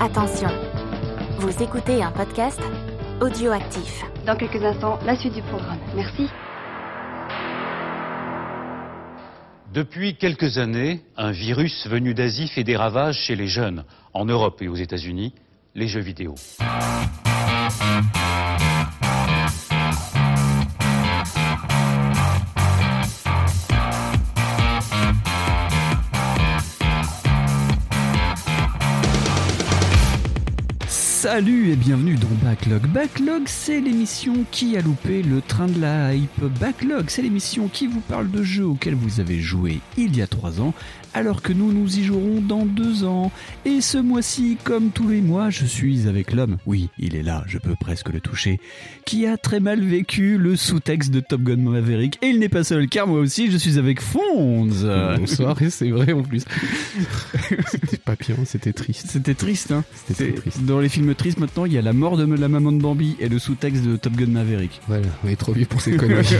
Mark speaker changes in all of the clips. Speaker 1: Attention, vous écoutez un podcast audioactif.
Speaker 2: Dans quelques instants, la suite du programme. Merci.
Speaker 3: Depuis quelques années, un virus venu d'Asie fait des ravages chez les jeunes, en Europe et aux États-Unis, les jeux vidéo.
Speaker 4: Salut et bienvenue dans Backlog. Backlog, c'est l'émission qui a loupé le train de la hype. Backlog, c'est l'émission qui vous parle de jeux auxquels vous avez joué il y a 3 ans, alors que nous nous y jouerons dans 2 ans. Et ce mois-ci, comme tous les mois, je suis avec l'homme, oui, il est là, je peux presque le toucher, qui a très mal vécu le sous-texte de Top Gun Maverick. Et il n'est pas seul, car moi aussi, je suis avec Fonz.
Speaker 5: Bonsoir, et c'est vrai en plus. c'était papillon, c'était triste.
Speaker 4: C'était triste, hein
Speaker 5: C'était très triste.
Speaker 4: Dans les films tristes, maintenant, il y a la mort de la maman de Bambi et le sous-texte de Top Gun Maverick.
Speaker 5: Voilà, on est trop vieux pour ces conneries.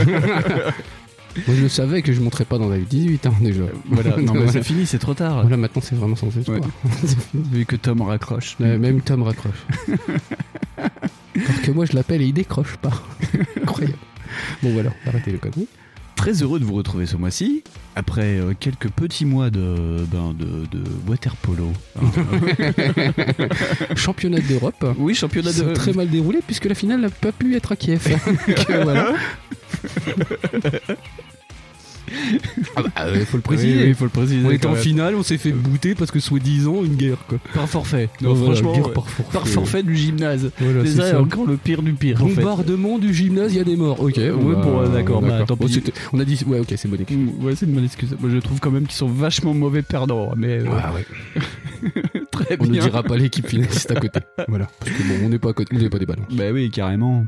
Speaker 5: Moi je savais que je montrais pas dans la vie 18 ans déjà.
Speaker 4: Euh, Voilà, non, mais
Speaker 5: voilà.
Speaker 4: c'est fini, c'est trop tard.
Speaker 5: Voilà, maintenant c'est vraiment sans espoir.
Speaker 4: Ouais. Vu que Tom raccroche.
Speaker 5: Euh, même Tom raccroche. Alors que moi je l'appelle et il décroche pas. Incroyable. Bon voilà, arrêtez le conneries.
Speaker 4: Très heureux de vous retrouver ce mois-ci, après euh, quelques petits mois de, ben, de, de water polo.
Speaker 5: Championnat d'Europe.
Speaker 4: oui, championnat
Speaker 5: Qui s'est
Speaker 4: de...
Speaker 5: très mal déroulé puisque la finale n'a pas pu être à Kiev. Donc, euh, voilà. ah bah, euh, faut le préciser.
Speaker 4: Oui, oui, faut le préciser.
Speaker 5: On est
Speaker 4: quand
Speaker 5: en
Speaker 4: même.
Speaker 5: finale, on s'est fait bouter parce que soi-disant une guerre quoi.
Speaker 4: Par forfait.
Speaker 5: Donc,
Speaker 4: Non,
Speaker 5: Oh, voilà,
Speaker 4: franchement,
Speaker 5: guerre
Speaker 4: ouais.
Speaker 5: par forfait.
Speaker 4: par forfait du gymnase.
Speaker 5: Voilà,
Speaker 4: C'est
Speaker 5: c'est
Speaker 4: ça,
Speaker 5: ça.
Speaker 4: encore le pire du pire. en fait.
Speaker 5: Bombardement du gymnase, il y a des morts. Ok,
Speaker 4: Ouais, bon, ouais, d'accord, bah, tant
Speaker 5: Bon,
Speaker 4: pis.
Speaker 5: Oh, c'était- on a dit, ouais, ok, c'est bon excuse.
Speaker 4: Mm, Ouais, c'est une bonne excuse. Moi, je trouve quand même qu'ils sont vachement mauvais perdants, mais euh, très
Speaker 5: Ah, On ne
Speaker 4: bien.
Speaker 5: dira pas l'équipe finaliste à côté. Voilà. Parce que bon, on n'est pas à côté, on n'est pas des ballons.
Speaker 4: Bah oui, carrément.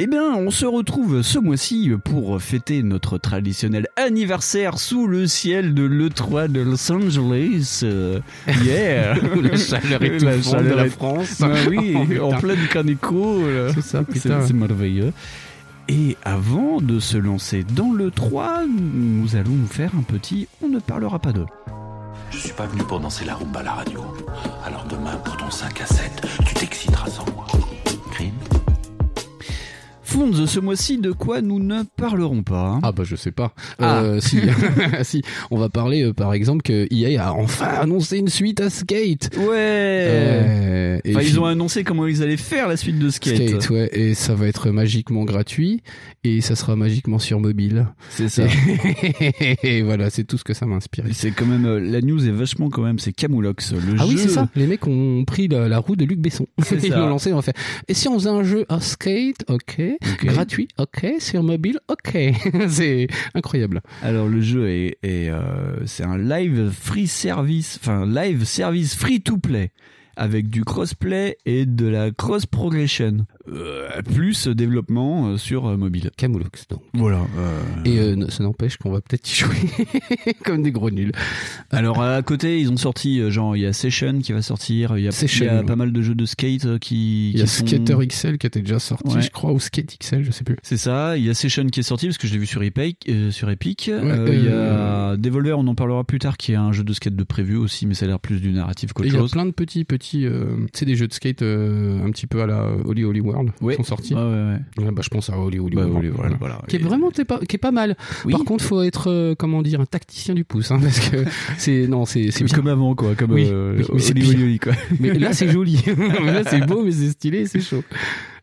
Speaker 4: Eh bien, on se retrouve ce mois-ci pour fêter notre traditionnel anniversaire sous le ciel de l'E3 de Los Angeles. Euh, Yeah
Speaker 5: La chaleur
Speaker 4: est La étouffante de chaleur la est-
Speaker 5: France.
Speaker 4: Bah oui,
Speaker 5: Oh, putain.
Speaker 4: en pleine canicule
Speaker 5: C'est ça,
Speaker 4: C'est
Speaker 5: putain.
Speaker 4: c'est merveilleux. Et avant de se lancer dans l'E3, nous allons nous faire un petit « On ne parlera pas d'eux
Speaker 6: Je suis pas venu pour danser la rumba à la radio. Alors demain, pour ton 5 à 7, tu t'exciteras sans moi. Crime ».
Speaker 4: Fonds, ce mois-ci, de quoi nous ne parlerons pas hein
Speaker 5: Ah bah je sais pas. Euh,
Speaker 4: Ah.
Speaker 5: si, si. On va parler euh, par exemple que EA a enfin annoncé une suite à Skate.
Speaker 4: Ouais
Speaker 5: Euh, et
Speaker 4: Eh. Enfin,
Speaker 5: puis-
Speaker 4: ils ont annoncé comment ils allaient faire la suite de Skate.
Speaker 5: Skate, ouais, et ça va être magiquement gratuit et ça sera magiquement sur mobile.
Speaker 4: C'est ça.
Speaker 5: et voilà, c'est tout ce que ça m'a inspiré.
Speaker 4: C'est quand même euh, la news est vachement quand même c'est Camoulox le
Speaker 5: Ah
Speaker 4: jeu.
Speaker 5: oui, c'est ça. Les mecs ont pris la, la roue de Luc Besson.
Speaker 4: C'est
Speaker 5: Ils
Speaker 4: ça.
Speaker 5: l'ont lancé, on va faire. Et si on faisait un jeu à skate, ok. Gratuit, ok. Sur mobile, ok. c'est incroyable.
Speaker 4: Alors le jeu est, est, euh, c'est un live free service, enfin live service free to play avec du crossplay et de la cross progression Euh, plus développement euh, sur euh, mobile.
Speaker 5: Camoulox, donc.
Speaker 4: Voilà.
Speaker 5: Et euh, ça n'empêche qu'on va peut-être y jouer comme des gros nuls.
Speaker 4: alors à côté ils ont sorti euh, genre il y a Session qui va sortir, il y a,
Speaker 5: Session,
Speaker 4: il y a
Speaker 5: ouais.
Speaker 4: pas mal de jeux de skate euh, qui.
Speaker 5: Il y a
Speaker 4: qui sont-
Speaker 5: Skater XL qui était déjà sorti,
Speaker 4: Ouais.
Speaker 5: je crois, ou Skate XL, je sais plus.
Speaker 4: C'est ça, il y a Session qui est sorti parce que je l'ai vu sur Epic. euh, sur Epic. Euh,
Speaker 5: euh,
Speaker 4: il y a Devolver, on en parlera plus tard, qui est un jeu de skate de prévu aussi, mais ça a l'air plus du narratif
Speaker 5: Et
Speaker 4: qu'autre
Speaker 5: Il y a
Speaker 4: chose.
Speaker 5: plein de petits, petits, euh, c'est des jeux de skate euh, un petit peu à la Holly Holly World
Speaker 4: Ouais.
Speaker 5: qui sont sortis.
Speaker 4: Ouais, ouais, ouais.
Speaker 5: Ouais, bah, je pense à Holly Holly
Speaker 4: Bah,
Speaker 5: World.
Speaker 4: voilà,
Speaker 5: voilà.
Speaker 4: voilà.
Speaker 5: Qui est vraiment t'es pas, qui est pas mal.
Speaker 4: Oui.
Speaker 5: Par contre, faut être euh, comment dire un tacticien du pouce, hein, parce que c'est non, c'est c'est
Speaker 4: C'est
Speaker 5: bien.
Speaker 4: comme avant, quoi. Comme
Speaker 5: Oui,
Speaker 4: euh,
Speaker 5: oui, mais c'est
Speaker 4: Oli
Speaker 5: pire.
Speaker 4: Oli Oli, quoi.
Speaker 5: Mais là, c'est joli. là, c'est beau, mais c'est stylé, c'est chaud.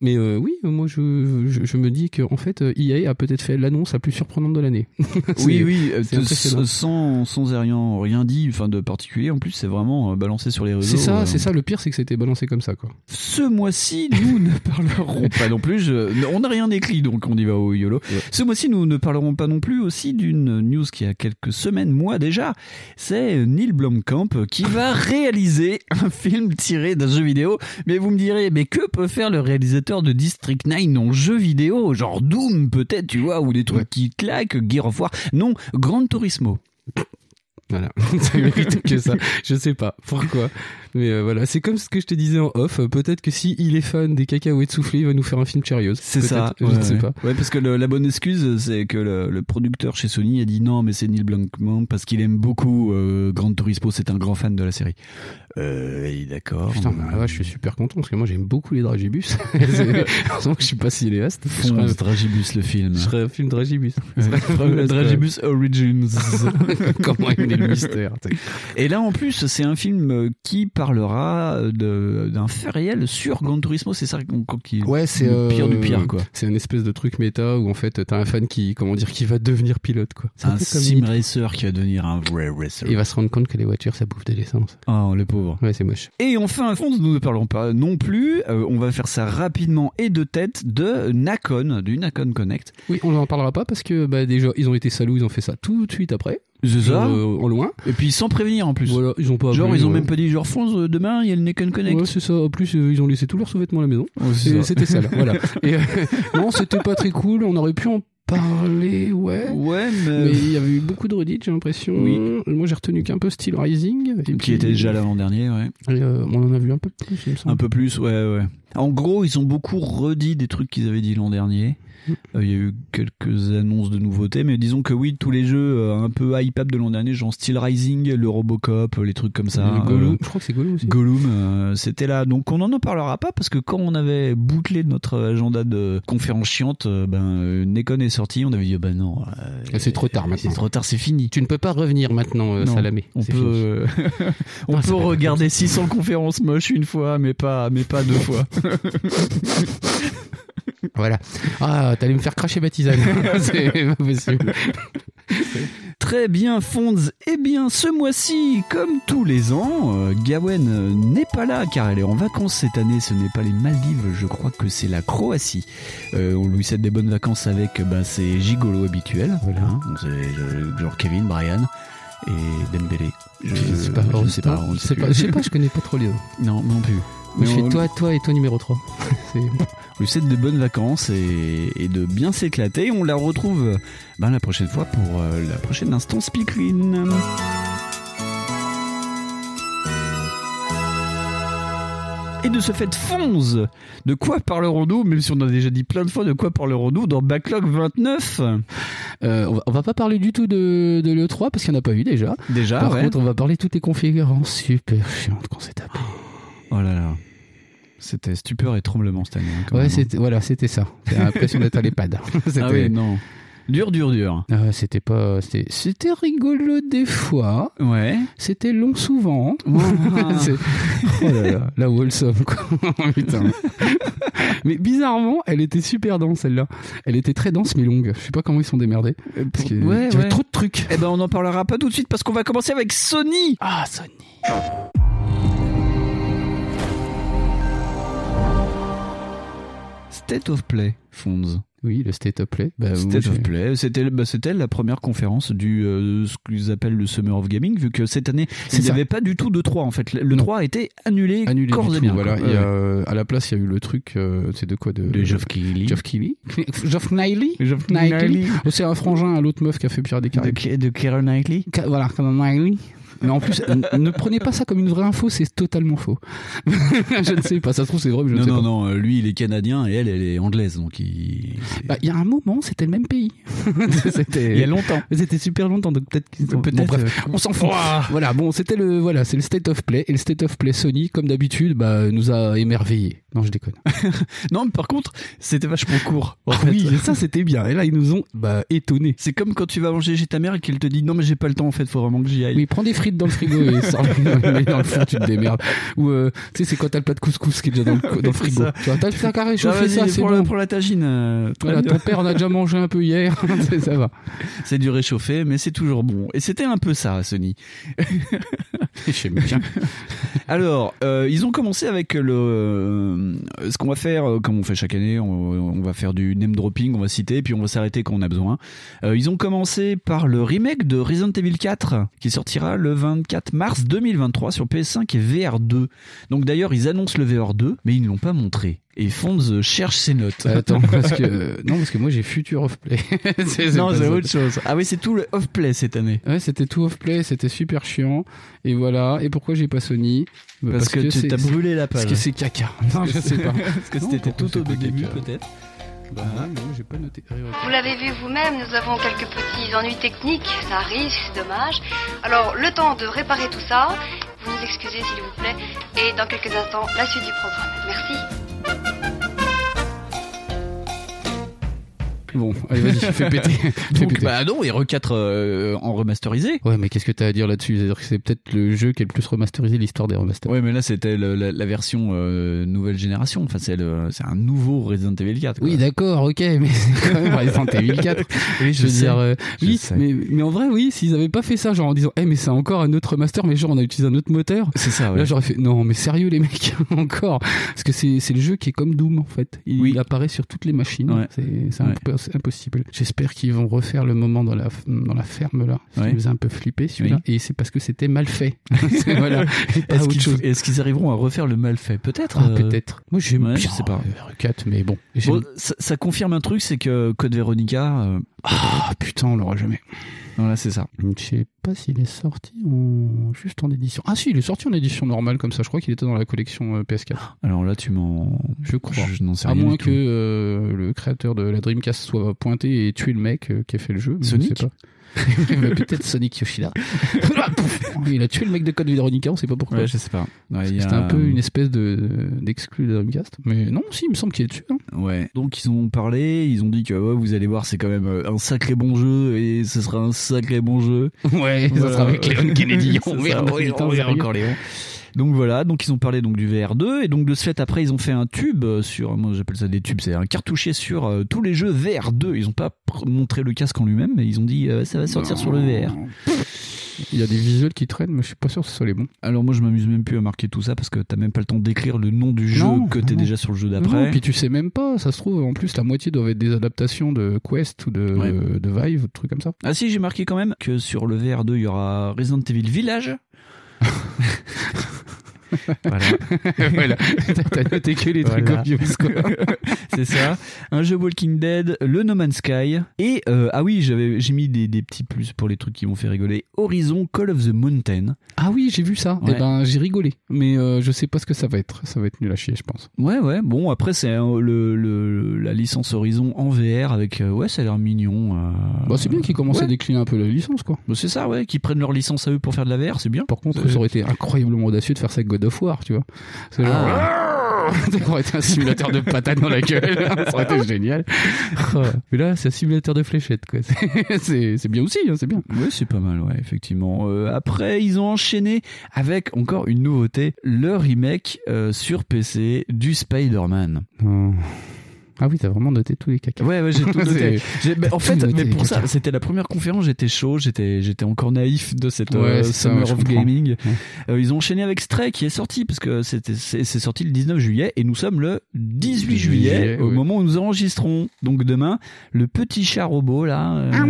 Speaker 5: Mais euh, oui, moi, je, je, je me dis que en fait, euh, EA a peut-être fait l'annonce la plus surprenante de l'année. C'est-
Speaker 4: Oui, oui, euh,
Speaker 5: c'est
Speaker 4: de-
Speaker 5: impressionnant.
Speaker 4: sans, sans rien, rien dit, enfin de particulier. En plus, c'est vraiment euh, balancé sur les réseaux.
Speaker 5: C'est ça,
Speaker 4: euh.
Speaker 5: c'est ça. Le pire, c'est que c'était balancé comme ça, quoi.
Speaker 4: Ce mois-ci, nous ne parlerons pas non plus. je- non, on n'a rien écrit, donc on y va au YOLO. Ce mois-ci, nous ne parlerons pas non plus aussi d'une news qui a quelques semaines, mois déjà. C'est Neil Blomkamp qui va réaliser un film tiré d'un jeu vidéo. Mais vous me direz, mais que peut faire le réalisateur de District 9 en jeu vidéo Genre Doom peut-être, tu vois, ou des trucs qui claquent, Gear of War. Non, Gran Turismo.
Speaker 5: Voilà, ça mérite que ça. Je sais pas pourquoi, mais euh, voilà, c'est comme ce que je te disais en off. euh, Peut-être que si il est fan des cacahuètes soufflées, il va nous faire un film Cheerios.
Speaker 4: C'est ça.
Speaker 5: Peut-être, je
Speaker 4: ouais,
Speaker 5: ne sais
Speaker 4: ouais.
Speaker 5: pas.
Speaker 4: Ouais, parce que le- la bonne excuse, c'est que le, le producteur chez Sony a dit non, mais c'est Neil Blancman parce qu'il aime beaucoup euh, Gran Turismo, c'est un grand fan de la série. Euh, et d'accord.
Speaker 5: Putain, bah, la vache, je suis super content parce que moi j'aime beaucoup les dragibus. C'est- Heureusement que je suis pas cinéaste. Je serais,
Speaker 4: Fonce, Dragibus le film.
Speaker 5: je serais un film dragibus.
Speaker 4: Le Dragibus Origins.
Speaker 5: Comment il est le mystère. tu sais.
Speaker 4: Et là, en plus, c'est un film euh, qui parlera euh, de- d'un fait réel sur Gran Turismo. C'est ça qu'on- qu'on- qui
Speaker 5: Ouais, c'est
Speaker 4: le pire du
Speaker 5: euh,
Speaker 4: pire, quoi.
Speaker 5: C'est une espèce de truc méta où en fait t'as un fan qui, comment dire, qui va devenir pilote quoi. C'est
Speaker 4: Un
Speaker 5: peu comme
Speaker 4: sim
Speaker 5: Nitro.
Speaker 4: racer qui va devenir un vrai racer.
Speaker 5: Il va se rendre compte que les voitures ça bouffe de l'essence.
Speaker 4: Oh, le pauvre.
Speaker 5: Ouais, c'est moche.
Speaker 4: Et enfin, on nous ne parlons pas non plus, euh, on va faire ça rapidement et de tête, de Nakon, du Nakon Connect.
Speaker 5: Oui, on n'en parlera pas parce que bah, déjà ils ont été salous, ils ont fait ça tout de suite après,
Speaker 4: C'est
Speaker 5: Euh, en loin.
Speaker 4: Et puis sans prévenir en plus.
Speaker 5: Voilà, ils ont pas.
Speaker 4: Genre,
Speaker 5: appelé,
Speaker 4: ils ont
Speaker 5: ouais.
Speaker 4: même pas dit, genre, fonce, euh, demain, il y a le Nakon Connect.
Speaker 5: Ouais, c'est ça. En plus, euh, ils ont laissé tous leurs sous-vêtements à la maison.
Speaker 4: Oh, c'est
Speaker 5: Et
Speaker 4: ça.
Speaker 5: C'était ça, là. Voilà. Et, euh, non, c'était pas très cool. On aurait pu en parler, ouais.
Speaker 4: Ouais,
Speaker 5: Mais
Speaker 4: mais.
Speaker 5: il y avait eu beaucoup de redites, j'ai l'impression.
Speaker 4: Euh. Oui.
Speaker 5: Moi, j'ai retenu qu'un peu Steel Rising. et
Speaker 4: euh, Qui
Speaker 5: puis-
Speaker 4: était déjà l'avant dernier, ouais.
Speaker 5: Et, euh, on en a vu un peu plus, il me semble.
Speaker 4: Un peu plus, ouais, ouais. En gros, ils ont beaucoup redit des trucs qu'ils avaient dit l'an dernier. Euh, Il y a eu quelques annonces de nouveautés, mais disons que oui, tous les jeux euh, un peu hype-up de l'an dernier, genre Steel Rising, le Robocop, les trucs comme ça.
Speaker 5: Le Gollum.
Speaker 4: euh,
Speaker 5: Je crois que c'est Gollum aussi.
Speaker 4: Gollum, euh, c'était là. Donc on n'en en parlera pas parce que quand on avait bouclé notre agenda de conférence chiante, euh, ben euh, Nekon est sorti, on avait dit euh, ben non, euh,
Speaker 5: Ah, c'est trop tard maintenant.
Speaker 4: c'est trop tard, c'est fini.
Speaker 5: Tu ne peux pas revenir maintenant, euh,
Speaker 4: Non.
Speaker 5: Salamé.
Speaker 4: On
Speaker 5: C'est
Speaker 4: peut,
Speaker 5: fini.
Speaker 4: euh, on
Speaker 5: Ah, c'est
Speaker 4: peut
Speaker 5: pas vrai.
Speaker 4: regarder 600 conférences moches une fois, mais pas, mais pas deux fois. euh,
Speaker 5: Voilà. Ah, t'allais me faire cracher ma tisane. c'est pas possible.
Speaker 4: Très bien, Fonds. Eh bien, ce mois-ci, comme tous les ans, euh, Gawen euh, n'est pas là car elle est en vacances cette année. Ce n'est pas les Maldives, je crois que c'est la Croatie. Euh, on lui souhaite des bonnes vacances avec euh, bah, ses gigolos habituels.
Speaker 5: Voilà.
Speaker 4: Hein, c'est, euh, genre Kevin, Brian et Dembélé. Je,
Speaker 5: Je sais pas.
Speaker 4: je
Speaker 5: on
Speaker 4: sais pas, on ne
Speaker 5: Je
Speaker 4: sait
Speaker 5: sais
Speaker 4: plus.
Speaker 5: pas. Je sais pas, je connais pas trop les noms.
Speaker 4: Non, non plus.
Speaker 5: Moi, je
Speaker 4: Mais
Speaker 5: fais
Speaker 4: on-
Speaker 5: toi, toi et toi numéro 3.
Speaker 4: on lui souhaite de bonnes vacances et, et de bien s'éclater. On la retrouve euh, ben, la prochaine fois pour euh, la prochaine instance Pikmin. Et de ce fait, Fonz, de quoi parlerons-nous Même si on a déjà dit plein de fois de quoi parlerons-nous dans Backlog 29
Speaker 5: Euh, on, va, on va pas parler du tout de, de l'E3 parce qu'il n'y en a pas eu déjà.
Speaker 4: Déjà,
Speaker 5: Par
Speaker 4: ouais.
Speaker 5: contre, on va parler de toutes les conférences super chiantes qu'on s'est tapées.
Speaker 4: Oh là là. C'était stupeur et tremblement cette année. hein, quand
Speaker 5: Ouais,
Speaker 4: même, hein.
Speaker 5: c'était, voilà, c'était ça. T'as l'impression d'être à l'EHPAD. C'était,
Speaker 4: Ah oui, non. Dur, dur, dur.
Speaker 5: Ah, c'était pas, c'était, c'était rigolo des fois.
Speaker 4: Ouais.
Speaker 5: C'était long souvent. C'est- oh là là, la Wholesome, quoi. Putain. mais bizarrement, elle était super dense, celle-là. Elle était très dense, mais longue. Je sais pas comment ils sont démerdés. Parce que,
Speaker 4: Ouais,
Speaker 5: il y avait
Speaker 4: ouais.
Speaker 5: trop de trucs.
Speaker 4: Eh ben, on n'en parlera pas tout de suite parce qu'on va commencer avec Sony.
Speaker 5: Ah, Sony.
Speaker 4: State of Play, Fonds.
Speaker 5: Oui, le State of Play. Bah, moi,
Speaker 4: State
Speaker 5: je-
Speaker 4: of Play, c'était bah, c'était la première conférence du euh, ce qu'ils appellent le Summer of Gaming, vu que cette année,
Speaker 5: C'est
Speaker 4: il n'y
Speaker 5: ça.
Speaker 4: avait pas du tout de 3 en fait. Le le
Speaker 5: Non.
Speaker 4: 3 a été annulé,
Speaker 5: annulé
Speaker 4: corps
Speaker 5: du
Speaker 4: et
Speaker 5: tout,
Speaker 4: biens,
Speaker 5: voilà
Speaker 4: quoi.
Speaker 5: Il y a,
Speaker 4: Ouais.
Speaker 5: euh, à la place il y a eu le truc euh, c'est de quoi de
Speaker 4: Les Geoff Keighley.
Speaker 5: Geoff Keighley Geoff Keighley
Speaker 4: Geoff
Speaker 5: Keighley. Oh, c'est un frangin à l'autre meuf qui a fait Pirates des
Speaker 4: De,
Speaker 5: Caraïbes
Speaker 4: Ke- de Keira Knightley.
Speaker 5: Ca- voilà comme un Keighley mais en plus n- ne prenez pas ça comme une vraie info c'est totalement faux je ne sais pas ça se trouve c'est vrai mais je ne
Speaker 4: Non,
Speaker 5: sais
Speaker 4: non,
Speaker 5: pas
Speaker 4: non, euh, lui il est canadien et elle, elle est anglaise, donc il. c'est-
Speaker 5: Bah, il y a un moment c'était le même pays
Speaker 4: il y a
Speaker 5: c'était
Speaker 4: longtemps. euh,
Speaker 5: c'était super longtemps donc peut-être qu'ils ont- bon, bref. on s'en fout. Voilà, bon, c'était le voilà, c'est le state of play et le state of play Sony comme d'habitude bah nous a émerveillés. Non, je déconne.
Speaker 4: Non, mais par contre, c'était vachement court. en
Speaker 5: Ah
Speaker 4: fait.
Speaker 5: oui, ça c'était bien. Et là, ils nous ont bah, étonnés.
Speaker 4: C'est comme quand tu vas manger chez ta mère et qu'elle te dit non, mais j'ai pas le temps en fait, faut vraiment que j'y aille.
Speaker 5: Oui, prends des frites dans le frigo et sors-les dans le four, tu te démerdes. Ou, euh, tu sais, c'est quand t'as le plat de couscous qui est déjà dans le, co- dans le frigo.
Speaker 4: ça.
Speaker 5: Tu vois, t'as le plat carré,
Speaker 4: Ah,
Speaker 5: chauffé
Speaker 4: vas-y,
Speaker 5: ça, c'est
Speaker 4: prends la-
Speaker 5: bon.
Speaker 4: prends la tagine. euh, très
Speaker 5: Voilà,
Speaker 4: bien.
Speaker 5: ton père en a déjà mangé un peu hier, C'est- ça va.
Speaker 4: C'est du réchauffé, mais c'est toujours bon. Et c'était un peu ça, Sony.
Speaker 5: Je sais bien.
Speaker 4: Alors, euh, ils ont commencé avec le, euh, ce qu'on va faire, euh, comme on fait chaque année, on, on va faire du name dropping, on va citer, puis on va s'arrêter quand on a besoin. Euh, ils ont commencé par le remake de Resident Evil 4, qui sortira le 24 mars 2023 sur PS5 et VR2. Donc d'ailleurs, ils annoncent le VR2, mais ils ne l'ont pas montré. Et Fonz cherche ses notes.
Speaker 5: Attends, parce que non, parce que moi j'ai Future of Play. C'est- c'est
Speaker 4: non,
Speaker 5: pas
Speaker 4: c'est
Speaker 5: ça.
Speaker 4: autre chose. Ah oui, c'est tout le off-play cette année.
Speaker 5: Ouais, c'était tout off play, c'était super chiant. Et voilà. Et pourquoi j'ai pas Sony Bah,
Speaker 4: Parce, que, tu
Speaker 5: c'est-
Speaker 4: t'as brûlé la
Speaker 5: Parce
Speaker 4: page.
Speaker 5: que c'est caca. Non, je sais pas.
Speaker 4: Parce que
Speaker 5: Non,
Speaker 4: c'était
Speaker 5: pourquoi
Speaker 4: tout au
Speaker 5: c'est pas
Speaker 4: début,
Speaker 5: caca
Speaker 4: peut-être.
Speaker 5: Bah, non, j'ai pas noté.
Speaker 2: Vous l'avez vu vous-même, nous avons quelques petits ennuis techniques, ça arrive, c'est dommage. Alors, le temps de réparer tout ça, vous nous excusez s'il vous plaît, et dans quelques instants, la suite du programme. Merci.
Speaker 5: Bon, allez, vas-y, fais péter. fais
Speaker 4: Donc,
Speaker 5: péter.
Speaker 4: bah non, et Re4 euh, en remasterisé.
Speaker 5: Ouais, mais qu'est-ce que t'as à dire là-dessus C'est-à-dire que c'est peut-être le jeu qui est le plus remasterisé de l'histoire des remasters.
Speaker 4: Ouais, mais là c'était le- la, la version euh, nouvelle génération. Enfin, c'est le- c'est un nouveau Resident Evil 4. quoi.
Speaker 5: Oui, d'accord, ok, mais c'est quand même Resident Evil 4.
Speaker 4: Oui,
Speaker 5: Je veux
Speaker 4: sais.
Speaker 5: dire, euh,
Speaker 4: je
Speaker 5: oui,
Speaker 4: sais.
Speaker 5: mais, mais en vrai, oui, s'ils avaient pas fait ça, genre en disant, eh, mais c'est encore un autre master, mais genre on a utilisé un autre moteur.
Speaker 4: c'est ça. ouais.
Speaker 5: Là, j'aurais fait, non, mais sérieux, les mecs, encore. Parce que c'est c'est le jeu qui est comme Doom, en fait. Il
Speaker 4: Oui.
Speaker 5: apparaît sur toutes les machines.
Speaker 4: Ouais.
Speaker 5: C'est c'est
Speaker 4: Ouais.
Speaker 5: impo- c'est impossible. J'espère qu'ils vont refaire le moment dans la, dans la ferme, là. Ça
Speaker 4: Ouais.
Speaker 5: nous a un peu flippé, celui-là. Et c'est parce que c'était mal fait. C'est- voilà. Et pas
Speaker 4: Est-ce
Speaker 5: autre
Speaker 4: qu'ils
Speaker 5: chose.
Speaker 4: est-ce qu'ils arriveront à refaire le mal fait Peut-être.
Speaker 5: Ah,
Speaker 4: euh,
Speaker 5: peut-être. Moi, j'aime
Speaker 4: ouais,
Speaker 5: bien
Speaker 4: je sais pas.
Speaker 5: euh, 4, mais bon. J'aime-
Speaker 4: Bon, ça, ça confirme un truc, c'est que Code Veronica. euh,
Speaker 5: Ah, putain, on l'aura jamais.
Speaker 4: voilà, c'est ça.
Speaker 5: Je sais pas s'il est sorti en... juste en édition. Ah si, il est sorti en édition normale comme ça. Je crois qu'il était dans la collection euh, PS4.
Speaker 4: Alors là, tu m'en.
Speaker 5: Je crois.
Speaker 4: Je, je n'en sais
Speaker 5: À
Speaker 4: rien.
Speaker 5: moins
Speaker 4: du
Speaker 5: que
Speaker 4: tout.
Speaker 5: euh, le créateur de la Dreamcast soit pointé et tué le mec euh, qui a fait le jeu. mais
Speaker 4: Sonic
Speaker 5: je sais pas. Mais Peut-être Sonic Yoshida. Ah, pouf. il a tué le mec de Code Veronica, on sait pas pourquoi.
Speaker 4: Ouais, je sais pas. Ouais,
Speaker 5: Parce
Speaker 4: il
Speaker 5: que
Speaker 4: y a-
Speaker 5: C'était un peu une espèce de d'exclu de la Dreamcast. Mais non, si, il me semble qu'il est dessus. hein.
Speaker 4: Ouais. Donc ils ont parlé, ils ont dit que ouais, vous allez voir, c'est quand même euh, un sacré bon jeu et ce sera un sacré bon jeu.
Speaker 5: Ouais,
Speaker 4: ça sera avec Léon Kennedy, on
Speaker 5: C'est
Speaker 4: verra,
Speaker 5: ça,
Speaker 4: on verra,
Speaker 5: putain,
Speaker 4: on verra
Speaker 5: sérieux.
Speaker 4: encore Léon. Donc voilà, donc ils ont parlé donc du VR2 et donc de ce fait après ils ont fait un tube euh, sur, moi j'appelle ça des tubes, c'est un cartouchier sur euh, tous les jeux VR2. Ils ont pas pr- montré le casque en lui-même, mais ils ont dit euh, ça va sortir sur le VR.
Speaker 5: Il y a des visuels qui traînent, mais je suis pas sûr que ce soit les bons.
Speaker 4: Alors moi je m'amuse même plus à marquer tout ça parce que t'as même pas le temps d'écrire le nom du jeu
Speaker 5: Non,
Speaker 4: que t'es
Speaker 5: non.
Speaker 4: déjà sur le jeu
Speaker 5: Non,
Speaker 4: d'après.
Speaker 5: puis tu sais même pas, ça se trouve, en plus, la moitié doivent être des adaptations de Quest ou de,
Speaker 4: Ouais.
Speaker 5: de Vive ou de trucs comme ça.
Speaker 4: Ah si j'ai marqué quand même que sur le VR2 il y aura Resident Evil Village. voilà.
Speaker 5: voilà, t'as noté que les trucs
Speaker 4: Voilà.
Speaker 5: obvious, quoi.
Speaker 4: C'est ça. Un jeu Walking Dead, le No Man's Sky. Et, euh, ah oui, j'avais, j'ai mis des, des petits plus pour les trucs qui m'ont fait rigoler. Horizon Call of the Mountain.
Speaker 5: Ah oui, j'ai vu ça.
Speaker 4: Ouais.
Speaker 5: Eh ben, j'ai rigolé. Mais euh, je sais pas ce que ça va être. Ça va être nul à chier, je pense.
Speaker 4: Ouais, ouais. Bon, après, c'est euh, le, le- la licence Horizon en VR avec. euh, ouais, ça a l'air mignon. euh.
Speaker 5: Bah, c'est bien qu'ils commencent à
Speaker 4: ouais.
Speaker 5: décliner un peu la licence, quoi.
Speaker 4: Bah, c'est ça, ouais. Qu'ils prennent leur licence à eux pour faire de la VR, c'est bien.
Speaker 5: Par contre, ça aurait été incroyablement audacieux de faire ça avec God of War, tu vois. C'est genre, ça aurait été un simulateur de patates dans la gueule. ça aurait été génial. Oh, Mais là, c'est un simulateur de fléchettes, quoi. C'est- C'est c'est bien aussi, hein, c'est bien.
Speaker 4: Ouais, c'est pas mal, ouais, effectivement. Euh, après, ils ont enchaîné avec encore une nouveauté, le remake euh, sur PC du Spider-Man.
Speaker 5: Ah oui, t'as vraiment noté tous les caca.
Speaker 4: Ouais, ouais, j'ai tout noté. J'ai- mais en fait,
Speaker 5: Tout noté,
Speaker 4: mais pour ça,
Speaker 5: caca.
Speaker 4: c'était la première conférence, j'étais chaud, j'étais, j'étais encore naïf de cette
Speaker 5: Ouais,
Speaker 4: euh,
Speaker 5: c'est ça,
Speaker 4: Summer
Speaker 5: je
Speaker 4: of
Speaker 5: comprends.
Speaker 4: Gaming.
Speaker 5: Ouais.
Speaker 4: Euh, ils ont enchaîné avec Stray qui est sorti, parce que c'était, c'est, c'est sorti le 19 juillet, et nous sommes le 18
Speaker 5: 18
Speaker 4: juillet,
Speaker 5: juillet,
Speaker 4: au
Speaker 5: ouais.
Speaker 4: moment où nous enregistrons. Donc demain, le petit chat robot, là, euh,
Speaker 5: Ah,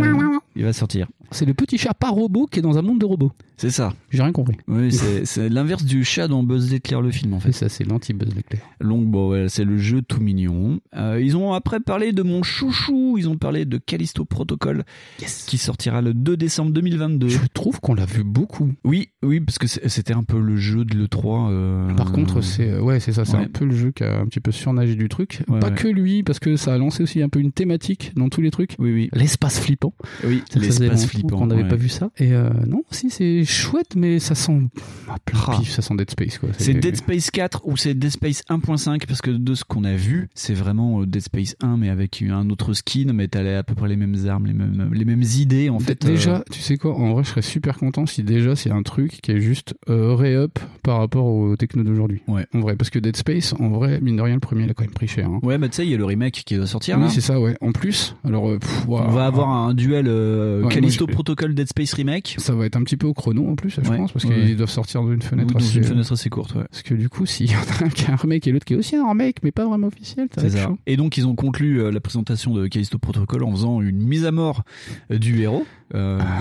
Speaker 4: il va sortir.
Speaker 5: C'est le petit chat pas robot qui est dans un monde de robots.
Speaker 4: C'est ça.
Speaker 5: J'ai rien compris.
Speaker 4: Oui, c'est, c'est l'inverse du chat dans Buzz l'éclair, le film, en fait.
Speaker 5: Et ça, c'est l'anti-buzz l'éclair.
Speaker 4: Donc bon, voilà, c'est le jeu tout mignon. Euh, ils ont après parlé de mon chouchou, ils ont parlé de Callisto Protocol, qui sortira le 2 décembre 2022.
Speaker 5: Je trouve qu'on l'a vu beaucoup.
Speaker 4: Oui, oui, parce que c'est- c'était un peu le jeu de l'E3. euh,
Speaker 5: Par contre, c'est euh, ouais, c'est ça, c'est
Speaker 4: Ouais.
Speaker 5: un peu le jeu qui a un petit peu surnagé du truc.
Speaker 4: Ouais,
Speaker 5: pas
Speaker 4: ouais.
Speaker 5: que lui, parce que ça a lancé aussi un peu une thématique dans tous les trucs.
Speaker 4: Oui, oui.
Speaker 5: L'espace flippant.
Speaker 4: Euh, oui
Speaker 5: Ça, ça faisait
Speaker 4: l'espace
Speaker 5: longtemps
Speaker 4: flippant.
Speaker 5: qu'on n'avait
Speaker 4: ouais.
Speaker 5: pas vu ça. Et euh, non, si c'est chouette, mais ça sent ah, plein
Speaker 4: Ah.
Speaker 5: pif, ça sent Dead Space quoi.
Speaker 4: C'est Dead Space 4 ou c'est Dead Space 1.5 parce que de ce qu'on a vu, c'est vraiment euh, Dead Space 1 mais avec un autre skin, mais t'as les- à peu près les mêmes armes, les mêmes, les mêmes idées en fait.
Speaker 5: déjà,
Speaker 4: euh,
Speaker 5: tu sais quoi, en vrai, je serais super content si déjà c'est un truc qui est juste euh, re-up par rapport aux techno d'aujourd'hui.
Speaker 4: Ouais.
Speaker 5: En vrai, parce que Dead Space, en vrai, mine de rien, le premier, il a quand même pris cher. hein.
Speaker 4: Ouais, mais tu sais, il y a le remake qui va sortir.
Speaker 5: Oui,
Speaker 4: là.
Speaker 5: c'est ça, ouais. En plus, alors, euh, pff, waouh.
Speaker 4: On va avoir un duel euh,
Speaker 5: Ouais, moi,
Speaker 4: Callisto
Speaker 5: je-
Speaker 4: Protocol Dead Space Remake.
Speaker 5: Ça va être un petit peu au chrono en plus, je
Speaker 4: Ouais,
Speaker 5: pense, parce
Speaker 4: ouais, ouais.
Speaker 5: qu'ils doivent sortir d'une
Speaker 4: Ou
Speaker 5: fenêtre.
Speaker 4: dans
Speaker 5: assez-
Speaker 4: une fenêtre assez courte, ouais.
Speaker 5: Parce que du coup, s'il y en a un qui a un remake et l'autre qui est aussi un remake, mais pas vraiment officiel, ça va
Speaker 4: C'est
Speaker 5: être
Speaker 4: ça.
Speaker 5: chaud.
Speaker 4: Et donc ils ont conclu euh, la présentation de Callisto Protocol en faisant une mise à mort euh, du héros. euh,
Speaker 5: Ah.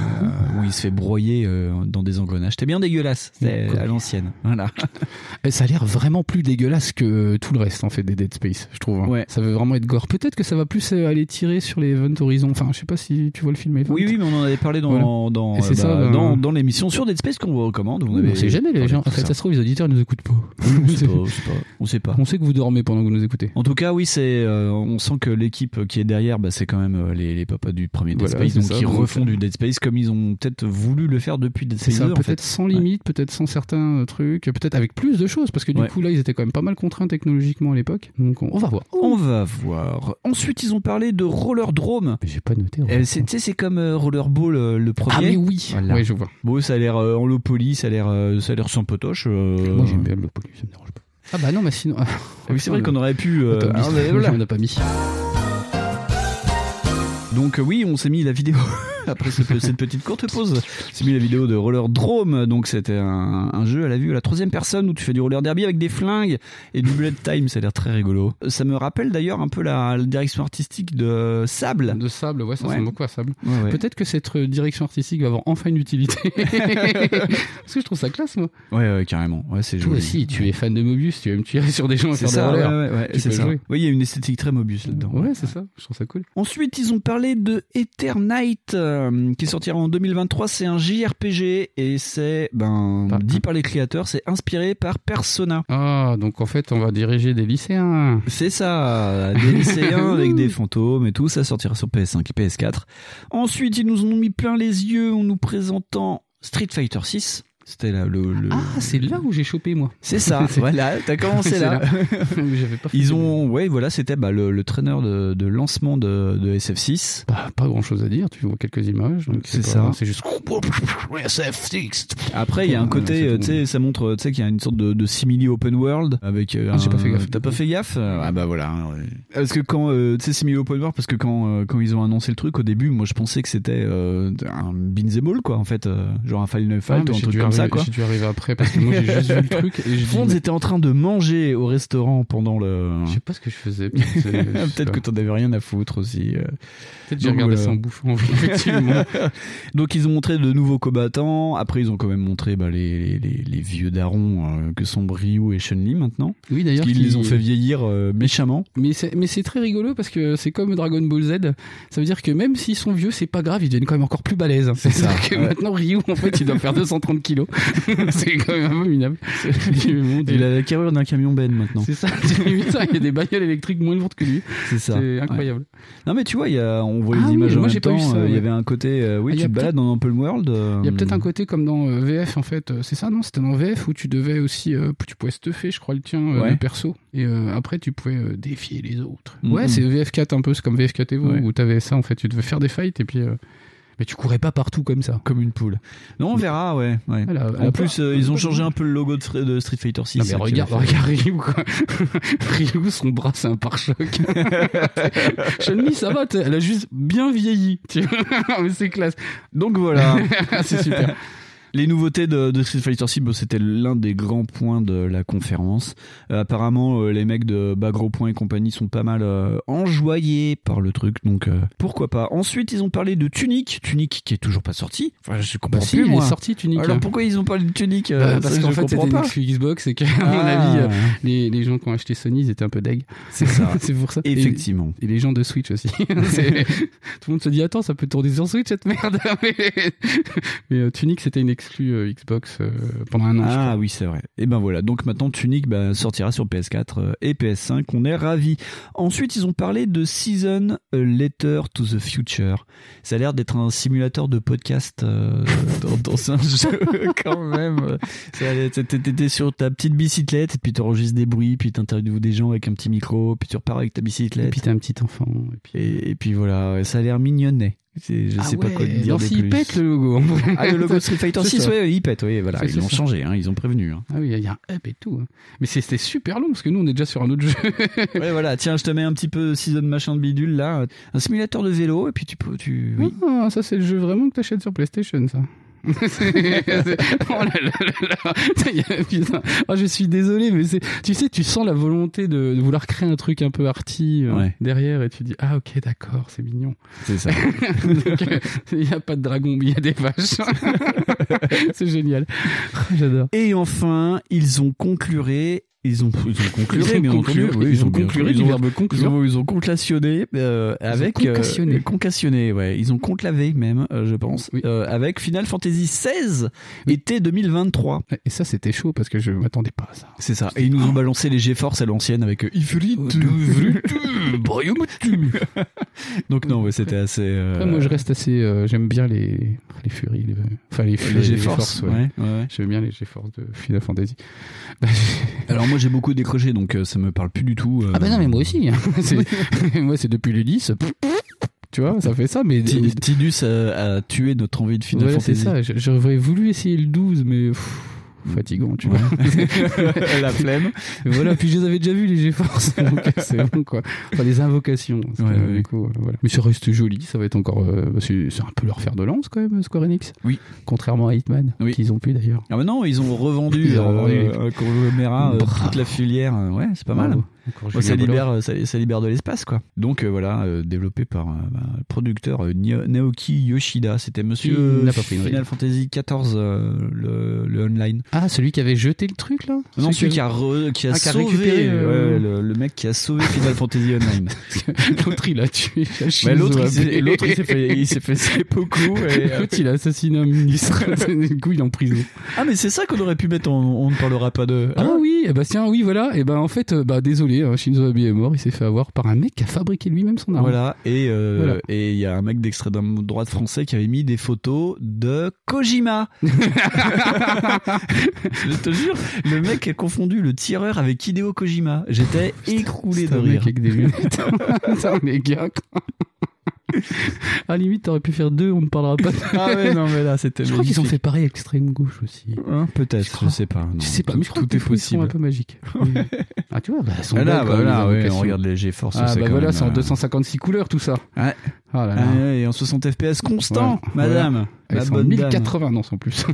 Speaker 4: où il se fait broyer euh, dans des engrenages. C'était bien dégueulasse, c'était
Speaker 5: D'accord.
Speaker 4: à l'ancienne. Voilà.
Speaker 5: Ah, Et ça a l'air vraiment plus dégueulasse que tout le reste en fait des Dead Space, je trouve. hein.
Speaker 4: Ouais.
Speaker 5: Ça veut vraiment être gore. Peut-être que ça va plus euh, aller tirer sur les Event Horizon. Enfin, je sais pas si tu vois le film Event.
Speaker 4: Oui, oui, mais on en avait parlé dans,
Speaker 5: Voilà.
Speaker 4: dans,
Speaker 5: Et c'est
Speaker 4: euh,
Speaker 5: ça, ben-
Speaker 4: dans, dans l'émission sur Dead Space qu'on vous recommande. Vous en avez
Speaker 5: on sait jamais les
Speaker 4: parlé
Speaker 5: gens.
Speaker 4: de tout
Speaker 5: En fait, ça.
Speaker 4: ça.
Speaker 5: se trouve, les auditeurs ne nous écoutent pas.
Speaker 4: On sait pas, on sait pas, on sait pas.
Speaker 5: On sait que vous dormez pendant que vous nous écoutez.
Speaker 4: En tout cas, oui, c'est, euh, on sent que l'équipe qui est derrière, bah, c'est quand même euh, les, les papas du premier Dead
Speaker 5: Voilà,
Speaker 4: Space,
Speaker 5: c'est
Speaker 4: donc
Speaker 5: ça,
Speaker 4: qui
Speaker 5: donc, euh,
Speaker 4: refont du Dead Space comme ils ont peut-être voulu le faire depuis Dead
Speaker 5: C'est
Speaker 4: Space
Speaker 5: ça,
Speaker 4: 2, en
Speaker 5: peut-être
Speaker 4: fait.
Speaker 5: sans limite, peut-être sans certains euh, trucs, peut-être avec plus de choses, parce que du
Speaker 4: Ouais.
Speaker 5: coup là ils étaient quand même pas mal contraints technologiquement à l'époque. Donc on, on va voir.
Speaker 4: On va voir. Ensuite, ils ont parlé de Roller Drome.
Speaker 5: Mais j'ai pas noté.
Speaker 4: Euh, c'est- tu sais, c'est comme euh, Rollerball euh, le premier.
Speaker 5: ah mais oui,
Speaker 4: Voilà.
Speaker 5: ouais je vois.
Speaker 4: Bon, ça a l'air euh, en low poly, ça a l'air, euh, ça a l'air sans potoche. euh.
Speaker 5: Moi j'aime bien le poli, ça me dérange pas. Ah bah non, mais sinon. Ah,
Speaker 4: Ah oui, c'est vrai
Speaker 5: le-
Speaker 4: qu'on aurait pu. euh,
Speaker 5: Attends,
Speaker 4: hein,
Speaker 5: bisous.
Speaker 4: mais
Speaker 5: Moi,
Speaker 4: voilà.
Speaker 5: j'en ai pas mis.
Speaker 4: Donc euh, oui, on s'est mis la vidéo après ce- cette petite courte pause. On s'est mis la vidéo de Roller Drome. Donc c'était un, un jeu à la vue à la troisième personne où tu fais du roller derby avec des flingues et du bullet time. Ça a l'air très rigolo. Ça me rappelle d'ailleurs un peu la, la direction artistique de Sable.
Speaker 5: De sable, ouais, ça
Speaker 4: Ouais.
Speaker 5: ressemble beaucoup à sable.
Speaker 4: Peut-être-
Speaker 5: Peut-être que cette euh, direction artistique va avoir enfin une utilité. Parce que je trouve ça classe, moi.
Speaker 4: Ouais, ouais, carrément. Ouais, c'est
Speaker 5: Toi
Speaker 4: joli.
Speaker 5: aussi, tu es fan de Mobius, tu aimes tirer sur des gens à
Speaker 4: C'est
Speaker 5: faire
Speaker 4: ça,
Speaker 5: des
Speaker 4: ouais,
Speaker 5: rollers.
Speaker 4: ouais, ouais,
Speaker 5: Tu
Speaker 4: c'est
Speaker 5: peux
Speaker 4: ça.
Speaker 5: jouer.
Speaker 4: Oui, il y a une esthétique très Mobius là-dedans.
Speaker 5: Ouais, c'est ça, je trouve ça cool.
Speaker 4: Ensuite, ils ont parlé de Eternite, euh, qui sortira en 2023. C'est un JRPG et c'est, ben,
Speaker 5: Par-
Speaker 4: dit par les créateurs, c'est inspiré par Persona.
Speaker 5: Ah, donc en fait, on va diriger des lycéens.
Speaker 4: C'est ça, des lycéens avec des fantômes et tout, ça sortira sur PS5 et PS4. Ensuite, ils nous en ont mis plein les yeux en nous présentant Street Fighter 6. C'était là le. le-
Speaker 5: Ah, c'est là où j'ai chopé, moi.
Speaker 4: C'est ça,
Speaker 5: C'est-
Speaker 4: voilà, t'as commencé
Speaker 5: C'est
Speaker 4: là.
Speaker 5: J'avais pas fait
Speaker 4: Ils
Speaker 5: de-
Speaker 4: ont, ouais, voilà, c'était bah, le, le traîneur de, de lancement de, de SF6.
Speaker 5: Pas, pas grand chose à dire, tu vois quelques images. donc
Speaker 4: C'est
Speaker 5: pas-
Speaker 4: ça.
Speaker 5: C'est juste.
Speaker 4: Après, il y a un
Speaker 5: Ouais,
Speaker 4: côté,
Speaker 5: c'est
Speaker 4: euh,
Speaker 5: tout.
Speaker 4: tu sais, ça montre, euh, tu sais, qu'il y a une sorte de, de simili open world avec. euh,
Speaker 5: Ah, j'ai
Speaker 4: un-
Speaker 5: pas fait gaffe.
Speaker 4: T'as pas fait gaffe Ah bah voilà. ouais. Parce que quand, euh, tu sais, simili open world, parce que quand euh, quand ils ont annoncé le truc au début, moi je pensais que c'était euh, un beat'em all quoi, en fait, euh, genre un Final
Speaker 5: Ah,
Speaker 4: Fight
Speaker 5: mais
Speaker 4: ou un
Speaker 5: j'ai
Speaker 4: truc
Speaker 5: dû
Speaker 4: comme ça
Speaker 5: arriver-
Speaker 4: quoi.
Speaker 5: J'ai dû arriver après parce que moi j'ai juste vu le truc et je dis,
Speaker 4: Fonds
Speaker 5: mais
Speaker 4: était en train de manger au restaurant pendant le.
Speaker 5: Je sais pas ce que je faisais.
Speaker 4: Ah, Peut-être que t'en avais rien à foutre aussi. euh.
Speaker 5: peut-être j'ai regardé
Speaker 4: Voilà.
Speaker 5: ça en bouffant. Effectivement.
Speaker 4: Donc ils ont montré de nouveaux combattants. Après ils ont quand même montré bah, les, les, les vieux darons euh, que sont Ryu et Chun-Li maintenant.
Speaker 5: Oui, d'ailleurs,
Speaker 4: Ils
Speaker 5: qui-
Speaker 4: les ont fait vieillir euh, méchamment.
Speaker 5: Mais c'est, mais c'est très rigolo parce que c'est comme Dragon Ball Z. Ça veut dire que même s'ils sont vieux, c'est pas grave, ils deviennent quand même encore plus balèzes. C'est
Speaker 4: ça,
Speaker 5: Que
Speaker 4: ouais.
Speaker 5: Maintenant, Ryu, en fait, il doit faire 230 kilos. c'est quand même abominable. Mon Dieu.
Speaker 4: Il a la carrure d'un camion Ben maintenant.
Speaker 5: C'est ça. tu dis, Putain, il y a des bagnoles électriques moins lourdes que lui.
Speaker 4: C'est ça.
Speaker 5: C'est incroyable.
Speaker 4: Non mais tu vois, il y a, on voit
Speaker 5: Ah
Speaker 4: les
Speaker 5: oui,
Speaker 4: images en
Speaker 5: moi,
Speaker 4: même
Speaker 5: j'ai pas
Speaker 4: temps.
Speaker 5: vu ça,
Speaker 4: euh, Il y
Speaker 5: ouais.
Speaker 4: avait un côté, euh, oui,
Speaker 5: Ah, il y
Speaker 4: tu
Speaker 5: a
Speaker 4: te balades dans Open World. euh,
Speaker 5: Il y a peut-être un côté comme dans euh, VF en fait, Euh, c'est ça non C'était dans VF où tu devais aussi, euh, tu pouvais stuffer je crois le tien, euh,
Speaker 4: Ouais.
Speaker 5: le perso, et euh, après tu pouvais euh, défier les autres.
Speaker 4: Mhm.
Speaker 5: Ouais, c'est VF4 un peu, c'est comme VF4 et vous,
Speaker 4: Ouais.
Speaker 5: où t'avais ça en fait, tu devais faire des fights et puis... euh, Mais tu courais pas partout comme ça.
Speaker 4: comme une poule. Non, on verra, ouais. ouais.
Speaker 5: Voilà,
Speaker 4: En
Speaker 5: voilà.
Speaker 4: plus, euh, ils ont changé un peu le logo de, Fre- de Street Fighter 6.
Speaker 5: Non mais regarde, regarde Ryu quoi. Ryu, son bras c'est un pare-choc. Chun-Li, ça va, t'es- elle a juste bien vieilli. tu vois. mais c'est classe.
Speaker 4: Donc voilà,
Speaker 5: c'est super.
Speaker 4: les nouveautés de, de Street Fighter 6, bon, c'était l'un des grands points de la conférence. Euh, apparemment, euh, les mecs de Bagro Point et compagnie sont pas mal euh, enjoyés par le truc, donc euh, pourquoi pas. Ensuite, ils ont parlé de Tunic, Tunic qui est toujours pas sorti. Enfin, je comprends
Speaker 5: Bah si,
Speaker 4: plus,
Speaker 5: il est
Speaker 4: moi.
Speaker 5: sorti Tunic.
Speaker 4: Alors pourquoi ils ont parlé de Tunic euh,
Speaker 5: Bah,
Speaker 4: ça,
Speaker 5: parce
Speaker 4: je
Speaker 5: qu'en fait
Speaker 4: comprends
Speaker 5: c'était une
Speaker 4: pas. Ah.
Speaker 5: exclu Xbox et qu'à mon avis euh, les, les gens qui ont acheté Sony ils étaient un peu deg.
Speaker 4: c'est ça.
Speaker 5: c'est pour ça. Et-
Speaker 4: Effectivement.
Speaker 5: Et, les gens de Switch aussi. C'est- Tout le monde se dit attends ça peut tourner sur Switch cette merde. mais mais, euh, Tunic c'était une exclu euh, Xbox euh, pendant un an. je crois.
Speaker 4: Ah oui, c'est vrai. Et ben voilà, donc maintenant Tunic bah, sortira sur PS4 euh, et PS5, on est ravis. Ensuite, ils ont parlé de Season A Letter to the Future. Ça a l'air d'être un simulateur de podcast euh, dans, dans un jeu quand même. Ça a l'air- t'es- t'es- T'étais sur ta petite bicyclette et puis t'enregistres des bruits, puis t'interviews des gens avec un petit micro, puis tu repars avec ta bicyclette.
Speaker 5: Et puis t'es un petit enfant. Et puis...
Speaker 4: Et, et puis voilà, ouais, ça a l'air mignonnet. C'est- Je
Speaker 5: Ah
Speaker 4: sais pas quoi
Speaker 5: ouais,
Speaker 4: te dire.
Speaker 5: non,
Speaker 4: de
Speaker 5: s'il
Speaker 4: plus.
Speaker 5: pète le logo.
Speaker 4: Ah, le logo Street Fighter
Speaker 5: C'est
Speaker 4: 6,
Speaker 5: ça.
Speaker 4: ouais, il pète, oui, voilà.
Speaker 5: C'est-
Speaker 4: Ils
Speaker 5: c'est
Speaker 4: l'ont
Speaker 5: ça.
Speaker 4: changé, hein, ils ont prévenu. hein.
Speaker 5: Ah oui, il y a un up et tout. hein. Mais c'est- c'était super long parce que nous on est déjà sur un autre jeu.
Speaker 4: Ouais, voilà, tiens, je te mets un petit peu season machin de bidule là, un simulateur de vélo, et puis tu peux. Tu...
Speaker 5: Ah, ça c'est le jeu vraiment que t'achètes sur PlayStation ça. C'est- c'est- oh là là là là. Il y a- putain. Oh, je suis désolé, mais c'est. Tu sais, tu sens la volonté de, de vouloir créer un truc un peu arty euh,
Speaker 4: Ouais.
Speaker 5: derrière, et tu dis ah ok d'accord, c'est mignon.
Speaker 4: C'est ça.
Speaker 5: Donc, euh, Il n'y a pas de dragon, mais il y a des vaches. c'est génial. Oh, J'adore.
Speaker 4: Et enfin, ils ont concluré. Ils ont, ils ont concluré, bien entendu.
Speaker 5: conclu-
Speaker 4: Oui,
Speaker 5: ils ont
Speaker 4: bien-
Speaker 5: concluré
Speaker 4: ils
Speaker 5: du
Speaker 4: ont-
Speaker 5: verbe
Speaker 4: Ils
Speaker 5: conclure.
Speaker 4: ont, ils ont conclationné euh, avec euh,
Speaker 5: concassionné.
Speaker 4: concassionné, ouais. Ils ont conclavé même, euh, je pense,
Speaker 5: Oui.
Speaker 4: euh, avec Final Fantasy XVI
Speaker 5: Oui.
Speaker 4: été 2023.
Speaker 5: Et ça, c'était chaud parce que je m'attendais pas à ça.
Speaker 4: C'est ça. Et ils nous ont balancé les GeForce à l'ancienne avec euh, Ifrit,
Speaker 5: Oh,
Speaker 4: Ifrit, Briomatu. Donc non, ouais, c'était assez. euh,
Speaker 5: Après, moi, je reste assez. euh, J'aime bien les les furies, les, enfin les furies,
Speaker 4: les GeForce.
Speaker 5: ouais.
Speaker 4: ouais, ouais.
Speaker 5: J'aime bien les GeForce de Final Fantasy. Bah,
Speaker 4: Alors moi j'ai beaucoup décroché, donc euh, ça me parle plus du tout. euh,
Speaker 5: Ah bah non, mais moi aussi. C'est- moi, c'est depuis le 10. Tu vois, ça fait ça, mais... euh,
Speaker 4: Ti- Tidus a, a tué notre envie de Final
Speaker 5: Ouais, c'est
Speaker 4: Fantasy.
Speaker 5: ça. J- J'aurais voulu essayer le 12, mais... pff, fatigant, tu vois.
Speaker 4: La flemme.
Speaker 5: voilà, puis je les avais déjà vus, les GeForce. Donc c'est bon, quoi. Enfin, des invocations. parce que,
Speaker 4: Ouais, ouais.
Speaker 5: Du coup, euh, voilà. Mais ça reste joli, ça va être encore... euh, c'est c'est un peu leur fer de lance, quand même, Square Enix.
Speaker 4: Oui.
Speaker 5: Contrairement à Hitman,
Speaker 4: Oui.
Speaker 5: qu'ils ont plus, d'ailleurs.
Speaker 4: Ah bah non, ils ont revendu,
Speaker 5: Ils ont
Speaker 4: euh,
Speaker 5: revendu.
Speaker 4: un conglomérat, euh,
Speaker 5: Bravo.
Speaker 4: toute la filière. euh, Ouais, c'est pas mal.
Speaker 5: Bravo. Encore
Speaker 4: Ouais, ça,
Speaker 5: Julien Bolloré.
Speaker 4: libère, euh, ça, ça libère de l'espace, quoi. Donc euh, voilà, euh, développé par euh, bah, le producteur euh, Nio- Naoki Yoshida. C'était monsieur
Speaker 5: Il n'a
Speaker 4: euh,
Speaker 5: pas pris une
Speaker 4: Final
Speaker 5: ride.
Speaker 4: Fantasy XIV, euh, le, le online.
Speaker 5: Ah, celui qui avait jeté le truc, là
Speaker 4: Non, celui qui a, re- qui a
Speaker 5: Ah, qui a
Speaker 4: sauvé
Speaker 5: récupéré, euh,
Speaker 4: ouais, le, le mec qui a sauvé Final Fantasy Online.
Speaker 5: L'autre, il a tué la
Speaker 4: Mais Bah,
Speaker 5: Shinzo
Speaker 4: l'autre, il s'est-
Speaker 5: Abe.
Speaker 4: l'autre, il s'est fait, il s'est fait seppuku et, euh,
Speaker 5: L'autre, il a assassiné un ministre. du coup, il est en prison.
Speaker 4: Ah mais c'est ça qu'on aurait pu mettre. On, on ne parlera pas de. hein.
Speaker 5: Ah oui, eh ben, tiens, oui, voilà. Et ben en fait, euh, bah désolé, hein, Shinzo Abe est mort. Il s'est fait avoir par un mec qui a fabriqué lui-même son arme.
Speaker 4: Voilà, et euh,
Speaker 5: Voilà.
Speaker 4: et il y a un mec d'extrême droite français qui avait mis des photos de Kojima. Je te jure, le mec a confondu le tireur avec Hideo Kojima. J'étais écroulé
Speaker 5: C'est
Speaker 4: de
Speaker 5: un mec
Speaker 4: rire.
Speaker 5: avec des lunettes. C'est un méga. con. à la limite, t'aurais pu faire deux. On ne parlera pas. de-
Speaker 4: Ah ouais, non mais là c'était
Speaker 5: Je crois qu'ils ont
Speaker 4: magnifique.
Speaker 5: fait pareil à extrême gauche aussi. bah,
Speaker 4: Hein,
Speaker 5: Je
Speaker 4: peut-être,
Speaker 5: crois.
Speaker 4: je sais pas. non.
Speaker 5: Je sais pas, mais je crois
Speaker 4: tout
Speaker 5: que des
Speaker 4: est
Speaker 5: fois, ils sont
Speaker 4: possible.
Speaker 5: un peu magique. ah tu vois, bah, elles sont
Speaker 4: Ah
Speaker 5: belles,
Speaker 4: là,
Speaker 5: quand
Speaker 4: bah,
Speaker 5: même,
Speaker 4: là,
Speaker 5: les
Speaker 4: ouais,
Speaker 5: invocations.
Speaker 4: on regarde les GeForce.
Speaker 5: Ah
Speaker 4: c'est
Speaker 5: bah
Speaker 4: quand
Speaker 5: voilà,
Speaker 4: même,
Speaker 5: c'est en
Speaker 4: euh,
Speaker 5: 256 couleurs tout ça.
Speaker 4: Ouais.
Speaker 5: Oh là là.
Speaker 4: ah ouais, et en 60 FPS constant,
Speaker 5: Ouais.
Speaker 4: madame.
Speaker 5: Elles
Speaker 4: La
Speaker 5: sont
Speaker 4: bonne dame.
Speaker 5: 1080 non sans plus.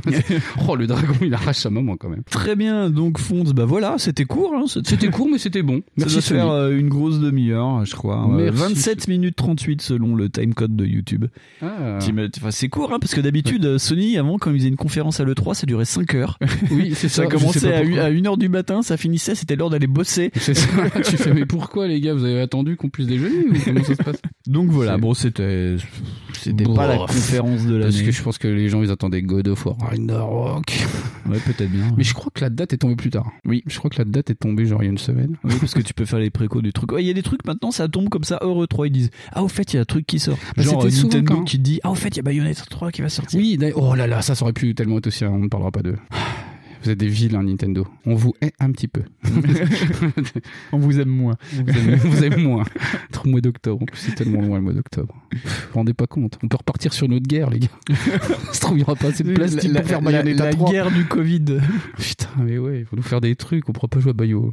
Speaker 5: oh le dragon, il arrache sa maman quand même.
Speaker 4: Très bien, donc Fonds, bah voilà, c'était court. hein, c'était
Speaker 5: C'était court mais c'était bon.
Speaker 4: ça doit
Speaker 5: Merci
Speaker 4: faire euh, une grosse demi-heure, je crois. Euh,
Speaker 5: Merci.
Speaker 4: 27 minutes 38 selon le timecode de YouTube.
Speaker 5: Ah.
Speaker 4: Tu me- tu- enfin, c'est court, hein, parce que d'habitude, euh, Sony, avant, quand ils faisaient une conférence à l'E3, ça durait 5 heures.
Speaker 5: Oui, c'est
Speaker 4: Ça
Speaker 5: ça. je sais
Speaker 4: commençait
Speaker 5: pas
Speaker 4: à
Speaker 5: pourquoi.
Speaker 4: 1h du matin, ça finissait, c'était l'heure d'aller bosser.
Speaker 5: C'est ça. tu fais, mais pourquoi les gars, vous avez attendu qu'on puisse déjeuner ou comment ça se passe
Speaker 4: Donc voilà,
Speaker 5: C'est-
Speaker 4: bon, c'était c'était
Speaker 5: Bof.
Speaker 4: pas la conférence de
Speaker 5: Parce
Speaker 4: l'année.
Speaker 5: que je pense que les gens, ils attendaient God of War Ragnarok.
Speaker 4: Ouais, peut-être bien.
Speaker 5: Mais je crois que la date est tombée plus tard.
Speaker 4: Oui.
Speaker 5: Je crois que la date est tombée genre il y a une semaine.
Speaker 4: Oui, parce que tu peux faire les précos du truc. Ouais, Il y a des trucs maintenant, ça tombe comme ça, heure 3, ils disent Ah, au fait, il y a un truc qui sort.
Speaker 5: Bah,
Speaker 4: Genre euh,
Speaker 5: c'était souvent
Speaker 4: Nintendo
Speaker 5: quand-
Speaker 4: qui dit Ah, au fait, il y a Bayonetta 3 qui va sortir.
Speaker 5: Oui, d'ailleurs- oh là là, ça, ça aurait pu tellement être aussi, hein, on ne parlera pas de... Vous êtes des vilains, Nintendo. On vous hait un petit peu.
Speaker 4: On vous aime moins.
Speaker 5: Vous aimez, vous aimez moins. Trop mois d'octobre. En plus, c'est tellement loin le mois d'octobre. Vous vous rendez pas compte. On peut repartir sur notre guerre, les gars. On se trouvera pas assez de plastique pour faire Bayonetta
Speaker 4: la
Speaker 5: 3.
Speaker 4: guerre du Covid.
Speaker 5: Putain, mais ouais, il faut nous faire des trucs. On pourra pas jouer à Bayo.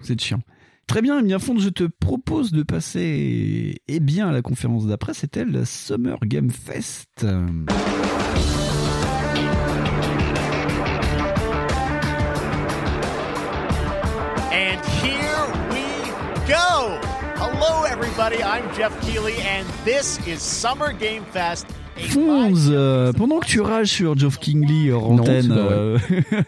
Speaker 4: C'est chiant. Très bien, bien Fond, je te propose de passer eh bien à la conférence d'après, c'était la Summer Game Fest.
Speaker 7: And here we go. Hello, everybody. I'm Jeff Keeley, and this is Summer Game Fest. a
Speaker 4: Fonds,
Speaker 7: live-
Speaker 4: euh, pendant que tu rages sur Geoff Kingley hors
Speaker 5: Non,
Speaker 4: antenne,
Speaker 5: c'est pas vrai.
Speaker 4: euh,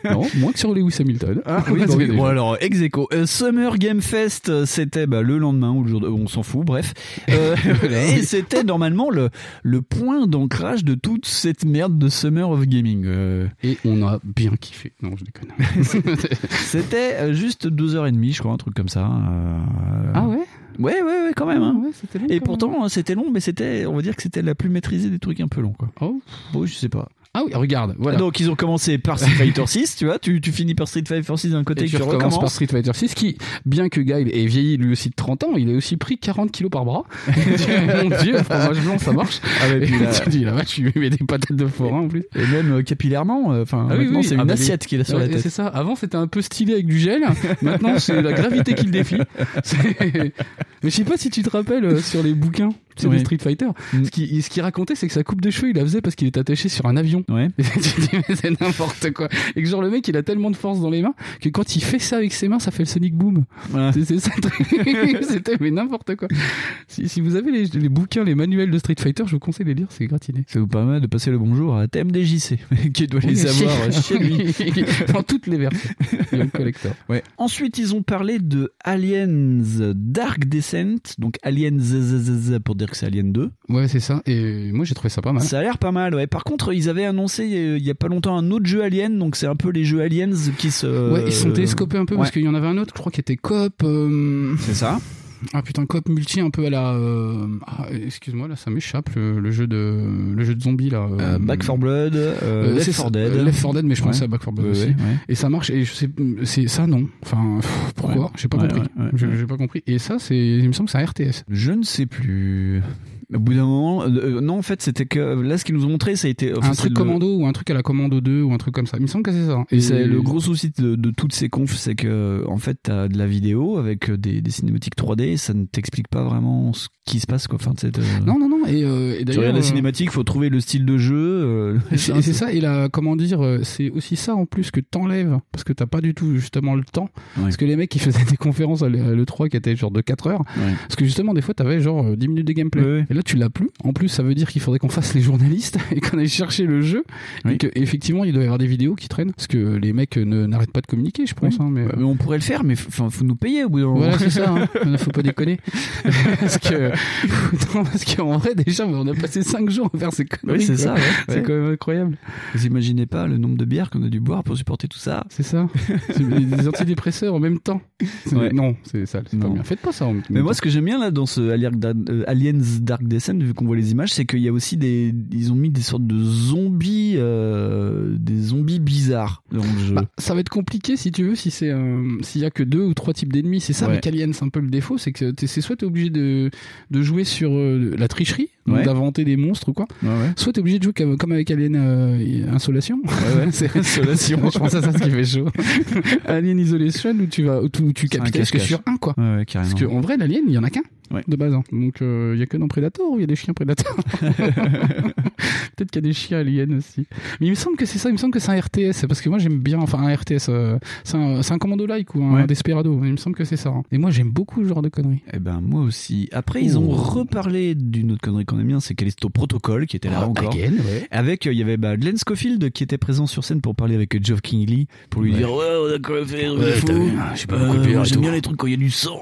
Speaker 5: Non, moins que sur Lewis Hamilton.
Speaker 4: Ah, oui,
Speaker 5: Parce
Speaker 4: bah
Speaker 5: que
Speaker 4: oui.
Speaker 5: déjà-
Speaker 4: Bon alors, ex aequo. Euh, Summer Game Fest, euh, c'était bah, le lendemain ou le jour de... On s'en fout, bref. Euh, et c'était normalement le, le point d'ancrage de toute cette merde de Summer of Gaming. Euh,
Speaker 5: Et on a bien kiffé. Non, je déconne.
Speaker 4: c'était euh, juste 2h30, je crois, un truc comme ça. euh,
Speaker 5: Ah ouais Ah
Speaker 4: Ouais, ouais, ouais, quand même. hein.
Speaker 5: ouais, c'était long.
Speaker 4: Et pourtant, hein, c'était long, mais c'était, on va dire que c'était la plus maîtrisée des trucs un peu longs, quoi.
Speaker 5: Oh.
Speaker 4: Bon, je sais pas.
Speaker 5: Ah oui, regarde, voilà.
Speaker 4: Donc, ils ont commencé par Street Fighter 6, tu vois, tu, tu finis par Street Fighter 6 d'un côté,
Speaker 5: Et
Speaker 4: que
Speaker 5: tu recommences par Street Fighter 6 qui, bien que Guy ait vieilli lui aussi de 30 ans, il a aussi pris 40 kilos par bras. Et tu- Mon dieu, le fromage blanc, ça marche.
Speaker 4: Ah, ouais,
Speaker 5: Et
Speaker 4: puis là-
Speaker 5: tu dis, la vache, tu lui mets des patates de forain en plus.
Speaker 4: et même euh, capillairement, euh, enfin,
Speaker 5: Ah oui,
Speaker 4: maintenant,
Speaker 5: oui,
Speaker 4: c'est
Speaker 5: ah
Speaker 4: une
Speaker 5: bah,
Speaker 4: assiette qu'il a sur la
Speaker 5: Ouais,
Speaker 4: tête.
Speaker 5: C'est ça. Avant, c'était un peu stylé avec du gel. Maintenant, c'est la gravité qui le défie. C'est- Mais je sais pas si tu te rappelles euh, sur les bouquins. c'est
Speaker 4: Oui.
Speaker 5: des Street Fighter.
Speaker 4: Mm.
Speaker 5: Ce qu'il ce qu'il racontait, c'est que sa coupe de cheveux, il la faisait parce qu'il était attaché sur un avion.
Speaker 4: Ouais.
Speaker 5: Et tu te dis, mais c'est n'importe quoi. Et que genre, le mec, il a tellement de force dans les mains que quand il fait ça avec ses mains, ça fait le Sonic Boom.
Speaker 4: Voilà.
Speaker 5: C'est c'est ça le truc. C'était, mais n'importe quoi. Si, si vous avez les, les bouquins, les manuels de Street Fighter, je vous conseille de les lire, c'est gratiné.
Speaker 4: Ça vous permet de passer le bonjour à TMDJC, qui doit les avoir chez lui.
Speaker 5: Dans toutes les versions. Il y a le collector.
Speaker 4: Ouais. Ensuite, ils ont parlé de Aliens Dark Descent, donc Aliens ZZZ pour dire que c'est Alien 2.
Speaker 5: Ouais, c'est ça. Et moi, j'ai trouvé ça pas mal.
Speaker 4: Ça a l'air pas mal, ouais. Par contre, ils avaient annoncé euh, il y a pas longtemps un autre jeu Alien, donc c'est un peu les jeux Aliens qui se.
Speaker 5: Ouais, ils sont télescopés un peu parce
Speaker 4: Euh, ouais.
Speaker 5: qu'il y en avait un autre, je crois, qui était coop. euh,
Speaker 4: C'est ça.
Speaker 5: Ah putain, coop multi un peu à la. euh, ah, excuse-moi, là, ça m'échappe le, le jeu de le jeu de zombies là. euh,
Speaker 4: Euh, Back 4 Blood, euh,
Speaker 5: euh,
Speaker 4: Left
Speaker 5: c'est
Speaker 4: 4
Speaker 5: ça,
Speaker 4: Dead.
Speaker 5: euh, Left 4 Dead, mais je pense
Speaker 4: Ouais.
Speaker 5: à Back 4 Blood
Speaker 4: Ouais,
Speaker 5: aussi.
Speaker 4: ouais, ouais.
Speaker 5: Et ça marche. Et je sais, c'est ça non. Enfin, pff, pourquoi
Speaker 4: Ouais.
Speaker 5: J'ai pas
Speaker 4: Ouais,
Speaker 5: compris.
Speaker 4: ouais, ouais,
Speaker 5: J'ai-
Speaker 4: ouais.
Speaker 5: J'ai pas compris. Et ça, c'est. Il me semble que c'est un RTS.
Speaker 4: Je ne sais plus. Au bout d'un moment, euh, euh, non, en fait, c'était que là, ce qu'ils nous ont montré, ça a été enfin,
Speaker 5: un
Speaker 4: c'est
Speaker 5: truc
Speaker 4: le-
Speaker 5: commando ou un truc à la commando 2 ou un truc comme ça. Il me semble que c'est ça.
Speaker 4: Et c'est le gros souci de, de toutes ces confs, c'est que en fait t'as de la vidéo avec euh, des, des cinématiques 3D, et ça ne t'explique pas vraiment ce qui se passe quoi. Enfin, c'est, euh,
Speaker 5: Non, non, non. Et, euh, et
Speaker 4: tu
Speaker 5: d'ailleurs.
Speaker 4: regardes la
Speaker 5: euh,
Speaker 4: cinématique, faut trouver le style de jeu. euh,
Speaker 5: Et C'est et c'est ça, et là, comment dire, euh, c'est aussi ça en plus que t'enlèves, parce que t'as pas du tout justement le temps.
Speaker 4: Ouais.
Speaker 5: Parce que les mecs qui faisaient des conférences euh, à l'E3 qui étaient genre de 4 heures,
Speaker 4: Ouais.
Speaker 5: parce que justement, des fois, t'avais genre euh, 10 minutes de gameplay.
Speaker 4: Ouais, ouais.
Speaker 5: Et là, tu l'as plus. En plus, ça veut dire qu'il faudrait qu'on fasse les journalistes et qu'on aille chercher le jeu.
Speaker 4: Oui.
Speaker 5: Et que, effectivement, il doit y avoir des vidéos qui traînent, parce que les mecs euh, ne- n'arrêtent pas de communiquer, je pense.
Speaker 4: Oui. Bah,
Speaker 5: hein, mais...
Speaker 4: Mais Euh, on pourrait le faire, mais enfin faut nous payer au bout d'un moment.
Speaker 5: Voilà, c'est ça, hein. Il faut pas déconner. parce que, non, parce qu'en vrai, déjà, on a passé 5 jours à faire ces conneries.
Speaker 4: Oui, c'est ça.
Speaker 5: quoi.
Speaker 4: ouais.
Speaker 5: C'est
Speaker 4: Ouais.
Speaker 5: quand même incroyable.
Speaker 4: Vous imaginez pas le nombre de bières qu'on a dû boire pour supporter tout ça
Speaker 5: C'est ça. C'est des antidépresseurs en même temps. C'est-
Speaker 4: Ouais.
Speaker 5: Non, c'est ça, c'est pas
Speaker 4: Non.
Speaker 5: bien. Faites pas ça. En même
Speaker 4: Mais moi,
Speaker 5: temps.
Speaker 4: ce que j'aime bien là dans ce Alien Dark- euh, Aliens Dark Descent, vu qu'on voit les images, c'est qu'il y a aussi des, ils ont mis des sortes de zombies, euh, des zombies bizarres dans le jeu.
Speaker 5: Bah, ça va être compliqué si tu veux, si c'est euh, s'il y a que deux ou trois types d'ennemis, c'est ça.
Speaker 4: Ouais.
Speaker 5: Mais Alien, c'est un peu le défaut, c'est que t'es- c'est soit t'es obligé de de jouer sur euh, la tricherie, donc
Speaker 4: Ouais.
Speaker 5: d'inventer des monstres ou quoi, soit t'es obligé de jouer comme, comme avec Alien euh, Insolation.
Speaker 4: ouais, ouais.
Speaker 5: C'est- Je pense à ça, ce qui fait chaud. Alien Isolation où tu vas où tu, où tu
Speaker 4: C'est un
Speaker 5: capitalises que
Speaker 4: cache-cache.
Speaker 5: sur un quoi.
Speaker 4: Ouais, ouais, carrément.
Speaker 5: Parce qu'en vrai, l'alien, il y en a qu'un
Speaker 4: Ouais.
Speaker 5: de base. hein. Donc euh, il y a que dans Predator ou il y a des chiens Predator Peut-être qu'il y a des chiens aliens aussi. Mais il me semble que c'est ça, il me semble que c'est un RTS. Parce que moi j'aime bien, enfin un RTS, euh, c'est un, c'est un commando like ou un
Speaker 4: Ouais.
Speaker 5: desperado. Il me semble que c'est ça. hein. Et moi j'aime beaucoup ce genre de conneries.
Speaker 4: Eh ben moi aussi. Après ils ont
Speaker 5: Oh.
Speaker 4: reparlé d'une autre connerie qu'on aime bien, c'est Callisto Protocol qui était là
Speaker 5: Ah,
Speaker 4: encore.
Speaker 5: again, ouais.
Speaker 4: Avec euh, il y avait bah, Glenn Scofield qui était présent sur scène pour parler avec euh, Geoff Kingley pour lui
Speaker 5: Ouais.
Speaker 4: dire ouais on a quoi faire
Speaker 5: Ouais,
Speaker 4: il
Speaker 5: t'as
Speaker 4: faut.
Speaker 5: vu, hein, j'ai pas beaucoup de bière
Speaker 4: Euh,
Speaker 5: et
Speaker 4: J'aime
Speaker 5: tout.
Speaker 4: bien les trucs quand il y a du sang.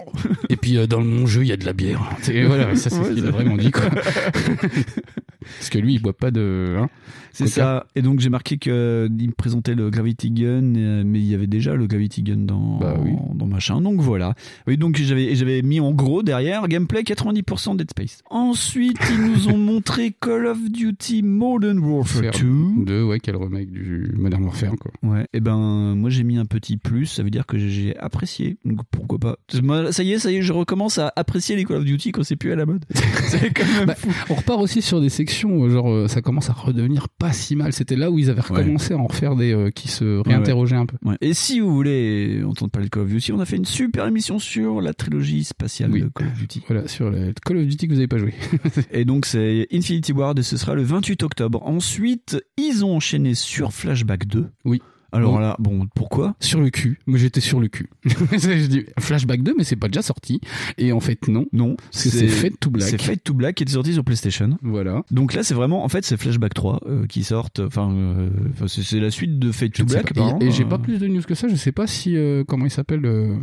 Speaker 5: Et puis euh, dans mon jeu, il y a de la bière. Et voilà, ça c'est ce
Speaker 4: Ouais,
Speaker 5: qu'il a
Speaker 4: c'est-
Speaker 5: vraiment dit quoi. parce que lui, il boit pas de. hein.
Speaker 4: C'est
Speaker 5: Coca.
Speaker 4: ça. Et donc j'ai marqué qu'il me présentait le Gravity Gun, euh, mais il y avait déjà le Gravity Gun dans,
Speaker 5: Bah oui.
Speaker 4: dans machin. Donc voilà. Oui, donc j'avais et j'avais mis en gros derrière gameplay 90% Dead Space. Ensuite ils nous ont montré Call of Duty Modern Warfare
Speaker 5: Faire
Speaker 4: 2.
Speaker 5: De, ouais, quel remake du Modern Warfare quoi.
Speaker 4: Ouais, et ben moi j'ai mis un petit plus, ça veut dire que j'ai apprécié, donc pourquoi pas. Moi, Ça y est, ça y est, je recommence à apprécier les Call of Duty quand c'est plus à la mode. c'est quand même
Speaker 5: Bah, on repart aussi sur des sections, euh, genre euh, ça commence à redevenir pas si mal. C'était là où ils avaient recommencé à en refaire des euh, qui se réinterrogeaient un peu.
Speaker 4: Ouais. Et si vous voulez entendre parler de Call of Duty, on a fait une super émission sur la trilogie spatiale
Speaker 5: Oui.
Speaker 4: de Call of Duty.
Speaker 5: Voilà, sur le Call of Duty que vous avez pas joué.
Speaker 4: Et donc c'est Infinity Ward et ce sera le 28 octobre. Ensuite, ils ont enchaîné sur Flashback 2.
Speaker 5: Oui.
Speaker 4: Alors
Speaker 5: Oui.
Speaker 4: là, bon, pourquoi
Speaker 5: Sur le cul. Moi j'étais sur le cul. Je dis, Flashback 2, mais c'est pas déjà sorti. Et en fait, non.
Speaker 4: Non,
Speaker 5: Parce que c'est Fate to Black.
Speaker 4: C'est Fate to Black qui est sorti sur PlayStation.
Speaker 5: Voilà.
Speaker 4: Donc là, c'est vraiment, en fait, c'est Flashback 3 euh, qui sortent. Enfin, euh, enfin, c'est c'est la suite de Fate to
Speaker 5: Je ne sais
Speaker 4: Black.
Speaker 5: pas. Et-
Speaker 4: apparemment.
Speaker 5: et j'ai pas
Speaker 4: Euh,
Speaker 5: plus de news que ça. Je sais pas si, euh, comment il s'appelle, euh,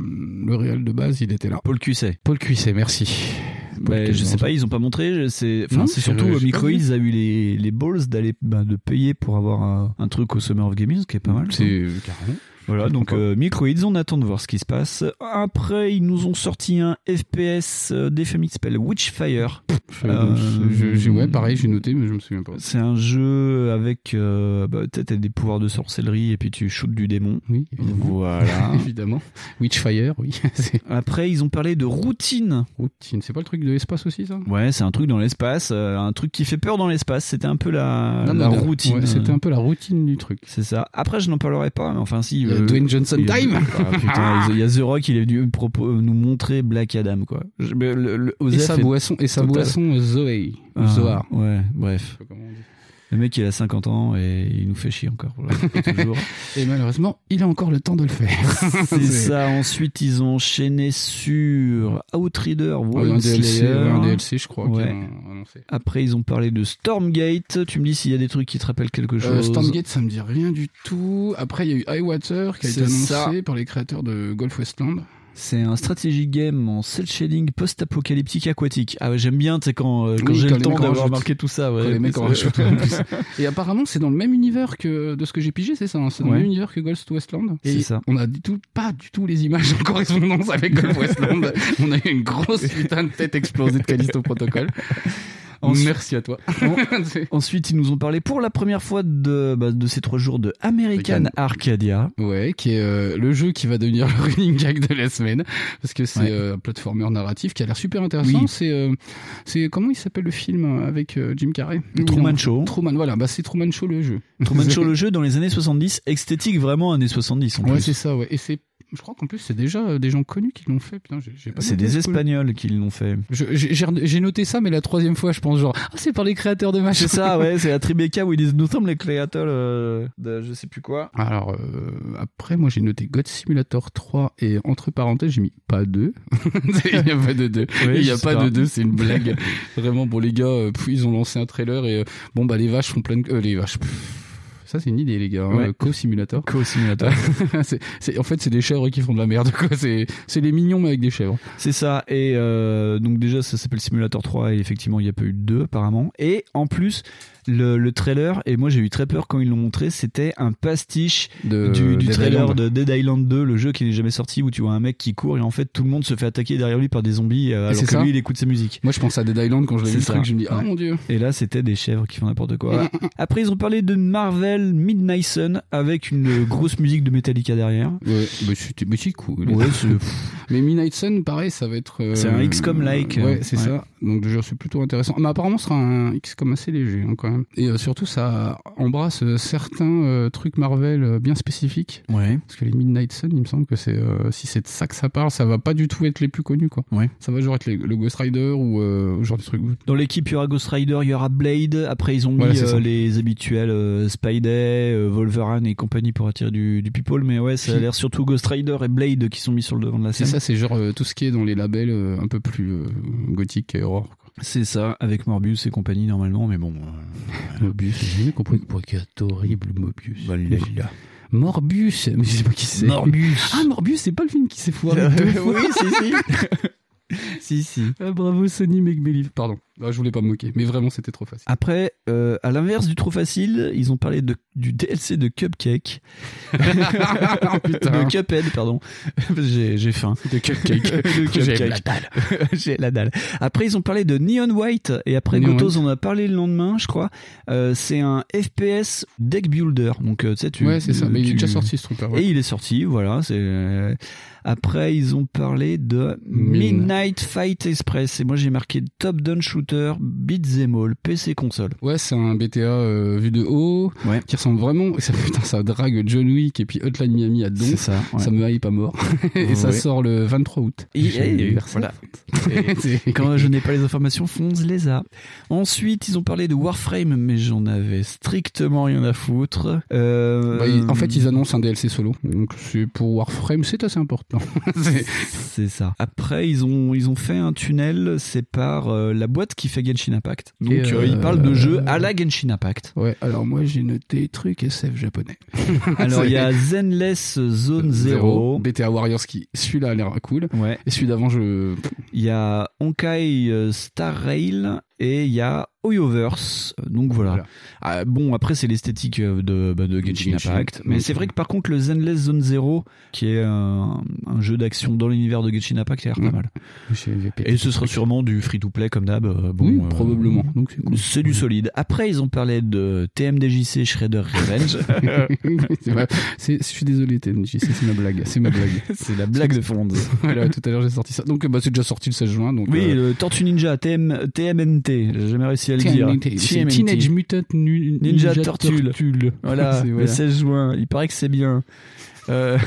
Speaker 5: le réel de base, il était là.
Speaker 4: Paul Cuisset.
Speaker 5: Paul Cuisset, merci.
Speaker 4: Bah,
Speaker 5: Paul
Speaker 4: je sais
Speaker 5: Cuisset.
Speaker 4: pas, ils ont pas montré. je- C'est enfin,
Speaker 5: Non,
Speaker 4: c'est
Speaker 5: je-
Speaker 4: surtout
Speaker 5: je-
Speaker 4: euh,
Speaker 5: j'ai pas
Speaker 4: Microids a eu les, les balls d'aller bah, de payer pour avoir un, un truc au Summer of Gaming, ce qui est pas mal. ça.
Speaker 5: C'est carrément.
Speaker 4: Voilà, donc
Speaker 5: Pourquoi
Speaker 4: euh, Microids, on attend de voir ce qui se passe. Après, ils nous ont sorti un FPS euh, d'FMX s'appelle Witchfire.
Speaker 5: Je-
Speaker 4: Euh,
Speaker 5: je- je- ouais, pareil, j'ai noté, mais je me souviens pas.
Speaker 4: C'est un jeu avec euh, bah, t'as t'as des pouvoirs de sorcellerie et puis tu shootes du démon.
Speaker 5: Oui, évidemment. Hein
Speaker 4: Voilà.
Speaker 5: évidemment. Witchfire, oui. c'est
Speaker 4: Après, ils ont parlé de routine.
Speaker 5: routine. C'est pas le truc de l'espace aussi, ça
Speaker 4: Ouais, c'est un truc dans l'espace, euh, un truc qui fait peur dans l'espace. C'était un peu la,
Speaker 5: Non,
Speaker 4: la
Speaker 5: non, non.
Speaker 4: routine.
Speaker 5: Ouais, C'était un peu la routine du truc.
Speaker 4: C'est ça. Après, je n'en parlerai pas, mais enfin, si,
Speaker 5: Il y
Speaker 4: euh,
Speaker 5: euh, Dwayne Johnson
Speaker 4: il y a-
Speaker 5: Time.
Speaker 4: Ah, putain, il y a The Rock, il est venu me propo- nous montrer Black Adam, quoi. Je- mais le- le-
Speaker 5: Et
Speaker 4: Osef
Speaker 5: sa
Speaker 4: est-
Speaker 5: boisson, et sa
Speaker 4: total.
Speaker 5: boisson euh, Zoé. ou
Speaker 4: Ah,
Speaker 5: Zoar.
Speaker 4: Ouais, bref. Le mec, il a 50 ans et il nous fait chier encore. voilà, toujours.
Speaker 5: Et malheureusement, il a encore le temps de le faire.
Speaker 4: C'est ça. Ensuite, ils ont enchaîné sur Outrider,
Speaker 5: Ouais,
Speaker 4: Wagon
Speaker 5: un, DLC,
Speaker 4: Slayer.
Speaker 5: hein. ouais, un DLC, je crois,
Speaker 4: Ouais.
Speaker 5: qu'ils ont annoncé.
Speaker 4: Après, ils ont parlé de Stormgate. Tu me dis s'il y a des trucs qui te rappellent quelque chose.
Speaker 5: Euh, Stormgate, ça me dit rien du tout. Après, il y a eu Highwater qui a été
Speaker 4: C'est
Speaker 5: annoncé
Speaker 4: ça.
Speaker 5: par les créateurs de Golf Westland.
Speaker 4: C'est un strategy game en cel shading post-apocalyptique aquatique. Ah ouais, j'aime bien, tu sais, quand, euh, quand
Speaker 5: Oui,
Speaker 4: j'ai
Speaker 5: quand
Speaker 4: le
Speaker 5: les
Speaker 4: temps
Speaker 5: mecs en
Speaker 4: d'avoir
Speaker 5: rajoutent.
Speaker 4: marqué tout ça. Ouais,
Speaker 5: Quand les mecs en
Speaker 4: Euh,
Speaker 5: rajoutent, en plus. Et apparemment, c'est dans le même univers que de ce que j'ai pigé, c'est ça. hein c'est dans
Speaker 4: Ouais.
Speaker 5: le même univers que Golf Westland.
Speaker 4: C'est
Speaker 5: Et
Speaker 4: ça.
Speaker 5: On a du tout, pas du tout les images en correspondance avec Golf Westland. on a eu une grosse putain de tête explosée de Callisto Protocol.
Speaker 4: Ensuite-
Speaker 5: Merci à toi. C'est-
Speaker 4: Ensuite, ils nous ont parlé pour la première fois de, bah, de ces trois jours de American
Speaker 5: American.
Speaker 4: Arcadia.
Speaker 5: Ouais, qui est euh, le jeu qui va devenir le running gag de la semaine parce que c'est
Speaker 4: Ouais.
Speaker 5: euh, un platformer narratif qui a l'air super intéressant.
Speaker 4: Oui.
Speaker 5: C'est euh, c'est comment il s'appelle le film avec euh, Jim Carrey
Speaker 4: Truman
Speaker 5: Non,
Speaker 4: Show.
Speaker 5: Truman, voilà, bah c'est Truman Show le jeu.
Speaker 4: Truman Show, le jeu dans les années 70, esthétique vraiment années 70 en
Speaker 5: Ouais, c'est
Speaker 4: plus.
Speaker 5: ça, ouais. Et c'est je crois qu'en plus c'est déjà euh, des gens connus qui l'ont fait. Putain, j'ai- j'ai pas
Speaker 4: C'est
Speaker 5: noté
Speaker 4: des
Speaker 5: ce coup-là.
Speaker 4: Espagnols qui l'ont fait.
Speaker 5: Je- J'ai j'ai re- j'ai noté ça, mais la troisième fois, je pense genre ah c'est par les créateurs de machin.
Speaker 4: C'est ça, ouais, c'est la Tribeca où ils disent nous sommes les créateurs euh, de je sais plus quoi.
Speaker 5: Alors euh, après, moi j'ai noté God Simulator 3 et entre parenthèses j'ai mis pas 2. il n'y a pas de 2.
Speaker 4: Oui,
Speaker 5: il n'y a
Speaker 4: je
Speaker 5: pas
Speaker 4: sais
Speaker 5: de
Speaker 4: pas.
Speaker 5: 2, c'est une blague. Vraiment pour les gars, euh, pff, ils ont lancé un trailer et euh, bon bah les vaches font plein de euh, les vaches. pff, ça c'est une idée les gars, hein,
Speaker 4: Ouais.
Speaker 5: le Co Simulator.
Speaker 4: Co-simulateur.
Speaker 5: c'est, c'est- en fait c'est des chèvres qui font de la merde quoi. C'est, c'est les mignons mais avec des chèvres.
Speaker 4: C'est ça. Et euh, donc déjà, ça s'appelle Simulator 3 et effectivement, il n'y a pas eu de 2 apparemment. Et en plus, le, le trailer, et moi j'ai eu très peur quand ils l'ont montré, c'était un pastiche
Speaker 5: De,
Speaker 4: du, du
Speaker 5: des
Speaker 4: trailer
Speaker 5: Euh, Island.
Speaker 4: de Dead Island 2, le jeu qui n'est jamais sorti, où tu vois un mec qui court et en fait tout le monde se fait attaquer derrière lui par des zombies euh,
Speaker 5: Et
Speaker 4: alors
Speaker 5: c'est
Speaker 4: que
Speaker 5: ça
Speaker 4: lui il écoute sa musique.
Speaker 5: Moi je pense à Dead Island quand je l'ai
Speaker 4: C'est
Speaker 5: vu le
Speaker 4: ça.
Speaker 5: truc, je me dis ah
Speaker 4: Ouais.
Speaker 5: mon dieu.
Speaker 4: Et là, c'était des chèvres qui font n'importe quoi. Voilà. Après, ils ont parlé de Marvel Midnight Sun avec une grosse musique de Metallica derrière.
Speaker 5: Ouais, mais c'était, mais c'est cool.
Speaker 4: Ouais, bah, c'est
Speaker 5: Mais Midnight Sun, pareil, ça va être. euh,
Speaker 4: C'est un XCOM-like. hein.
Speaker 5: Ouais, c'est
Speaker 4: Ouais.
Speaker 5: ça. Donc déjà, c'est plutôt intéressant. Mais apparemment, ce sera un XCOM assez léger hein, quand même. Et euh, surtout, ça embrasse euh, certains euh, trucs Marvel euh, bien spécifiques.
Speaker 4: Ouais.
Speaker 5: Parce que les Midnight Sun, il me semble que c'est euh, si c'est de ça que ça parle, ça va pas du tout être les plus connus quoi.
Speaker 4: Ouais.
Speaker 5: Ça va genre être les- le Ghost Rider ou euh, genre des trucs.
Speaker 4: Dans l'équipe, il y aura Ghost Rider, il y aura Blade. Après, ils ont mis
Speaker 5: Voilà, c'est
Speaker 4: euh,
Speaker 5: ça.
Speaker 4: les habituels euh, Spidey, euh, Wolverine et compagnie pour attirer du, du people. Mais ouais, ça a
Speaker 5: Puis-
Speaker 4: l'air surtout Ghost Rider et Blade qui sont mis sur le devant de la
Speaker 5: C'est
Speaker 4: scène.
Speaker 5: ça, c'est genre euh, tout ce qui est dans les labels euh, un peu plus euh, gothique et horror. quoi.
Speaker 4: C'est ça, avec Morbius et compagnie normalement. Mais bon. euh,
Speaker 5: Mobius, j'ai jamais compris pourquoi il y a d'horribles Mobius.
Speaker 4: Bah, Voilà.
Speaker 5: Morbius, mais je sais pas qui c'est.
Speaker 4: Morbius. Ah,
Speaker 5: Ah, Morbius, c'est pas le film qui s'est foiré deux fois.
Speaker 4: oui, si, si. si, si.
Speaker 5: Ah, bravo Sony Make Believe. Pardon, Ah, je voulais pas me moquer, mais vraiment c'était trop facile.
Speaker 4: Après, euh, à l'inverse du trop facile, ils ont parlé de, du DLC de Cupcake.
Speaker 5: Oh, Putain.
Speaker 4: De Cuphead, pardon. J'ai j'ai faim.
Speaker 5: De cupcake.
Speaker 4: De cupcake.
Speaker 5: J'ai la dalle.
Speaker 4: J'ai la dalle. Après, ils ont parlé de Neon White, et après,
Speaker 5: Neon
Speaker 4: Gotos en a parlé le lendemain, je crois. Euh, c'est un FPS deck builder. Donc, euh, tu sais, tu.
Speaker 5: ouais, c'est ça, mais il est
Speaker 4: tu-
Speaker 5: déjà sorti ce truc-là. ouais.
Speaker 4: Et il est sorti, voilà. c'est euh, Après, ils ont parlé de
Speaker 5: Mine.
Speaker 4: Midnight Fight Express. Et moi, j'ai marqué Top Down Shooter, Beat'em All, PC console.
Speaker 5: Ouais, c'est un BTA euh, vu de haut,
Speaker 4: Ouais.
Speaker 5: qui ressemble vraiment, et ça, putain, ça drague John Wick et puis Hotline Miami à
Speaker 4: C'est
Speaker 5: don.
Speaker 4: ça. ouais.
Speaker 5: Ça me hype à mort. et ça
Speaker 4: Ouais.
Speaker 5: sort le 23 août.
Speaker 4: Et-
Speaker 5: J'ai
Speaker 4: et-
Speaker 5: l'anniversaire.
Speaker 4: voilà. Et Quand je n'ai pas les informations, Fonz les a. Ensuite, ils ont parlé de Warframe, mais j'en avais strictement rien à foutre. Euh,
Speaker 5: Bah, ils- en fait, ils annoncent un DLC solo. Donc, c'est pour Warframe, c'est assez important. C'est-
Speaker 4: C'est ça. Après, ils ont, ils ont fait un tunnel, c'est par euh, la boîte qui fait Genshin Impact. Donc,
Speaker 5: Et,
Speaker 4: euh,
Speaker 5: euh,
Speaker 4: ils parlent de jeux à la Genshin Impact.
Speaker 5: ouais, alors moi, j'ai noté truc SF japonais.
Speaker 4: Alors, il y a Zenless Zone
Speaker 5: Zero.
Speaker 4: Zero.
Speaker 5: BTA Warriors qui, celui-là a l'air cool.
Speaker 4: Ouais.
Speaker 5: Et celui d'avant, je.
Speaker 4: Il y a Honkai euh, Star Rail et il y a Oyoverse. Euh, Donc voilà.
Speaker 5: Voilà.
Speaker 4: Ah, bon, après, c'est l'esthétique euh, de, bah, de Genshin
Speaker 5: Genshin.
Speaker 4: Impact. Mais
Speaker 5: Oui.
Speaker 4: c'est vrai que par contre, le Zenless Zone Zero, qui est un, un jeu d'action dans l'univers de Genshin Impact, a l'air
Speaker 5: Oui.
Speaker 4: pas mal. Et ce sera sûrement du free-to-play comme d'hab. euh, Bon,
Speaker 5: oui,
Speaker 4: euh,
Speaker 5: probablement. Donc c'est cool.
Speaker 4: C'est du solide. Après, ils ont parlé de TMDJC Shredder Revenge.
Speaker 5: C'est ma- c'est- Je suis désolé, TNJ, c'est c'est ma blague. C'est ma blague.
Speaker 4: c'est la blague de Fonds.
Speaker 5: voilà, tout à l'heure j'ai sorti ça. Donc bah, c'est déjà sorti le 16 juin. Donc,
Speaker 4: Oui,
Speaker 5: euh,
Speaker 4: le Tortue Ninja, TM, TMNT. J'ai jamais réussi à le dire.
Speaker 5: TNT, c'est
Speaker 4: TMNT.
Speaker 5: Teenage Mutant Nu-
Speaker 4: Ninja Tortule. Voilà,
Speaker 5: C'est-
Speaker 4: le 16 juin. Il paraît que c'est bien. Euh,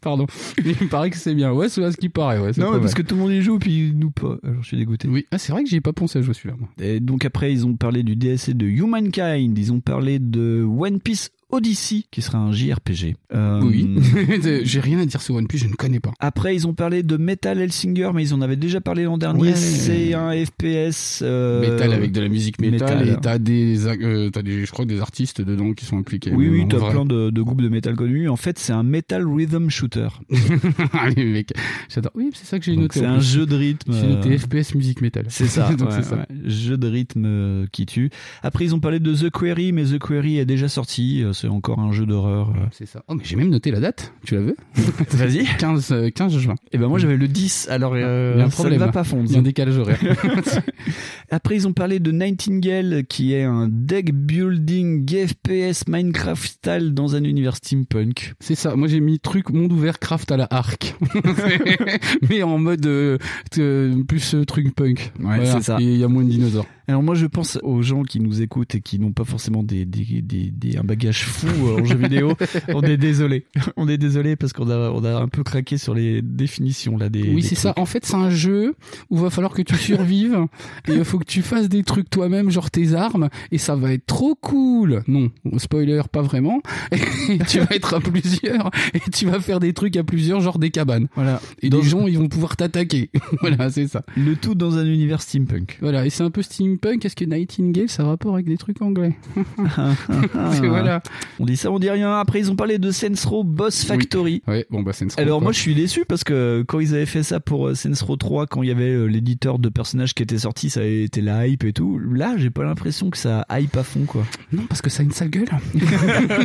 Speaker 5: Pardon. Il me paraît que c'est bien. Ouais, c'est à ce qui paraît. Ouais, c'est
Speaker 4: non,
Speaker 5: pas
Speaker 4: mais parce
Speaker 5: mal.
Speaker 4: que tout le monde y joue, puis nous pas. Alors, je suis dégoûté.
Speaker 5: Oui, ah, c'est vrai que j'y ai pas pensé à jouer celui-là. moi.
Speaker 4: Et donc après, ils ont parlé du DLC de Humankind, ils ont parlé de One Piece Odyssey, qui sera un JRPG. Euh,
Speaker 5: Oui. J'ai rien à dire sur One Piece, je ne connais pas.
Speaker 4: Après, ils ont parlé de Metal Hellsinger, mais ils en avaient déjà parlé l'an dernier.
Speaker 5: Ouais.
Speaker 4: C'est un FPS. euh,
Speaker 5: Metal avec de la musique métal,
Speaker 4: métal.
Speaker 5: et t'as des, euh, t'as des, je crois, que des artistes dedans qui sont impliqués.
Speaker 4: Oui, oui,
Speaker 5: En
Speaker 4: t'as
Speaker 5: vrai.
Speaker 4: plein de, de groupes de métal connus. En fait, c'est un Metal Rhythm Shooter.
Speaker 5: Ah, Les mecs, j'adore. Oui, c'est ça que j'ai
Speaker 4: Donc,
Speaker 5: noté.
Speaker 4: C'est
Speaker 5: en
Speaker 4: un
Speaker 5: plus.
Speaker 4: jeu de rythme.
Speaker 5: J'ai
Speaker 4: euh,
Speaker 5: noté FPS musique métal.
Speaker 4: C'est ça,
Speaker 5: Donc
Speaker 4: ouais,
Speaker 5: c'est ça.
Speaker 4: ouais. jeu de rythme euh, qui tue. Après, ils ont parlé de The Query, mais The Query est déjà sorti. Euh, C'est encore un jeu d'horreur. euh.
Speaker 5: C'est ça. Oh, mais j'ai même noté la date. Tu la veux
Speaker 4: Vas-y.
Speaker 5: 15, euh, 15 juin.
Speaker 4: Et ben moi, j'avais le 10, alors euh,
Speaker 5: Ah, Il y a un
Speaker 4: ça ne
Speaker 5: problème,
Speaker 4: va
Speaker 5: là.
Speaker 4: pas fondre.
Speaker 5: Il y a un décalage horaire.
Speaker 4: Après, ils ont parlé de Nightingale, qui est un deck building FPS Minecraft style dans un univers steampunk.
Speaker 5: C'est ça. Moi, j'ai mis truc monde ouvert craft à la arc. mais en mode euh, euh, plus euh, truc punk.
Speaker 4: Ouais, c'est ça.
Speaker 5: Et il y a moins de dinosaures.
Speaker 4: Alors moi, je pense aux gens qui nous écoutent et qui n'ont pas forcément des, des, des- des- un bagage fou euh, en jeu vidéo. On est désolé. On est désolé parce qu'on a, on a un peu craqué sur les définitions là des.
Speaker 5: oui,
Speaker 4: des
Speaker 5: c'est ça.
Speaker 4: trucs.
Speaker 5: En fait, c'est un jeu où va falloir que tu survives et il faut que tu fasses des trucs toi-même, genre tes armes, et ça va être trop cool. Non, spoiler, pas vraiment. Et tu vas être à plusieurs et tu vas faire des trucs à plusieurs, genre des cabanes.
Speaker 4: Voilà.
Speaker 5: Et
Speaker 4: Dans-
Speaker 5: les gens, ils vont pouvoir t'attaquer. voilà, c'est ça.
Speaker 4: Le tout dans un univers steampunk.
Speaker 5: Voilà, et c'est un peu steampunk. Est-ce que Nightingale, ça a rapport avec des trucs anglais C'est- Voilà.
Speaker 4: On dit ça, on dit rien. Après, ils ont parlé de Sensro Boss Factory.
Speaker 5: Ouais, bon, bah, c'est une
Speaker 4: Alors
Speaker 5: quoi.
Speaker 4: moi je suis déçu parce que quand ils avaient fait ça pour euh, Saints Row 3, quand il y avait euh, l'éditeur de personnages qui était sorti, ça avait été la hype et tout. Là j'ai pas l'impression que ça hype à fond quoi.
Speaker 5: Non, parce que ça a une sale gueule.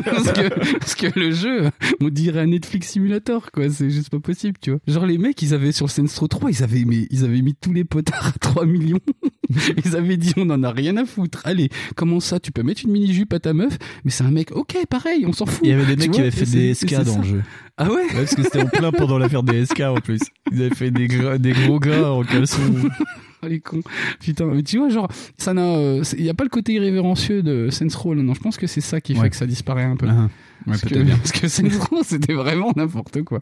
Speaker 5: parce, que, parce que le jeu, on dirait un Netflix simulator, quoi. C'est juste pas possible, tu vois. Genre, les mecs, ils avaient sur Saints Row 3, ils avaient, mis, ils avaient mis tous les potards à 3 millions. Ils avaient dit, on en a rien à foutre. Allez, comment ça Tu peux mettre une mini-jupe à ta meuf, mais c'est un mec, ok, pareil, on s'en fout.
Speaker 4: Il y avait des
Speaker 5: Tu
Speaker 4: mecs qui
Speaker 5: vois,
Speaker 4: avaient fait
Speaker 5: c'est-
Speaker 4: des
Speaker 5: c'est
Speaker 4: SK dans
Speaker 5: ça.
Speaker 4: le jeu.
Speaker 5: Ah ouais
Speaker 4: parce que c'était en plein pendant l'affaire des SK en plus. Ils avaient fait des, gros gars en caleçon.
Speaker 5: Oh, les cons. Putain, mais tu vois, genre, ça n'a, euh, c'est- il y a pas le côté irrévérencieux de Saints Row, là, non. Je pense que c'est ça qui fait
Speaker 4: Ouais.
Speaker 5: que ça disparaît un peu. parce, que,
Speaker 4: peut-être bien.
Speaker 5: parce que Saints Row, c'était vraiment n'importe quoi.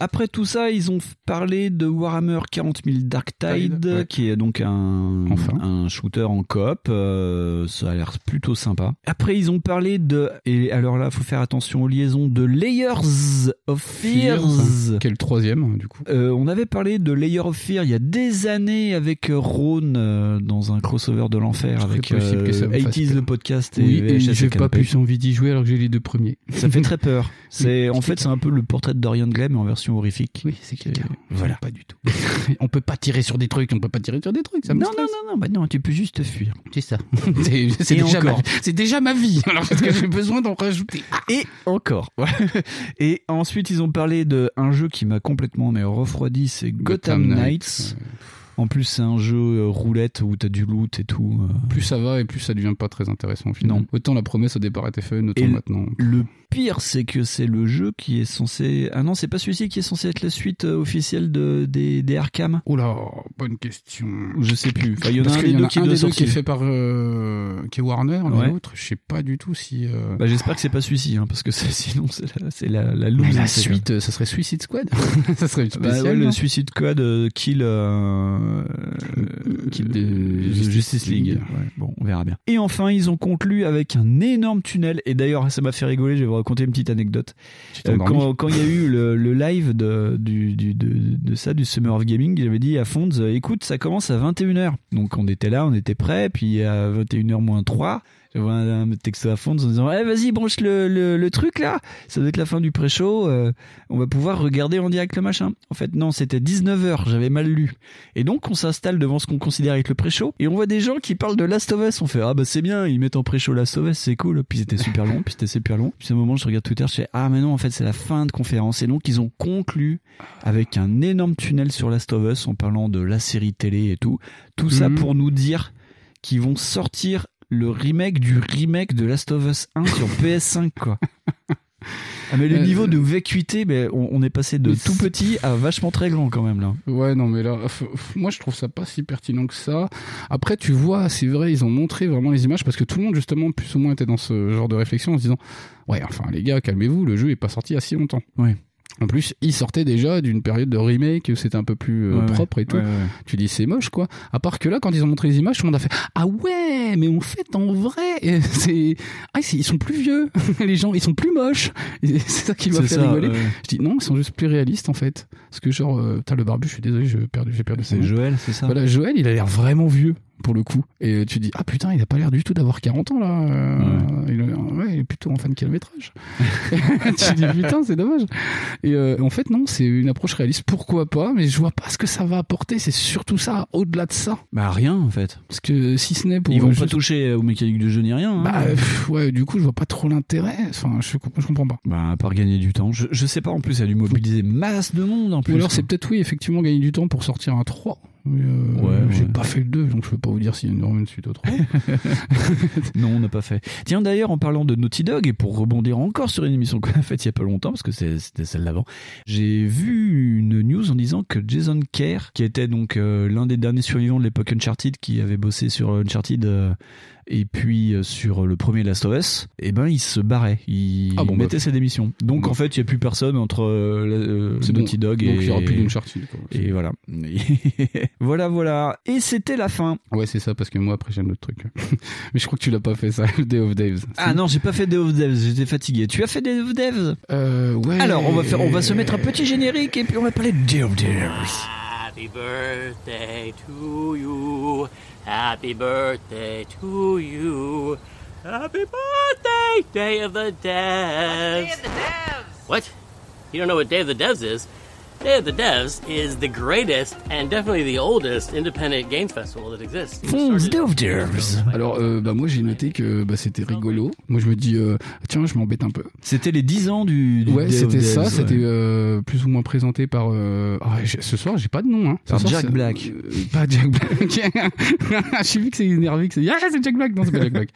Speaker 4: Après tout ça, ils ont f- parlé de Warhammer 40 000 Darktide,
Speaker 5: Tide, ouais.
Speaker 4: qui est donc un,
Speaker 5: Enfin.
Speaker 4: un shooter en coop. euh, ça a l'air plutôt sympa. Après, ils ont parlé de, et alors là, faut faire attention aux liaisons, de Layers of Fears.
Speaker 5: Quel troisième, du coup
Speaker 4: Euh, on avait parlé de Layer of Fear il y a des années avec euh, Ron euh, dans un crossover de l'enfer
Speaker 5: Très
Speaker 4: avec
Speaker 5: possible que ça me fasse
Speaker 4: 80s
Speaker 5: peur.
Speaker 4: le podcast et,
Speaker 5: Oui, et
Speaker 4: VHS
Speaker 5: j'ai pas
Speaker 4: Canapé.
Speaker 5: plus envie d'y jouer alors que j'ai les deux premiers.
Speaker 4: Ça fait très peur. C'est en fait c'est un peu le portrait de Dorian Gray mais en version horrifique.
Speaker 5: Oui, c'est
Speaker 4: caca.
Speaker 5: quelqu'un. Voilà. Pas du tout. on peut pas tirer sur des trucs, on peut pas tirer sur des trucs, ça me
Speaker 4: non, non
Speaker 5: stresse.
Speaker 4: non non bah non tu peux juste fuir.
Speaker 5: C'est ça. C'est c'est
Speaker 4: Et
Speaker 5: déjà, ma
Speaker 4: encore.
Speaker 5: vie. C'est déjà ma vie, alors est-ce que j'ai besoin d'en rajouter
Speaker 4: Et encore. Ouais. Et ensuite, ils ont parlé de un jeu qui m'a complètement mais refroidi, c'est Gotham,
Speaker 5: Gotham
Speaker 4: Knights. En plus, c'est un jeu euh, roulette où t'as du loot et tout. euh.
Speaker 5: Plus ça va et plus ça devient pas très intéressant au final.
Speaker 4: Non.
Speaker 5: Autant la promesse au départ était fun, autant
Speaker 4: Et-
Speaker 5: maintenant.
Speaker 4: Le pire, c'est que c'est le jeu qui est censé. Ah non, c'est pas celui-ci qui est censé être la suite euh, officielle de, des, des Arkham.
Speaker 5: Oh là, bonne question.
Speaker 4: Je sais plus. Enfin, il y en a
Speaker 5: Parce
Speaker 4: un
Speaker 5: qu'il
Speaker 4: des
Speaker 5: y en
Speaker 4: deux
Speaker 5: a
Speaker 4: qui
Speaker 5: un
Speaker 4: doit
Speaker 5: des deux qui est
Speaker 4: sortir.
Speaker 5: fait par euh, qui est Warner, mais
Speaker 4: Ouais.
Speaker 5: l'autre, je sais pas du tout si. euh,
Speaker 4: Bah, j'espère que c'est pas celui-ci, hein, parce que c'est- sinon c'est la, c'est la, la
Speaker 5: Mais
Speaker 4: loose, hein,
Speaker 5: la
Speaker 4: c'est-
Speaker 5: suite, euh, ça serait Suicide Squad. ça serait
Speaker 4: Bah ouais,
Speaker 5: spécial. non
Speaker 4: le Suicide Code euh, kill, euh,
Speaker 5: Euh,
Speaker 4: kill
Speaker 5: de-
Speaker 4: de-
Speaker 5: Justice
Speaker 4: Justice League.
Speaker 5: League.
Speaker 4: Ouais, bon, on verra bien. Et enfin, ils ont conclu avec un énorme tunnel. Et d'ailleurs, ça m'a fait rigoler. Je vais vous raconter une petite anecdote.
Speaker 5: Tu t'es
Speaker 4: Euh,
Speaker 5: endormi
Speaker 4: quand quand il y a eu le, le live de, du, du- de, de ça, du Summer of Gaming, j'avais dit à Fonds, euh, écoute, ça commence à 21h. Donc on était là, on était prêts, puis à 21h moins 3, j'avais un, un texto à Fonds en disant, eh, vas-y, branche le, le, le truc là, ça doit être la fin du pré-show, euh, on va pouvoir regarder en direct le machin. En fait, non, c'était 19h, j'avais mal lu. Et donc on s'installe devant ce qu'on considère être le pré-show, et on voit des gens qui parlent de Last of Us, on fait, ah bah c'est bien, ils mettent en pré-show Last of Us, c'est cool, puis c'était super long, puis c'était super long. Puis à un moment, je regarde Twitter, je fais, ah mais non, en fait c'est la fin de conférence, et donc ils ont conclu avec un énorme tunnel sur Last of Us en parlant de la série télé et tout. Tout ça
Speaker 5: Mhm.
Speaker 4: pour nous dire qu'ils vont sortir le remake du remake de Last of Us 1 sur PS5 quoi. Ah, mais le
Speaker 5: Euh,
Speaker 4: niveau de vacuité, ben, on, on est passé de
Speaker 5: Mais
Speaker 4: tout
Speaker 5: c'est-
Speaker 4: petit à vachement très grand quand même là.
Speaker 5: Ouais, non, mais là, f- f- moi, je trouve ça pas si pertinent que ça. Après, tu vois, c'est vrai, ils ont montré vraiment les images parce que tout le monde, justement, plus ou moins, était dans ce genre de réflexion en se disant, ouais, enfin, les gars, calmez-vous, le jeu est pas sorti il y a si longtemps.
Speaker 4: Ouais.
Speaker 5: En plus, il sortait déjà d'une période de remake où c'était un peu plus euh,
Speaker 4: Ouais,
Speaker 5: propre et tout.
Speaker 4: ouais, ouais.
Speaker 5: Tu dis c'est moche quoi. À part que là, quand ils ont montré les images, tout le monde a fait ah ouais, mais on fait en vrai. Et C'est ah c'est- ils sont plus vieux, les gens ils sont plus moches. Et C'est ça qui m'a
Speaker 4: C'est
Speaker 5: fait
Speaker 4: ça,
Speaker 5: rigoler.
Speaker 4: ouais.
Speaker 5: Je dis non, ils sont juste plus réalistes en fait. Parce que genre, euh, putain, le barbu, je suis désolé, j'ai perdu, j'ai perdu. son
Speaker 4: C'est
Speaker 5: nom.
Speaker 4: Joël, c'est ça
Speaker 5: Voilà, Joël, il a l'air vraiment vieux pour le coup. Et tu dis ah putain, il a pas l'air du tout d'avoir 40 ans là. Euh, il, a l'air- ouais, il est plutôt en fin de kilométrage. tu dis putain, c'est dommage. Et euh, en fait non, c'est une approche réaliste. Pourquoi pas Mais je vois pas ce que ça va apporter. C'est surtout ça, au-delà de ça.
Speaker 4: Bah rien en fait.
Speaker 5: Parce que si ce n'est pour euh,
Speaker 4: Ils vont
Speaker 5: juste-
Speaker 4: pas toucher aux mécaniques du jeu ni rien. hein.
Speaker 5: Bah, pff, ouais, du coup, je vois pas trop l'intérêt. Enfin, je, je comprends pas.
Speaker 4: Bah, à part gagner du temps. Je, je sais pas, en plus, elle a dû mobiliser masse de monde en plus.
Speaker 5: Ou alors,
Speaker 4: quoi.
Speaker 5: c'est peut-être, oui, effectivement, gagner du temps pour sortir un 3. Mais, euh,
Speaker 4: Ouais,
Speaker 5: j'ai
Speaker 4: ouais.
Speaker 5: pas fait le 2, donc je peux pas vous dire s'il y a une une suite au 3.
Speaker 4: Non, on n'a pas fait. Tiens, d'ailleurs, en parlant de Naughty Dog, et pour rebondir encore sur une émission qu'on a faite il y a pas longtemps, parce que c'est- c'était celle d'avant, j'ai vu une news en disant que Jason Kerr, qui était donc euh, l'un des derniers survivants de l'époque Uncharted, qui avait bossé sur Uncharted euh, et puis euh, sur le premier Last of Us, eh ben, il se barrait. Il
Speaker 5: Ah bon, bah.
Speaker 4: mettait ses démissions. Donc,
Speaker 5: Bon.
Speaker 4: en fait, il n'y a plus personne entre euh, la- euh,
Speaker 5: C'est
Speaker 4: Naughty
Speaker 5: bon.
Speaker 4: Dog et.
Speaker 5: Donc, il y aura plus d'une chartine.
Speaker 4: Et voilà. voilà, voilà. Et c'était la fin.
Speaker 5: Ouais, c'est ça, parce que moi, après, j'ai un autre truc. Mais je crois que tu l'as pas fait, ça, le Day of Daves.
Speaker 4: Ah non, j'ai pas fait Day of Devs, j'étais fatigué. Tu as fait Day of Devs
Speaker 5: Euh, ouais.
Speaker 4: Alors, on va, faire, on va se mettre un petit générique et puis on va parler de Day of Devs.
Speaker 8: Happy birthday to you. Happy birthday to you. Happy birthday, Day of the Devs. Day of the Devs. What? You don't know what Day of the Devs is? Day of the Devs is the greatest and definitely the oldest independent games festival that exists. It
Speaker 4: Fonds
Speaker 8: started-
Speaker 4: Day of Devs.
Speaker 5: Alors, euh, bah, moi, j'ai noté que bah, c'était rigolo. Moi, je me dis, euh, tiens, je m'embête un peu.
Speaker 4: C'était les 10 ans du, du
Speaker 5: Ouais,
Speaker 4: Day of
Speaker 5: c'était ça,
Speaker 4: Devs, ouais.
Speaker 5: c'était euh, plus ou moins présenté par. euh, ah, j'ai- ce soir, j'ai pas de nom. Hein. Ce
Speaker 4: Par
Speaker 5: soir,
Speaker 4: Jack
Speaker 5: c'est-
Speaker 4: Black.
Speaker 5: euh, pas Jack Black. J'ai vu que c'est énervé, que c'est. Ah, c'est Jack Black Non, c'est pas Jack Black.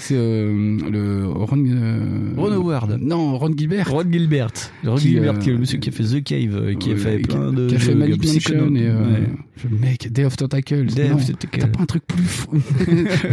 Speaker 5: c'est euh, le Ron. euh,
Speaker 4: Ron Howard.
Speaker 5: Non, Ron Gilbert.
Speaker 4: Ron Gilbert. Ron
Speaker 5: Qui,
Speaker 4: Gilbert,
Speaker 5: euh,
Speaker 4: qui est le monsieur qui a fait The Cave, euh, qui a
Speaker 5: Euh,
Speaker 4: fait plein de.
Speaker 5: Qui a fait
Speaker 4: de-
Speaker 5: Manic
Speaker 4: de
Speaker 5: Mansion
Speaker 4: psychonautes.
Speaker 5: et. euh,
Speaker 4: Ouais.
Speaker 5: le Mec, Day of Tentacles.
Speaker 4: Day
Speaker 5: non.
Speaker 4: of the
Speaker 5: T'as
Speaker 4: Cave.
Speaker 5: pas un truc plus fou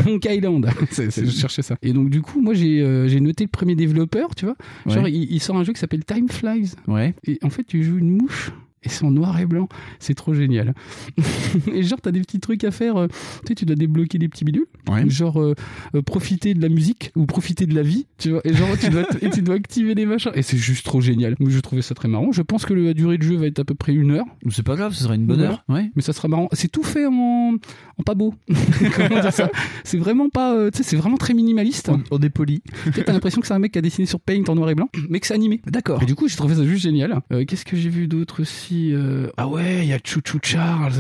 Speaker 5: Monk Island. C'est- c'est- je cherchais ça. Et donc du coup, moi j'ai euh, j'ai noté le premier développeur, tu vois. Genre
Speaker 4: Ouais.
Speaker 5: il- il sort un jeu qui s'appelle Time Flies.
Speaker 4: Ouais.
Speaker 5: et en fait tu joues une mouche et c'est en noir et blanc, c'est trop génial. et genre t'as des petits trucs à faire, euh, tu sais tu dois débloquer des petits bidules,
Speaker 4: Ouais.
Speaker 5: genre euh, euh, profiter de la musique ou profiter de la vie, tu vois. Et genre tu dois et tu dois activer des machins et c'est juste trop génial. Donc, Je trouvais ça très marrant. Je pense que la durée de jeu va être à peu près une heure,
Speaker 4: C'est pas grave, ce sera une bonne heure. Ouais.
Speaker 5: mais ça sera marrant. C'est tout fait en, en pas beau. Comment dire ça C'est vraiment pas, euh, tu sais, c'est vraiment très minimaliste.
Speaker 4: On, on est poli.
Speaker 5: Tu sais, T'as l'impression que c'est un mec qui a dessiné sur Paint en noir et blanc, mais que c'est animé.
Speaker 4: D'accord.
Speaker 5: Et du coup, j'ai trouvé ça juste génial. Euh, Qu'est-ce que j'ai vu d'autre aussi Euh, Ah ouais, il y a Chouchou Charles.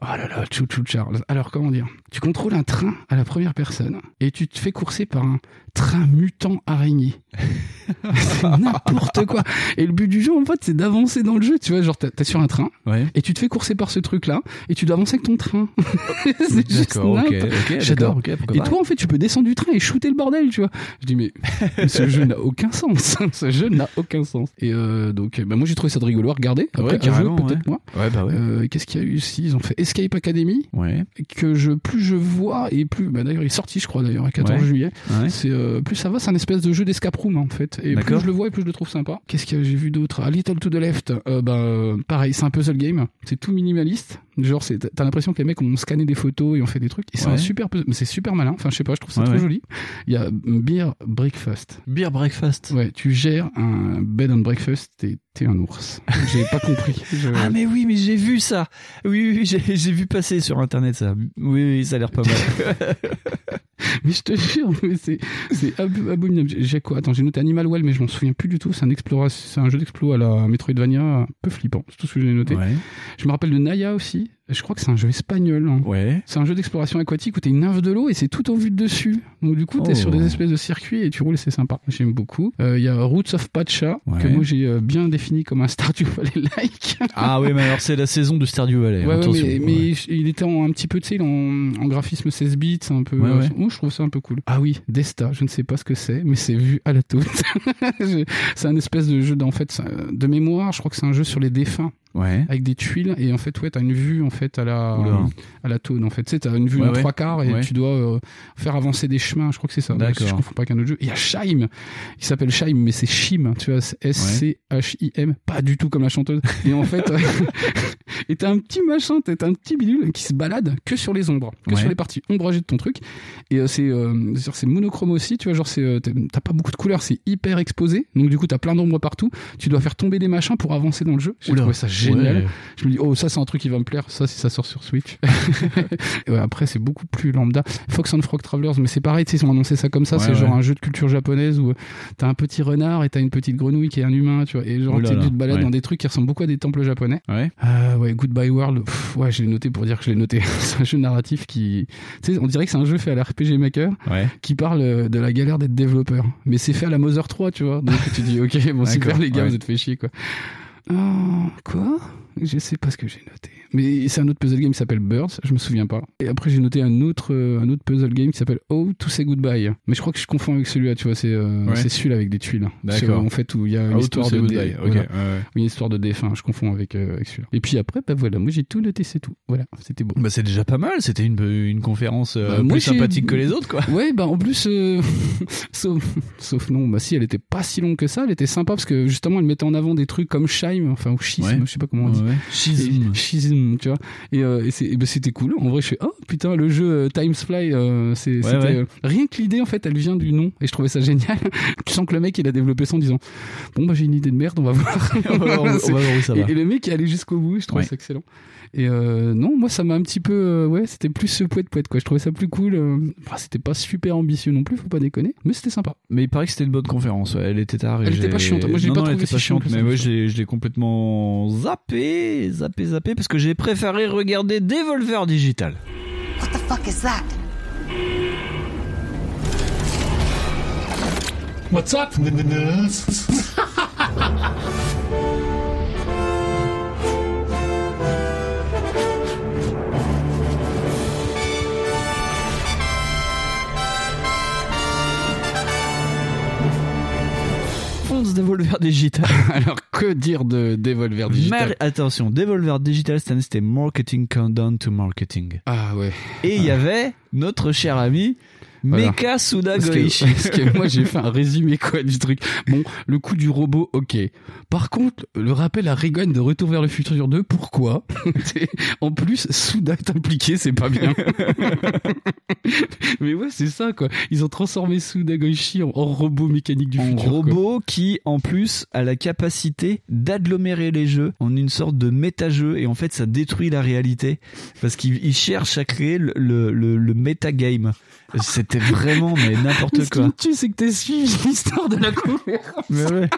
Speaker 5: Oh là là, Chouchou Charles. Alors, comment dire Tu contrôles un train à la première personne et tu te fais courser par un train mutant araignée. c'est n'importe quoi. Et le but du jeu, en fait, c'est d'avancer dans le jeu. Tu vois, genre, t'es t'es sur un train
Speaker 4: Ouais.
Speaker 5: et tu te fais courser par ce truc-là et tu dois avancer avec ton train. c'est juste
Speaker 4: D'accord, ok.
Speaker 5: n'importe
Speaker 4: ok,
Speaker 5: J'adore.
Speaker 4: d'accord, ok, pourquoi
Speaker 5: et
Speaker 4: pas.
Speaker 5: toi, en fait, tu peux descendre du train et shooter le bordel, tu vois. Je dis, mais ce jeu n'a aucun sens. ce jeu n'a aucun sens. Et euh, donc, euh, bah, moi, j'ai trouvé ça de rigolo à regarder.
Speaker 4: Ouais,
Speaker 5: Après, qu'un jeu,
Speaker 4: carrément,
Speaker 5: peut-être moi.
Speaker 4: Ouais, bah ouais.
Speaker 5: Euh, Qu'est-ce qu'il y a eu aussi Ils ont fait Escape Academy,
Speaker 4: Ouais.
Speaker 5: que je, plus je vois et plus. Bah, d'ailleurs, il est sorti, je crois, d'ailleurs, le 14
Speaker 4: Ouais.
Speaker 5: juillet.
Speaker 4: Ouais.
Speaker 5: C'est euh, plus ça va, c'est un espèce de jeu d'escape room hein, en fait. Et plus
Speaker 4: D'accord.
Speaker 5: je le vois et plus je le trouve sympa. Qu'est-ce que j'ai vu d'autre A Little to the Left, euh, bah, euh, pareil, c'est un puzzle game. C'est tout minimaliste. Genre, c'est- t'as l'impression que les mecs ont scanné des photos et ont fait des trucs. Et c'est
Speaker 4: Ouais.
Speaker 5: un super puzzle, mais c'est super malin. Enfin, je sais pas, je trouve ça
Speaker 4: Ouais,
Speaker 5: trop
Speaker 4: ouais.
Speaker 5: joli. Il y a Beer Breakfast.
Speaker 4: Beer breakfast.
Speaker 5: Ouais, tu gères un bed and breakfast et t'es un ours. J'ai pas compris. Je-
Speaker 4: Ah mais oui, mais j'ai vu ça. Oui, oui, oui, j'ai j'ai vu passer sur internet ça. Oui, oui, ça a l'air pas mal.
Speaker 5: Mais je te jure, mais c'est, c'est ab- abominable. J'ai- J'ai quoi Attends, j'ai noté Animal Well, mais je m'en souviens plus du tout. C'est un, explora- c'est un jeu d'explo à la Metroidvania, un peu flippant. C'est tout ce que j'ai noté.
Speaker 4: Ouais.
Speaker 5: Je me rappelle de Naya aussi. Je crois que c'est un jeu espagnol. hein.
Speaker 4: Ouais.
Speaker 5: C'est un jeu d'exploration aquatique où t'es une nymphe de l'eau et c'est tout en vue de dessus. Donc du coup, t'es
Speaker 4: Oh.
Speaker 5: sur des espèces de circuits et tu roules et c'est sympa. J'aime beaucoup. Euh, Il y a Roots of Pacha,
Speaker 4: Ouais.
Speaker 5: que moi j'ai euh, bien défini comme un Stardew Valley-like.
Speaker 4: Ah oui, mais alors c'est la saison de Stardew Valley.
Speaker 5: Ouais, ouais,
Speaker 4: attention.
Speaker 5: mais, mais
Speaker 4: Ouais.
Speaker 5: il était en, un petit peu, tu sais, en, en graphisme 16 bits, un peu.
Speaker 4: Ouais, ouais.
Speaker 5: Moi, je trouve trouve ça un peu cool. Ah oui, Desta, je ne sais pas ce que c'est, mais c'est vu à la toute. Je- c'est un espèce de jeu, d'en fait, c'est un- de mémoire, je crois que c'est un jeu sur les défunts,
Speaker 4: Ouais.
Speaker 5: avec des tuiles, et en fait, ouais, t'as une vue, en fait, à la,
Speaker 4: Oula.
Speaker 5: à la tône, en fait. Tu sais, t'as une vue
Speaker 4: Ouais,
Speaker 5: en
Speaker 4: ouais.
Speaker 5: trois quarts, et
Speaker 4: Ouais.
Speaker 5: tu dois euh, faire avancer des chemins, je crois que c'est ça. Donc,
Speaker 4: D'accord.
Speaker 5: Si je confonds pas avec un autre jeu. Et il y a Shime, il s'appelle Shime, mais c'est Shim, tu vois, c'est S-C-H-I-M, pas du tout comme la chanteuse. Et en fait, et t'as un petit machin, t'as t'as un petit bidule qui se balade que sur les ombres, que
Speaker 4: Ouais.
Speaker 5: sur les parties ombragées de ton truc. Et euh, c'est euh, c'est-à-dire c'est monochrome aussi, tu vois, genre c'est euh, t'as t'as pas beaucoup de couleurs, c'est hyper exposé. Donc du coup, t'as plein d'ombres partout. Tu dois faire tomber des machins pour avancer dans le jeu. J'ai
Speaker 4: Oula.
Speaker 5: trouvé ça génial.
Speaker 4: Ouais.
Speaker 5: Je me dis, oh, ça, c'est un truc qui va me plaire. Ça, si ça sort sur Switch. Et ouais, après, c'est beaucoup plus lambda. Fox and Frog Travelers, mais c'est pareil, tu sais, ils ont annoncé ça comme ça.
Speaker 4: Ouais,
Speaker 5: c'est
Speaker 4: ouais.
Speaker 5: genre un jeu de culture japonaise où t'as un petit renard et t'as une petite grenouille qui est un humain, tu vois. Et genre,
Speaker 4: Ouh là
Speaker 5: t'es-
Speaker 4: là,
Speaker 5: tu te balades
Speaker 4: ouais.
Speaker 5: dans des trucs qui ressemblent beaucoup à des temples japonais.
Speaker 4: Ouais.
Speaker 5: Euh, ouais, Goodbye World, pff, ouais, je l'ai noté pour dire que je l'ai noté. c'est un jeu narratif qui. Tu sais, on dirait que c'est un jeu fait à la RPG Maker
Speaker 4: Ouais.
Speaker 5: qui parle euh, de la galère d'être développeur. Mais c'est fait à la Mother 3, tu vois. Donc tu dis, ok, bon, super
Speaker 4: D'accord,
Speaker 5: les gars,
Speaker 4: ouais.
Speaker 5: vous êtes fait chier, quoi. Ah, quoi Je sais pas ce que j'ai noté. Mais c'est un autre puzzle game qui s'appelle Birds, je me souviens pas. Et après, j'ai noté un autre, euh, un autre puzzle game qui s'appelle Oh to Say Goodbye. Mais je crois que je confonds avec celui-là, tu vois. C'est euh,
Speaker 4: Ouais.
Speaker 5: c'est celui-là avec des tuiles.
Speaker 4: D'accord.
Speaker 5: C'est, euh, En fait, où il y a une
Speaker 4: How to
Speaker 5: histoire
Speaker 4: Say
Speaker 5: de.
Speaker 4: Goodbye,
Speaker 5: dé-
Speaker 4: ok,
Speaker 5: voilà.
Speaker 4: ouais, ouais.
Speaker 5: Une histoire de défunt, je confonds avec, euh, avec celui-là. Et puis après, bah voilà, moi j'ai tout noté, c'est tout. Voilà, c'était beau.
Speaker 4: Bah c'est déjà pas mal, c'était une, une conférence euh,
Speaker 5: Bah,
Speaker 4: plus
Speaker 5: moi, j'ai-
Speaker 4: sympathique que les autres quoi.
Speaker 5: Ouais, bah en plus, euh, sauf, sauf non, bah si, elle était pas si longue que ça, elle était sympa parce que justement, elle mettait en avant des trucs comme Shime, enfin, ou Schisme,
Speaker 4: Ouais.
Speaker 5: je sais pas comment on dit. Et- Schisme, tu vois. Et, euh, et c'est- et bah, c'était cool. En vrai, je fais, oh putain, le jeu euh, Times Fly, euh, c'est, c'était,
Speaker 4: ouais.
Speaker 5: euh, rien que l'idée, en fait, elle vient du nom. Et je trouvais ça génial. tu sens que le mec, il a développé ça en disant, bon, bah j'ai une idée de merde, on va voir.
Speaker 4: on, va voir, on
Speaker 5: C'est-
Speaker 4: va voir où ça va.
Speaker 5: et, et le mec est allé jusqu'au bout, je trouve
Speaker 4: Ouais.
Speaker 5: ça excellent. Et euh, non, moi ça m'a un petit peu, euh, ouais, c'était plus ce poète poète quoi. Je trouvais ça plus cool. euh, bah, c'était pas super ambitieux non plus, faut pas déconner, mais c'était sympa.
Speaker 4: Mais il paraît que c'était une bonne conférence, ouais, elle était tard. et
Speaker 5: Elle était
Speaker 4: j'ai-
Speaker 5: pas chiante, moi, je l'ai
Speaker 4: Non,
Speaker 5: pas
Speaker 4: non, elle
Speaker 5: trouvée
Speaker 4: était
Speaker 5: si
Speaker 4: pas
Speaker 5: chiante
Speaker 4: chiante,
Speaker 5: que ça,
Speaker 4: mais
Speaker 5: en
Speaker 4: ouais,
Speaker 5: fait.
Speaker 4: je l'ai- je l'ai complètement zappé, zappé, zappé, parce que j'ai préféré regarder Devolver Digital.
Speaker 9: What the fuck is that?
Speaker 4: Fonce Devolver Digital.
Speaker 5: Alors que dire de Devolver Digital
Speaker 4: Mar- attention, Devolver Digital cette année c'était Marketing Countdown to Marketing.
Speaker 5: Ah ouais.
Speaker 4: Et il y avait notre cher ami
Speaker 5: Voilà.
Speaker 4: Mecha Suda
Speaker 5: Parce que,
Speaker 4: Goichi.
Speaker 5: parce que moi j'ai fait un résumé quoi du truc. Bon, le coup du robot, ok. Par contre, le rappel à Reagan de Retour vers le futur 2, pourquoi C'est- En plus, Souda est impliqué, c'est pas bien. Mais ouais, c'est ça quoi. Ils ont transformé Souda Goichi en, en robot mécanique du
Speaker 4: En
Speaker 5: futur. quoi.
Speaker 4: robot qui, en plus, a la capacité d'agglomérer les jeux en une sorte de méta-jeu. Et en fait, ça détruit la réalité. Parce qu'il il cherche à créer le, le, le, le méta-game. C'était vraiment, mais
Speaker 5: Mais
Speaker 4: n'importe
Speaker 5: ce qui me
Speaker 4: quoi.
Speaker 5: tue, c'est que t'as suivi l'histoire de la conférence.
Speaker 4: Mais ouais.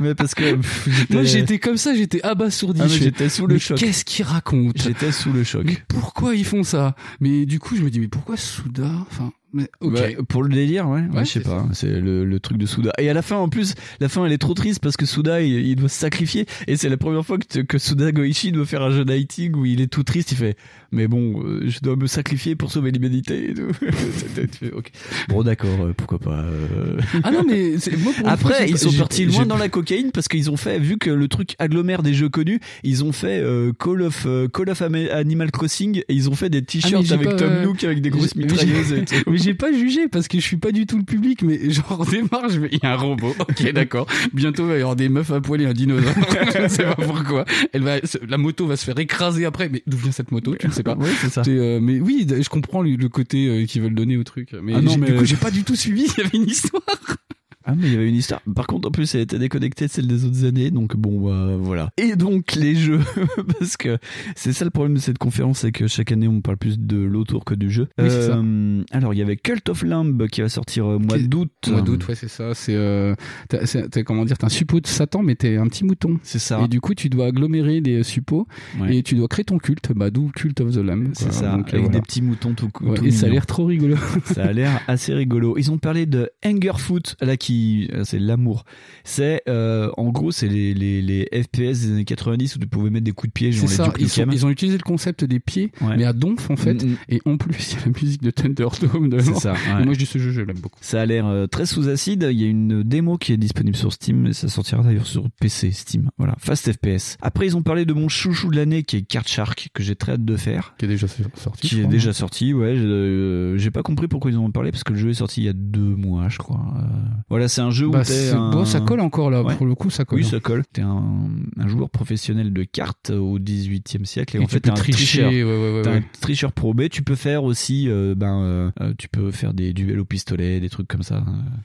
Speaker 4: Mais parce que. pff,
Speaker 5: Moi j'étais comme ça, j'étais abasourdi.
Speaker 4: Euh. Ah, mais
Speaker 5: Je fais,
Speaker 4: j'étais sous le
Speaker 5: mais
Speaker 4: choc.
Speaker 5: Qu'est-ce qu'ils racontent
Speaker 4: J'étais sous le choc.
Speaker 5: Mais pourquoi ils font ça Mais du coup, je me dis, mais pourquoi Souda Enfin, mais ok.
Speaker 4: Bah, pour le délire, ouais. Ouais,
Speaker 5: Ouais,
Speaker 4: je sais
Speaker 5: c'est
Speaker 4: pas. C'est le, le truc de Souda. Et à la fin, en plus, la fin, elle est trop triste parce que Souda, il, il doit se sacrifier. Et c'est la première fois que, que Souda Goichi doit faire un jeu d'Haïti où il est tout triste. Il fait, mais bon, euh, je dois me sacrifier pour sauver l'humanité et tout. Tu fais, ok. Bon, d'accord, euh, pourquoi pas. euh.
Speaker 5: Ah non, mais c'est- moi pour une fois,
Speaker 4: Après,
Speaker 5: j'ai-
Speaker 4: ils sont
Speaker 5: j'ai-
Speaker 4: partis loin
Speaker 5: j'ai-
Speaker 4: dans la cocaïne parce qu'ils ont fait, vu que le truc agglomère des jeux connus, ils ont fait euh, Call of euh, Call of Ama- Animal Crossing et ils ont fait des t-shirts
Speaker 5: Ah, j'ai
Speaker 4: avec
Speaker 5: pas,
Speaker 4: Tom
Speaker 5: euh,
Speaker 4: Nook avec des grosses
Speaker 5: j'ai- mais j'ai-
Speaker 4: mitrailleuses et tout.
Speaker 5: Mais j'ai pas jugé parce que je suis pas du tout le public, mais genre on démarre, je vais- il y a un robot, ok d'accord, bientôt il va y avoir des meufs à poil et un dinosaure, je sais pas pourquoi, Elle va, la moto va se faire écraser après, mais d'où vient cette moto, tu ne sais pas.
Speaker 4: Ouais, c'est ça.
Speaker 5: C'est, euh, mais oui, je comprends le, le côté euh, qu'ils veulent donner au truc. Mais,
Speaker 4: Ah non,
Speaker 5: j'ai-
Speaker 4: mais-
Speaker 5: du coup, j'ai pas du tout suivi. Il y avait une histoire.
Speaker 4: Ah mais il y avait une histoire. Par contre en plus elle était déconnectée de celle des autres années donc bon bah, voilà. Et donc les jeux parce que c'est ça le problème de cette conférence c'est que chaque année on parle plus de l'autour que du jeu.
Speaker 5: Oui, c'est ça.
Speaker 4: Euh, alors il y avait Cult of Lamb qui va sortir euh, au mois
Speaker 5: Qui-
Speaker 4: d'août.
Speaker 5: Mois d'août, ouais, c'est ça. C'est, euh, t'as- c'est- t'es- comment dire, t'es un suppôt de Satan, mais t'es un petit mouton.
Speaker 4: C'est ça.
Speaker 5: Et du coup, tu dois agglomérer des suppôts
Speaker 4: Ouais.
Speaker 5: et tu dois créer ton culte, bah, d'où Cult of the Lamb.
Speaker 4: C'est
Speaker 5: quoi.
Speaker 4: ça,
Speaker 5: Donc, euh,
Speaker 4: avec
Speaker 5: voilà.
Speaker 4: des petits moutons tout, cou-
Speaker 5: Ouais,
Speaker 4: tout
Speaker 5: et ça a
Speaker 4: mignons.
Speaker 5: l'air trop rigolo.
Speaker 4: Ça a l'air assez rigolo. Ils ont parlé de Hangerfoot, là, qui qui, euh, c'est l'amour. C'est, euh, en gros, c'est les, les, les FPS des années 90 où tu pouvais mettre des coups de pied, genre
Speaker 5: C'est
Speaker 4: les
Speaker 5: ça, ils,
Speaker 4: duplicames.
Speaker 5: sont- ils ont utilisé le concept des pieds,
Speaker 4: Ouais.
Speaker 5: mais à donf en fait.
Speaker 4: Mm, mm.
Speaker 5: Et en plus, il y a la musique de Thunderdome
Speaker 4: C'est
Speaker 5: devant.
Speaker 4: ça.
Speaker 5: Et
Speaker 4: ouais.
Speaker 5: moi, je dis ce jeu, je l'aime beaucoup.
Speaker 4: Ça a l'air euh, très sous acide. Il y a une démo qui est disponible sur Steam et ça sortira d'ailleurs sur PC, Steam. Voilà, Fast FPS. Après, ils ont parlé de mon chouchou de l'année qui est Card Shark, que j'ai très hâte de faire.
Speaker 5: Qui est déjà sorti.
Speaker 4: Qui est déjà sorti, ouais. je- euh, J'ai pas compris pourquoi ils en ont parlé parce que le jeu est sorti il y a deux mois, je crois. Euh, voilà, c'est un jeu où t'es un-
Speaker 5: Bon, Bah, ça colle encore là.
Speaker 4: hein. Ouais.
Speaker 5: Pour le coup, ça colle.
Speaker 4: Oui, ça colle. T'es un, un joueur professionnel de cartes au 18e siècle et, en
Speaker 5: tu
Speaker 4: fait t'es
Speaker 5: peux
Speaker 4: un tricheur.
Speaker 5: tricher. ouais, ouais, ouais,
Speaker 4: T'es un
Speaker 5: ouais.
Speaker 4: tricheur probé, tu peux faire aussi, euh, ben, euh, euh, tu peux faire des duels au pistolet, des trucs comme ça. euh,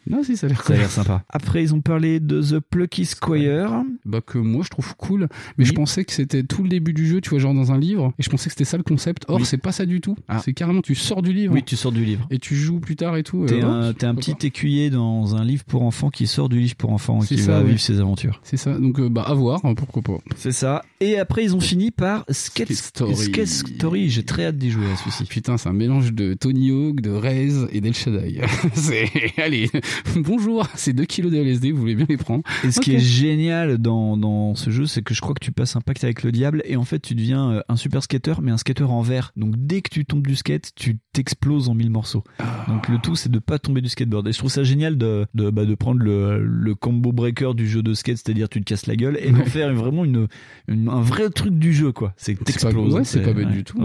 Speaker 5: Non, si, ça a l'air
Speaker 4: ça a
Speaker 5: cool.
Speaker 4: l'air sympa. Après, ils ont parlé de The Plucky Squire.
Speaker 5: Bah, que moi, je trouve cool. Mais
Speaker 4: Oui.
Speaker 5: je pensais que c'était tout le début du jeu, tu vois, genre dans un livre. Et je pensais que c'était ça le concept. Or,
Speaker 4: Oui.
Speaker 5: c'est pas ça du tout.
Speaker 4: Ah.
Speaker 5: C'est carrément, tu sors du livre.
Speaker 4: Oui, tu sors du livre.
Speaker 5: Et tu joues plus tard et tout.
Speaker 4: T'es
Speaker 5: Euh,
Speaker 4: un,
Speaker 5: hop,
Speaker 4: t'es un
Speaker 5: pourquoi
Speaker 4: petit
Speaker 5: pas.
Speaker 4: écuyer dans un livre pour enfants qui sort du livre pour enfants et
Speaker 5: C'est
Speaker 4: qui
Speaker 5: ça,
Speaker 4: va
Speaker 5: ouais.
Speaker 4: vivre ses aventures.
Speaker 5: C'est ça. Donc, euh, bah, à voir, hein, pourquoi pas.
Speaker 4: C'est ça. Et après, ils ont fini par Skate
Speaker 5: Skate Story.
Speaker 4: Story. Skate Story. J'ai très hâte d'y jouer à celui-ci.
Speaker 5: Putain, c'est un mélange de Tony Hawk, de Rez et d'El Shaddai. C'est- Allez, bonjour, c'est 2 kilos de LSD, vous voulez bien les prendre
Speaker 4: Et ce qui
Speaker 5: Ok.
Speaker 4: est génial dans, dans ce jeu, c'est que je crois que tu passes un pacte avec le diable et en fait, tu deviens euh, un super skateur, mais un skateur en verre. Donc, dès que tu tombes du skate, tu t'exploses en mille morceaux.
Speaker 5: Ah.
Speaker 4: Donc, le tout, c'est de pas tomber du skateboard. Et je trouve ça génial de, de, bah, de prendre le, le combo breaker du jeu de skate, c'est-à-dire tu te casses la gueule, et d'en faire vraiment une, une- un vrai truc du jeu, quoi. C'est que
Speaker 5: C'est pas-
Speaker 4: t'exploses.
Speaker 5: ouais, c'est pas bête du tout.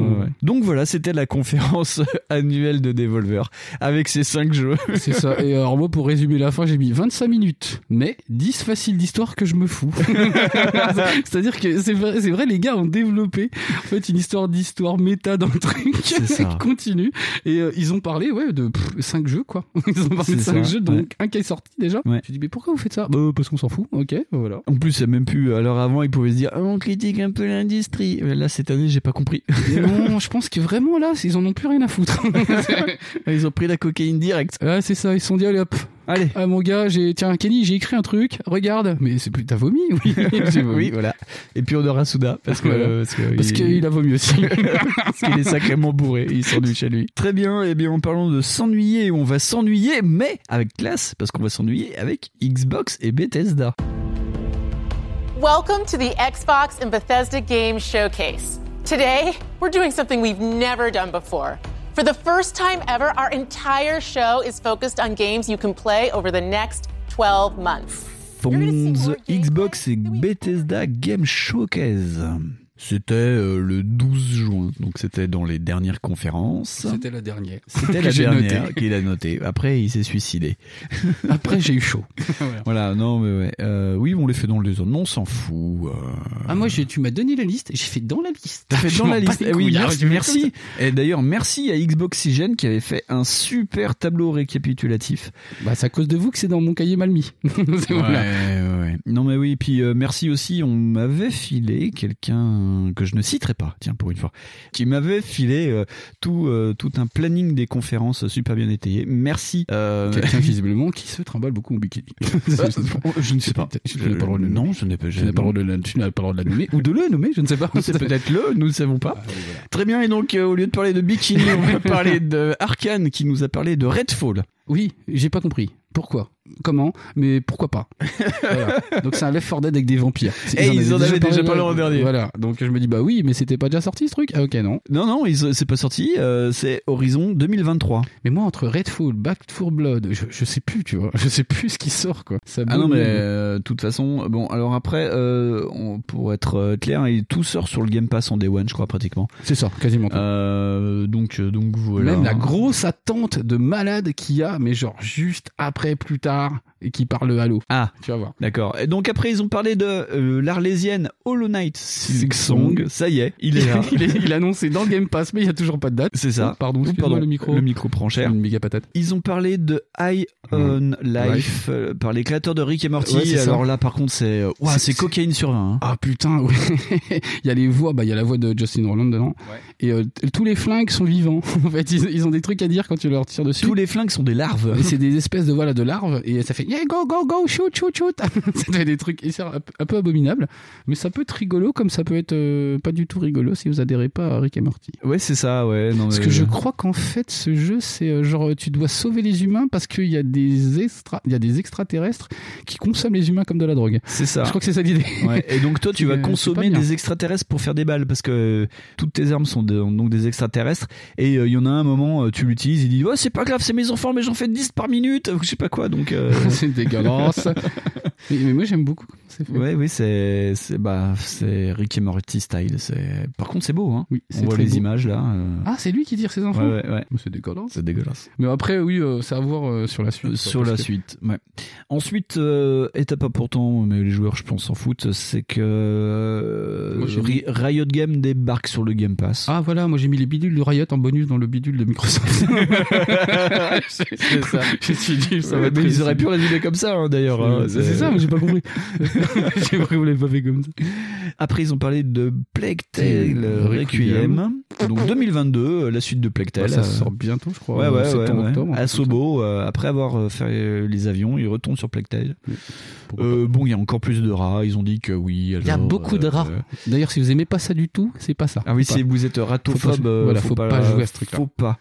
Speaker 4: Donc, voilà, c'était la conférence annuelle de Devolver avec ces cinq jeux.
Speaker 5: C'est ça. Et alors, moi, pour résumer la fin, j'ai mis 25 minutes, mais 10 faciles d'histoire que je me fous. C'est-à-dire que c'est vrai, c'est vrai, les gars ont développé, en fait, une histoire d'histoire méta dans le truc
Speaker 4: C'est ça.
Speaker 5: qui continue. Et euh, ils ont parlé, ouais, de 5 jeux, quoi. Ils ont parlé de
Speaker 4: C'est
Speaker 5: 5
Speaker 4: ça,
Speaker 5: jeux, donc
Speaker 4: ouais.
Speaker 5: un qui est sorti déjà.
Speaker 4: Ouais.
Speaker 5: Je dis, mais pourquoi vous faites ça Bah, parce qu'on s'en fout. Ok, voilà.
Speaker 4: En plus, il y a même plus. Alors avant, ils pouvaient se dire Ah, on critique un peu l'industrie. Mais Là, cette année, j'ai pas compris.
Speaker 5: Non, je pense que vraiment là, ils en ont plus rien à foutre.
Speaker 4: Ils ont pris la cocaïne directe.
Speaker 5: Ouais, c'est ça, ils se sont dit, allez hop,
Speaker 4: Allez.
Speaker 5: ah mon gars, j'ai, tiens, Kenny, j'ai écrit un truc, regarde. Mais c'est plus, t'as vomi, oui. J'ai vomi.
Speaker 4: Oui, voilà. Et puis on aura Souda parce que
Speaker 5: Voilà.
Speaker 4: parce que
Speaker 5: Parce
Speaker 4: il-
Speaker 5: qu'il a vomi aussi.
Speaker 4: parce qu'il est sacrément bourré. Il s'ennuie chez lui. Très bien. Eh bien, en parlant de s'ennuyer, on va s'ennuyer, mais avec classe, parce qu'on va s'ennuyer avec Xbox et Bethesda.
Speaker 10: Welcome to the Xbox and Bethesda Games Showcase. Today, we're doing something we've never done before. For the first time ever, our entire show is focused on games you can play over the next 12 months.
Speaker 4: Fonz, Xbox et Bethesda Game Showcase. C'était euh, le 12 juin, donc c'était dans les dernières conférences.
Speaker 5: C'était la dernière.
Speaker 4: C'était
Speaker 5: Que
Speaker 4: la
Speaker 5: j'ai
Speaker 4: dernière
Speaker 5: noté.
Speaker 4: qu'il a notée. Après, il s'est suicidé.
Speaker 5: Après, j'ai eu chaud.
Speaker 4: Voilà, non, mais ouais. Euh, oui, on les fait dans le désordre. Non, on s'en fout. euh.
Speaker 5: Ah, moi, j'ai- tu m'as donné la liste, j'ai fait dans la liste.
Speaker 4: T'as fait
Speaker 5: Je
Speaker 4: dans
Speaker 5: m'en
Speaker 4: la
Speaker 5: bats
Speaker 4: liste.
Speaker 5: les
Speaker 4: Eh oui,
Speaker 5: couilles,
Speaker 4: merci.
Speaker 5: arrête de me dire
Speaker 4: merci. Et d'ailleurs, merci à Xboxygen qui avait fait un super tableau récapitulatif.
Speaker 5: ça. Bah, c'est à cause de vous que c'est dans mon cahier mal mis. C'est voilà.
Speaker 4: ouais, ouais. Non, mais oui, puis euh, merci aussi. On m'avait filé quelqu'un que je ne citerai pas, tiens, pour une fois, qui m'avait filé euh, tout, euh, tout un planning des conférences super bien étayé. Merci. Euh,
Speaker 5: Quelqu'un, visiblement, qui se trimballe beaucoup en bikini.
Speaker 4: je ne sais pas.
Speaker 5: Je n'ai pas le droit de le
Speaker 4: non, je n'ai pas. je-
Speaker 5: Tu n'as pas le droit de la- tu n'as pas le droit de la nommer, ou de le nommer, je ne sais pas.
Speaker 4: C'est peut-être le, nous ne savons pas. Très bien, et donc euh, au lieu de parler de Bikini, on va parler de Arkane qui nous a parlé de Redfall.
Speaker 5: Oui, j'ai pas compris. Pourquoi Comment Mais pourquoi pas Voilà. Donc c'est un Left 4 Dead avec des vampires.
Speaker 4: Eh, ils en avaient déjà parlé l'an dernier.
Speaker 5: Voilà. Donc je me dis bah oui, mais c'était pas déjà sorti ce truc Ah ok non.
Speaker 4: Non, non, ils- c'est pas sorti, euh, c'est Horizon 2023.
Speaker 5: Mais moi entre Redfall, Back for Blood, je, je sais plus, tu vois, je sais plus ce qui sort quoi. Ça
Speaker 4: Ah non,
Speaker 5: bouge.
Speaker 4: mais euh, de toute façon, bon, alors après, euh, on- pour être euh, clair, il- tout sort sur le Game Pass en Day One, je crois, pratiquement.
Speaker 5: c'est ça quasiment. tout.
Speaker 4: Euh, donc, euh, donc voilà.
Speaker 5: Même la grosse attente de malade qu'il y a, mais genre juste après, plus tard, et qui parle Halo.
Speaker 4: Ah.
Speaker 5: tu vas voir.
Speaker 4: D'accord. Et donc après, ils ont parlé de euh, l'Arlésienne Hollow Knight Silk Song. Ça y est, il est là.
Speaker 5: il, est- il annonçait dans le Game Pass, mais il y a toujours pas de date. Oh,
Speaker 4: C'est ça.
Speaker 5: Pardon, excuse-moi,
Speaker 4: Pardon,
Speaker 5: le micro.
Speaker 4: Le micro prend cher.
Speaker 5: Une méga patate.
Speaker 4: Ils ont parlé de High on Life euh, par les créateurs de Rick et Morty.
Speaker 5: Mm. Ouais, c'est ça.
Speaker 4: Alors là, par contre, c'est euh, ouah,
Speaker 5: C'est-
Speaker 4: c'est
Speaker 5: c'est-
Speaker 4: cocaïne sur 20. hein.
Speaker 5: Ah putain, ouais. il y a les voix, bah il y a la voix de Justin Roland dedans. Et euh, t- tous les flingues sont vivants. en fait, ils, ils ont des trucs à dire quand tu leur tires dessus.
Speaker 4: Tous les flingues sont des larves.
Speaker 5: Et c'est des espèces de voilà de larves et ça fait yeah, go, go, go, shoot, shoot, shoot. ça fait des trucs et c'est un, un peu abominables. Mais ça peut être rigolo, comme ça peut être euh, pas du tout rigolo si vous adhérez pas à Rick et Morty.
Speaker 4: Ouais, c'est ça, ouais. Non,
Speaker 5: Parce
Speaker 4: mais- euh,
Speaker 5: que je crois qu'en fait, ce jeu, c'est euh, genre tu dois sauver les humains parce qu'il y a des extra, il y a des extraterrestres qui consomment les humains comme de la drogue.
Speaker 4: C'est ça.
Speaker 5: Je crois que c'est ça l'idée.
Speaker 4: Ouais, Et donc toi, tu vas
Speaker 5: C'est- c'est
Speaker 4: consommer
Speaker 5: pas bien.
Speaker 4: des extraterrestres pour faire des balles parce que euh, toutes tes armes sont de- donc des extraterrestres. Et euh, il y en a un moment, euh, tu l'utilises, il dit ouais c'est pas grave, c'est mes enfants, mais j'en fais 10 par minute, ou je sais pas quoi. Donc euh,
Speaker 5: c'est dégueulasse. mais, mais moi, j'aime beaucoup comment c'est fait.
Speaker 4: Ouais, oui, c'est c'est bah c'est Rick et Morty style. C'est par contre c'est beau. Hein.
Speaker 5: c'est
Speaker 4: On voit
Speaker 5: très
Speaker 4: les
Speaker 5: beau.
Speaker 4: images là. euh.
Speaker 5: Ah, c'est lui qui tire ses enfants.
Speaker 4: Ouais, ouais, ouais.
Speaker 5: Mais C'est dégueulasse.
Speaker 4: C'est dégueulasse.
Speaker 5: Mais après, oui, euh, c'est à voir euh, sur la suite.
Speaker 4: Sur
Speaker 5: Parce
Speaker 4: la
Speaker 5: que-
Speaker 4: suite. Ouais. Ensuite, euh, étape importante, mais les joueurs, je pense, s'en foutent, c'est que euh,
Speaker 5: Moi, j'ai
Speaker 4: Ri- Riot Games débarque sur le Game Pass.
Speaker 5: Ah voilà, moi j'ai mis les bidules de Riot en bonus dans le bidule de Microsoft.
Speaker 4: c'est ça.
Speaker 5: Je me suis dit, ça va
Speaker 4: Ouais,
Speaker 5: être
Speaker 4: Euh, mais ils
Speaker 5: réussi.
Speaker 4: auraient pu résumer comme ça, hein, d'ailleurs. hein.
Speaker 5: C'est c'est ça, mais j'ai pas compris. j'ai pas compris, vous l'avez pas fait comme ça.
Speaker 4: Après, ils ont parlé de Plague Tale euh,
Speaker 5: Requiem.
Speaker 4: Requiem. Donc 2022, euh, la suite de Plague Tale.
Speaker 5: Bah, ça
Speaker 4: euh,
Speaker 5: sort bientôt, je crois.
Speaker 4: Ouais,
Speaker 5: en
Speaker 4: ouais, ouais,
Speaker 5: septembre,
Speaker 4: ouais.
Speaker 5: octobre.
Speaker 4: À Sobo, euh, après avoir euh, fait euh, les avions, ils retournent sur Plague Tale.
Speaker 5: pourquoi
Speaker 4: Euh, bon, il y a encore plus de rats. Ils ont dit que oui.
Speaker 5: Il y a
Speaker 4: alors,
Speaker 5: beaucoup de
Speaker 4: euh,
Speaker 5: rats. D'ailleurs, si vous aimez pas ça du tout, c'est pas ça.
Speaker 4: Ah oui,
Speaker 5: Faut
Speaker 4: si
Speaker 5: pas.
Speaker 4: vous êtes ratophobe,
Speaker 5: Faut pas-
Speaker 4: euh,
Speaker 5: voilà, faut pas jouer à ce truc-là.
Speaker 4: Faut pas.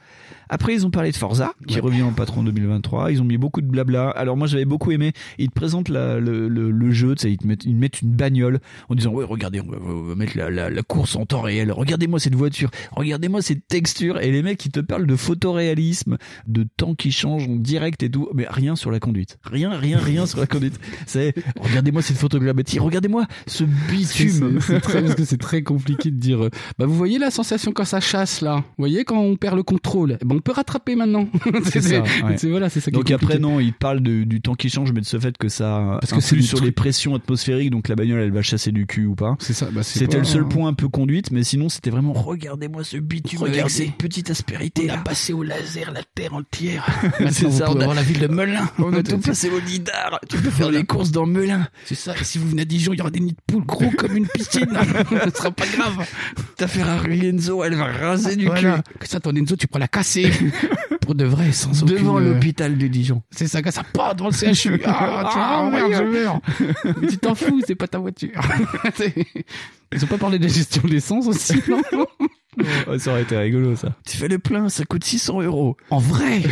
Speaker 4: Après, ils ont parlé de Forza, qui revient en patron 2023. Ils ont mis beaucoup de blabla. Alors moi, j'avais beaucoup aimé. Ils te présentent la- le, le- le jeu, tu sais, ils te mettent, ils mettent une bagnole en disant ouais, regardez, on va, on va mettre la, la- la course en temps réel. Regardez-moi cette voiture. Regardez-moi cette texture. Et les mecs, ils te parlent de photoréalisme, de temps qui change en direct et tout, mais rien sur la conduite. Rien, rien, rien sur la conduite. C'est regardez-moi cette photogrammétrie. Regardez-moi ce
Speaker 5: C'est-
Speaker 4: bitume.
Speaker 5: c'est- c'est très- parce que c'est très compliqué de dire. euh, Bah, vous voyez la sensation quand ça chasse là. Vous voyez quand on perd le contrôle. Eh ben, on peut rattraper maintenant.
Speaker 4: C'est ça, ouais.
Speaker 5: c'est- voilà, c'est ça. qui
Speaker 4: Donc
Speaker 5: est
Speaker 4: après
Speaker 5: compliqué.
Speaker 4: non, il parle de- du temps qui change, mais de ce fait que ça
Speaker 5: Parce
Speaker 4: Parce
Speaker 5: que c'est
Speaker 4: influe
Speaker 5: du
Speaker 4: sur
Speaker 5: truc.
Speaker 4: les pressions atmosphériques, donc la bagnole elle va chasser du cul ou pas.
Speaker 5: c'est ça. bah, c'est
Speaker 4: C'était le
Speaker 5: pas-
Speaker 4: seul point un peu conduite, mais sinon c'était vraiment regardez-moi ce bitume avec
Speaker 5: Regardez.
Speaker 4: cette petite aspérité là.
Speaker 5: passé au laser la terre entière.
Speaker 4: C'est
Speaker 5: Maintenant, vous
Speaker 4: ça,
Speaker 5: pouvez
Speaker 4: on a-
Speaker 5: voir la ville de Melun.
Speaker 4: On a tout passé au lidar. Tu peux faire les courses dans Melun.
Speaker 5: C'est ça. Et si vous venez à Dijon, il y aura des nids de poules gros comme une piscine. Ce sera pas grave.
Speaker 4: Ta Ferrari Lenzo, elle va raser du
Speaker 5: Voilà.
Speaker 4: cul.
Speaker 5: Que ça, ton Enzo, tu pourras la casser. Pour de vrai, sans aucune... euh,
Speaker 4: Devant l'hôpital de Dijon.
Speaker 5: C'est ça, ça pas devant le CHU. Ah, tu
Speaker 4: Ah,
Speaker 5: vois, merde,
Speaker 4: merde.
Speaker 5: je meurs. Mais tu t'en fous, c'est pas ta voiture. C'est- Ils ont pas parlé de la gestion de l'essence aussi, non
Speaker 4: ça aurait été rigolo ça. Tu fais le plein, ça coûte 600 euros.
Speaker 5: En vrai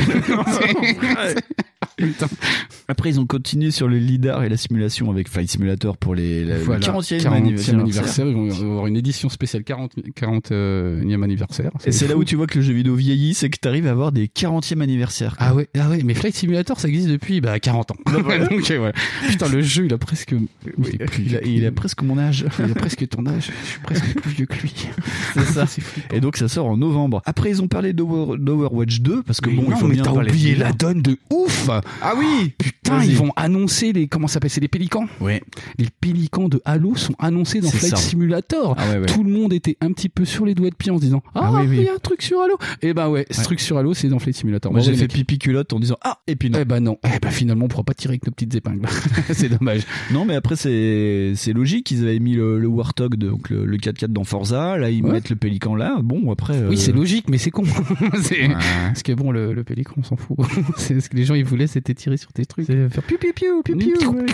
Speaker 4: Après, ils ont continué sur le LIDAR et la simulation avec Flight Simulator pour les, la- le 40e,
Speaker 5: 40e
Speaker 4: anniversaire.
Speaker 5: Euh, anniversaire. Ils vont avoir une édition spéciale 40, 40 e anniversaire.
Speaker 4: Et c'est là
Speaker 5: fou.
Speaker 4: où tu vois que le jeu vidéo vieillit, c'est que t'arrives à avoir des 40e anniversaires. quoi.
Speaker 5: Ah ouais, ah ouais, mais Flight Simulator ça existe depuis bah, 40 ans. Donc, euh, ouais. Putain, le jeu il a presque.
Speaker 4: Ah, Oui,
Speaker 5: il, est plus
Speaker 4: il, a,
Speaker 5: vieux
Speaker 4: il a
Speaker 5: que-
Speaker 4: presque mon âge.
Speaker 5: il a presque ton âge, je suis presque plus vieux que lui.
Speaker 4: C'est ça.
Speaker 5: C'est flippant.
Speaker 4: Et donc ça sort en novembre. Après ils ont parlé d'Over- d'Overwatch 2 parce que
Speaker 5: Mais
Speaker 4: bon
Speaker 5: non,
Speaker 4: il faut
Speaker 5: mais
Speaker 4: bien
Speaker 5: t'as
Speaker 4: parler
Speaker 5: oublié
Speaker 4: de-
Speaker 5: la donne de ouf
Speaker 4: Ah oui
Speaker 5: Putain,
Speaker 4: Vas-y.
Speaker 5: ils vont annoncer les. Comment ça s'appelle C'est les pélicans
Speaker 4: Ouais.
Speaker 5: Les pélicans de Halo sont annoncés dans
Speaker 4: C'est
Speaker 5: Flight
Speaker 4: ça.
Speaker 5: Simulator.
Speaker 4: Ah ouais, ouais.
Speaker 5: Tout le monde était un petit peu sur les doigts de pied en se disant Ah,
Speaker 4: Ah oui, oui.
Speaker 5: il y a un truc sur Halo Et bah ouais, ce
Speaker 4: Ouais.
Speaker 5: truc sur Halo c'est dans Flight Simulator.
Speaker 4: Moi
Speaker 5: Bon,
Speaker 4: j'ai
Speaker 5: les
Speaker 4: fait
Speaker 5: mecs.
Speaker 4: pipi culotte en disant ah et puis non.
Speaker 5: Eh bah non, eh bah finalement on pourra pas tirer avec nos petites épingles. c'est dommage.
Speaker 4: Non mais après c'est c'est logique ils avaient mis le, le Warthog donc le, le 4x4 dans Forza là ils
Speaker 5: Ouais.
Speaker 4: mettent le Pélican là bon après euh,
Speaker 5: Oui, c'est logique, mais c'est con. C'est-
Speaker 4: ouais.
Speaker 5: Parce que bon, le, le pélican, on s'en fout. c'est ce que les gens ils voulaient, c'était tirer sur tes trucs.
Speaker 4: C'est faire piou piou piou piou piou, ouais.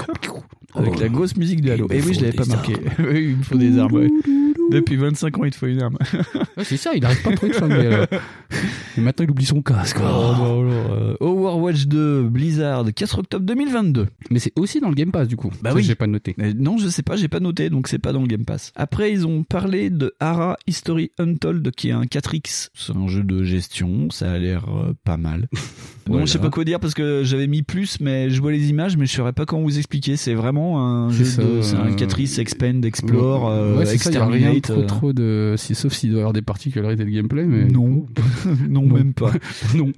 Speaker 4: Avec la grosse musique de Halo.
Speaker 5: Oh. Il
Speaker 4: Et
Speaker 5: me
Speaker 4: oui, je
Speaker 5: faut
Speaker 4: l'avais pas
Speaker 5: des
Speaker 4: marqué. Oui, il me faut des armes. ouais. Depuis 25 ans, il te faut une arme.
Speaker 5: Ouais, c'est ça, il arrive pas trop de Oh, flinguer. alors. Et maintenant, il oublie son casque. quoi.
Speaker 4: Euh, Overwatch 2, Blizzard, 4 octobre 2022.
Speaker 5: Mais c'est aussi dans le Game Pass, du coup.
Speaker 4: Bah
Speaker 5: Ça,
Speaker 4: oui.
Speaker 5: J'ai pas noté.
Speaker 4: Euh, non, je sais pas, j'ai pas noté, donc c'est pas dans le Game Pass. Après, ils ont parlé de Hara History Untold, qui est un 4X. C'est un jeu de gestion, ça a l'air euh, pas mal.
Speaker 5: Voilà.
Speaker 4: Non, je sais pas quoi dire parce que j'avais mis plus, mais je vois les images, mais je saurais pas comment vous expliquer. C'est vraiment un
Speaker 5: C'est
Speaker 4: jeu
Speaker 5: ça,
Speaker 4: de. C'est
Speaker 5: euh,
Speaker 4: un 4X, expand, explore, euh,
Speaker 5: ouais, c'est ça, il y a rien de
Speaker 4: exterminate.
Speaker 5: trop,
Speaker 4: euh.
Speaker 5: trop de. Si, sauf s'il doit y avoir des particularités de gameplay, mais.
Speaker 4: Non. non,
Speaker 5: Non.
Speaker 4: même pas.
Speaker 5: non.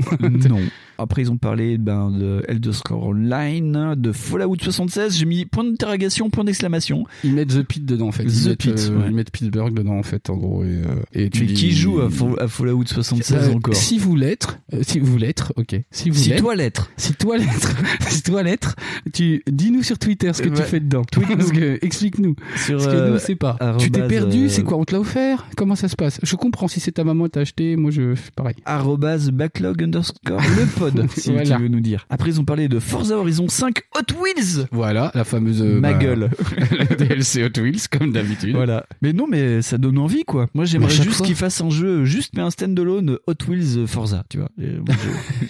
Speaker 4: non. Après, ils ont parlé ben, de Elder Scrolls Online, de Fallout 76. J'ai mis point d'interrogation, point d'exclamation.
Speaker 5: Ils mettent The Pit dedans, en fait.
Speaker 4: The
Speaker 5: ils mettent,
Speaker 4: Pit,
Speaker 5: euh,
Speaker 4: ouais.
Speaker 5: Ils mettent Pittsburgh dedans, en fait, en gros. Et, euh, et tu
Speaker 4: Mais
Speaker 5: dis-
Speaker 4: qui joue à, Fall- à Fallout
Speaker 5: Euh,
Speaker 4: 76 encore
Speaker 5: Si vous l'être, euh, si vous l'être, ok. Si vous
Speaker 4: Si
Speaker 5: l'être,
Speaker 4: toi l'être.
Speaker 5: si toi l'être, si toi l'être, tu dis-nous sur Twitter ce que
Speaker 4: Euh,
Speaker 5: tu
Speaker 4: ouais.
Speaker 5: fais dedans. Parce que explique-nous.
Speaker 4: Sur,
Speaker 5: Parce que nous,
Speaker 4: euh,
Speaker 5: on sait pas.
Speaker 4: arrobase,
Speaker 5: Tu t'es perdu,
Speaker 4: euh,
Speaker 5: c'est quoi On te l'a offert Comment ça se passe Je comprends si c'est ta maman t'a acheté. Moi, je fais pareil.
Speaker 4: arobase arrobase backlog underscore le pod, si
Speaker 5: Voilà.
Speaker 4: tu veux nous dire. Après, ils ont parlé de Forza Horizon 5 Hot Wheels.
Speaker 5: Voilà, la fameuse.
Speaker 4: Ma
Speaker 5: bah,
Speaker 4: gueule.
Speaker 5: la DLC Hot Wheels, comme d'habitude.
Speaker 4: Voilà. Mais non, mais ça donne envie, quoi. Moi,
Speaker 5: Mais
Speaker 4: j'aimerais
Speaker 5: à chaque
Speaker 4: juste
Speaker 5: fois.
Speaker 4: qu'ils fassent un jeu, juste, mais un standalone Hot Wheels euh, Forza, tu vois. Et moi,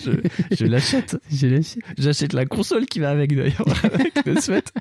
Speaker 4: je je- je l'achète. J'achète la console qui va avec, d'ailleurs. avec le sweat.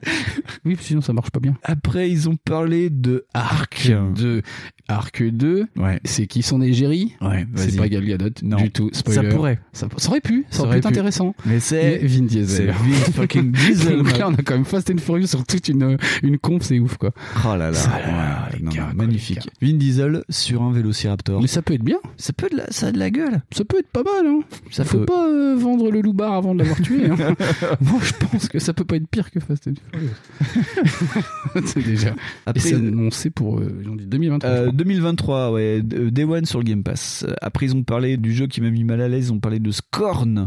Speaker 5: Oui, sinon ça marche pas bien.
Speaker 4: Après, ils ont parlé de Arc.
Speaker 5: De Arc 2,
Speaker 4: Ouais.
Speaker 5: c'est qui son égérie
Speaker 4: Ouais,
Speaker 5: C'est
Speaker 4: vas-y.
Speaker 5: pas Gal Gadot
Speaker 4: Non.
Speaker 5: du tout.
Speaker 4: Ça
Speaker 5: Spoiler.
Speaker 4: pourrait.
Speaker 5: Ça, ça aurait pu, ça,
Speaker 4: Ça
Speaker 5: aurait
Speaker 4: aurait
Speaker 5: pu être
Speaker 4: pu.
Speaker 5: intéressant.
Speaker 4: Mais
Speaker 5: Mais
Speaker 4: c'est.
Speaker 5: Vin
Speaker 4: C'est
Speaker 5: Diesel.
Speaker 4: Vin fucking Diesel.
Speaker 5: Donc
Speaker 4: mec.
Speaker 5: là, on a quand même Fast and Furious sur toute une, une comp, c'est ouf quoi.
Speaker 4: Oh là là,
Speaker 5: Ça, là,
Speaker 4: Ouais,
Speaker 5: les
Speaker 4: non,
Speaker 5: gars,
Speaker 4: non,
Speaker 5: quoi,
Speaker 4: magnifique. Vin Diesel sur un vélociraptor.
Speaker 5: Mais ça peut être bien,
Speaker 4: Ça peut de la, ça a de la gueule.
Speaker 5: ça peut être pas mal. Hein.
Speaker 4: Ça
Speaker 5: Faut
Speaker 4: peut-
Speaker 5: pas euh, vendre le loupard avant de l'avoir tué. hein. Moi, je pense que ça peut pas être pire que Fast and Furious. c'est déjà. Et
Speaker 4: Après,
Speaker 5: c'est annoncé pour euh, ils ont dit 2023. je
Speaker 4: euh,
Speaker 5: crois.
Speaker 4: 2023, ouais, d- euh, Day One sur le Game Pass. Euh, Après, ils ont parlé du jeu qui m'a mis mal à l'aise. Ils ont parlé de Scorn,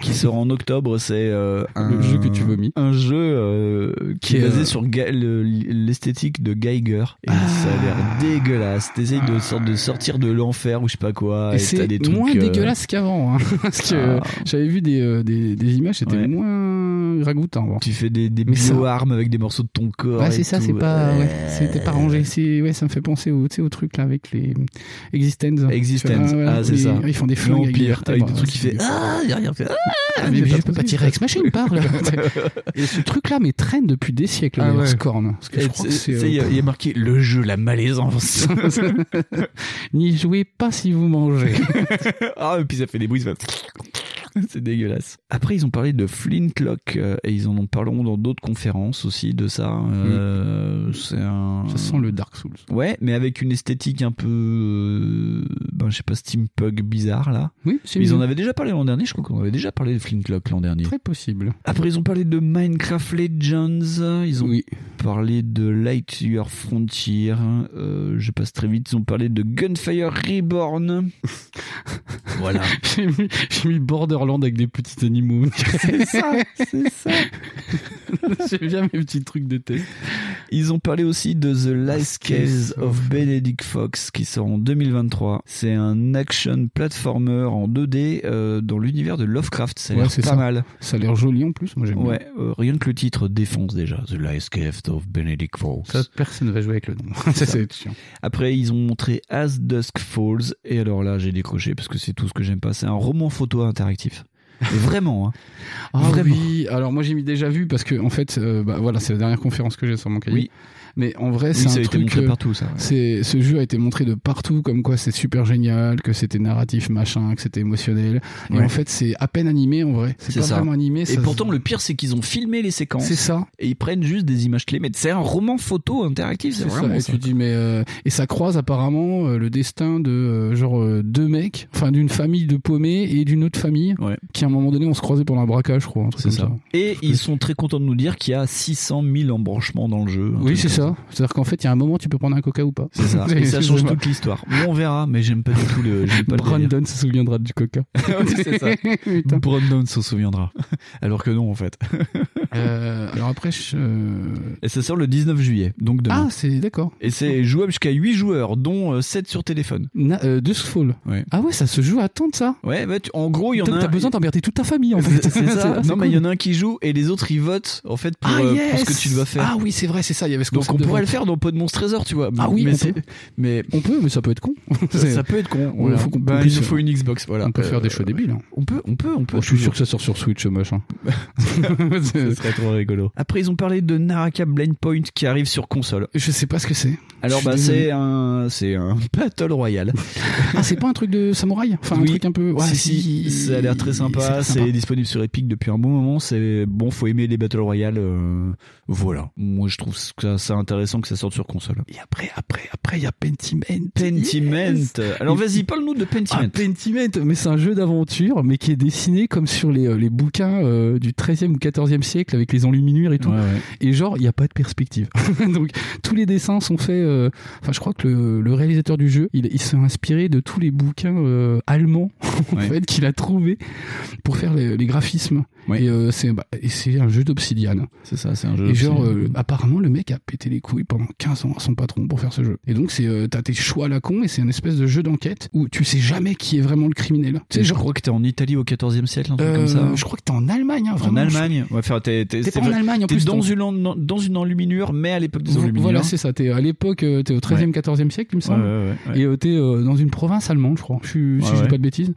Speaker 4: qui sort en octobre. C'est euh, un
Speaker 5: Le jeu que tu vomis.
Speaker 4: Un jeu euh, qui
Speaker 5: Qui
Speaker 4: est
Speaker 5: est,
Speaker 4: basé
Speaker 5: euh,
Speaker 4: sur Ga- le- l'esthétique de Geiger. Et ça a l'air dégueulasse. T'essayes de, sorte de sortir de l'enfer ou je sais pas quoi.
Speaker 5: Et
Speaker 4: Et t'as
Speaker 5: c'est
Speaker 4: des trucs,
Speaker 5: moins
Speaker 4: euh,
Speaker 5: dégueulasse qu'avant. hein. Parce que euh,
Speaker 4: Ah.
Speaker 5: j'avais vu des, euh, des, des images, c'était
Speaker 4: Ouais.
Speaker 5: moins ragoûtant. hein. bon.
Speaker 4: Tu fais des, des
Speaker 5: Mais ça-
Speaker 4: bio-armes avec des morceaux de ton corps.
Speaker 5: Ouais,
Speaker 4: et
Speaker 5: c'est ça,
Speaker 4: tout.
Speaker 5: c'est pas, ouais, c'était pas
Speaker 4: Euh,
Speaker 5: rangé. C'est, ouais, ça me fait penser au, tu sais, au truc là avec les Existence.
Speaker 4: Existence.
Speaker 5: Tu vois, ouais,
Speaker 4: Ah, c'est
Speaker 5: les-
Speaker 4: ça.
Speaker 5: Ils font des
Speaker 4: Mais
Speaker 5: flingues
Speaker 4: en
Speaker 5: avec des
Speaker 4: pire, avec
Speaker 5: vertèbres.
Speaker 4: des trucs qui
Speaker 5: C'est
Speaker 4: fait Ah, il y a rien qui fait, Ah,
Speaker 5: Mais,
Speaker 4: j'ai
Speaker 5: je peux pas
Speaker 4: possible.
Speaker 5: tirer avec Smash une part. là. Et ce truc-là, mais traîne depuis des siècles,
Speaker 4: Ah
Speaker 5: d'ailleurs,
Speaker 4: ouais.
Speaker 5: Scorn. Parce que je
Speaker 4: Et euh,
Speaker 5: crois
Speaker 4: tu
Speaker 5: que
Speaker 4: sais,
Speaker 5: c'est.
Speaker 4: Il y, a- il y a marqué le jeu, la malaisance.
Speaker 5: euh, N'y jouez pas si vous mangez.
Speaker 4: ah, et puis ça fait des bruits, ça fait- c'est dégueulasse. Après, ils ont parlé de Flintlock euh, et ils en ont parleront dans d'autres conférences aussi de ça. euh, C'est un.
Speaker 5: Mm. Ça sent le Dark Souls.
Speaker 4: Ouais, mais avec une esthétique un peu, euh, ben, je sais pas, steampunk bizarre là.
Speaker 5: Oui, c'est
Speaker 4: Mais ils en
Speaker 5: mignon.
Speaker 4: avaient déjà parlé l'an dernier, je crois qu'on avait déjà parlé de Flintlock l'an dernier.
Speaker 5: Très possible.
Speaker 4: Après, ils ont parlé de Minecraft Legends, ils ont
Speaker 5: Oui.
Speaker 4: parlé de Light Your Frontier, euh, je passe très vite, ils ont parlé de Gunfire Reborn. voilà.
Speaker 5: J'ai mis, j'ai mis Borderland avec des petits animaux.
Speaker 4: C'est ça, c'est ça.
Speaker 5: J'aime bien mes petits trucs de test.
Speaker 4: Ils ont parlé aussi de The Last
Speaker 5: Last Case
Speaker 4: Case of Benedict Fox qui sort en 2023. C'est un action platformer en 2D euh, dans l'univers de Lovecraft. Ça a
Speaker 5: Ouais,
Speaker 4: l'air
Speaker 5: c'est
Speaker 4: pas
Speaker 5: ça.
Speaker 4: mal.
Speaker 5: Ça a l'air joli en plus. Moi j'aime bien.
Speaker 4: Ouais, euh, rien que le titre défonce déjà. The Last Case of Benedict Fox.
Speaker 5: Ça, personne va jouer avec le nom. Ça,
Speaker 4: ça.
Speaker 5: c'est chiant.
Speaker 4: Après, ils ont montré As Dusk Falls. Et alors là, j'ai décroché parce que c'est tout ce que j'aime pas. C'est un roman photo interactif. Mais vraiment, hein.
Speaker 5: Ah
Speaker 4: Vraiment.
Speaker 5: oui, alors moi j'ai mis déjà vu parce que en fait, euh, bah, voilà, c'est la dernière conférence que j'ai sur mon cahier.
Speaker 4: Oui.
Speaker 5: Mais en vrai,
Speaker 4: Oui,
Speaker 5: c'est
Speaker 4: ça a
Speaker 5: un
Speaker 4: été
Speaker 5: truc.
Speaker 4: montré
Speaker 5: euh,
Speaker 4: partout, ça.
Speaker 5: C'est ce jeu a été montré de partout comme quoi c'est super génial, que c'était narratif machin, que c'était émotionnel. Et
Speaker 4: Ouais.
Speaker 5: en fait, c'est à peine animé en vrai.
Speaker 4: C'est
Speaker 5: C'est pas
Speaker 4: ça.
Speaker 5: vraiment animé. ça
Speaker 4: Et
Speaker 5: se-
Speaker 4: pourtant, le pire, c'est qu'ils ont filmé les séquences.
Speaker 5: c'est ça.
Speaker 4: et ils prennent juste des images clés. Mais c'est un roman photo interactif, c'est
Speaker 5: C'est ça.
Speaker 4: vraiment
Speaker 5: Et
Speaker 4: ça.
Speaker 5: tu te dis mais euh, et ça croise apparemment euh, le destin de euh, genre euh, deux mecs, enfin d'une famille de paumés et d'une autre famille
Speaker 4: Ouais.
Speaker 5: qui à un moment donné on se croisait pendant un braquage, je crois. un truc
Speaker 4: C'est
Speaker 5: comme
Speaker 4: ça. Et ils sont très contents de nous dire qu'il y a 600 000 embranchements dans le jeu. un
Speaker 5: Oui,
Speaker 4: truc
Speaker 5: c'est
Speaker 4: comme
Speaker 5: ça. C'est-à-dire qu'en fait, il y a un moment, tu peux prendre un coca ou pas.
Speaker 4: C'est ça. Et ça change toute l'histoire. Bon, on verra, mais j'aime pas du tout le. j'aime Pas le délire.
Speaker 5: Brandon se souviendra du coca.
Speaker 4: c'est ça.
Speaker 5: Putain.
Speaker 4: Brandon s'en souviendra. Alors que non, en fait.
Speaker 5: Euh, alors après, je... euh,
Speaker 4: Et ça sort le 19 juillet, donc demain.
Speaker 5: ah, c'est d'accord.
Speaker 4: Et c'est jouable jusqu'à 8 joueurs, dont 7 sur téléphone.
Speaker 5: Na- euh, Dusk Fall.
Speaker 4: Ouais.
Speaker 5: Ah ouais, ça se joue à tant de ça.
Speaker 4: Ouais, bah, tu- en gros, il y en
Speaker 5: Putain,
Speaker 4: a.
Speaker 5: T'as
Speaker 4: un-
Speaker 5: besoin d'emmerder toute ta famille en fait.
Speaker 4: C'est ça.
Speaker 5: c'est
Speaker 4: Non, mais il y
Speaker 5: cool.
Speaker 4: en a un qui joue et les autres ils votent en fait pour,
Speaker 5: ah,
Speaker 4: euh,
Speaker 5: yes
Speaker 4: pour ce que tu dois faire.
Speaker 5: Ah oui, c'est vrai, c'est ça. Il y avait ce
Speaker 4: Donc on
Speaker 5: concept de-
Speaker 4: pourrait le faire dans Pot de Monstre Trésor, tu vois.
Speaker 5: Ah oui,
Speaker 4: mais,
Speaker 5: on
Speaker 4: c'est-
Speaker 5: peut.
Speaker 4: mais
Speaker 5: On peut, mais ça peut être con. C'est-
Speaker 4: ça peut être con.
Speaker 5: Voilà.
Speaker 4: Faut qu'on-
Speaker 5: Bah,
Speaker 4: il
Speaker 5: il
Speaker 4: nous
Speaker 5: faut-
Speaker 4: faut une Xbox. Voilà.
Speaker 5: On peut faire des
Speaker 4: Euh,
Speaker 5: choix débiles. hein.
Speaker 4: On peut, on peut, on peut.
Speaker 5: Oh, je suis sûr que ça sort sur Switch, ce machin.
Speaker 4: ce
Speaker 5: C'est-
Speaker 4: serait trop rigolo. Après, ils ont parlé de Naraka Blind Point qui arrive sur console.
Speaker 5: je sais pas ce que c'est.
Speaker 4: Alors,
Speaker 5: Je
Speaker 4: bah,
Speaker 5: suis désolé.
Speaker 4: c'est un, c'est un Battle Royale.
Speaker 5: Ah, c'est pas un truc de samouraï Enfin, un
Speaker 4: Oui.
Speaker 5: truc un peu. Ouais,
Speaker 4: si, si, ça a l'air très
Speaker 5: ça a
Speaker 4: sympa.
Speaker 5: l'air
Speaker 4: C'est disponible sur Epic depuis un bon moment. C'est bon, faut aimer les Battle Royale. euh, voilà. Moi, je trouve ça, ça intéressant que ça sorte sur console.
Speaker 5: Et après, après, après, il y a Pentiment.
Speaker 4: Pentiment.
Speaker 5: Yes.
Speaker 4: Alors,
Speaker 5: Et-
Speaker 4: vas-y, parle-nous de Pentiment.
Speaker 5: Ah, Pentiment, mais c'est un jeu d'aventure, mais qui est dessiné comme sur les, euh, les bouquins euh, du 13e ou 14e siècle, siècle avec les enluminures et tout. Et genre, il n'y a pas de perspective. Donc, tous les dessins sont faits. euh, Enfin, je crois que le, le réalisateur du jeu, il, il s'est inspiré de tous les bouquins euh, allemands en
Speaker 4: Ouais.
Speaker 5: fait, qu'il a trouvé pour faire les, les graphismes. Et euh, c'est bah, et c'est un jeu d'obsidiane.
Speaker 4: C'est ça, Mm. c'est un jeu.
Speaker 5: Et genre,
Speaker 4: d'obsidiane.
Speaker 5: euh, apparemment, le mec a pété les couilles pendant 15 ans à son patron pour faire ce jeu. Et donc, c'est euh, t'as tes choix à la con et c'est une espèce de jeu d'enquête où tu sais jamais qui est vraiment le criminel. Tu sais,
Speaker 4: je
Speaker 5: genre,
Speaker 4: crois que t'es en Italie au 14e siècle, Mm. un truc
Speaker 5: euh,
Speaker 4: comme ça.
Speaker 5: je crois que t'es en Allemagne, hein,
Speaker 4: En
Speaker 5: vraiment.
Speaker 4: Allemagne, ouais, enfin, t'es, t'es-
Speaker 5: T'es
Speaker 4: c'est
Speaker 5: pas en
Speaker 4: vrai-
Speaker 5: Allemagne, en
Speaker 4: t'es
Speaker 5: plus,
Speaker 4: dans
Speaker 5: ton-
Speaker 4: une en- dans une enluminure, mais à l'époque des enluminures.
Speaker 5: Voilà, c'est ça. T'es à l'époque, euh, t'es au 13e, 14e siècle, il me
Speaker 4: Ouais,
Speaker 5: semble.
Speaker 4: ouais, ouais, ouais.
Speaker 5: Et euh, t'es euh, dans une province allemande, je crois, je suis- si
Speaker 4: Ouais,
Speaker 5: je
Speaker 4: ouais.
Speaker 5: dis pas de bêtises.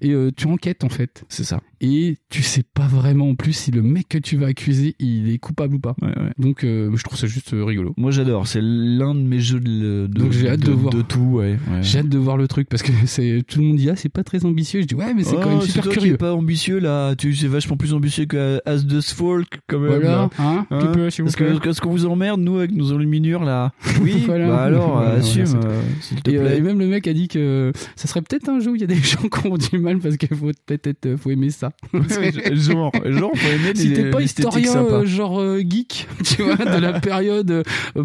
Speaker 5: Et euh, tu enquêtes en fait.
Speaker 4: C'est ça.
Speaker 5: Et tu sais pas vraiment en plus si le mec que tu vas accuser, il est coupable ou pas.
Speaker 4: Ouais, ouais.
Speaker 5: Donc euh, je trouve ça juste euh, rigolo.
Speaker 4: Moi j'adore, c'est l'un de mes jeux de, de-
Speaker 5: Donc, j'ai hâte de voir.
Speaker 4: tout, ouais. ouais.
Speaker 5: J'ai hâte de voir le truc parce que c'est tout le monde dit ah c'est pas très ambitieux. Je dis ouais mais c'est
Speaker 4: Oh,
Speaker 5: quand même super
Speaker 4: toi qui
Speaker 5: curieux.
Speaker 4: est pas ambitieux là, tu c'est vachement plus ambitieux que As the Folk quand même.
Speaker 5: Voilà,
Speaker 4: là.
Speaker 5: hein,
Speaker 4: Hein
Speaker 5: tu peux s'il vous
Speaker 4: Parce que
Speaker 5: plaît.
Speaker 4: qu'est-ce qu'on vous emmerde nous avec nos enluminures là Oui.
Speaker 5: Voilà.
Speaker 4: Bah alors
Speaker 5: Voilà,
Speaker 4: euh, assume
Speaker 5: voilà, c'est
Speaker 4: euh, s'il te
Speaker 5: Et, euh,
Speaker 4: plaît.
Speaker 5: et même le mec a dit que ça serait peut-être un jeu où il y a des gens qui ont du mal parce qu'il faut peut-être euh, faut aimer ça.
Speaker 4: genre genre faut aimer
Speaker 5: si
Speaker 4: les-
Speaker 5: t'es pas
Speaker 4: l'esthétique
Speaker 5: historien
Speaker 4: sympa.
Speaker 5: euh, genre euh, geek, tu vois, de la période euh,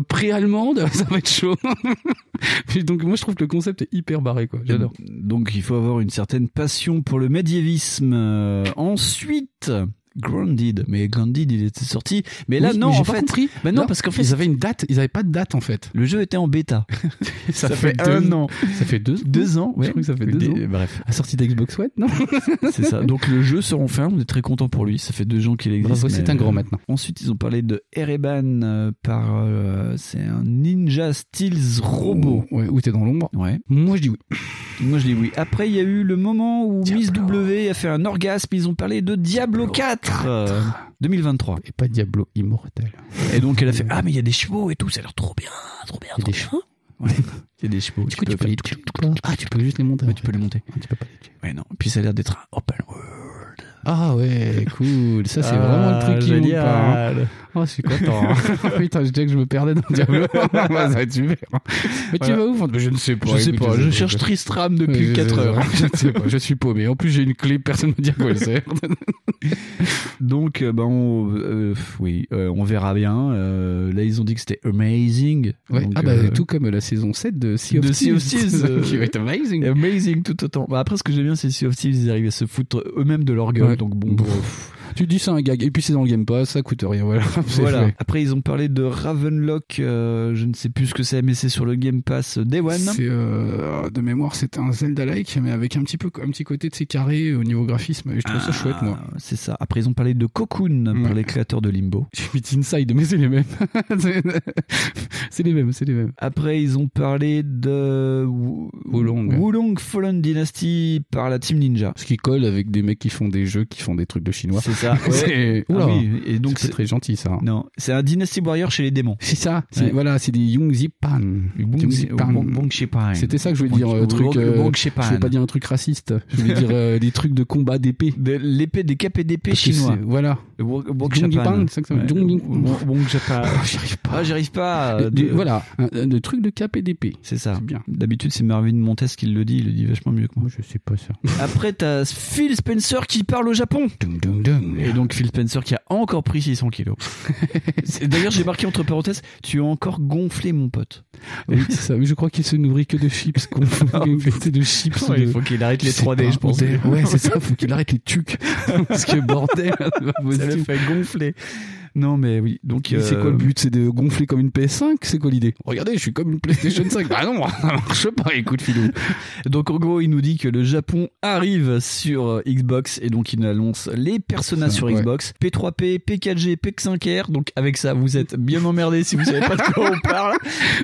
Speaker 5: pré-allemande, ça va être chaud. Puis donc moi je trouve que le concept est hyper barré quoi. J'adore.
Speaker 4: Donc il faut avoir une certaine passion pour le médiévisme. Euh, ensuite, Grounded. Mais Grounded, il était sorti. Mais là,
Speaker 5: Oui,
Speaker 4: non,
Speaker 5: j'ai
Speaker 4: en
Speaker 5: pas
Speaker 4: fait.
Speaker 5: compris.
Speaker 4: Bah non, parce qu'en fait,
Speaker 5: ils avaient une date, ils avaient pas de date en fait.
Speaker 4: le jeu était en bêta. Ça fait un an.
Speaker 5: Ça fait deux.
Speaker 4: Deux ans, ouais.
Speaker 5: Je crois que ça fait
Speaker 4: Mais
Speaker 5: deux
Speaker 4: des-
Speaker 5: ans.
Speaker 4: Bref,
Speaker 5: À sortie d'Xbox One, non
Speaker 4: c'est ça. Donc le jeu se renferme, on est très content pour lui. Ça fait deux ans qu'il existe.
Speaker 5: Bravo, c'est
Speaker 4: mais,
Speaker 5: un grand
Speaker 4: euh,
Speaker 5: maintenant.
Speaker 4: Ensuite, ils ont parlé de Ereban euh, par. euh, c'est un Ninja Steels Robot.
Speaker 5: Ouais, où t'es dans l'ombre.
Speaker 4: Ouais.
Speaker 5: Moi je dis oui.
Speaker 4: Moi, je dis oui. Après, il y a eu le moment où Miss W a fait un orgasme. Ils ont parlé de Diablo 4 euh, 2023.
Speaker 5: Et pas Diablo Immortel.
Speaker 4: Et donc, elle a fait Ah, mais il y a des chevaux et tout. Ça a l'air trop bien, trop bien.
Speaker 5: Il y a des
Speaker 4: trop
Speaker 5: chevaux
Speaker 4: bien. Ouais. Il y a des chevaux.
Speaker 5: Du coup, tu peux les tuer ou pas Ah, tu peux juste les monter.
Speaker 4: Ouais,
Speaker 5: en
Speaker 4: tu
Speaker 5: fait.
Speaker 4: peux les monter.
Speaker 5: Ah, tu peux pas les tuer.
Speaker 4: Ouais, non. Puis, ça a l'air d'être un open world. Ah,
Speaker 5: Ah ouais, cool. Ça, c'est vraiment le truc qui monte pas. hein. Oh, je suis content. hein. Putain, je disais que je me perdais dans le Diablo. Bah, ça va être super. Mais tu
Speaker 4: Voilà.
Speaker 5: vas où Fante Je ne sais pas.
Speaker 4: Je sais
Speaker 5: écoute,
Speaker 4: pas, je
Speaker 5: sais
Speaker 4: cherche Tristram depuis
Speaker 5: Je-
Speaker 4: 4
Speaker 5: je-
Speaker 4: heures.
Speaker 5: Je ne sais pas, je suis paumé. En plus, j'ai une clé, personne ne me dit quoi c'est.
Speaker 4: Donc, euh, ben, on, euh, oui, euh, on verra bien. Euh, là, ils ont dit que c'était amazing.
Speaker 5: Ouais.
Speaker 4: Donc,
Speaker 5: Ah bah,
Speaker 4: euh,
Speaker 5: tout comme la saison 7 de Sea of
Speaker 4: de Sea of Thieves, euh,
Speaker 5: qui va être amazing.
Speaker 4: Amazing tout autant. Bah, après, ce que j'aime bien, c'est que Sea of Thieves, ils arrivent à se foutre eux-mêmes de leur gueule.
Speaker 5: Ouais.
Speaker 4: Donc bon,
Speaker 5: Pff,
Speaker 4: euh,
Speaker 5: Tu dis c'est un gag, et puis c'est dans le Game Pass, ça coûte rien, voilà. C'est
Speaker 4: voilà.
Speaker 5: fait.
Speaker 4: Après, ils ont parlé de Ravenlock. euh, je ne sais plus ce que c'est, mais c'est sur le Game Pass Day One.
Speaker 5: C'est euh, de mémoire, c'est un Zelda-like, mais avec un petit peu, un petit côté de ses carrés euh, au niveau graphisme. Et je trouve ça chouette, moi.
Speaker 4: Ah, C'est ça. Après, ils ont parlé de Cocoon par
Speaker 5: Ouais.
Speaker 4: les créateurs de Limbo.
Speaker 5: J'ai mis Inside, mais c'est les mêmes. C'est- c'est les mêmes, c'est les mêmes.
Speaker 4: Après, ils ont parlé de
Speaker 5: Wulong.
Speaker 4: Wulong Fallen Dynasty par la Team Ninja.
Speaker 5: Ce qui colle avec des mecs qui font des jeux, qui font des trucs de chinois.
Speaker 4: C'est ça. ouais.
Speaker 5: C'est
Speaker 4: Ah
Speaker 5: Oula.
Speaker 4: oui, et donc
Speaker 5: C'est
Speaker 4: c'est-
Speaker 5: très gentil, ça.
Speaker 4: non, c'est un Dynasty Warrior chez les démons.
Speaker 5: C'est ça. c'est-
Speaker 4: Ouais.
Speaker 5: Voilà, c'est des Young Zipan. Young Zipan.
Speaker 4: hein.
Speaker 5: C'était ça que je voulais dire, euh, truc, euh, Je voulais pas dire un truc raciste. Je voulais dire euh, des trucs de combat d'épée.
Speaker 4: l'épée des KPDP
Speaker 5: Parce que
Speaker 4: chinois.
Speaker 5: c'est- Voilà.
Speaker 4: Le Wong- Wong
Speaker 5: Jung
Speaker 4: Japan.
Speaker 5: Japan, c'est ça que ça veut-
Speaker 4: hein. Ouais,
Speaker 5: Jung Jing-
Speaker 4: Wong- Wong Japan.
Speaker 5: Ah, j'y arrive pas.
Speaker 4: Ah, j'arrive pas. euh,
Speaker 5: Des-
Speaker 4: de-
Speaker 5: Voilà, un- un- le truc de KPDP.
Speaker 4: C'est ça.
Speaker 5: C'est bien.
Speaker 4: D'habitude, c'est Marvin Montes qui le dit. Il le dit vachement mieux que moi.
Speaker 5: je sais pas ça.
Speaker 4: Après, t'as Phil Spencer qui parle au Japon. Et donc, Phil Spencer qui a encore pris 600 kilos. C'est- D'ailleurs, j'ai marqué entre parenthèses, tu as encore gonflé, mon pote.
Speaker 5: Oui, c'est ça. Mais je crois qu'il se nourrit que de chips. qu'on c'est de chips.
Speaker 4: Ouais,
Speaker 5: de-
Speaker 4: Il faut qu'il arrête les
Speaker 5: je sais
Speaker 4: 3D,
Speaker 5: pas,
Speaker 4: je pense.
Speaker 5: bordel. Ouais, c'est ça. Faut qu'il arrête les tucs. Parce que bordel, hein, c'est pas
Speaker 4: Ça le
Speaker 5: possible.
Speaker 4: fait gonfler. Non, mais oui. Donc,
Speaker 5: Mais C'est
Speaker 4: euh,
Speaker 5: quoi le but C'est de gonfler comme une PS5 C'est quoi l'idée Regardez, je suis comme une PlayStation 5. Bah non, ça marche pas, écoute filou.
Speaker 4: Donc en gros, il nous dit que le Japon arrive sur euh, Xbox et donc il annonce les personnages sur
Speaker 5: ouais.
Speaker 4: Xbox, P3P, P4G, P5R. Donc avec ça, vous êtes bien emmerdés si vous savez pas de quoi on parle.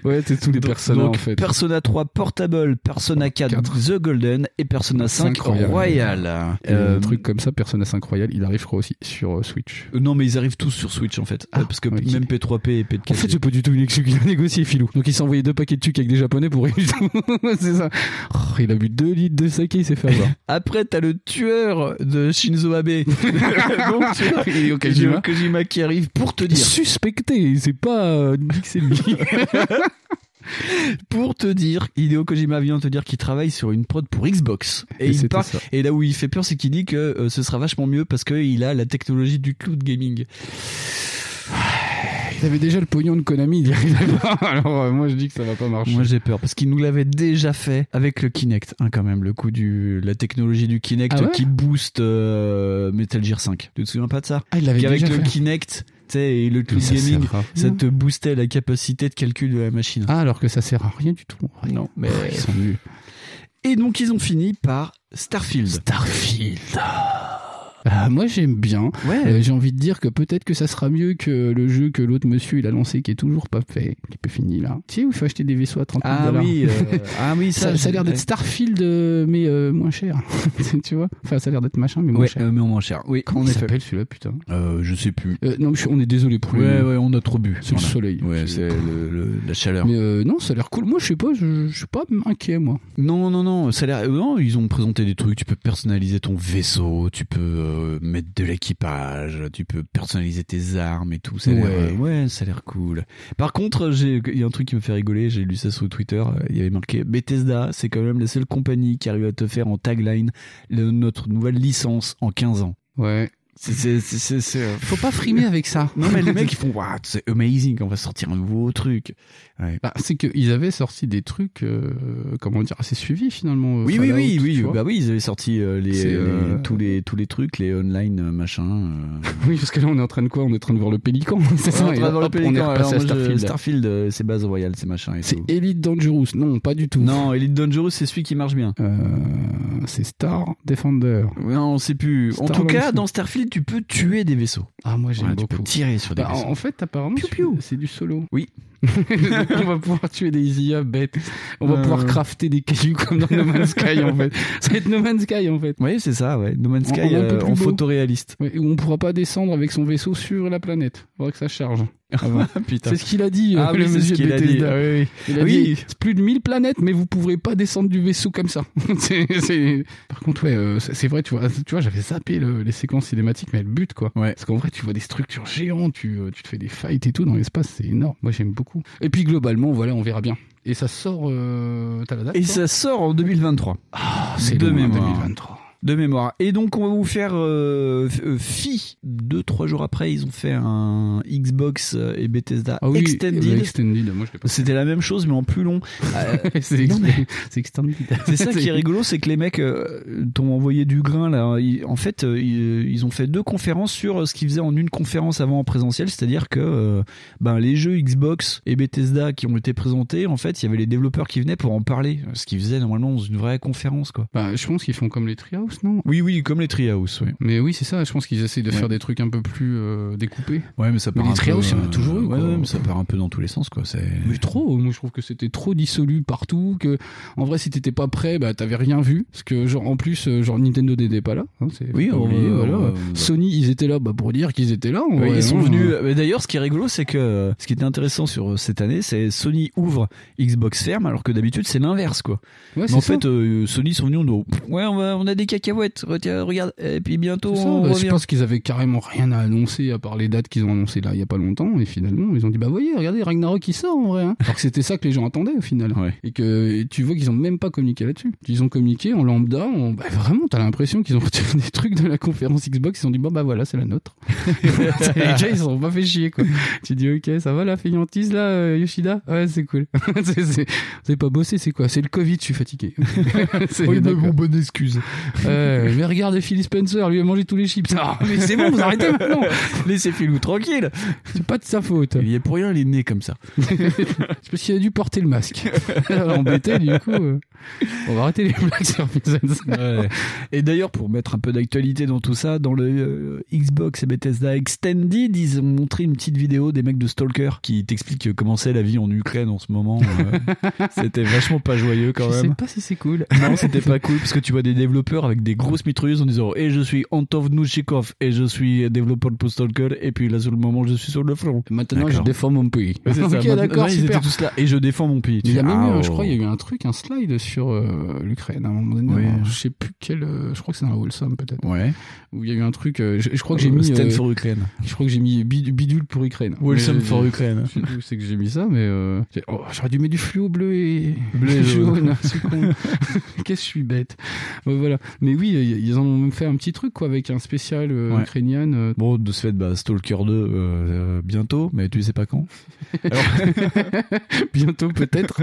Speaker 5: Ouais, c'est tous les
Speaker 4: Donc-
Speaker 5: personnages
Speaker 4: donc,
Speaker 5: en fait.
Speaker 4: Persona 3 Portable, Persona 4,
Speaker 5: Quatre.
Speaker 4: The Golden et Persona 5
Speaker 5: Cinq Royal.
Speaker 4: Royal.
Speaker 5: Et
Speaker 4: Euh,
Speaker 5: Un truc comme ça, Persona 5 Royal, il arrive, je crois, aussi sur euh, Switch.
Speaker 4: euh, Non mais ils arrivent tous sur Switch en fait
Speaker 5: Ah,
Speaker 4: Euh, parce que
Speaker 5: ok.
Speaker 4: même P3P et
Speaker 5: En fait,
Speaker 4: P4G
Speaker 5: c'est pas du tout une excuse qu'il a négocié, filou. Donc, il s'est envoyé deux paquets de tucs avec des japonais pour rien du tout. c'est ça. Oh, il a bu deux litres de saké, il s'est fait avoir.
Speaker 4: Après t'as le tueur de Shinzo Abe Donc, tu vois,
Speaker 5: Il est au Kojima.
Speaker 4: Hideo Kojima qui arrive pour te dire
Speaker 5: Suspecté, c'est pas euh, dit que c'est lui.
Speaker 4: pour pour te dire, Hideo Kojima vient de te dire qu'il travaille sur une prod pour Xbox. Et, il parle- et là où il fait peur, c'est qu'il dit que euh, ce sera vachement mieux parce qu'il a la technologie du cloud gaming.
Speaker 5: Ils avaient déjà le pognon de Konami, ils y arrivaient pas. Alors euh, moi je dis que ça va pas marcher.
Speaker 4: Moi j'ai peur parce qu'il nous l'avait déjà fait avec le Kinect, hein, quand même, le coup du la technologie du Kinect
Speaker 5: Ah ouais
Speaker 4: qui booste euh, Metal Gear 5. Tu te souviens pas de ça
Speaker 5: Ah, il l'avait
Speaker 4: Qu'avec
Speaker 5: déjà
Speaker 4: le
Speaker 5: fait.
Speaker 4: Kinect, tu sais, et le cloud
Speaker 5: ça sert
Speaker 4: gaming,
Speaker 5: à
Speaker 4: ça
Speaker 5: rien.
Speaker 4: te boostait la capacité de calcul de la machine.
Speaker 5: Ah, alors que ça sert à rien du tout. Ah,
Speaker 4: non, mais
Speaker 5: Ils sont nuls.
Speaker 4: Et donc ils ont fini par Starfield.
Speaker 5: Starfield. Ah, moi j'aime bien.
Speaker 4: Ouais.
Speaker 5: Euh, j'ai envie de dire que peut-être que ça sera mieux que le jeu que l'autre monsieur il a lancé qui est toujours pas fait, qui est pas fini là. Tu sais où il faut acheter des vaisseaux à 30 000
Speaker 4: Ah oui, euh, ah oui,
Speaker 5: ça,
Speaker 4: ça,
Speaker 5: ça a l'air d'être Starfield euh, mais euh, moins cher. tu vois Enfin ça a l'air d'être machin mais moins
Speaker 4: Ouais,
Speaker 5: cher.
Speaker 4: euh, mais au moins cher. Oui,
Speaker 5: Comment
Speaker 4: en
Speaker 5: il
Speaker 4: effet.
Speaker 5: s'appelle celui-là putain
Speaker 4: Euh, je sais plus.
Speaker 5: Euh, Non mais je- on est désolé pour lui.
Speaker 4: Ouais, ouais, on a trop bu.
Speaker 5: C'est le soleil.
Speaker 4: Ouais, c'est le- le- la chaleur.
Speaker 5: Mais euh, non, ça a l'air cool. Moi, je sais pas, je, je suis pas inquiet, moi.
Speaker 4: Non, non, non, ça a l'air. euh, Non, ils ont présenté des trucs. Tu peux personnaliser ton vaisseau, tu peux euh, mettre de l'équipage, tu peux personnaliser tes armes et tout. Ça a l'air,
Speaker 5: Ouais.
Speaker 4: euh, ouais, ça a l'air cool. Par contre, j'ai- il y a un truc qui me fait rigoler. J'ai lu ça sur Twitter. euh, Il y avait marqué Bethesda, c'est quand même la seule compagnie qui arrive à te faire en tagline le- notre nouvelle licence en 15 ans.
Speaker 5: Ouais.
Speaker 4: C'est- c'est- c'est- c'est- c'est, euh,
Speaker 5: Faut pas frimer avec ça.
Speaker 4: Non, mais les mecs, ils font, waouh, c'est amazing, on va sortir un nouveau truc. Ouais.
Speaker 5: Bah, c'est qu'ils avaient sorti des trucs, euh, comment dire, assez suivis finalement. euh,
Speaker 4: Oui, oui,
Speaker 5: Fallout,
Speaker 4: oui,
Speaker 5: tu
Speaker 4: oui,
Speaker 5: vois.
Speaker 4: bah oui, ils avaient sorti euh, les,
Speaker 5: C'est,
Speaker 4: euh,
Speaker 5: euh,
Speaker 4: tous les tous les trucs, les online euh, machin. euh.
Speaker 5: Oui, parce que là, on est en train de quoi On est en train de voir le pélican. C'est ça,
Speaker 4: On est en train
Speaker 5: et
Speaker 4: de voir le
Speaker 5: hop,
Speaker 4: Pélican,
Speaker 5: On est
Speaker 4: alors
Speaker 5: repassé
Speaker 4: moi,
Speaker 5: à
Speaker 4: je-
Speaker 5: Starfield.
Speaker 4: Starfield, euh, c'est base royale, c'est machin et
Speaker 5: C'est
Speaker 4: tout.
Speaker 5: Elite Dangerous. Non, pas du tout.
Speaker 4: Non, Elite Dangerous, c'est celui qui marche bien.
Speaker 5: Euh, c'est Star Defender.
Speaker 4: Non, on sait plus. en
Speaker 5: Starlancer.
Speaker 4: tout cas, dans Starfield, tu peux tuer des vaisseaux.
Speaker 5: Ah, moi, j'aime
Speaker 4: Voilà, tu peux
Speaker 5: beaucoup.
Speaker 4: tirer sur des
Speaker 5: Bah,
Speaker 4: vaisseaux.
Speaker 5: en fait, apparemment,
Speaker 4: Piou,
Speaker 5: tu-
Speaker 4: piou.
Speaker 5: c'est du solo.
Speaker 4: Oui.
Speaker 5: Donc, on va pouvoir tuer des IA bêtes. On va
Speaker 4: Euh.
Speaker 5: pouvoir crafter des cailloux comme dans No Man's Sky, en fait. Ça va être No Man's Sky, en fait.
Speaker 4: Oui, c'est ça, ouais. No Man's
Speaker 5: On-
Speaker 4: Sky
Speaker 5: on est un peu
Speaker 4: euh,
Speaker 5: plus
Speaker 4: en
Speaker 5: beau.
Speaker 4: photoréaliste.
Speaker 5: Ouais, et où on pourra pas descendre avec son vaisseau sur la planète. Faudra que ça charge. Ah
Speaker 4: Putain.
Speaker 5: C'est ce qu'il a dit,
Speaker 4: Ah
Speaker 5: euh,
Speaker 4: oui,
Speaker 5: le
Speaker 4: c'est ce
Speaker 5: monsieur
Speaker 4: qu'il a dit. Ah
Speaker 5: Bethesda. Oui, oui. Il a
Speaker 4: Oui.
Speaker 5: dit, c'est plus de 1000 planètes, mais vous pourrez pas descendre du vaisseau comme ça. C'est- c'est- Par contre, ouais, euh, c'est c'est vrai, tu vois, tu vois j'avais zappé le- les séquences cinématiques, mais le but, quoi.
Speaker 4: Ouais.
Speaker 5: Parce qu'en vrai, tu vois des structures géantes, tu, euh, tu te fais des fights et tout dans l'espace, c'est énorme. Moi, j'aime beaucoup. Et puis, globalement, voilà, on verra bien. Et ça sort, euh, t'as la date
Speaker 4: Et
Speaker 5: toi
Speaker 4: ça sort en 2023.
Speaker 5: Ah, c'est
Speaker 4: de
Speaker 5: loin,
Speaker 4: mémoire.
Speaker 5: 2023.
Speaker 4: De mémoire. Et donc, on va vous faire euh, f- euh, fi. Deux, trois jours après, ils ont fait un Xbox euh, et Bethesda
Speaker 5: Ah oui,
Speaker 4: Extended.
Speaker 5: euh, Extended, moi, je l'ai pas.
Speaker 4: C'était la même chose, mais en plus long. Euh,
Speaker 5: c'est
Speaker 4: non, mais-
Speaker 5: c'est Extended.
Speaker 4: c'est ça qui est rigolo, c'est que les mecs euh, t'ont envoyé du grain là. Ils- en fait, euh, ils, ils ont fait deux conférences sur euh, ce qu'ils faisaient en une conférence avant en présentiel, c'est-à-dire que euh, ben, les jeux Xbox et Bethesda qui ont été présentés, en fait, il y avait les développeurs qui venaient pour en parler, ce qu'ils faisaient normalement dans une vraie conférence, quoi.
Speaker 5: Bah, je pense qu'ils font comme les Treehouse, non
Speaker 4: Oui, oui, comme les Treehouse, oui.
Speaker 5: Mais oui, c'est ça, je pense qu'ils essayent de faire des trucs un peu plus euh, découpés.
Speaker 4: Ouais, mais ça
Speaker 5: part un peu, euh, ouais, ouais, mais
Speaker 4: ça
Speaker 5: ça
Speaker 4: part un peu dans tous les sens, quoi. C'est.
Speaker 5: Mais trop, moi je trouve que c'était trop dissolu partout, que en vrai si t'étais pas prêt, bah t'avais rien vu, parce que genre en plus, euh, genre Nintendo n'était pas là, hein, c'est
Speaker 4: Oui,
Speaker 5: faut pas
Speaker 4: on-
Speaker 5: oublier, voilà.
Speaker 4: on-
Speaker 5: Sony ils étaient là bah, pour dire qu'ils étaient là, en vrai,
Speaker 4: ils sont
Speaker 5: hein.
Speaker 4: venus. euh, mais D'ailleurs, ce qui est rigolo, c'est que ce qui était intéressant sur euh, cette année, c'est Sony ouvre, Xbox ferme, alors que d'habitude c'est l'inverse, quoi. Mais
Speaker 5: Ouais,
Speaker 4: en
Speaker 5: c'est ça.
Speaker 4: fait, euh, Sony sont venus, on dit, Pff, ouais, on, va- on a des cacahuètes, retiens, regarde, et puis bientôt
Speaker 5: C'est ça,
Speaker 4: on
Speaker 5: bah, je
Speaker 4: revient.
Speaker 5: pense qu'ils avaient carrément rien à annoncer à part les dates qu'ils ont annoncées là il y a pas longtemps et finalement ils ont dit bah voyez regardez Ragnarok il sort en vrai hein. alors que c'était ça que les gens attendaient au final
Speaker 4: Ouais.
Speaker 5: et que et tu vois qu'ils ont même pas communiqué là-dessus ils ont communiqué en lambda en... Bah, vraiment t'as l'impression qu'ils ont retiré des trucs de la conférence Xbox ils ont dit bon bah voilà c'est la nôtre et déjà ils se sont pas fait chier quoi tu dis ok ça va la feignantise là euh, Yoshida ouais c'est cool c'est, c'est... vous avez pas bossé c'est quoi c'est le Covid je suis fatigué c'est, d'accord.
Speaker 4: bonne excuse.
Speaker 5: Euh, mais regarde Phil Spencer, lui a mangé tous les chips. Ah, mais c'est bon, vous arrêtez maintenant.
Speaker 4: Laissez Philou tranquille.
Speaker 5: C'est pas de sa faute.
Speaker 4: Il y est pour rien, il est né comme ça.
Speaker 5: C'est parce qu'il a dû porter le masque. Alors, embêté, du coup. euh, On va arrêter les blagues sur Vincent.
Speaker 4: Et d'ailleurs, pour mettre un peu d'actualité dans tout ça, dans le euh, Xbox et Bethesda Extended, ils ont montré une petite vidéo des mecs de Stalker qui t'expliquent comment c'est la vie en Ukraine en ce moment. euh. C'était vachement pas joyeux quand
Speaker 5: Je sais
Speaker 4: même.
Speaker 5: pas si c'est cool.
Speaker 4: Non, c'était pas cool parce que tu vois des développeurs avec des grosses mitrailleuses en disant Et je suis Antov Nouchikov et je suis développeur pour Stalker et puis là sur le moment je suis sur le front.
Speaker 5: Maintenant, je
Speaker 4: D'accord.
Speaker 5: défends mon pays.
Speaker 4: Ouais, c'est ça.
Speaker 5: ok,
Speaker 4: Maintenant-
Speaker 5: d'accord,
Speaker 4: ouais, ils étaient
Speaker 5: super.
Speaker 4: tous là et je défends mon pays. Tu
Speaker 5: Il y a
Speaker 4: fais,
Speaker 5: même eu,
Speaker 4: Ah,
Speaker 5: je crois, il y a
Speaker 4: oh.
Speaker 5: eu un truc, un slide sur euh, l'Ukraine à un moment donné.
Speaker 4: Oui.
Speaker 5: dans- je sais plus quel. euh, je crois que c'est dans la Wholesome peut-être.
Speaker 4: oh. Ouais.
Speaker 5: Où il y a eu un truc. euh, je, je crois que j'ai mis.
Speaker 4: Stand
Speaker 5: euh,
Speaker 4: for Ukraine.
Speaker 5: Je crois que j'ai mis bid- bidule pour Ukraine.
Speaker 4: Wholesome
Speaker 5: Mais-
Speaker 4: for Ukraine.
Speaker 5: Je sais plus où c'est que j'ai mis ça, mais euh, j'ai- oh, j'aurais dû mettre du fluo bleu et
Speaker 4: Bleu et jaune.
Speaker 5: jaune. c'est con. Qu'est-ce que je suis bête. Bon, voilà. Mais oui, euh, ils en ont même fait un petit truc quoi avec un spécial euh,
Speaker 4: Ouais.
Speaker 5: ukrainien. euh,
Speaker 4: Bon, de ce fait, bah, Stalker 2, euh, euh, bientôt, mais tu sais pas quand.
Speaker 5: bientôt peut-être.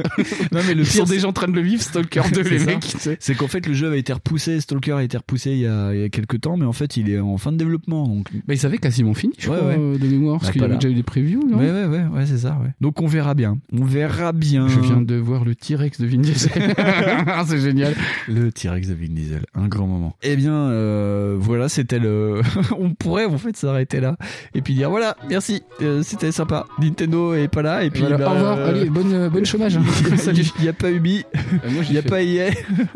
Speaker 4: Non, mais
Speaker 5: Le pire
Speaker 4: c'est-
Speaker 5: des gens en train de le vivre, Stalker 2,
Speaker 4: C'est
Speaker 5: les
Speaker 4: ça.
Speaker 5: mecs. tu sais.
Speaker 4: C'est qu'en fait, le jeu avait été repoussé, Stalker a été repoussé il y a, il y a quelques temps, mais en fait, il est en fin de développement. Donc...
Speaker 5: Bah, ils avaient quasiment fini, je
Speaker 4: Ouais,
Speaker 5: crois,
Speaker 4: ouais.
Speaker 5: euh, de mémoire,
Speaker 4: Bah,
Speaker 5: parce qu'il y
Speaker 4: pas
Speaker 5: avait
Speaker 4: là.
Speaker 5: déjà eu des previews, non
Speaker 4: Ouais, ouais, ouais, ouais, c'est ça, ouais. Donc, on verra bien. On verra bien.
Speaker 5: Je viens de voir le T-Rex de Vin Diesel. c'est génial.
Speaker 4: Le T-Rex de Vin Diesel, un grand moment. Eh bien, euh, voilà, c'était le. on pourrait en fait s'arrêter là et puis dire voilà, merci, euh, c'était sympa. Nintendo est pas là et puis
Speaker 5: Voilà,
Speaker 4: bah,
Speaker 5: au revoir,
Speaker 4: euh,
Speaker 5: allez, bonne, euh, bonne chômage. hein. Salut.
Speaker 4: Il n'y a pas Ubi,
Speaker 5: Euh, moi,
Speaker 4: il n'y
Speaker 5: j'ai
Speaker 4: a
Speaker 5: fait...
Speaker 4: pas EA.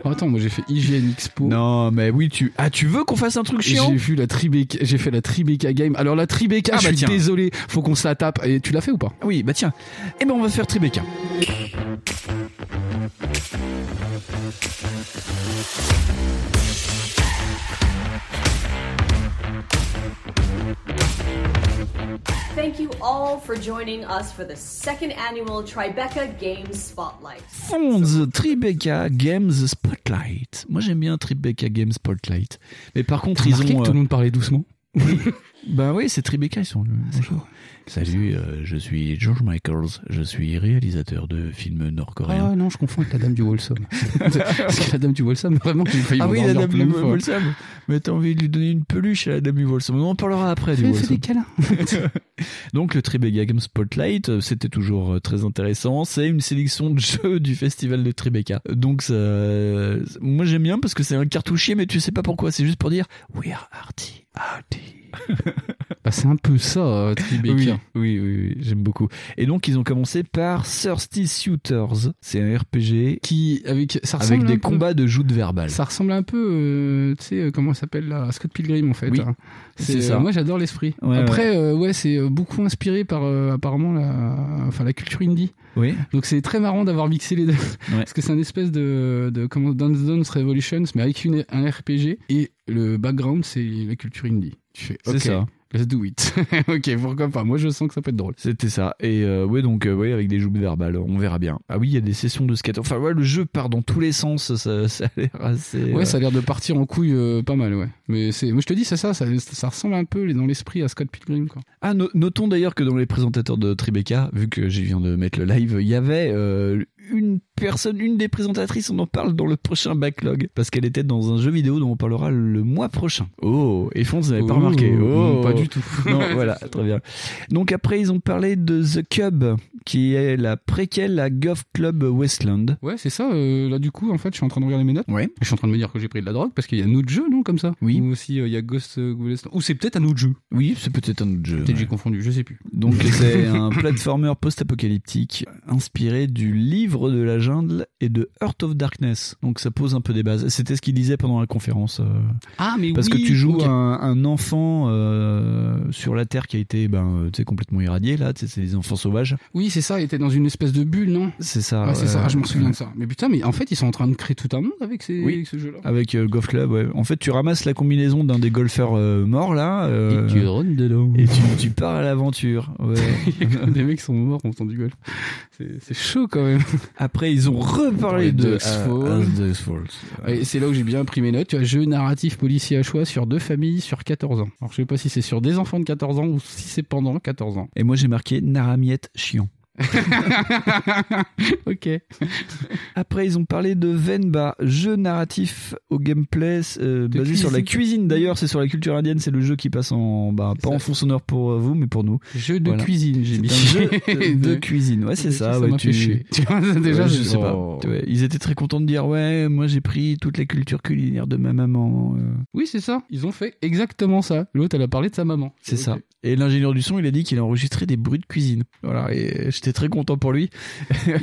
Speaker 5: Oh, Attends, moi j'ai fait IGN Expo.
Speaker 4: Non, mais oui, tu. Ah, tu veux qu'on fasse un truc
Speaker 5: Et
Speaker 4: chiant
Speaker 5: J'ai vu la Tribeca, j'ai fait la Tribeca Game. Alors la Tribeca,
Speaker 4: Ah,
Speaker 5: je
Speaker 4: bah,
Speaker 5: suis
Speaker 4: tiens.
Speaker 5: désolé, faut qu'on se la tape. Et tu l'as fait ou pas
Speaker 4: Oui, bah tiens. Eh ben, on va faire Tribeca.
Speaker 11: Thank you all for joining us for the second annual Tribeca Games Spotlight.
Speaker 4: Fonds Tribeca Games Spotlight. Moi, j'aime bien Tribeca Games Spotlight. Mais par contre, ils
Speaker 5: Remarquez
Speaker 4: ont.
Speaker 5: que tout le monde parlait doucement.
Speaker 4: Bah oui, c'est Tribeca, ils sont.
Speaker 5: Ah,
Speaker 4: Bonjour. Salut, euh, je suis George Michaels, je suis réalisateur de films nord-coréens.
Speaker 5: Ah non, je confonds avec la Dame du Wolsom. Parce que la Dame du Wolsom, vraiment, j'ai
Speaker 4: Ah
Speaker 5: failli m'endormir plein de fois.
Speaker 4: hein. Mais t'as envie de lui donner une peluche à la dame du Wolsom. On en parlera après du
Speaker 5: Fais,
Speaker 4: Wolsom.
Speaker 5: fais des câlins.
Speaker 4: Donc le Tribeca Game Spotlight, euh, c'était toujours euh, très intéressant. C'est une sélection de jeux du festival de Tribeca. Donc ça, euh, moi j'aime bien parce que c'est un cartouchier, mais tu sais pas pourquoi. C'est juste pour dire We are arty, arty.
Speaker 5: Bah, c'est un peu ça, euh, Tribeca.
Speaker 4: Oui, oui, oui, oui, j'aime beaucoup. Et donc ils ont commencé par Thirsty Suitors. C'est un RPG
Speaker 5: Qui, avec, Ah, ça ressemble
Speaker 4: avec
Speaker 5: un
Speaker 4: des
Speaker 5: peu-
Speaker 4: combats de joutes verbales.
Speaker 5: Ça ressemble un peu, euh, tu sais, euh, comment ça s'appelle là Scott Pilgrim en fait.
Speaker 4: Oui,
Speaker 5: hein.
Speaker 4: c'est
Speaker 5: C'est
Speaker 4: ça.
Speaker 5: ça. moi j'adore l'esprit.
Speaker 4: Ouais,
Speaker 5: Après, euh, ouais, c'est euh, beaucoup inspiré par euh, apparemment la, enfin, la culture indie.
Speaker 4: Oui.
Speaker 5: Donc c'est très marrant d'avoir mixé les deux. Parce que c'est un espèce de, de comment, Dance Dance Revolutions, mais avec une, un RPG. Et le background, c'est la culture indie. Tu fais,
Speaker 4: C'est
Speaker 5: ok,
Speaker 4: ça.
Speaker 5: let's do it. ok, pourquoi pas Moi je sens que ça peut être drôle.
Speaker 4: C'était ça. Et euh, ouais, donc euh, ouais, avec des joutes verbales, on verra bien. Ah oui, il y a des sessions de skate. Enfin ouais, le jeu part dans tous les sens. Ça, ça a l'air assez.
Speaker 5: Ouais,
Speaker 4: euh,
Speaker 5: ça a l'air de partir en couille euh, pas mal, ouais. Mais c'est, moi je te dis, c'est ça, ça, ça ressemble un peu dans l'esprit à Scott Pilgrim, quoi.
Speaker 4: Ah, no- notons d'ailleurs que dans les présentateurs de Tribeca, vu que j'y viens de mettre le live, il y avait euh, une personne, une des présentatrices, on en parle dans le prochain backlog, parce qu'elle était dans un jeu vidéo dont on parlera le mois prochain. Oh, et Fonz n'avait pas
Speaker 5: Oh,
Speaker 4: remarqué. Oh,
Speaker 5: non, pas du tout.
Speaker 4: Non, voilà, très bien. Donc après, ils ont parlé de The Cub, qui est la préquelle à Golf Club Westland.
Speaker 5: Ouais, c'est ça. euh, là, du coup, en fait, je suis en train de regarder mes notes.
Speaker 4: Ouais.
Speaker 5: Je suis en train de me dire que j'ai pris de la drogue parce qu'il y a un autre jeu, non, comme ça
Speaker 4: Oui.
Speaker 5: Ou aussi, euh, il y a Ghost euh, Goblin- Ou c'est peut-être un autre jeu.
Speaker 4: Oui, c'est peut-être un autre jeu.
Speaker 5: Peut-être
Speaker 4: ouais.
Speaker 5: j'ai confondu, je sais plus.
Speaker 4: Donc c'est un platformer post-apocalyptique inspiré du livre de la jungle et de Heart of Darkness. Donc ça pose un peu des bases. C'était ce qu'il disait pendant la conférence. euh,
Speaker 5: Ah, mais
Speaker 4: parce
Speaker 5: oui,
Speaker 4: que tu joues
Speaker 5: ok.
Speaker 4: un, un enfant euh, sur la Terre qui a été ben, euh, tu sais, complètement irradié, là, tu sais, c'est des enfants sauvages.
Speaker 5: Oui, c'est ça. Il était dans une espèce de bulle, non
Speaker 4: C'est ça.
Speaker 5: Ouais, c'est ça.
Speaker 4: euh,
Speaker 5: Je m'en souviens de ça. Mais putain, mais en fait, ils sont en train de créer tout un monde avec, ces,
Speaker 4: Oui.
Speaker 5: avec ce jeu-là.
Speaker 4: Avec euh, Golf Club, ouais. En fait, tu ramasses la combinaison d'un des golfeurs euh, morts, là. euh,
Speaker 5: rônes de l'eau.
Speaker 4: et tu, tu pars à l'aventure. Ouais.
Speaker 5: Des mecs sont morts en faisant du golf. C'est c'est chaud quand même.
Speaker 4: Après, ils ont reparlé
Speaker 5: Ouais,
Speaker 4: de
Speaker 5: de Asphalt.
Speaker 4: Ah, de Asphalt.
Speaker 5: Et c'est là où j'ai bien imprimé notes. Tu as jeu narratif policier à choix sur deux familles sur 14 ans. Alors je sais pas si c'est sur des enfants de 14 ans ou si c'est pendant 14 ans.
Speaker 4: Et moi j'ai marqué Naramiette chiant.
Speaker 5: ok.
Speaker 4: Après ils ont parlé de Venba, jeu narratif au gameplay euh, basé sur la cuisine d'ailleurs, c'est sur la culture indienne, c'est le jeu qui passe en bah, pas
Speaker 5: ça.
Speaker 4: en fond sonore pour euh, vous mais pour nous.
Speaker 5: Jeu de
Speaker 4: Voilà.
Speaker 5: cuisine, j'ai
Speaker 4: C'est un
Speaker 5: mis.
Speaker 4: jeu euh, de cuisine. Ouais, c'est ça, ouais,
Speaker 5: m'a
Speaker 4: tu-
Speaker 5: fait chier. Tu vois,
Speaker 4: Ouais,
Speaker 5: déjà,
Speaker 4: je sais
Speaker 5: oh.
Speaker 4: pas. Tu vois, ils étaient très contents de dire ouais, moi j'ai pris toute la culture culinaire de ma maman. euh.
Speaker 5: Oui, c'est ça. Ils ont fait exactement ça. L'autre, elle a parlé de sa maman.
Speaker 4: C'est
Speaker 5: Ok.
Speaker 4: ça. Et l'ingénieur du son, il a dit qu'il a enregistré des bruits de cuisine. Voilà, et j'étais très content pour lui.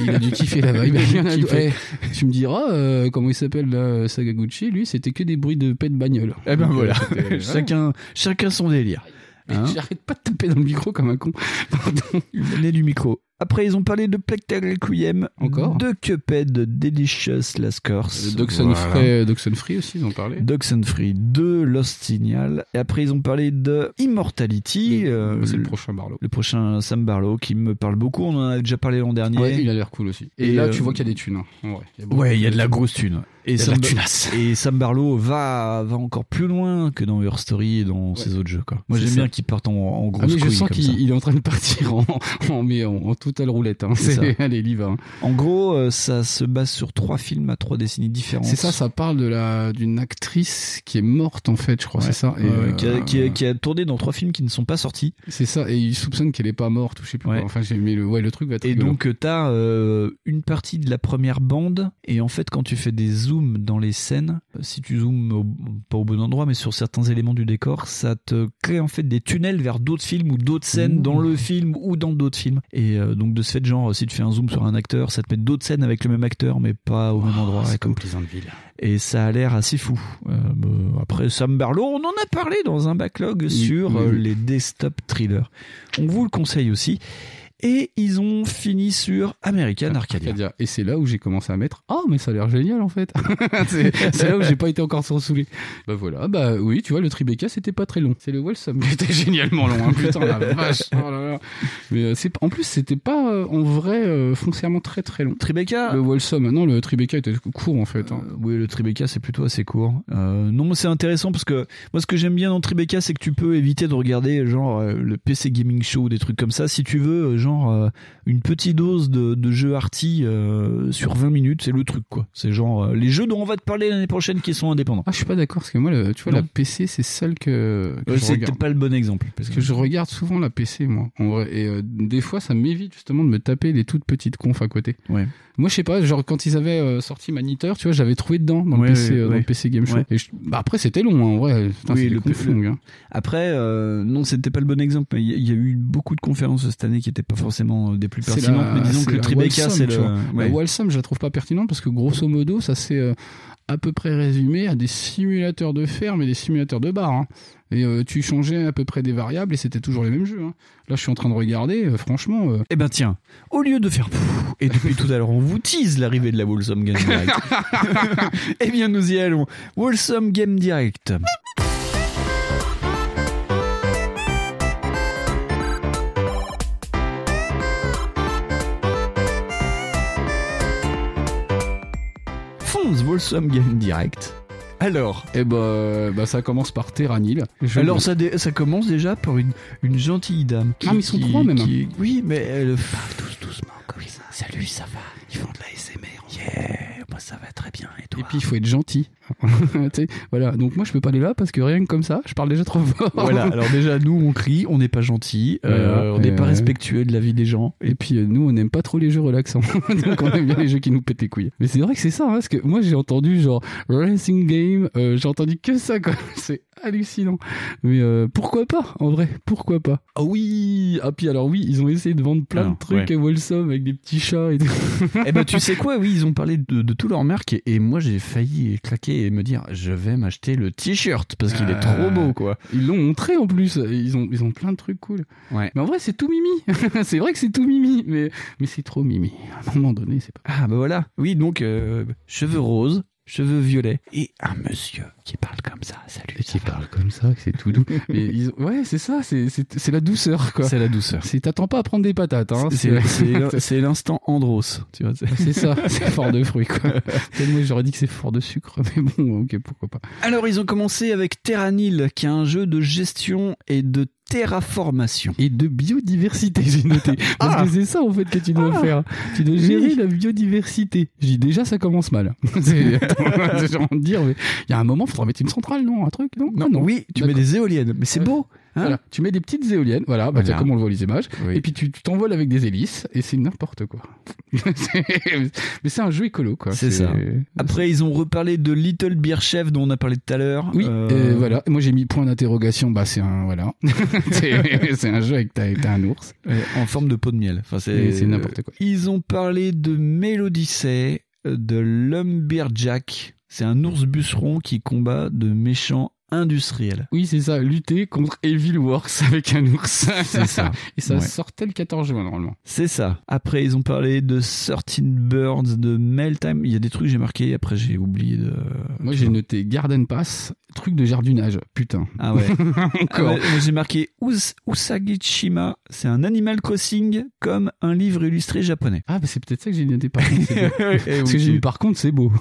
Speaker 5: Il a dû kiffer la vibe.
Speaker 4: Il a dû kiffer.
Speaker 5: Eh, tu me diras, euh, comment il s'appelle là, euh, Sagaguchi Lui, c'était que des bruits de paix de bagnole.
Speaker 4: Eh ben
Speaker 5: Donc,
Speaker 4: voilà.
Speaker 5: euh, c'était-
Speaker 4: chacun, chacun son délire.
Speaker 5: Mais
Speaker 4: Hein
Speaker 5: J'arrête pas de taper dans le micro comme un con. Pardon.
Speaker 4: Le nez du micro. Après, ils ont parlé de Plectel Requiem,
Speaker 5: Encore
Speaker 4: de Cuphead, de Delicious Last
Speaker 5: Euh,
Speaker 4: Course,
Speaker 5: Doxenfree Doxenfree aussi, ils en parlaient.
Speaker 4: Free 2, Lost Signal. Et après, ils ont parlé de Immortality. euh,
Speaker 5: bah, C'est le prochain Barlow.
Speaker 4: le prochain Sam Barlow qui me parle beaucoup. On en a déjà parlé l'an dernier.
Speaker 5: Ouais, il a l'air cool aussi. Et,
Speaker 4: Et,
Speaker 5: là,
Speaker 4: euh,
Speaker 5: tu vois qu'il y a des thunes. hein, en vrai. beaucoup
Speaker 4: Ouais, il y a de la grosse thune.
Speaker 5: Il y a de la
Speaker 4: Ba-
Speaker 5: thunasse.
Speaker 4: et Sam Barlow va, va encore plus loin que dans Her Story et dans ses autres jeux. Quoi. Moi,
Speaker 5: C'est
Speaker 4: j'aime
Speaker 5: ça.
Speaker 4: bien qu'il parte en, en
Speaker 5: Ah,
Speaker 4: grosse
Speaker 5: mais je
Speaker 4: couille
Speaker 5: sens
Speaker 4: comme ça.
Speaker 5: qu'il il est en train de partir en, en, mais en, en totale roulette. Hein.
Speaker 4: C'est
Speaker 5: C'est-
Speaker 4: ça.
Speaker 5: Allez, il y va. hein.
Speaker 4: En gros, euh, ça se base sur trois films à trois décennies différentes.
Speaker 5: C'est ça, ça parle de la d'une actrice qui est morte en fait, je crois,
Speaker 4: Ouais.
Speaker 5: c'est ça. Et,
Speaker 4: Euh, qui, a,
Speaker 5: euh,
Speaker 4: qui a- qui a tourné dans trois films qui ne sont pas sortis.
Speaker 5: C'est ça, et il soupçonne qu'elle est pas morte ou je sais plus.
Speaker 4: Ouais.
Speaker 5: quoi. Enfin, j'ai- mais le, ouais, le truc va être
Speaker 4: Et
Speaker 5: rigolo.
Speaker 4: donc, euh, t'as euh, une partie de la première bande, et en fait, quand tu fais des zooms dans les scènes, euh, si tu zoomes au- pas au bon endroit, mais sur certains éléments du décor, ça te crée en fait des tunnels vers d'autres films ou d'autres scènes
Speaker 5: Ouh.
Speaker 4: dans le film ou dans d'autres films. Et euh, donc, de ce fait, genre, si tu fais un zoom sur un acteur, ça te met d'autres scènes avec le même acteur, mais pas au même endroit. et
Speaker 5: Ah, c'est comme
Speaker 4: tout.
Speaker 5: Pleasantville.
Speaker 4: Et ça a l'air assez fou. Euh, bah, après, Sam Barlow, on en a parlé dans un backlog sur
Speaker 5: oui,
Speaker 4: euh,
Speaker 5: oui.
Speaker 4: les desktop thrillers. On vous le conseille aussi. Et ils ont fini sur American Arcadia.
Speaker 5: Ah, Arcadia. Et c'est là où j'ai commencé à mettre Ah, mais ça a l'air génial en fait. c'est c'est là où j'ai pas été encore sans saouler. Bah voilà, bah oui, tu vois, le Tribeca c'était pas très long. C'est le Wholesome qui était génialement long. hein. Putain, la vache. Oh là là. Mais euh, c'est pas- en plus, c'était pas euh, en vrai euh, foncièrement très très long.
Speaker 4: Tribeca
Speaker 5: Le Wholesome, non, le Tribeca était court en fait. hein.
Speaker 4: Euh, oui, le Tribeca, c'est plutôt assez court. Euh, non, mais c'est intéressant parce que moi, ce que j'aime bien dans Tribeca, c'est que tu peux éviter de regarder genre euh, le PC Gaming Show ou des trucs comme ça. Si tu veux, euh, genre euh, une petite dose de, de jeux arty euh, sur 20 minutes, c'est le truc quoi. C'est genre euh, les jeux dont on va te parler l'année prochaine qui sont indépendants.
Speaker 5: Ah, je suis pas d'accord parce que moi, le- tu vois,
Speaker 4: Non.
Speaker 5: la PC, c'est celle que, que
Speaker 4: Euh,
Speaker 5: je
Speaker 4: c'est
Speaker 5: regarde.
Speaker 4: peut-être pas le bon exemple. Parce
Speaker 5: Parce que je regarde souvent la PC, moi, en vrai. Et euh, des fois, ça m'évite justement de me taper les toutes petites confs à côté.
Speaker 4: Ouais.
Speaker 5: Moi, je sais pas, genre quand ils avaient euh, sorti Maniteur, tu vois, j'avais trouvé dedans dans,
Speaker 4: Ouais,
Speaker 5: le, PC,
Speaker 4: ouais,
Speaker 5: euh, dans le
Speaker 4: ouais.
Speaker 5: PC Game Show.
Speaker 4: Ouais.
Speaker 5: Et je- bah, après, c'était long, hein, en vrai. Putain,
Speaker 4: Oui,
Speaker 5: c'est
Speaker 4: le
Speaker 5: des confs
Speaker 4: P- le-
Speaker 5: longues, hein.
Speaker 4: Après, euh, non, c'était pas le bon exemple, mais il y, a- il y a eu beaucoup de conférences cette année qui étaient pas forcément euh, des plus
Speaker 5: C'est
Speaker 4: pertinentes,
Speaker 5: la-
Speaker 4: mais disons
Speaker 5: c'est
Speaker 4: que le
Speaker 5: la
Speaker 4: Tribeca,
Speaker 5: Walsum,
Speaker 4: c'est
Speaker 5: tu
Speaker 4: le.
Speaker 5: vois.
Speaker 4: ouais.
Speaker 5: La Walsum, je la trouve pas pertinente parce que grosso modo, ça s'est euh, à peu près résumé à des simulateurs de ferme et des simulateurs de bar. hein. Et euh, tu changeais à peu près des variables et c'était toujours les mêmes jeux. hein. Là, je suis en train de regarder, euh, franchement. euh,
Speaker 4: Eh ben tiens, au lieu de faire pouf, et depuis tout à l'heure on vous tease l'arrivée de la Wholesome Game Direct, eh bien nous y allons. Wholesome Game Direct. Fonce Wholesome Game Direct. Alors,
Speaker 5: Eh bah, bah, ça commence par Terranil. Je-
Speaker 4: alors ça, dé- ça commence déjà par une, une gentille dame.
Speaker 5: Ah, mais ils sont trois, même.
Speaker 4: qui- oui, mais elle parle douce, doucement comme ça. Salut, ça va Ils font de la SMR. Yeah, moi ça va très bien. Et toi
Speaker 5: Et puis il faut être gentil. Tu sais, voilà. Donc moi je peux pas aller là parce que rien que comme ça, je parle déjà trop fort.
Speaker 4: Voilà, alors déjà, nous on crie, on n'est pas gentil, euh,
Speaker 5: Voilà,
Speaker 4: on n'est
Speaker 5: et
Speaker 4: pas
Speaker 5: ouais.
Speaker 4: respectueux de la vie des gens.
Speaker 5: Et puis euh, nous on n'aime pas trop les jeux relaxants. Donc on aime bien les jeux qui nous pètent les couilles. Mais c'est vrai que c'est ça, hein, parce que moi j'ai entendu genre Racing Game, euh, j'ai entendu que ça quoi. C'est hallucinant. Mais euh, pourquoi pas en vrai Pourquoi pas Ah oui Ah puis alors oui, ils ont essayé de vendre plein
Speaker 4: Alors,
Speaker 5: de trucs
Speaker 4: ouais.
Speaker 5: à Wolsom avec des petits chats et tout.
Speaker 4: Eh ben tu sais quoi, oui, ils ont parlé de, de tous leurs marques et, et moi j'ai failli claquer et me dire je vais m'acheter le t-shirt parce qu'il est trop beau quoi.
Speaker 5: Ils l'ont montré en plus, ils ont, ils ont plein de trucs cool.
Speaker 4: Ouais.
Speaker 5: Mais en vrai, c'est tout mimi. c'est vrai que c'est tout mimi, mais, mais c'est trop mimi. À un moment donné, c'est pas.
Speaker 4: Ah bah voilà. Oui, donc euh, cheveux roses, cheveux violets et un monsieur qui parle comme ça. Salut. ça va
Speaker 5: comme ça, que c'est tout doux. mais ils- ouais, c'est ça, c'est- c'est c'est la douceur, quoi.
Speaker 4: C'est la douceur.
Speaker 5: C'est t'attends pas à prendre des patates, hein.
Speaker 4: C'est- c'est l'in- C'est l'instant Andros, tu vois. c'est-
Speaker 5: C'est ça, c'est fort de fruits, quoi. Peut-être moi, j'aurais dit que c'est fort de sucre, mais bon, ok, pourquoi pas.
Speaker 4: Alors ils ont commencé avec Terranil, qui est un jeu de gestion et de terraformation.
Speaker 5: Et de biodiversité, j'ai noté. Parce
Speaker 4: Ah.
Speaker 5: que c'est ça, en fait, que tu dois
Speaker 4: Ah.
Speaker 5: faire. Tu dois
Speaker 4: Oui.
Speaker 5: gérer la biodiversité. J'ai dit, déjà, ça commence mal. c'est attends, c'est genre de dire, mais il y a un moment, faudra mettre une centrale, non Un truc, non Ah,
Speaker 4: oui, tu mets
Speaker 5: D'accord.
Speaker 4: des éoliennes, mais c'est beau. hein
Speaker 5: Voilà, tu mets des petites éoliennes, voilà, bah,
Speaker 4: Voilà.
Speaker 5: tiens, comme on le voit les images,
Speaker 4: Oui.
Speaker 5: et puis tu tu t'envoles avec des hélices, et c'est n'importe quoi. C'est- Mais c'est un jeu écolo, quoi.
Speaker 4: C'est ça. Après, ils ont reparlé de Little Beer Chef dont on a parlé tout à l'heure.
Speaker 5: Oui,
Speaker 4: Euh,
Speaker 5: et voilà. Moi j'ai mis point d'interrogation, bah c'est un voilà, c'est c'est un jeu avec t'as t'as un ours.
Speaker 4: euh, En forme de pot de miel. Enfin,
Speaker 5: Et c'est n'importe quoi.
Speaker 4: Ils ont parlé de Mélodicée, euh, de Lumberjack. C'est un ours busseron qui combat de méchants industriel.
Speaker 5: Oui, c'est ça, lutter contre Evil Works avec un ours.
Speaker 4: C'est ça.
Speaker 5: Et ça
Speaker 4: Ouais.
Speaker 5: sortait le 14 juin normalement.
Speaker 4: C'est ça. Après, ils ont parlé de 13 Birds, de Meltime. Il y a des trucs que j'ai marqués, après j'ai oublié de...
Speaker 5: Moi j'ai noté Garden Pass, truc de jardinage, putain.
Speaker 4: Ah ouais.
Speaker 5: Encore.
Speaker 4: Ah ouais, j'ai marqué Us- Usagichima. C'est un Animal Crossing comme un livre illustré japonais.
Speaker 5: Ah bah c'est peut-être ça que j'ai noté par contre. c'est beau.
Speaker 4: Eh
Speaker 5: Parce
Speaker 4: oui,
Speaker 5: que j'ai
Speaker 4: tu-
Speaker 5: eu par contre c'est beau.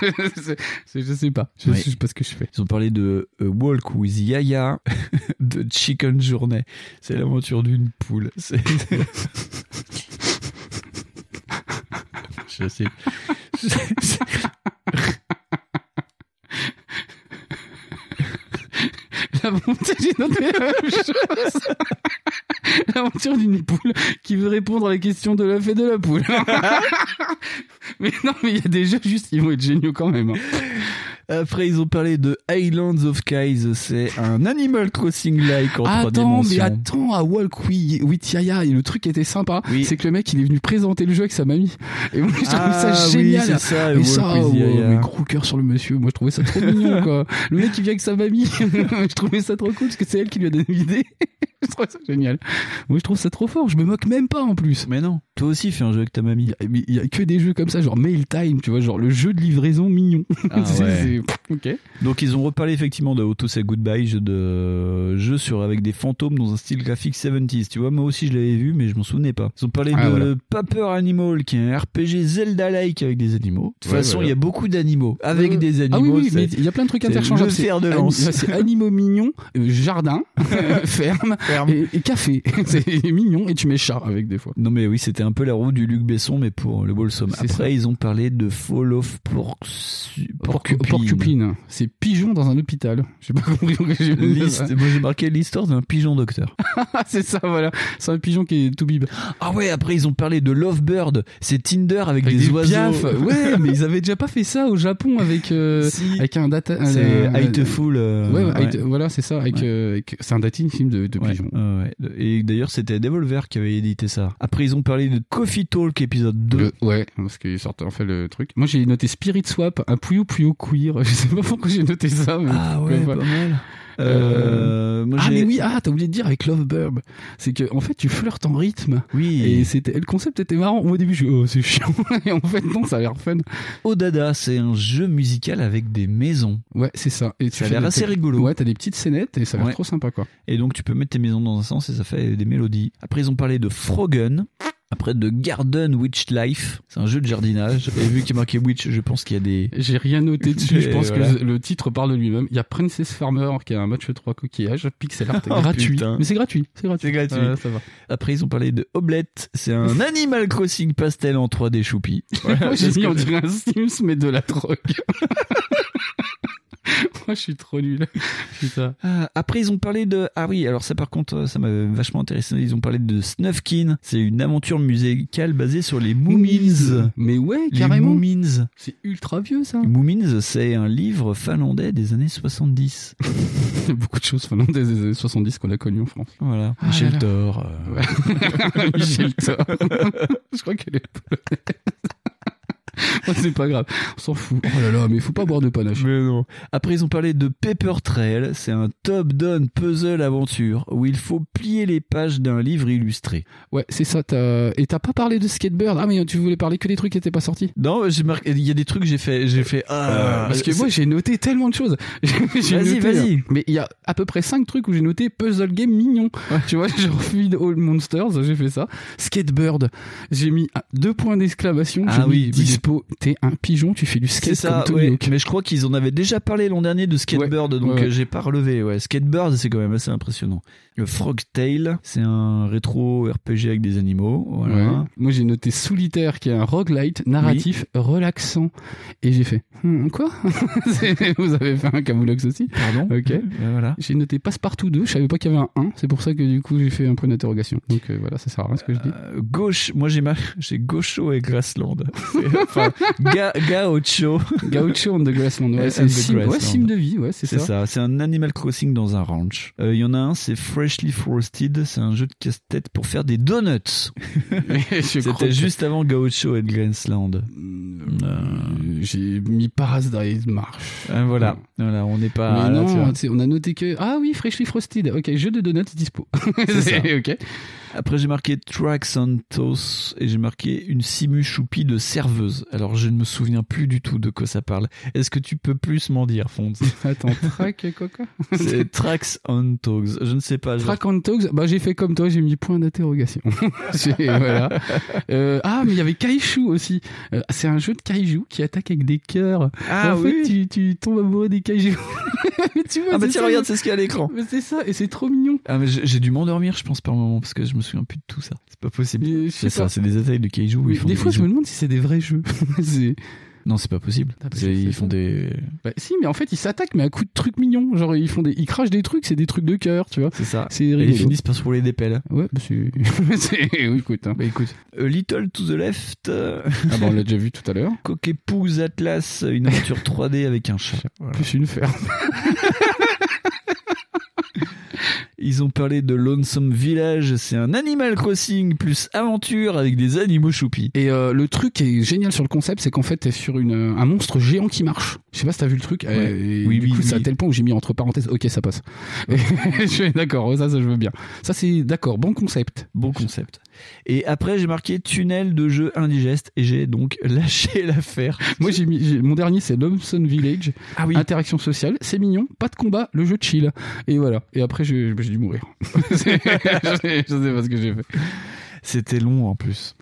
Speaker 5: C'est- c'est- je sais pas. Je,
Speaker 4: Ouais.
Speaker 5: je sais pas ce que je fais.
Speaker 4: Ils ont parlé de euh, Walk with Yaya, de Chicken Journey. C'est l'aventure d'une poule. C'est- Je sais.
Speaker 5: L'aventure j'ai noté la même chose. L'aventure d'une poule qui veut répondre à la question de l'œuf et de la poule. mais non mais il y a des jeux juste ils vont être géniaux quand même. hein.
Speaker 4: Après, ils ont parlé de Islands of Kais. C'est un Animal Crossing-like en trois
Speaker 5: Attends, mais
Speaker 4: dimensions.
Speaker 5: attends, à Walk with with Yaya, et le truc était sympa,
Speaker 4: Oui.
Speaker 5: c'est que le mec il est venu présenter le jeu avec sa mamie. Et moi je trouve ça
Speaker 4: Ah oui,
Speaker 5: génial.
Speaker 4: c'est ça,
Speaker 5: et
Speaker 4: Walk
Speaker 5: ça,
Speaker 4: with
Speaker 5: ouais,
Speaker 4: Yaya.
Speaker 5: mais gros cœur sur le monsieur, moi je trouvais ça trop mignon quoi. Le mec il vient avec sa mamie, je trouvais ça trop cool parce que c'est elle qui lui a donné l'idée. je trouvais ça génial. Moi je trouve ça trop fort, je me moque même pas en plus.
Speaker 4: Mais non, toi aussi fais un jeu avec ta mamie.
Speaker 5: Mais il y a que des jeux comme ça, genre Mail Time, tu vois, genre le jeu de livraison mignon.
Speaker 4: Ah
Speaker 5: C'est-
Speaker 4: ouais.
Speaker 5: c'est- pff, Ok.
Speaker 4: Donc ils ont reparlé effectivement de Auto Say Goodbye, jeu de jeu sur avec des fantômes dans un style graphique 70s. Tu vois, moi aussi je l'avais vu mais je m'en souvenais pas. Ils ont parlé
Speaker 5: Ah,
Speaker 4: de
Speaker 5: voilà.
Speaker 4: Paper Animal qui est un RPG Zelda-like avec des animaux. De toute
Speaker 5: Ouais,
Speaker 4: façon, il
Speaker 5: voilà.
Speaker 4: y a beaucoup d'animaux avec
Speaker 5: Euh,
Speaker 4: des animaux.
Speaker 5: Ah oui, oui,
Speaker 4: c'est-
Speaker 5: mais il y a plein de trucs
Speaker 4: c'est
Speaker 5: interchangeables.
Speaker 4: le fer de
Speaker 5: ani-
Speaker 4: lance.
Speaker 5: C'est animaux mignons, euh, jardin, ferme, Et, et café. C'est mignon et tu mets chat avec des fois.
Speaker 4: Non mais oui, c'était un peu la roue du Luc Besson mais pour le Bolsom.
Speaker 5: C'est
Speaker 4: Après,
Speaker 5: ça.
Speaker 4: ils ont parlé de Fall of Porcu-
Speaker 5: Porcu-
Speaker 4: Porcupine.
Speaker 5: Porcupine, c'est pigeon dans un hôpital. J'ai pas compris pourquoi j'ai mis ça.
Speaker 4: L'hist- Moi j'ai marqué l'histoire d'un pigeon docteur.
Speaker 5: Ah, c'est ça, voilà. C'est un pigeon qui est tout bib.
Speaker 4: Ah ouais, après ils ont parlé de Lovebird, c'est Tinder avec, des, oiseaux.
Speaker 5: piafs. Ouais, mais ils avaient déjà pas fait ça au Japon avec euh,
Speaker 4: Si.
Speaker 5: avec un data. un-
Speaker 4: c'est
Speaker 5: un-
Speaker 4: Hateful. euh,
Speaker 5: Ouais, ouais,
Speaker 4: ouais.
Speaker 5: Hate- voilà, c'est ça. Avec,
Speaker 4: Ouais.
Speaker 5: euh, avec- c'est un dating film de, de
Speaker 4: Ouais,
Speaker 5: pigeon.
Speaker 4: ouais, ouais. Et d'ailleurs, c'était Devolver qui avait édité ça. Après, ils ont parlé de Coffee Talk épisode 2.
Speaker 5: Le- ouais, parce qu'ils sortent en fait le truc. Moi j'ai noté Spirit Swap, un Puyo Puyo Queer. Je sais pas pourquoi j'ai noté ça. Mais
Speaker 4: Ah ouais,
Speaker 5: pourquoi
Speaker 4: pas
Speaker 5: pas.
Speaker 4: mal.
Speaker 5: Euh,
Speaker 4: moi,
Speaker 5: Ah
Speaker 4: j'ai-
Speaker 5: mais oui, ah t'as oublié de dire avec Love Burb, c'est que en fait tu flirtes en rythme.
Speaker 4: Oui.
Speaker 5: Et c'était le concept était marrant. Moi, au début je oh c'est chiant et en fait non ça a l'air fun.
Speaker 4: Odada, c'est un jeu musical avec des maisons.
Speaker 5: Ouais c'est ça. Et tu
Speaker 4: Ça a
Speaker 5: fais
Speaker 4: l'air
Speaker 5: des-
Speaker 4: assez
Speaker 5: t'as-
Speaker 4: rigolo.
Speaker 5: Ouais t'as des petites scénettes et ça a l'air
Speaker 4: Ouais.
Speaker 5: trop sympa quoi.
Speaker 4: Et donc, tu peux mettre tes maisons dans un sens et ça fait des mélodies. Après, ils ont parlé de Frogen. Après, de Garden Witch Life. C'est un jeu de jardinage. Et vu qu'il est marqué Witch, je pense qu'il y a des.
Speaker 5: J'ai rien noté dessus.
Speaker 4: Et
Speaker 5: je pense
Speaker 4: voilà.
Speaker 5: que le titre parle de lui-même. Il y a Princess Farmer qui a un match de trois coquillages pixel art
Speaker 4: Oh,
Speaker 5: gratuit.
Speaker 4: putain.
Speaker 5: Mais c'est gratuit. C'est gratuit.
Speaker 4: C'est gratuit.
Speaker 5: Ouais, ça va.
Speaker 4: Après, ils ont parlé de Oblette. C'est un Animal Crossing pastel en 3D choupi.
Speaker 5: Moi, j'ai
Speaker 4: Parce
Speaker 5: mis,
Speaker 4: que-
Speaker 5: on dirait un Sims, mais de la drogue. Moi, je suis trop nul. Putain.
Speaker 4: Ah, Après, ils ont parlé de. Ah oui, alors ça, par contre, euh, ça m'avait vachement intéressé. Ils ont parlé de Snufkin. C'est une aventure musicale basée sur les Moomins.
Speaker 5: Mais ouais,
Speaker 4: Les
Speaker 5: carrément.
Speaker 4: Moomins.
Speaker 5: C'est ultra vieux, ça.
Speaker 4: Les Moomins, c'est un livre finlandais des années 70.
Speaker 5: Il y a beaucoup de choses finlandaises des années 70 qu'on a connues en France.
Speaker 4: Voilà.
Speaker 5: Ah
Speaker 4: Michel
Speaker 5: là là.
Speaker 4: Thor. euh,
Speaker 5: Ouais. Michel Thor. je crois qu'elle est polonaise. Bon, c'est pas grave. On s'en fout. Oh là là, mais faut pas boire de panache.
Speaker 4: Mais non. Après, ils ont parlé de Paper Trail. C'est un top-down puzzle aventure où il faut plier les pages d'un livre illustré.
Speaker 5: Ouais, c'est ça. t'as- Et t'as pas parlé de Skatebird. Ah, mais tu voulais parler que des trucs qui étaient pas sortis.
Speaker 4: Non, j'ai marqué. Il y a des trucs que j'ai fait. J'ai fait. Ah,
Speaker 5: parce que moi j'ai noté tellement de choses. J'ai
Speaker 4: Vas-y,
Speaker 5: noté,
Speaker 4: vas-y.
Speaker 5: euh, Mais il y a à peu près 5 trucs où j'ai noté puzzle game mignon. Tu vois, genre Feed All Monsters, j'ai fait ça. Skatebird, j'ai mis ah, deux points d'exclamation. j'ai
Speaker 4: Ah
Speaker 5: mis
Speaker 4: oui, oui.
Speaker 5: dispo. T'es un pigeon, tu fais du
Speaker 4: C'est
Speaker 5: skate
Speaker 4: ça,
Speaker 5: comme Tony
Speaker 4: ouais.
Speaker 5: Hawk.
Speaker 4: mais je crois qu'ils en avaient déjà parlé l'an dernier de Skatebird, donc
Speaker 5: ouais, ouais.
Speaker 4: euh, j'ai pas relevé. Ouais. Skatebird, c'est quand même assez impressionnant. Le Frog Tale, c'est un rétro RPG avec des animaux. Voilà.
Speaker 5: Ouais. Moi j'ai noté Solitaire qui est un roguelite narratif relaxant et j'ai fait Hum, quoi C'est- Vous avez fait un Camoulox aussi
Speaker 4: Pardon
Speaker 5: Ok.
Speaker 4: Ouais, voilà.
Speaker 5: J'ai noté Passepartout 2, je savais pas qu'il y avait un 1, c'est pour ça que du coup j'ai fait un point d'interrogation. Donc euh, voilà, ça sert à rien ce que je dis.
Speaker 4: Euh, gauche, moi j'ai mal, j'ai Gaucho et Grassland. C'est- enfin, Ga- Gaocho.
Speaker 5: Gaucho on the Grassland, ouais,
Speaker 4: And
Speaker 5: c'est
Speaker 4: the
Speaker 5: sim, ouais,
Speaker 4: euh, Grassland.
Speaker 5: sim de vie, ouais, c'est
Speaker 4: C'est
Speaker 5: ça.
Speaker 4: ça, c'est un Animal Crossing dans un ranch. Euh, Il y en a un, c'est Freshly Frosted, c'est un jeu de casse-tête pour faire des donuts.
Speaker 5: Je crois
Speaker 4: C'était
Speaker 5: que-
Speaker 4: juste avant Gaucho et Grassland.
Speaker 5: Euh, j'ai mis Paradise Marche.
Speaker 4: Euh, voilà. voilà, on n'est pas.
Speaker 5: Mais
Speaker 4: là, tu vois.
Speaker 5: non, tu sais, on a noté que. Ah oui, Freshly Frosted. Ok, jeu de donuts dispo.
Speaker 4: C'est ça.
Speaker 5: ok.
Speaker 4: Après, j'ai marqué Track Santos et j'ai marqué une simu choupie de serveuse. Alors, je ne me souviens plus du tout de quoi ça parle. Est-ce que tu peux plus m'en dire, Fonds
Speaker 5: Attends, Track Coca
Speaker 4: C'est Tracks on Togs. Je ne sais pas. je-
Speaker 5: Track and Talks, bah j'ai fait comme toi, j'ai mis point d'interrogation. J'ai- voilà. Euh, ah, mais il y avait Kaiju aussi. Euh, c'est un jeu de Kaiju qui attaque avec des cœurs.
Speaker 4: Ah
Speaker 5: en
Speaker 4: oui.
Speaker 5: fait, tu, tu tombes amoureux des Kaiju. Mais tu vois,
Speaker 4: Ah bah
Speaker 5: c'est
Speaker 4: tiens,
Speaker 5: ça,
Speaker 4: regarde, c'est ce qu'il y a à l'écran.
Speaker 5: mais c'est ça, et c'est trop mignon.
Speaker 4: Ah mais j'ai j'ai dû m'endormir, je pense, par moment, parce que je me souviens plus de tout ça. C'est pas possible.
Speaker 5: Mais je sais
Speaker 4: C'est ça,
Speaker 5: pas.
Speaker 4: c'est des attaques de kaiju. où
Speaker 5: Mais
Speaker 4: ils font
Speaker 5: des fois, je
Speaker 4: bisous.
Speaker 5: me demande si c'est des vrais jeux. C'est-
Speaker 4: Non, c'est pas possible.
Speaker 5: Ah, bah,
Speaker 4: C'est-
Speaker 5: je sais
Speaker 4: Ils font
Speaker 5: pas.
Speaker 4: des.
Speaker 5: Bah, si, mais en fait, ils s'attaquent, mais à coups de trucs mignons. Genre, ils font des, ils crachent des trucs, c'est des trucs de cœur, tu vois.
Speaker 4: C'est ça.
Speaker 5: C'est
Speaker 4: Et ils
Speaker 5: rigolo.
Speaker 4: finissent par se rouler des pelles.
Speaker 5: Ouais, bah, c'est, c'est- oui, écoute. hein.
Speaker 4: Bah écoute, A Little to the Left, euh,
Speaker 5: Ah bah, on l'a déjà vu tout à l'heure.
Speaker 4: Coquepouze Atlas, une aventure 3D avec un chat. Voilà.
Speaker 5: Plus une ferme.
Speaker 4: Ils ont parlé de Lonesome Village, c'est un Animal Crossing plus aventure avec des animaux choupis.
Speaker 5: Et euh, le truc qui est génial sur le concept, c'est qu'en fait, t'es sur une, euh, un monstre géant qui marche. Je sais pas si t'as vu le truc. euh, et
Speaker 4: Oui,
Speaker 5: du
Speaker 4: oui,
Speaker 5: coup, c'est
Speaker 4: oui.
Speaker 5: à tel point où j'ai mis entre parenthèses, ok, ça passe. Et je suis d'accord, ça, ça, je veux bien. Ça, c'est d'accord, bon concept.
Speaker 4: Bon concept. Et après, j'ai marqué tunnel de jeu indigeste et j'ai donc lâché l'affaire.
Speaker 5: Moi, j'ai mis, j'ai- mon dernier, c'est Lomson Village.
Speaker 4: Ah oui.
Speaker 5: Interaction sociale, c'est mignon, pas de combat, le jeu chill. Et voilà. Et après, je- j'ai dû mourir. C'est- je, sais, je sais pas ce que j'ai fait.
Speaker 4: C'était long en plus.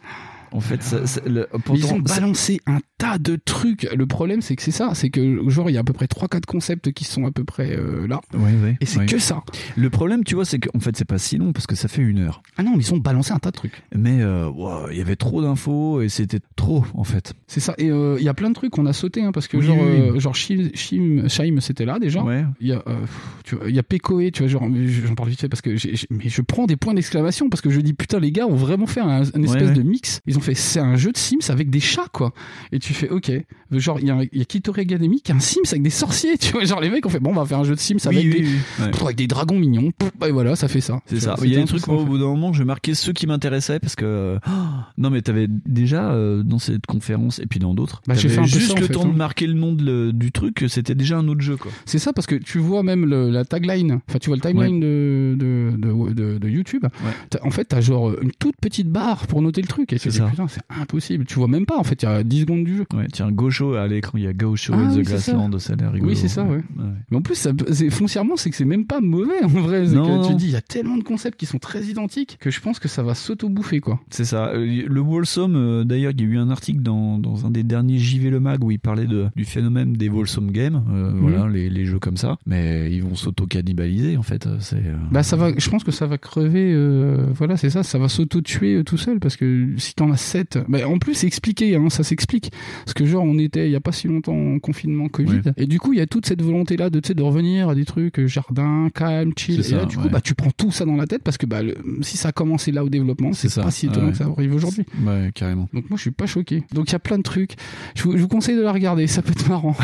Speaker 4: En fait, ça, ça- le-
Speaker 5: Mais ils
Speaker 4: pourtant,
Speaker 5: ont
Speaker 4: ça-
Speaker 5: balancé un tas de trucs. Le problème, c'est que c'est ça. C'est que, genre, il y a à peu près 3-4 concepts qui sont à peu près euh, là.
Speaker 4: Ouais, ouais,
Speaker 5: Et c'est
Speaker 4: ouais.
Speaker 5: que ça.
Speaker 4: Le problème, tu vois, c'est qu'en fait, c'est pas si long parce que ça fait une heure.
Speaker 5: Ah non, mais ils ont balancé un tas de trucs.
Speaker 4: Mais euh, wow, il y avait trop d'infos et c'était trop en fait.
Speaker 5: C'est ça. Et euh, il y a plein de trucs qu'on a sauté, hein, parce que
Speaker 4: Oui,
Speaker 5: genre,
Speaker 4: oui,
Speaker 5: euh, genre Shim, Shim- Shaim, c'était là déjà.
Speaker 4: Ouais.
Speaker 5: Il y a, euh, pff, tu vois, il y a Pekoe, tu vois, genre, mais j'en parle vite fait parce que j'ai- j'ai- mais je prends des points d'exclamation parce que je dis putain, les gars ont vraiment fait un, un espèce
Speaker 4: ouais.
Speaker 5: de mix. Ils ont fait, c'est un jeu de Sims avec des chats, quoi. Et tu fais, ok. Genre, il y a, un- il y a Kitori Academy qui a un Sims avec des sorciers, tu vois. Genre, les mecs ont fait, bon, on va faire un jeu de Sims
Speaker 4: Oui,
Speaker 5: avec,
Speaker 4: oui,
Speaker 5: des,
Speaker 4: oui. Ouais.
Speaker 5: pff, avec des dragons mignons. Pff, et voilà, ça fait ça.
Speaker 4: C'est
Speaker 5: Tu
Speaker 4: ça.
Speaker 5: vois,
Speaker 4: Il y a
Speaker 5: c'était
Speaker 4: des
Speaker 5: un
Speaker 4: trucs,
Speaker 5: peu ça, en
Speaker 4: moi, au
Speaker 5: fait.
Speaker 4: bout d'un moment, je marquais ceux qui m'intéressaient parce que. oh, non, mais t'avais déjà euh, dans cette conférence et puis dans d'autres.
Speaker 5: Bah, j'ai
Speaker 4: t'avais
Speaker 5: fait un peu
Speaker 4: juste
Speaker 5: ça, en
Speaker 4: le
Speaker 5: fait,
Speaker 4: temps
Speaker 5: hein.
Speaker 4: de marquer le nom de le- du truc, c'était déjà un autre jeu quoi.
Speaker 5: C'est ça parce que tu vois même le- la tagline, enfin tu vois le timeline de, de, de, de- de YouTube. T'as- En fait, t'as genre euh, une toute petite barre pour noter le truc et tu
Speaker 4: C'est
Speaker 5: te dis
Speaker 4: ça.
Speaker 5: putain, c'est impossible. Tu vois même pas en fait, il y a 10 secondes du jeu.
Speaker 4: Ouais, tiens, Gaucho à l'écran, il y a Gaucho
Speaker 5: Ah
Speaker 4: and
Speaker 5: oui,
Speaker 4: the
Speaker 5: c'est ça.
Speaker 4: Grassland, ça a l'air rigolo.
Speaker 5: Oui, c'est ça, ouais. Mais en plus, ça, c'est- foncièrement, c'est que c'est même pas mauvais en vrai. C'est
Speaker 4: Non,
Speaker 5: que tu
Speaker 4: non.
Speaker 5: dis, il y a tellement de concepts qui sont très identiques que je pense que ça va s'auto-bouffer quoi.
Speaker 4: C'est ça. Euh, Le Wolsom, euh, d'ailleurs, il y a eu un article dans, dans un des derniers JV Le Mag où il parlait de, du phénomène des Wolsom Games, euh,
Speaker 5: Mhm.
Speaker 4: voilà, les, les jeux comme ça. Mais ils vont s'auto-cannibaliser en fait. euh, C'est. euh,
Speaker 5: Bah ça va, je pense que ça va crever. euh, voilà, c'est ça, ça va s'auto-tuer euh, tout seul parce que si t'en as 7 bah, en plus c'est expliqué, hein, ça s'explique. Parce que genre on était il y a pas si longtemps en confinement Covid
Speaker 4: Ouais.
Speaker 5: et du coup il y a toute cette volonté là de tu sais de revenir à des trucs euh, jardin calme chill. Et
Speaker 4: C'est ça,
Speaker 5: là du coup
Speaker 4: ouais.
Speaker 5: bah tu prends tout ça dans la tête parce que bah le- si ça a commencé là au développement
Speaker 4: C'est
Speaker 5: c'est
Speaker 4: ça,
Speaker 5: pas si étonnant
Speaker 4: ouais.
Speaker 5: que ça arrive aujourd'hui.
Speaker 4: Ouais, carrément.
Speaker 5: Donc moi je suis pas choqué. Donc il y a plein de trucs. Je vous, je vous conseille de la regarder, ça peut être marrant.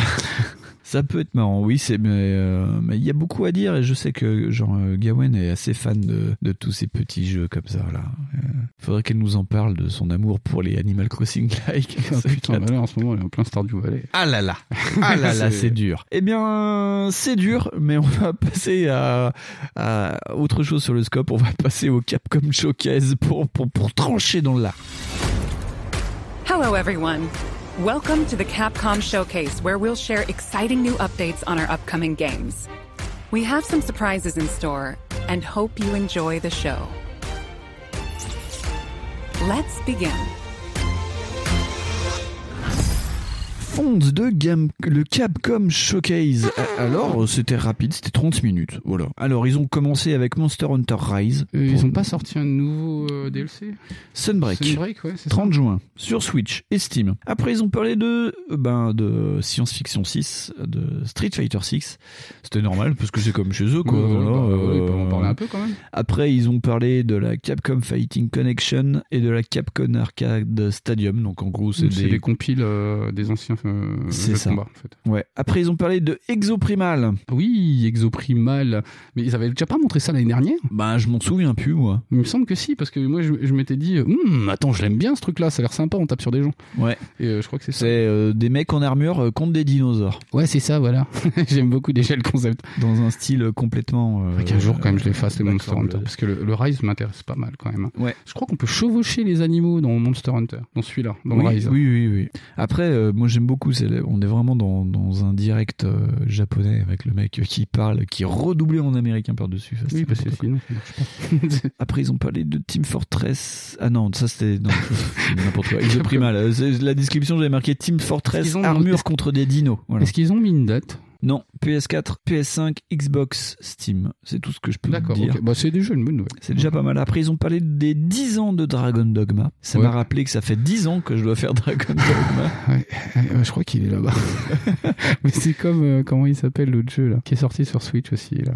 Speaker 4: Ça peut être marrant, oui, c'est mais euh, mais il y a beaucoup à dire et je sais que genre euh, Gawen est assez fan de, de tous ces petits jeux comme ça là. Euh, faudrait qu'elle nous en parle de son amour pour les Animal Crossing like.
Speaker 5: Ah, putain, bah là en ce moment elle est en plein Stardew Valley.
Speaker 4: Ah là là, ah là là,
Speaker 5: C'est-
Speaker 4: c'est dur. Eh bien, c'est dur, mais on va passer à, à autre chose sur le scope. On va passer au Capcom Showcase pour pour, pour trancher dans l'art.
Speaker 12: Hello, everyone. Welcome to the Capcom Showcase, where we'll share exciting new updates on our upcoming games. We have some surprises in store and hope you enjoy the show. Let's begin.
Speaker 4: Fonds de Gam- le Capcom Showcase. A- Alors, c'était rapide, c'était 30 minutes. Voilà. Alors, ils ont commencé avec Monster Hunter Rise.
Speaker 5: Euh, ils
Speaker 4: pour
Speaker 5: ont pas sorti un nouveau euh, DLC
Speaker 4: Sunbreak.
Speaker 5: Sunbreak, ouais, c'est ça.
Speaker 4: 30 juin sur Switch et Steam. Après ils ont parlé de euh, ben de Science Fiction 6, de Street Fighter 6. C'était normal parce que c'est comme chez eux quoi.
Speaker 5: Ouais,
Speaker 4: voilà,
Speaker 5: bah, ouais,
Speaker 4: euh,
Speaker 5: bah, on parlait un peu quand même.
Speaker 4: Après ils ont parlé de la Capcom Fighting Connection et de la Capcom Arcade Stadium. Donc en gros c'est
Speaker 5: C'est
Speaker 4: des
Speaker 5: des compiles euh, des anciens euh,
Speaker 4: C'est
Speaker 5: le
Speaker 4: ça.
Speaker 5: combat, en fait.
Speaker 4: Ouais. Après, ils ont parlé de Exoprimal.
Speaker 5: Oui, Exoprimal. Mais ils avaient déjà pas montré ça l'année dernière
Speaker 4: Bah, je m'en souviens plus, moi.
Speaker 5: Il me semble que si, parce que moi, je, je m'étais dit, Hum, attends, je l'aime bien ce truc-là, ça a l'air sympa, on tape sur des gens.
Speaker 4: Ouais.
Speaker 5: Et euh, je crois que c'est ça.
Speaker 4: C'est euh, des mecs en armure euh, contre des dinosaures.
Speaker 5: Ouais, c'est ça, voilà. J'aime beaucoup déjà le concept.
Speaker 4: Dans un style complètement. euh,
Speaker 5: Faudrait qu'un jour, quand même, je les fasse, les
Speaker 4: euh,
Speaker 5: Monster Hunter.
Speaker 4: ressemble-
Speaker 5: Parce que le, le Rise m'intéresse pas mal, quand même. hein.
Speaker 4: euh, Ouais.
Speaker 5: Je crois qu'on peut chevaucher les animaux dans Monster Hunter, dans celui-là, dans
Speaker 4: oui,
Speaker 5: le Rise.
Speaker 4: Oui, oui, oui. Après, euh, moi j'aime beaucoup, c'est le- on est vraiment dans, dans un direct euh, japonais avec le mec qui parle, qui est redoublé en américain par-dessus. Ça,
Speaker 5: Oui,
Speaker 4: c'est
Speaker 5: parce que
Speaker 4: n'importe quoi.
Speaker 5: sinon, ça marche pas.
Speaker 4: Après, ils ont parlé de Team Fortress. Ah non, ça c'était non, c'est n'importe quoi. Exoprimal. Euh, c'est- La description, j'avais marqué Team Fortress
Speaker 5: Est-ce qu'ils ont-
Speaker 4: armure
Speaker 5: est-ce-
Speaker 4: contre des dinos. Voilà.
Speaker 5: Est-ce qu'ils ont mis une date
Speaker 4: Non, PS4, PS5, Xbox, Steam. C'est tout ce que je peux vous
Speaker 5: D'accord,
Speaker 4: dire.
Speaker 5: ok. Bah, c'est déjà une bonne nouvelle.
Speaker 4: C'est déjà pas mal. Après, ils ont parlé des 10 ans de Dragon Dogma. Ça
Speaker 5: Ouais.
Speaker 4: m'a rappelé que ça fait 10 ans que je dois faire Dragon Dogma.
Speaker 5: Ouais, euh, je crois qu'il est là-bas. mais c'est comme euh, comment il s'appelle l'autre jeu là, qui est sorti sur Switch aussi là.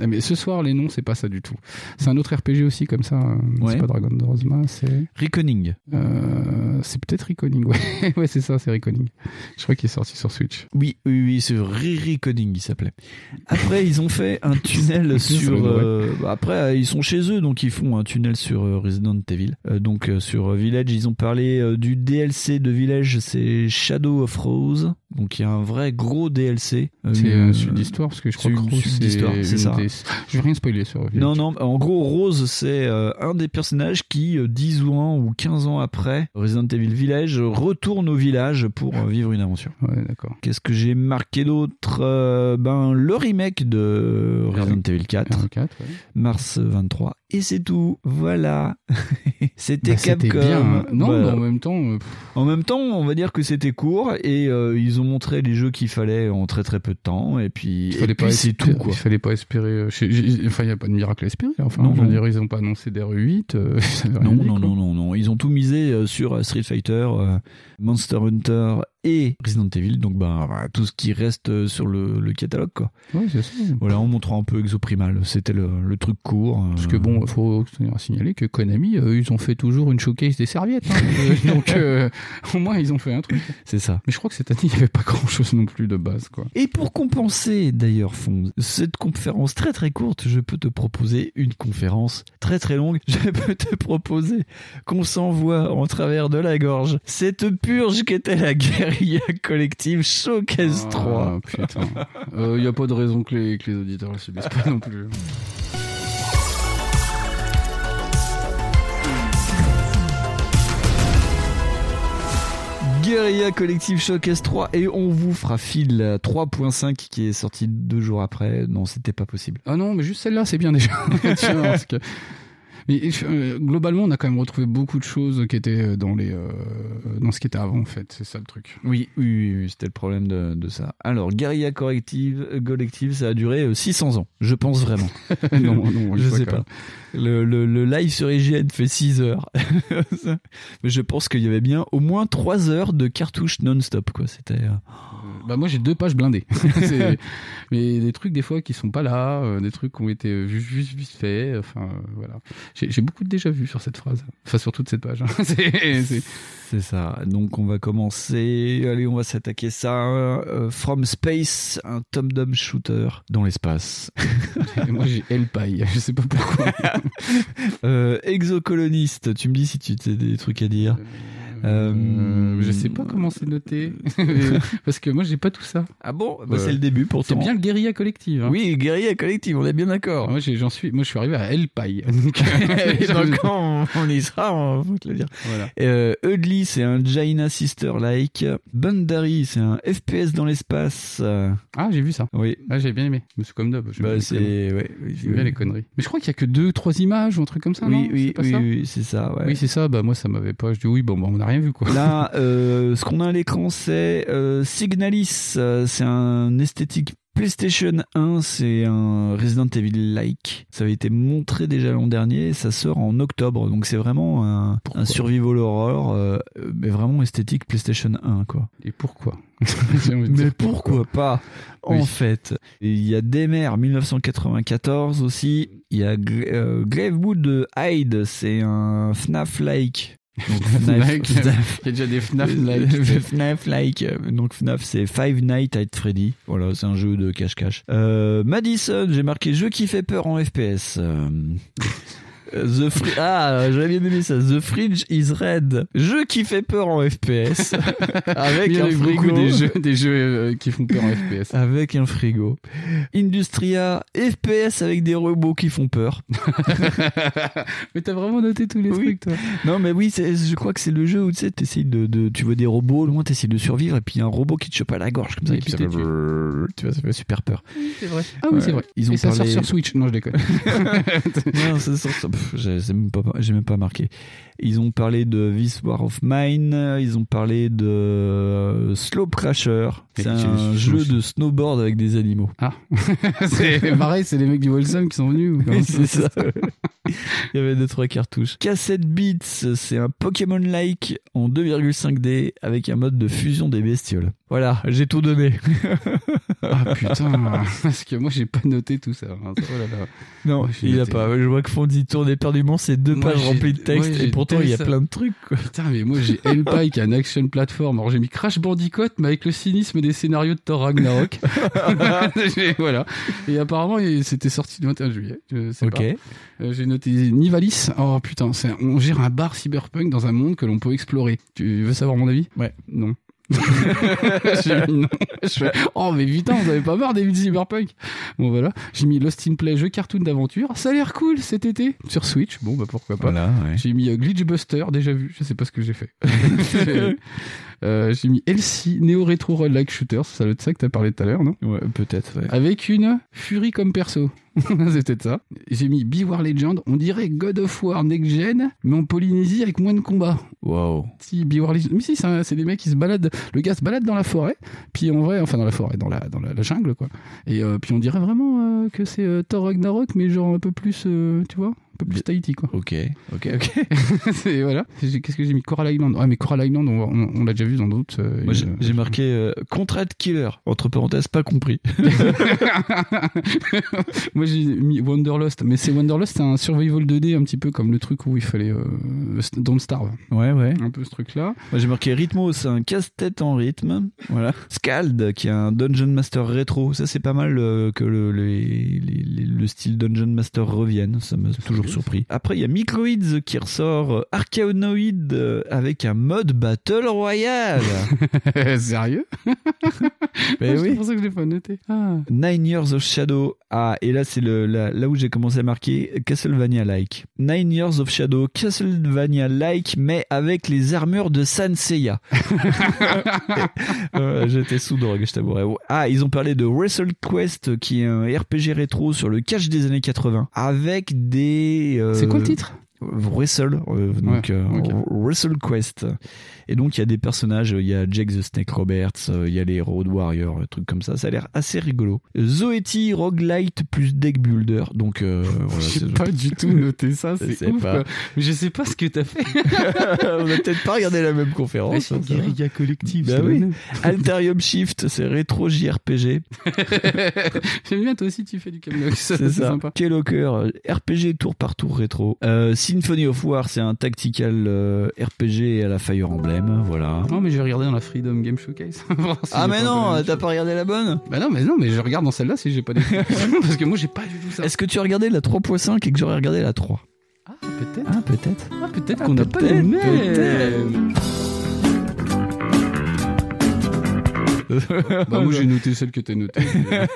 Speaker 5: Ah, mais ce soir les noms c'est pas ça du tout. C'est un autre RPG aussi comme ça. euh,
Speaker 4: Ouais.
Speaker 5: C'est pas Dragon Dogma, c'est
Speaker 4: Reckoning.
Speaker 5: euh, c'est peut-être Reckoning. Ouais, ouais c'est ça, c'est Reckoning. Je crois qu'il est sorti sur Switch.
Speaker 4: Oui, oui, oui, c'est Riri Coding, il s'appelait. Après, ils ont fait un tunnel
Speaker 5: Ça doit
Speaker 4: sur.
Speaker 5: être vrai.
Speaker 4: euh, bah, après, euh, ils sont chez eux, donc ils font un tunnel sur euh, Resident Evil. Euh, donc euh, sur euh, Village, ils ont parlé euh, du DLC de Village, c'est Shadow of Rose. Donc il y a un vrai gros DLC. Euh,
Speaker 5: C'est
Speaker 4: euh,
Speaker 5: euh, celui d'histoire parce que je crois que
Speaker 4: celui-
Speaker 5: Rose,
Speaker 4: celui d'histoire, c'est
Speaker 5: une
Speaker 4: ça.
Speaker 5: des- Je vais rien spoiler sur. Village.
Speaker 4: non, non, en gros, Rose, c'est euh, un des personnages qui, euh, 10 ans ou 15 ans après Resident Evil Village, retourne au village pour euh, vivre une aventure.
Speaker 5: Ouais, d'accord.
Speaker 4: Qu'est-ce que j'ai marqué d'autre Euh, Ben le remake de Resident Evil 4,
Speaker 5: R4, ouais.
Speaker 4: mars 23. Et c'est tout, voilà. c'était
Speaker 5: Bah, c'était
Speaker 4: Capcom. Bah.
Speaker 5: bien. hein. Non,
Speaker 4: Voilà.
Speaker 5: mais en même temps, euh, pff,
Speaker 4: En même temps, on va dire que c'était court et euh, ils ont montré les jeux qu'il fallait en très très peu de temps. Et puis,
Speaker 5: il
Speaker 4: et
Speaker 5: fallait
Speaker 4: puis
Speaker 5: pas
Speaker 4: c'est
Speaker 5: espérer-
Speaker 4: tout quoi.
Speaker 5: Il fallait pas espérer. euh, j'ai- j'ai- Enfin, il y a pas de miracle à espérer. hein. Enfin,
Speaker 4: Non,
Speaker 5: je veux
Speaker 4: non.
Speaker 5: dire, ils ont pas annoncé d'R8. euh, ça veut rien
Speaker 4: Non,
Speaker 5: dire,
Speaker 4: non,
Speaker 5: quoi.
Speaker 4: non, non, non. Ils ont tout misé euh, sur euh, Street Fighter, euh, Monster Hunter et Resident Evil. Donc, bah, voilà, tout ce qui reste euh, sur le, le catalogue, quoi.
Speaker 5: Ouais, c'est ça.
Speaker 4: Voilà, en montrant un peu Exoprimal. C'était le, le truc court. euh,
Speaker 5: Parce que bon, il faut signaler que Konami, euh, ils ont fait toujours une showcase des serviettes. hein. Euh, donc euh, au moins, ils ont fait un truc.
Speaker 4: C'est ça.
Speaker 5: Mais je crois que cette année, il n'y avait pas grand-chose non plus de base. quoi.
Speaker 4: Et pour compenser d'ailleurs Fonz, cette conférence très très courte, je peux te proposer une conférence très très longue. Je peux te proposer qu'on s'envoie en travers de la gorge cette purge qu'était la guérilla collective Showcase 3.
Speaker 5: Ah, putain. Euh, Il n'y a pas de raison que les, que les auditeurs ne subissent pas non plus.
Speaker 4: Guerilla Collective Showcase 3 et on vous fera fil la 3.5 qui est sorti deux jours après. Non, c'était pas possible.
Speaker 5: Ah non, mais juste celle-là, c'est bien déjà. Tiens, parce que- Mais euh, globalement, on a quand même retrouvé beaucoup de choses qui étaient dans, les, euh, dans ce qui était avant, en fait. C'est ça le truc.
Speaker 4: Oui, oui, oui, oui, c'était le problème de, de ça. Alors, Guerilla Collective, euh, Collective, ça a duré euh, 600 ans, je pense vraiment.
Speaker 5: non, non,
Speaker 4: je sais
Speaker 5: quand
Speaker 4: pas. Le, le- le live sur IGN fait 6 heures. Mais je pense qu'il y avait bien au moins 3 heures de cartouches non-stop, quoi. C'était. euh,
Speaker 5: Bah moi j'ai deux pages blindées. C'est- mais des trucs des fois qui sont pas là, euh, des trucs qui ont été vus juste vite fait. Enfin euh, voilà. J'ai j'ai beaucoup de déjà vu sur cette phrase. Enfin sur toute cette page. hein. C'est- c'est-
Speaker 4: C'est ça. Donc on va commencer. Allez, on va s'attaquer ça. Euh, From Space, un Tom Dom shooter dans l'espace.
Speaker 5: Et moi j'ai El Paille. Je sais pas pourquoi.
Speaker 4: Euh, Exocoloniste, tu me dis si tu as des trucs à dire. Euh,
Speaker 5: Euh, je sais pas comment c'est noté parce que moi j'ai pas tout ça.
Speaker 4: Ah bon
Speaker 5: Bah,
Speaker 4: C'est
Speaker 5: c'est
Speaker 4: le
Speaker 5: le
Speaker 4: début pour
Speaker 5: C'est bien le guérilla collective. hein.
Speaker 4: Oui, guérilla collective, on est bien d'accord.
Speaker 5: Moi j'ai- j'en suis. Moi je suis arrivé à El Paille. Donc,
Speaker 4: Donc on, on y sera, on faut te le dire.
Speaker 5: voilà.
Speaker 4: Euh, Eudly, c'est un Jaina Sister like. Bandari, c'est un FPS dans l'espace. Euh,
Speaker 5: Ah j'ai vu ça.
Speaker 4: oui.
Speaker 5: Ah j'ai bien aimé. Mais c'est comme d'hab.
Speaker 4: Bah,
Speaker 5: J'aime bien les conneries.
Speaker 4: c'est ouais. oui,
Speaker 5: J'aime bien les conneries. Mais je crois qu'il y a que deux trois images ou un truc comme ça. non
Speaker 4: Oui, oui,
Speaker 5: C'est pas
Speaker 4: oui,
Speaker 5: ça
Speaker 4: oui, c'est ça. ouais.
Speaker 5: Oui, c'est ça. Bah, moi, ça m'avait pas. Je dis oui, bon, bah, on n'a rien vu, quoi.
Speaker 4: Là, euh, ce qu'on a à l'écran, c'est euh, Signalis. Euh, c'est un esthétique PlayStation 1. C'est un Resident Evil-like. Ça avait été montré déjà l'an dernier. Ça sort en octobre. Donc, c'est vraiment un, un survival horror, euh, euh, mais vraiment esthétique PlayStation 1, quoi.
Speaker 5: Et pourquoi J'ai envie de
Speaker 4: Mais
Speaker 5: dire
Speaker 4: pourquoi pas En
Speaker 5: Oui.
Speaker 4: fait, Et il y a Demer 1994 euh, aussi. Il y a Gre- euh, Gravewood Hyde, c'est un FNAF-like. Donc,
Speaker 5: Like,
Speaker 4: FNAF,
Speaker 5: il y a déjà des FNAF like.
Speaker 4: Le FNAF like. euh, Donc FNAF c'est Five Nights at Freddy. Voilà, c'est un jeu de cache-cache. Euh, Madison, j'ai marqué jeu qui fait peur en FPS. Euh, The Fri- ah, j'avais bien aimé ça. The Fridge is Red. Jeu qui fait peur en FPS. avec
Speaker 5: Il y en
Speaker 4: un
Speaker 5: a eu beaucoup
Speaker 4: frigo.
Speaker 5: des jeux- des jeux, euh, qui font peur en FPS.
Speaker 4: Avec un frigo. Industria, FPS avec des robots qui font peur.
Speaker 5: Mais t'as vraiment noté tous les trucs, toi.
Speaker 4: Non, mais oui, c'est- je crois que c'est le jeu où tu sais, t'essayes de, de- tu vois des robots loin, t'essayes de survivre, et puis il y a un robot qui te chope à la gorge comme ça,
Speaker 5: Oui,
Speaker 4: et puis
Speaker 5: puis
Speaker 4: ça fait
Speaker 5: t'es
Speaker 4: brrr, tu vois, ça fait super peur.
Speaker 5: C'est vrai. Ah oui,
Speaker 4: Ouais.
Speaker 5: c'est vrai.
Speaker 4: Ils ont
Speaker 5: Et ça sort
Speaker 4: parlé-
Speaker 5: sur Switch. Non, je déconne.
Speaker 4: non, ça sort- ça- pff, j'ai c'est même pas, j'ai même pas marqué. Ils ont parlé de This War of Mine, ils ont parlé de euh, Slope Crasher. C'est
Speaker 5: Et
Speaker 4: un
Speaker 5: je-
Speaker 4: jeu de snowboard avec des animaux.
Speaker 5: Ah, c'est pareil, c'est les mecs du Wholesome qui sont venus. ou comment
Speaker 4: Oui, c'est ça. Il y avait deux trois cartouches. Cassette Beats, c'est un Pokémon-like en 2,5D avec un mode de fusion des bestioles. Voilà, j'ai tout donné.
Speaker 5: Ah putain, parce que moi j'ai pas noté tout ça. Oh là là.
Speaker 4: Non,
Speaker 5: Moi, j'ai
Speaker 4: il a
Speaker 5: noté.
Speaker 4: pas. Je vois que Fondy tourne éperdument ses deux
Speaker 5: Moi,
Speaker 4: pages
Speaker 5: j'ai-
Speaker 4: remplies de texte
Speaker 5: moi,
Speaker 4: et
Speaker 5: j'ai
Speaker 4: pourtant il y a
Speaker 5: tel-
Speaker 4: plein de trucs. quoi.
Speaker 5: Putain, mais moi j'ai Hellpike, un action platform. Alors j'ai mis Crash Bandicoot, mais avec le cynisme des scénarios de Thor Ragnarok. J'ai- voilà. Et apparemment, il- c'était sorti le 21 juillet. Je sais
Speaker 4: Ok.
Speaker 5: pas. Euh, j'ai noté Nivalis. Oh putain, c'est- on gère un bar cyberpunk dans un monde que l'on peut explorer. Tu veux savoir mon avis
Speaker 4: Ouais.
Speaker 5: Non. J'ai mis non. Je fais, oh mais putain, vous avez pas marre des vies de cyberpunk Bon voilà, j'ai mis Lost in Play, jeu cartoon d'aventure. Ça a l'air cool cet été sur Switch. Bon bah pourquoi pas.
Speaker 4: Voilà, ouais.
Speaker 5: J'ai mis euh, Glitch Buster, déjà vu, je sais pas ce que j'ai fait. C'est- euh, j'ai mis LC, Neo Retro Roll Like Shooter, ça doit être ça que t'as parlé tout à l'heure, non
Speaker 4: Ouais, Ah, peut-être. ouais.
Speaker 5: Avec une Fury comme perso. c'est peut-être ça. J'ai mis Beware Legend, on dirait God of War Next Gen, mais en Polynésie avec moins de combats.
Speaker 4: Wow.
Speaker 5: Si, Beware Legend. Mais si, c'est un- c'est des mecs qui se baladent. Le gars se balade dans la forêt, puis en vrai, enfin dans la forêt, dans la, dans la, la jungle, quoi. Et euh, puis on dirait vraiment euh, que c'est euh, Thor Ragnarok, mais genre un peu plus, euh, tu vois, un peu plus Tahiti, quoi.
Speaker 4: Ok, ok, ok.
Speaker 5: C'est- voilà. J'ai- Qu'est-ce que j'ai mis Coral Island. Ouais, mais Coral Island, on, on- on l'a déjà vu dans d'autres. euh,
Speaker 4: Moi, j'ai
Speaker 5: euh,
Speaker 4: j'ai marqué euh, Contract Killer, entre parenthèses, pas compris.
Speaker 5: Moi, j'ai mis Wanderlust, mais c'est Wanderlust, c'est un survival 2D un petit peu comme le truc où il fallait euh, Don't Starve,
Speaker 4: Ouais, ouais.
Speaker 5: un peu ce truc-là.
Speaker 4: Moi, j'ai marqué Rhythmo, c'est un casse-tête en rythme. Voilà. Scald, qui est un Dungeon Master rétro. Ça, c'est pas mal euh, que le, les- les- les- le style Dungeon Master revienne. Ça m'a toujours surpris. Après, il y a Microids qui ressort. euh, Archaonoid euh, avec un mode Battle Royale.
Speaker 5: Sérieux
Speaker 4: Mais
Speaker 5: Ah, C'est
Speaker 4: Eh oui.
Speaker 5: pour ça que je l'ai pas noté. Ah.
Speaker 4: Nine Years of Shadow. Ah, et là, c'est le, là, là où j'ai commencé à marquer Castlevania-like. Nine Years of Shadow, Castlevania-like, mais avec les armures de Sanseiya. Euh, J'étais sous drogue, je t'avouerai. Ah, ils ont parlé de Wrestle Quest, qui est un RPG rétro sur le cache des années 80, avec des. euh,
Speaker 5: C'est quoi le titre
Speaker 4: Wrestle, euh, donc
Speaker 5: Ouais,
Speaker 4: euh,
Speaker 5: ok.
Speaker 4: Wrestle Quest. Et donc il y a des personnages, euh, il y a Jake the Snake Roberts, euh, il y a les Road Warriors, euh, trucs comme ça, ça a l'air assez rigolo. Zoety Roguelite plus Deck Builder, donc euh, voilà.
Speaker 5: J'ai
Speaker 4: c'est-
Speaker 5: pas du tout noté ça,
Speaker 4: Je
Speaker 5: c'est
Speaker 4: sais
Speaker 5: ouf.
Speaker 4: pas.
Speaker 5: quoi. Mais je sais pas ce que t'as fait.
Speaker 4: On a peut-être pas regardé la même conférence. hein, ça.
Speaker 5: gars collectif.
Speaker 4: Bah oui. Alterium Shift, c'est rétro JRPG,
Speaker 5: J'aime bien, toi aussi, tu fais du Camelot.
Speaker 4: c'est ça.
Speaker 5: sympa.
Speaker 4: Keylogger, euh, RPG tour par tour rétro. Euh, Symphony of War, c'est un tactical euh, RPG à la Fire Emblem, voilà.
Speaker 5: Non, mais j'ai regardé dans la Freedom Game Showcase. voir si
Speaker 4: Ah
Speaker 5: j'ai
Speaker 4: mais
Speaker 5: pas fait la
Speaker 4: non,
Speaker 5: même
Speaker 4: t'as pas regardé la bonne
Speaker 5: Bah non, mais non, mais je regarde dans celle-là si j'ai pas des parce que moi j'ai pas du tout ça.
Speaker 4: Est-ce que tu as regardé la 3.5 et que j'aurais regardé la 3
Speaker 5: Ah, peut-être.
Speaker 4: Ah, peut-être.
Speaker 5: Ah, peut-être
Speaker 4: Ah,
Speaker 5: qu'on n'a pas
Speaker 4: peut-être,
Speaker 5: les mêmes. Bah moi j'ai noté celle que t'as notée. euh,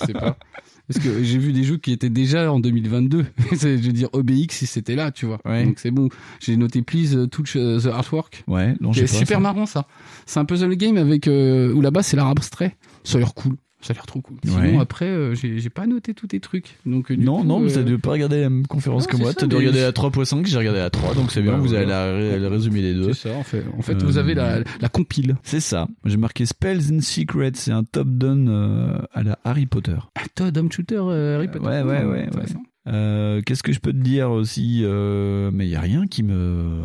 Speaker 5: je sais pas. Parce que j'ai vu des jeux qui étaient déjà en 2022. C'est- je veux dire OBX si c'était là, tu vois.
Speaker 4: Ouais.
Speaker 5: Donc c'est bon. J'ai noté Please Touch euh, the Artwork.
Speaker 4: Ouais, non,
Speaker 5: C'est
Speaker 4: je sais pas.
Speaker 5: super marrant ça. C'est un puzzle game avec euh, où là-bas c'est l'art abstrait. Ça a l'air cool. Ça a l'air trop cool. Sinon
Speaker 4: Ouais.
Speaker 5: après euh, j'ai j'ai pas noté tous tes trucs. Donc euh, du
Speaker 4: Non,
Speaker 5: coup,
Speaker 4: non, mais
Speaker 5: euh,
Speaker 4: t'as dû pas regarder la même conférence
Speaker 5: non,
Speaker 4: que
Speaker 5: c'est
Speaker 4: moi.
Speaker 5: ça,
Speaker 4: T'as dû
Speaker 5: mais-
Speaker 4: regarder la 3.5, j'ai regardé la 3, donc c'est bien,
Speaker 5: Bah,
Speaker 4: vous avez
Speaker 5: voilà.
Speaker 4: la, ré- le résumé des deux.
Speaker 5: C'est ça, en fait. En fait, vous
Speaker 4: Euh,
Speaker 5: avez la, la compile.
Speaker 4: C'est ça. J'ai marqué Spells and Secrets, c'est un top-down euh, à la Harry Potter.
Speaker 5: Ah, Todd, Home Shooter, euh, Harry Potter.
Speaker 4: Ouais, ouais,
Speaker 5: Ah,
Speaker 4: ouais, ouais.
Speaker 5: intéressant.
Speaker 4: Euh, Qu'est-ce que je peux te dire aussi euh, Mais il y a rien qui me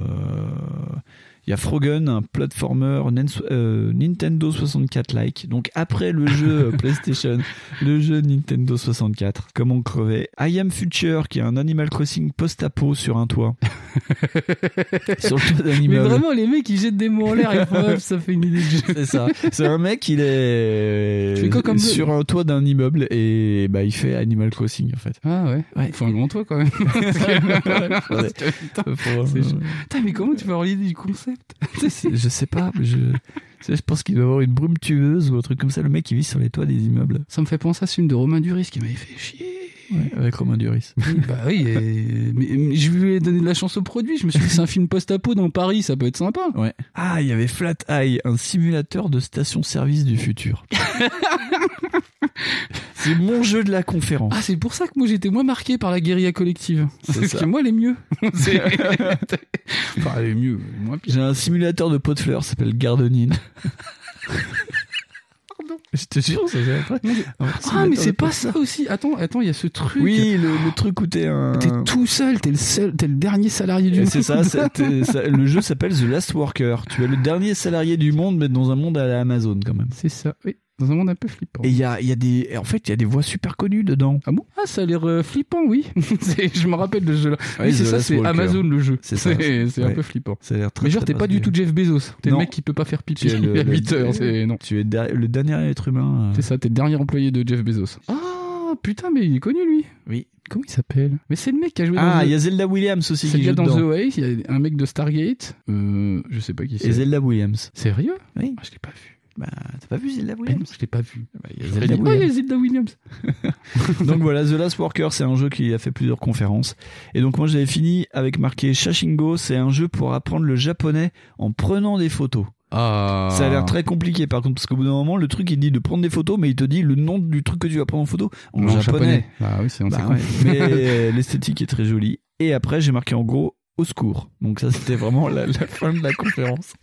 Speaker 4: Il y a Frogen, un platformer Nens- euh, Nintendo 64-like. Donc après le jeu euh, PlayStation, le jeu Nintendo 64, comment crever I Am Future, qui est un Animal Crossing post-apo sur un toit. sur le toit d'un
Speaker 5: Mais
Speaker 4: immeuble.
Speaker 5: vraiment, les mecs, ils jettent des mots en l'air et font, hop, ça fait une idée de jeu.
Speaker 4: C'est ça. C'est un mec, il est
Speaker 5: Tu fais quoi comme jeu
Speaker 4: sur un toit d'un immeuble et bah il fait Animal Crossing en fait.
Speaker 5: Ah ouais. Il faut un grand toit quand même. Parce que-
Speaker 4: Ouais.
Speaker 5: Putain,
Speaker 4: Faut-
Speaker 5: c'est chaud. Putain, mais comment tu peux avoir l'idée du concept
Speaker 4: Tu sais, c'est- je sais pas, mais je, tu sais, je pense qu'il doit avoir une brume tueuse ou un truc comme ça. Le mec, il vit sur les toits des immeubles.
Speaker 5: Ça me fait penser à ce film de Romain Duris qui m'avait fait chier.
Speaker 4: Ouais, avec Romain Duris.
Speaker 5: bah oui, et- mais, mais je voulais donner de la chance au produit. Je me suis dit, c'est un film post-apo dans Paris, ça peut être sympa.
Speaker 4: Ouais. Ah, il y avait Flat Eye, un simulateur de station-service du futur. c'est mon jeu de la conférence.
Speaker 5: Ah, c'est pour ça que moi j'étais moins marqué par la guérilla collective.
Speaker 4: C'est
Speaker 5: Parce
Speaker 4: ça.
Speaker 5: que moi, les mieux. C'est- enfin, elle est mieux, elle est moins pire.
Speaker 4: J'ai un simulateur de pot de fleurs, ça s'appelle Gardenine. Je te jure, ça j'ai après.
Speaker 5: Ah, mais c'est pas ça aussi. Attends, attends, il y a ce truc.
Speaker 4: Oui, le, le truc où t'es un.
Speaker 5: T'es tout seul, t'es le seul, t'es le dernier salarié du
Speaker 4: Et
Speaker 5: monde.
Speaker 4: C'est ça, c'est- t'es- ça- le jeu s'appelle The Last Worker. Tu es le dernier salarié du monde, mais dans un monde à la Amazon quand même.
Speaker 5: C'est ça, oui. Dans un monde un peu flippant.
Speaker 4: Et il y a, il y a des, et en fait, il y a des voix super connues dedans.
Speaker 5: Ah bon Ah, ça a l'air euh, flippant, oui. C'est- je me rappelle de ce jeu-là.
Speaker 4: Ouais,
Speaker 5: oui, c'est
Speaker 4: Ah The
Speaker 5: ça,
Speaker 4: Last
Speaker 5: c'est
Speaker 4: Walker.
Speaker 5: Amazon le jeu.
Speaker 4: C'est ça.
Speaker 5: C'est c'est un
Speaker 4: Ouais.
Speaker 5: peu flippant.
Speaker 4: Ça a l'air très.
Speaker 5: Mais genre,
Speaker 4: très
Speaker 5: t'es pas
Speaker 4: bien.
Speaker 5: du tout Jeff Bezos. T'es le
Speaker 4: Non.
Speaker 5: mec qui peut pas faire
Speaker 4: Tu
Speaker 5: pipi
Speaker 4: es le-
Speaker 5: à
Speaker 4: le-
Speaker 5: 8 heures. C'est non.
Speaker 4: Tu es der- le dernier être humain. euh.
Speaker 5: C'est ça, t'es le dernier employé de Jeff Bezos. Ah putain, mais il est connu lui.
Speaker 4: Oui.
Speaker 5: Comment il s'appelle Mais c'est le mec qui a joué dans.
Speaker 4: Ah,
Speaker 5: The-
Speaker 4: il y a Zelda Williams aussi
Speaker 5: c'est
Speaker 4: qui
Speaker 5: le gars
Speaker 4: joue
Speaker 5: dans The
Speaker 4: dedans.
Speaker 5: Way. Il y a un mec de Stargate. Euh, je sais pas qui
Speaker 4: Et
Speaker 5: c'est.
Speaker 4: Zelda Williams.
Speaker 5: Sérieux
Speaker 4: Oui.
Speaker 5: Ah, Je l'ai pas vu.
Speaker 4: Bah, t'as pas vu Zelda
Speaker 5: Mais non,
Speaker 4: Williams
Speaker 5: je l'ai pas vu.
Speaker 4: Bah, il y a
Speaker 5: J'aurais dit, oh, Ah, il y a Zelda Williams.
Speaker 4: Donc voilà, The Last Worker, c'est un jeu qui a fait plusieurs conférences. Et donc moi j'avais fini avec marqué Shashingo, c'est un jeu pour apprendre le japonais en prenant des photos.
Speaker 5: Ah.
Speaker 4: Ça a l'air très compliqué par contre, parce qu'au bout d'un moment, le truc il dit de prendre des photos, mais il te dit le nom du truc que tu vas prendre en photo en,
Speaker 5: En
Speaker 4: japonais.
Speaker 5: Ah oui, sinon c'est
Speaker 4: Bah
Speaker 5: con.
Speaker 4: ouais, mais euh, l'esthétique est très jolie. Et après j'ai marqué en gros au secours. Donc ça c'était vraiment la, la fin de la conférence.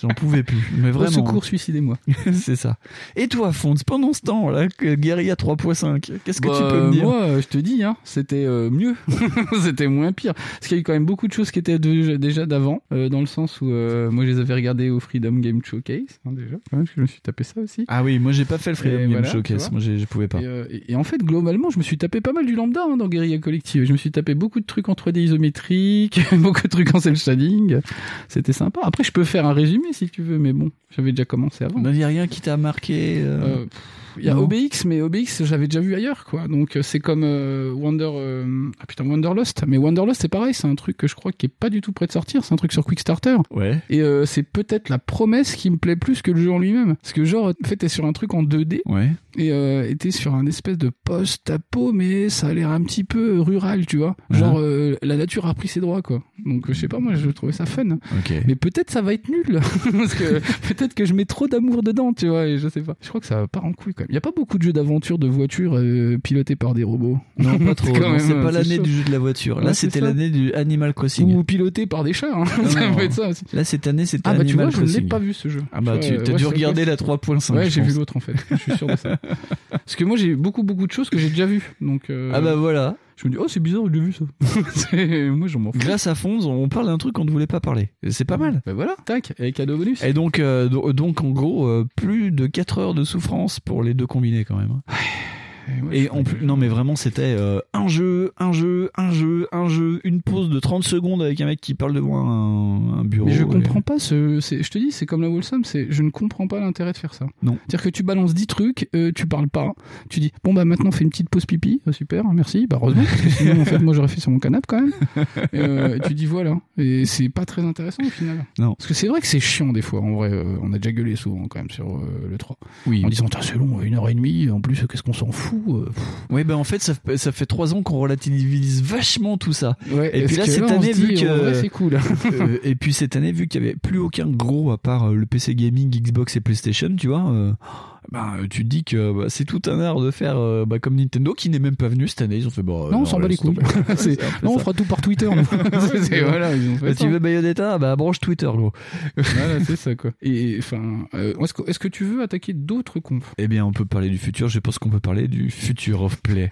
Speaker 4: J'en pouvais plus. Mais
Speaker 5: Au
Speaker 4: vraiment.
Speaker 5: secours, suicidez-moi.
Speaker 4: c'est ça. Et toi Fonds, pendant ce temps, là, que Guerilla 3.5, qu'est-ce que tu peux
Speaker 5: Bah,
Speaker 4: me dire
Speaker 5: Moi, euh, je te dis, hein, c'était euh, mieux, c'était moins pire. Parce qu'il y a eu quand même beaucoup de choses qui étaient de- déjà d'avant, euh, dans le sens où euh, moi je les avais regardées au Freedom Game Showcase, hein, déjà. Ouais, parce que je me suis tapé ça aussi.
Speaker 4: Ah oui, moi j'ai pas fait le Freedom
Speaker 5: Et
Speaker 4: Game
Speaker 5: voilà, tu vois.
Speaker 4: Showcase, moi j'ai- je pouvais pas.
Speaker 5: Et, euh, et- et en fait, globalement, je me suis tapé pas mal du lambda hein, dans Guerilla Collective. Je me suis tapé beaucoup de trucs en 3D isométrique, beaucoup de trucs en cel shading. C'était sympa. Après, je peux faire un résumé si tu veux, mais bon, j'avais déjà commencé avant.
Speaker 4: On n'avait Bah, rien qui t'a marqué euh,
Speaker 5: Euh, pff, Il y a
Speaker 4: Non.
Speaker 5: OBX, mais OBX, j'avais déjà vu ailleurs, quoi. Donc euh, c'est comme euh, Wonder, euh, ah putain Wanderlust, mais Wanderlust c'est pareil, c'est un truc que je crois qui est pas du tout prêt de sortir, c'est un truc sur Quickstarter.
Speaker 4: Ouais.
Speaker 5: Et euh, c'est peut-être la promesse qui me plaît plus que le jeu en lui-même, parce que genre, en fait, t'es sur un truc en 2D
Speaker 4: Ouais.
Speaker 5: et euh, et t'es sur un espèce de post-apo, mais ça a l'air un petit peu rural, tu vois. Genre euh, la nature a pris ses droits, quoi. Donc euh, je sais pas, moi je trouvais ça fun.
Speaker 4: Ok.
Speaker 5: Mais peut-être ça va être nul. Parce que peut-être que je mets trop d'amour dedans, tu vois, et je sais pas. Je crois que ça part en couille quand même. Il n'y a pas beaucoup de jeux d'aventure de voitures euh, pilotées par des robots.
Speaker 4: Non, pas trop.
Speaker 5: C'est quand
Speaker 4: non,
Speaker 5: même,
Speaker 4: C'est pas
Speaker 5: euh, c'est
Speaker 4: l'année
Speaker 5: chaud.
Speaker 4: du jeu de la voiture. Là,
Speaker 5: Ouais, c'est
Speaker 4: c'était
Speaker 5: ça.
Speaker 4: l'année du Animal Crossing.
Speaker 5: Ou pilotées par des chats. hein.
Speaker 4: Non,
Speaker 5: ça
Speaker 4: non.
Speaker 5: peut être ça aussi.
Speaker 4: Là, cette année, c'était
Speaker 5: Ah bah tu
Speaker 4: Animal
Speaker 5: vois, je ne l'ai
Speaker 4: Crossing.
Speaker 5: pas vu ce jeu.
Speaker 4: Ah bah,
Speaker 5: Tu
Speaker 4: tu
Speaker 5: vois,
Speaker 4: t'as
Speaker 5: ouais,
Speaker 4: dû
Speaker 5: c'est-
Speaker 4: regarder la 3.5.
Speaker 5: Ouais,
Speaker 4: je
Speaker 5: j'ai vu
Speaker 4: pense.
Speaker 5: l'autre en fait. Je suis sûr de ça. Parce que moi j'ai beaucoup beaucoup de choses que j'ai déjà vues. Donc euh,
Speaker 4: Ah bah voilà.
Speaker 5: je me dis oh c'est bizarre j'ai vu ça. C'est- moi j'en m'en fous.
Speaker 4: Grâce à Fonz, on parle d'un truc qu'on ne voulait pas parler. Et C'est pas mal.
Speaker 5: Bah voilà. Tac. Et cadeau bonus.
Speaker 4: Et donc, euh, do- donc en gros, euh, plus de 4 heures de souffrance pour les deux combinés quand même. hein. Et en plus, non mais vraiment c'était euh, un jeu, un jeu, un jeu, un jeu, une pause de 30 secondes avec un mec qui parle devant un, un bureau.
Speaker 5: Mais je
Speaker 4: et-
Speaker 5: comprends pas ce. c'est- Je te dis, c'est comme la Wolsum, c'est je ne comprends pas l'intérêt de faire ça.
Speaker 4: Non.
Speaker 5: C'est-à-dire que tu balances 10 trucs, euh, tu parles pas, tu dis bon bah maintenant fais une petite pause pipi, Ah, super, merci, bah heureusement, parce que sinon en fait moi j'aurais fait sur mon canapé quand même. Et, euh, tu dis voilà, et c'est pas très intéressant au final.
Speaker 4: Non.
Speaker 5: Parce que c'est vrai que c'est chiant des fois, en vrai, euh, on a déjà gueulé souvent quand même sur euh, le 3.
Speaker 4: Oui.
Speaker 5: En disant Putain, c'est long, une heure et demie, en plus qu'est-ce qu'on s'en fout. euh, pff.
Speaker 4: Oui, ben en fait ça, fait- ça fait 3 ans qu'on relativise vachement tout ça.
Speaker 5: Ouais,
Speaker 4: Et puis
Speaker 5: parce
Speaker 4: là,
Speaker 5: que
Speaker 4: cette
Speaker 5: on se
Speaker 4: année, vu
Speaker 5: dit,
Speaker 4: que-
Speaker 5: en vrai, c'est cool.
Speaker 4: Euh, et puis cette année vu qu'il y avait plus aucun gros à part euh, le PC gaming, Xbox et PlayStation, tu vois, euh, ben euh, tu te dis que bah, c'est tout un art de faire euh, bah, comme Nintendo qui n'est même pas venu cette année. Ils ont fait bon. euh,
Speaker 5: non, on s'en bat les
Speaker 4: laisse
Speaker 5: couilles.
Speaker 4: tomber. Ouais,
Speaker 5: C'est-
Speaker 4: c'est un peu
Speaker 5: non, on
Speaker 4: ça.
Speaker 5: fera tout par Twitter. nous. C'est- c'est- voilà, ils ont fait
Speaker 4: Bah,
Speaker 5: ça.
Speaker 4: tu veux Bayonetta, bah branche Twitter gros.
Speaker 5: Voilà, c'est ça quoi. Et enfin, euh, est-ce que, est-ce que tu veux attaquer d'autres confs
Speaker 4: Eh bien, on peut parler du futur. Je pense qu'on peut parler du futur of play.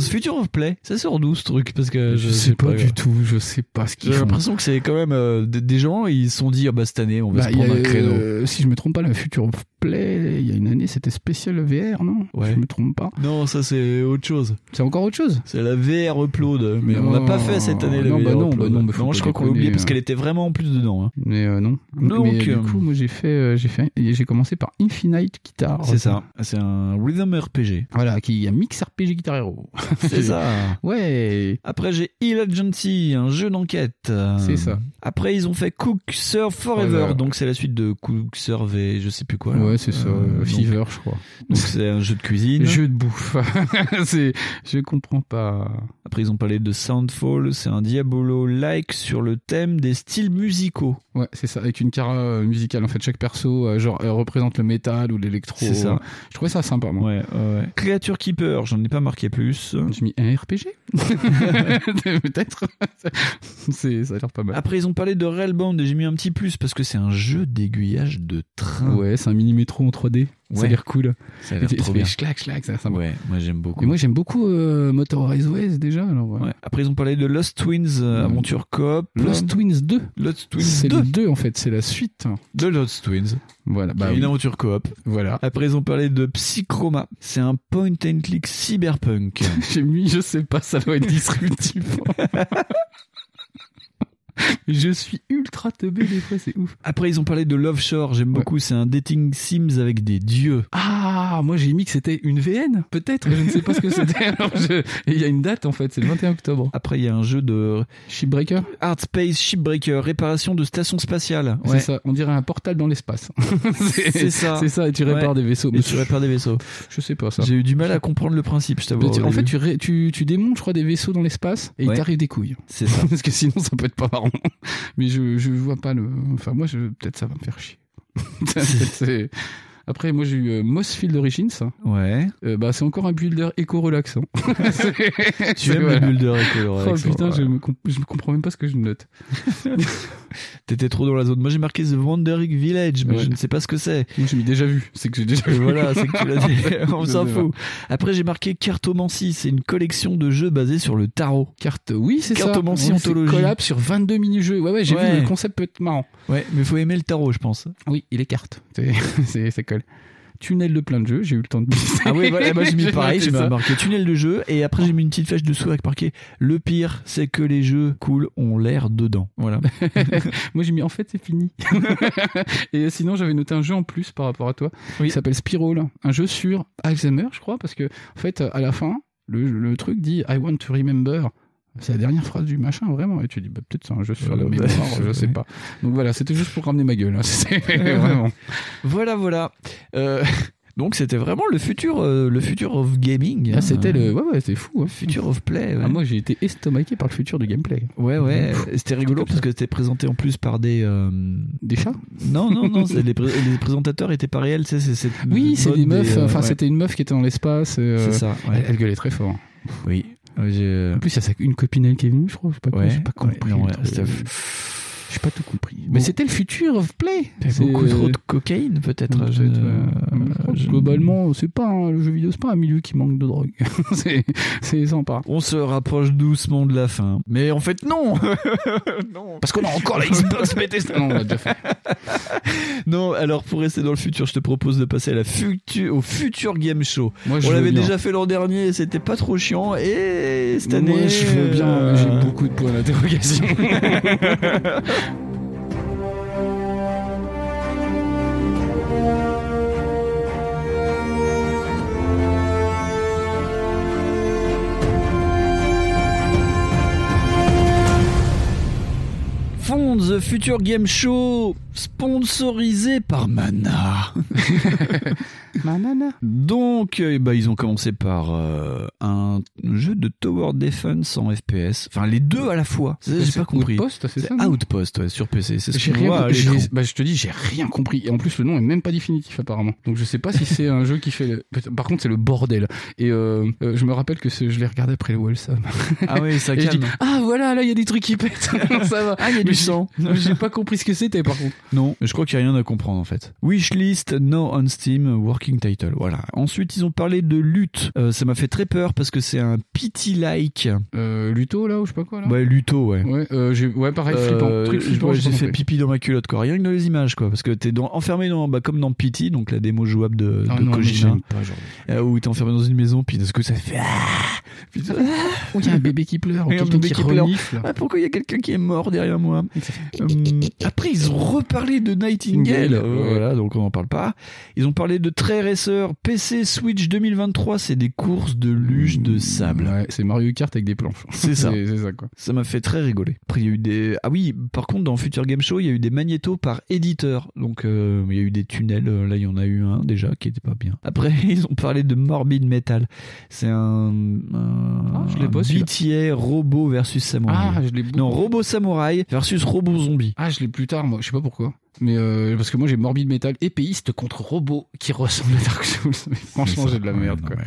Speaker 4: Future Play, ça sort d'où ce truc Parce que
Speaker 5: Euh, Je sais pas du tout, je sais pas ce qu'ils
Speaker 4: J'ai
Speaker 5: font.
Speaker 4: l'impression que c'est quand même euh, des, des gens, ils se sont dit, ah bah cette année, on va
Speaker 5: Bah,
Speaker 4: se
Speaker 5: il y
Speaker 4: prendre
Speaker 5: a,
Speaker 4: un créneau.
Speaker 5: euh, si je me trompe pas, la Future Play, il y a une année, c'était spécial VR, non
Speaker 4: Ouais.
Speaker 5: Je me trompe pas.
Speaker 4: Non, ça c'est autre chose.
Speaker 5: C'est encore autre chose
Speaker 4: C'est la VR Upload, mais on
Speaker 5: Non.
Speaker 4: n'a pas fait cette année la
Speaker 5: Non,
Speaker 4: VR
Speaker 5: bah non,
Speaker 4: Upload.
Speaker 5: bah non, bah faut
Speaker 4: je
Speaker 5: pas
Speaker 4: crois qu'on l'a oublié
Speaker 5: déconner,
Speaker 4: parce
Speaker 5: hein.
Speaker 4: qu'elle était vraiment en plus dedans. hein.
Speaker 5: Mais euh, non.
Speaker 4: Donc,
Speaker 5: Mais
Speaker 4: euh,
Speaker 5: du coup, moi j'ai fait, euh, j'ai fait, j'ai commencé par Infinite Guitar.
Speaker 4: C'est ça, c'est un rhythm RPG.
Speaker 5: Voilà, qui a mix RPG Guitar Hero.
Speaker 4: C'est ça.
Speaker 5: Ouais.
Speaker 4: Après, j'ai Hill Agency, un jeu d'enquête. Euh,
Speaker 5: C'est ça.
Speaker 4: Après, ils ont fait Cook Serve Forever,
Speaker 5: Forever.
Speaker 4: donc c'est la suite de Cook Serve et je sais plus quoi. là.
Speaker 5: Ouais, c'est ça.
Speaker 4: Euh, donc-
Speaker 5: Fever, je crois.
Speaker 4: Donc c'est un jeu de cuisine.
Speaker 5: Jeu de bouffe. c'est, je comprends pas.
Speaker 4: Après, ils ont parlé de Soundfall, c'est un Diabolo-like sur le thème des styles musicaux.
Speaker 5: Ouais, c'est ça, avec une cara euh, musicale. En fait, chaque perso, euh, genre, euh, représente le métal ou l'électro.
Speaker 4: C'est ça.
Speaker 5: Je trouvais ça sympa, moi.
Speaker 4: Ouais, ouais, ouais. Creature Keeper, j'en ai pas marqué plus.
Speaker 5: J'ai mis un RPG Peut-être. C'est, ça a l'air pas mal.
Speaker 4: Après, ils ont parlé de Railbound et j'ai mis un petit plus parce que c'est un jeu d'aiguillage de train.
Speaker 5: Ouais, c'est un mini métro en 3D. Ça a
Speaker 4: Ah. Ouais.
Speaker 5: l'air cool.
Speaker 4: Ça a l'air
Speaker 5: Et t'es-
Speaker 4: trop
Speaker 5: ça
Speaker 4: bien.
Speaker 5: fait Clac, clac, ça, ça me-
Speaker 4: Ouais, moi j'aime beaucoup.
Speaker 5: Et moi, j'aime beaucoup euh, Motorized Ways déjà. Alors, ouais.
Speaker 4: Ouais. Après, ils ont parlé de Lost Twins, euh,
Speaker 5: Mm.
Speaker 4: aventure coop.
Speaker 5: Lost Twins 2.
Speaker 4: Lost
Speaker 5: C'est
Speaker 4: Twins 2.
Speaker 5: le 2 en fait, c'est la suite.
Speaker 4: De Lost Twins.
Speaker 5: Voilà, bah
Speaker 4: une
Speaker 5: oui.
Speaker 4: aventure coop.
Speaker 5: Voilà.
Speaker 4: Après, ils ont parlé de Psychroma. C'est un point and click cyberpunk.
Speaker 5: J'ai mis, je sais pas, ça doit être disruptif. je suis ultra teubé des fois, c'est ouf.
Speaker 4: Après, ils ont parlé de Love Shore. J'aime beaucoup. C'est un dating sims avec des dieux.
Speaker 5: Ah, moi j'ai mis que c'était une VN, peut-être, je ne sais pas ce que c'était. Alors je- et Il y a une date en fait, c'est le 21 octobre.
Speaker 4: Après, il y a un jeu de
Speaker 5: Shipbreaker
Speaker 4: Hard Space Shipbreaker, réparation de station spatiale.
Speaker 5: C'est ça, on dirait un portal dans l'espace.
Speaker 4: C'est ça.
Speaker 5: C'est ça, et tu répares
Speaker 4: Ouais.
Speaker 5: des vaisseaux.
Speaker 4: Mais
Speaker 5: Mais
Speaker 4: tu répares des vaisseaux.
Speaker 5: Je sais pas ça.
Speaker 4: J'ai eu du mal à comprendre le principe, je t'avoue.
Speaker 5: Mais tu-
Speaker 4: au
Speaker 5: en fait,
Speaker 4: début.
Speaker 5: tu, ré- tu, tu démontes, je crois, des vaisseaux dans l'espace et
Speaker 4: Ouais.
Speaker 5: il t'arrive des couilles.
Speaker 4: c'est ça.
Speaker 5: Parce que sinon, ça peut être pas marrant. Mais je, je vois pas le. Enfin, moi, je... peut-être ça va me faire chier. Peut-être c'est- Après, moi, j'ai eu euh, Mossfield Origins.
Speaker 4: Ouais.
Speaker 5: Euh, bah, c'est encore un builder éco-relaxant.
Speaker 4: Tu aimes
Speaker 5: voilà.
Speaker 4: le hein. builder et coloré.
Speaker 5: Oh
Speaker 4: Alexandre.
Speaker 5: putain,
Speaker 4: Ouais.
Speaker 5: je, me comp- je me comprends même pas ce que je note.
Speaker 4: T'étais trop dans la zone. Moi, j'ai marqué The Wandering Village, mais
Speaker 5: Ouais.
Speaker 4: je ne sais pas ce que c'est.
Speaker 5: Moi, j'ai mis déjà vu. C'est que j'ai déjà
Speaker 4: Et
Speaker 5: vu.
Speaker 4: voilà, c'est que tu l'as dit. On
Speaker 5: Je
Speaker 4: s'en
Speaker 5: sais pas.
Speaker 4: fout. Après, j'ai marqué Cartomancie. C'est une collection de jeux basés sur le tarot.
Speaker 5: Carte, oui, c'est ça.
Speaker 4: Cartomancie
Speaker 5: Ouais, c'est
Speaker 4: Anthologie.
Speaker 5: Collab sur 22 mini-jeux. Ouais, ouais, j'ai
Speaker 4: Ouais.
Speaker 5: vu, le concept peut être marrant.
Speaker 4: Ouais, mais faut aimer le tarot, je pense.
Speaker 5: Oui, il est carte. C'est- C'est ça colle. Tunnel de plein de jeux, j'ai eu le temps de
Speaker 4: Ah oui, voilà, moi j'ai mis pareil, j'ai
Speaker 5: noté ça.
Speaker 4: marqué tunnel de jeu et après j'ai mis une petite flèche dessous avec marqué le pire, c'est que les jeux cool ont l'air dedans. Voilà.
Speaker 5: Moi j'ai mis en fait c'est fini. et sinon j'avais noté un jeu en plus par rapport à toi.
Speaker 4: Oui.
Speaker 5: Il s'appelle Spiral, un jeu sur Alzheimer je crois parce que en fait à la fin le, le truc dit I want to remember. C'est la dernière phrase du machin vraiment et tu dis bah, peut-être c'est un jeu sur la
Speaker 4: Euh,
Speaker 5: mémoire,
Speaker 4: bah,
Speaker 5: je sais
Speaker 4: ouais.
Speaker 5: pas. Donc voilà, c'était juste pour ramener ma gueule hein. C'est vraiment.
Speaker 4: Voilà, voilà. Euh, donc c'était vraiment le futur, euh, le futur of gaming.
Speaker 5: Ah, c'était
Speaker 4: hein.
Speaker 5: le ouais ouais, c'est fou. hein.
Speaker 4: futur of play. Ouais,
Speaker 5: Ah, moi j'ai été estomaqué par le futur du gameplay.
Speaker 4: ouais. ouais.
Speaker 5: Pfff.
Speaker 4: C'était rigolo parce que c'était présenté en plus par des. euh,
Speaker 5: Des chats
Speaker 4: Non, non, non. c'est- les, pré- les présentateurs étaient pas réels. C'est, c'est, c'est-
Speaker 5: Oui, c'est
Speaker 4: mode
Speaker 5: des meufs,
Speaker 4: euh,
Speaker 5: enfin
Speaker 4: ouais.
Speaker 5: c'était une meuf qui était dans l'espace. et, euh,
Speaker 4: C'est ça.
Speaker 5: Elle,
Speaker 4: ouais.
Speaker 5: elle Euh, gueulait très fort.
Speaker 4: Oui. Ouais, j'ai-
Speaker 5: En plus, il y a sa- une copine elle qui est venue, je crois. Je sais pas quoi,
Speaker 4: Ouais,
Speaker 5: j'ai pas
Speaker 4: ouais,
Speaker 5: compris.
Speaker 4: non,
Speaker 5: le
Speaker 4: ouais,
Speaker 5: truc.
Speaker 4: c'était-
Speaker 5: j'ai pas tout compris.
Speaker 4: Bon.
Speaker 5: Mais c'était le futur of play.
Speaker 4: C'est
Speaker 5: C'est-
Speaker 4: beaucoup trop de cocaïne
Speaker 5: Peut-être,
Speaker 4: peut-être.
Speaker 5: ouais.
Speaker 4: je- euh,
Speaker 5: Mais euh, je crois que
Speaker 4: je-
Speaker 5: Globalement, c'est pas un- le jeu vidéo, c'est pas un milieu qui manque de drogue. c'est, c'est sympa.
Speaker 4: On se rapproche doucement de la fin. Mais en fait, non Non
Speaker 5: Parce qu'on a encore la Xbox Ah Non, on l'a déjà fait.
Speaker 4: Non, alors pour rester dans le futur, je te propose de passer à la futu- au futur game show.
Speaker 5: Moi, je
Speaker 4: On
Speaker 5: veux
Speaker 4: l'avait
Speaker 5: bien.
Speaker 4: déjà fait l'an dernier, c'était pas trop chiant. Et cette année.
Speaker 5: Moi, je veux bien.
Speaker 4: euh,
Speaker 5: mais J'ai beaucoup de points d'interrogation.
Speaker 4: Fonds The Future Game Show, sponsorisé par Mana.
Speaker 5: Manana.
Speaker 4: Donc, euh, bah, ils ont commencé par euh, un jeu de Tower Defense en FPS. Enfin, les deux à la fois. Ça, J'ai pas compris.
Speaker 5: Outpost, c'est
Speaker 4: C'est
Speaker 5: ça non
Speaker 4: Outpost, ouais, sur PC. C'est ce
Speaker 5: J'ai
Speaker 4: qu'on
Speaker 5: rien
Speaker 4: voit à
Speaker 5: compris.
Speaker 4: l'écran.
Speaker 5: J'ai- bah, je te dis, j'ai rien compris. Et en plus, le nom est même pas définitif apparemment. Donc je sais pas si c'est un jeu qui fait. le- Par contre, c'est le bordel. Et euh, euh, je me rappelle que ce- je l'ai regardé après le Wholesome.
Speaker 4: Ah oui, ça
Speaker 5: Et je dis,
Speaker 4: calme.
Speaker 5: ah voilà, là il y a des trucs qui pètent. ça va.
Speaker 4: Ah, il y a
Speaker 5: Mais
Speaker 4: du puissant.
Speaker 5: J'ai pas compris ce que c'était par contre.
Speaker 4: Non, je crois qu'il n'y a rien à comprendre en fait. Wishlist, No on Steam, Working Title. Voilà. Ensuite, ils ont parlé de lutte. Euh, ça m'a fait très peur parce que c'est un pity like.
Speaker 5: Euh, Luto là ou je sais pas quoi là
Speaker 4: Ouais, Luto, ouais.
Speaker 5: Ouais, euh, j'ai- ouais, pareil, flippant.
Speaker 4: Euh,
Speaker 5: Truc flippant,
Speaker 4: ouais,
Speaker 5: j'ai
Speaker 4: j'ai
Speaker 5: pas
Speaker 4: fait
Speaker 5: compris.
Speaker 4: pipi dans ma culotte, quoi. Rien que dans les images, quoi. Parce que t'es dans, enfermé dans, bah, comme dans Pity, donc la démo jouable de,
Speaker 5: Ah
Speaker 4: de
Speaker 5: non, mais
Speaker 4: Kojima,
Speaker 5: j'aime pas, genre.
Speaker 4: euh, où t'es enfermé dans une maison, puis d'un coup ça fait. Ah Puis ça-
Speaker 5: Oh, il y a un bébé qui pleure, ou
Speaker 4: Il y a un
Speaker 5: quelqu'un
Speaker 4: bébé
Speaker 5: qui,
Speaker 4: qui pleure.
Speaker 5: renifle. Euh,
Speaker 4: Ah, pourquoi il y a quelqu'un qui est mort derrière moi Hum, Après, ils ont reparlé de Nightingale.
Speaker 5: Nightingale,
Speaker 4: Euh,
Speaker 5: ouais.
Speaker 4: Voilà, donc on n'en parle pas. Ils ont parlé de Trail Racer, PC Switch 2023. C'est des courses de luge de sable.
Speaker 5: Hmm, Ouais, c'est Mario Kart avec des planches.
Speaker 4: C'est ça.
Speaker 5: C'est ça quoi.
Speaker 4: Ça m'a fait très rigoler. Après, il y a eu des. Ah oui, par contre, dans Future Game Show, il y a eu des magnétos par éditeur. Donc, euh, il y a eu des tunnels. Euh, Là, il y en a eu un déjà qui était pas bien. Après, ils ont parlé de Morbid Metal. C'est un. un-
Speaker 5: Ah, je l'ai pas,
Speaker 4: un
Speaker 5: celui-là.
Speaker 4: BTA robot versus samouraï.
Speaker 5: Ah, je l'ai
Speaker 4: non, robot samouraï versus robot zombie.
Speaker 5: Ah, je l'ai plus tard, moi. Je sais pas pourquoi. Mais euh, parce que moi, j'ai Morbid Metal épéiste contre robot qui ressemble à Dark Souls. Mais franchement,
Speaker 4: ça.
Speaker 5: j'ai de la
Speaker 4: Ouais,
Speaker 5: merde,
Speaker 4: non,
Speaker 5: quoi.
Speaker 4: mais-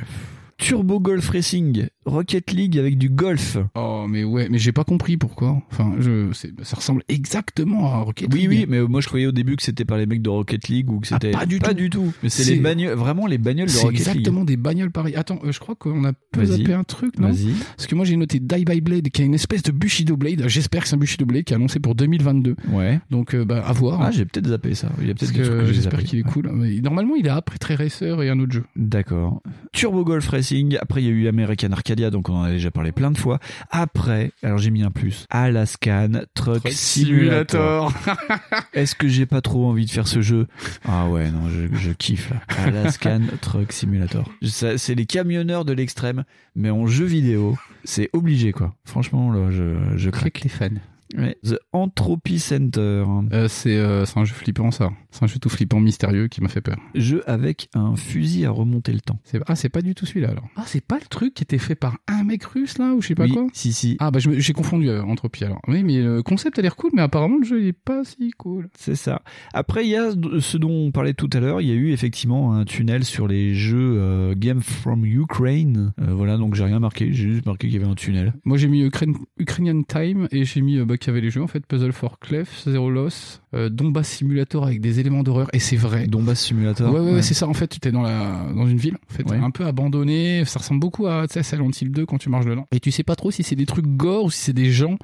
Speaker 4: Turbo Golf Racing, Rocket League avec du golf.
Speaker 5: Oh, mais ouais, mais j'ai pas compris pourquoi. Enfin, je, c'est- ça ressemble exactement à Rocket
Speaker 4: Oui,
Speaker 5: League. Ah,
Speaker 4: oui, mais moi je croyais au début que c'était par les mecs de Rocket League ou que c'était.
Speaker 5: pas du tout.
Speaker 4: Mais c'est
Speaker 5: C'est-
Speaker 4: les bagnoles, vraiment les bagnoles de
Speaker 5: C'est
Speaker 4: Rocket
Speaker 5: exactement des bagnoles pareilles. Attends, euh, je crois qu'on a peu
Speaker 4: Vas-y.
Speaker 5: zappé un truc,
Speaker 4: League.
Speaker 5: non
Speaker 4: Vas-y.
Speaker 5: Parce que moi, j'ai noté Die by Blade, qui a une espèce de Bushido Blade. J'espère que c'est un Bushido Blade qui est annoncé pour 2022.
Speaker 4: Ouais.
Speaker 5: Donc, euh, bah, à voir.
Speaker 4: Ah, j'ai peut-être zappé ça. Il y a
Speaker 5: Parce
Speaker 4: peut-être des
Speaker 5: que
Speaker 4: trucs que j'ai
Speaker 5: j'espère
Speaker 4: zappés.
Speaker 5: qu'il est cool. Mais normalement, il est après Très Racer et un autre jeu.
Speaker 4: D'accord. Turbo Golf Racing. Après, il y a eu American Arcadia, donc on en a déjà parlé plein de fois. Après, alors j'ai mis un plus. Alaskan Truck, Simulator. Est-ce que j'ai pas trop envie de faire ce jeu Ah ouais, non, je, je kiffe là. Alaskan Truck Simulator. Ça, C'est les camionneurs de l'extrême, mais en jeu vidéo, c'est obligé quoi. Franchement, là, je, je craque.
Speaker 5: les fans.
Speaker 4: Ouais. The Anthropy Center.
Speaker 5: Euh, c'est euh, c'est un jeu flippant, ça. C'est un jeu tout flippant, mystérieux, qui m'a fait peur.
Speaker 4: Jeu avec un fusil à remonter le temps.
Speaker 5: C'est- Ah, c'est pas du tout celui-là, alors. Ah, c'est pas le truc qui était fait par un mec russe, là, ou je sais pas
Speaker 4: oui,
Speaker 5: quoi
Speaker 4: si, si.
Speaker 5: Ah, bah, je me- j'ai confondu euh, Entropie, alors. Oui, mais le concept a l'air cool, mais apparemment, le jeu, il est pas si cool.
Speaker 4: C'est ça. Après, il y a ce dont on parlait tout à l'heure. Il y a eu effectivement un tunnel sur les jeux euh, Game from Ukraine. Euh, voilà, donc j'ai rien marqué. J'ai juste marqué qu'il y avait un tunnel.
Speaker 5: Moi, j'ai mis euh, Ukraine, Ukrainian Time, et j'ai mis, euh, bah, qu'il y avait les jeux, en fait, Puzzle for Clef, Zero Loss, euh, Donbass Simulator avec des éléments d'horreur, et c'est vrai.
Speaker 4: Donbass Simulator.
Speaker 5: Ouais, ouais, ouais, c'est ça. En fait, tu es dans, la... dans une ville, en fait,
Speaker 4: Ouais.
Speaker 5: un peu abandonnée. Ça ressemble beaucoup à tu sais, Silent Hill 2 quand tu marches dedans. Et tu sais pas trop si c'est des trucs gore ou si c'est des gens.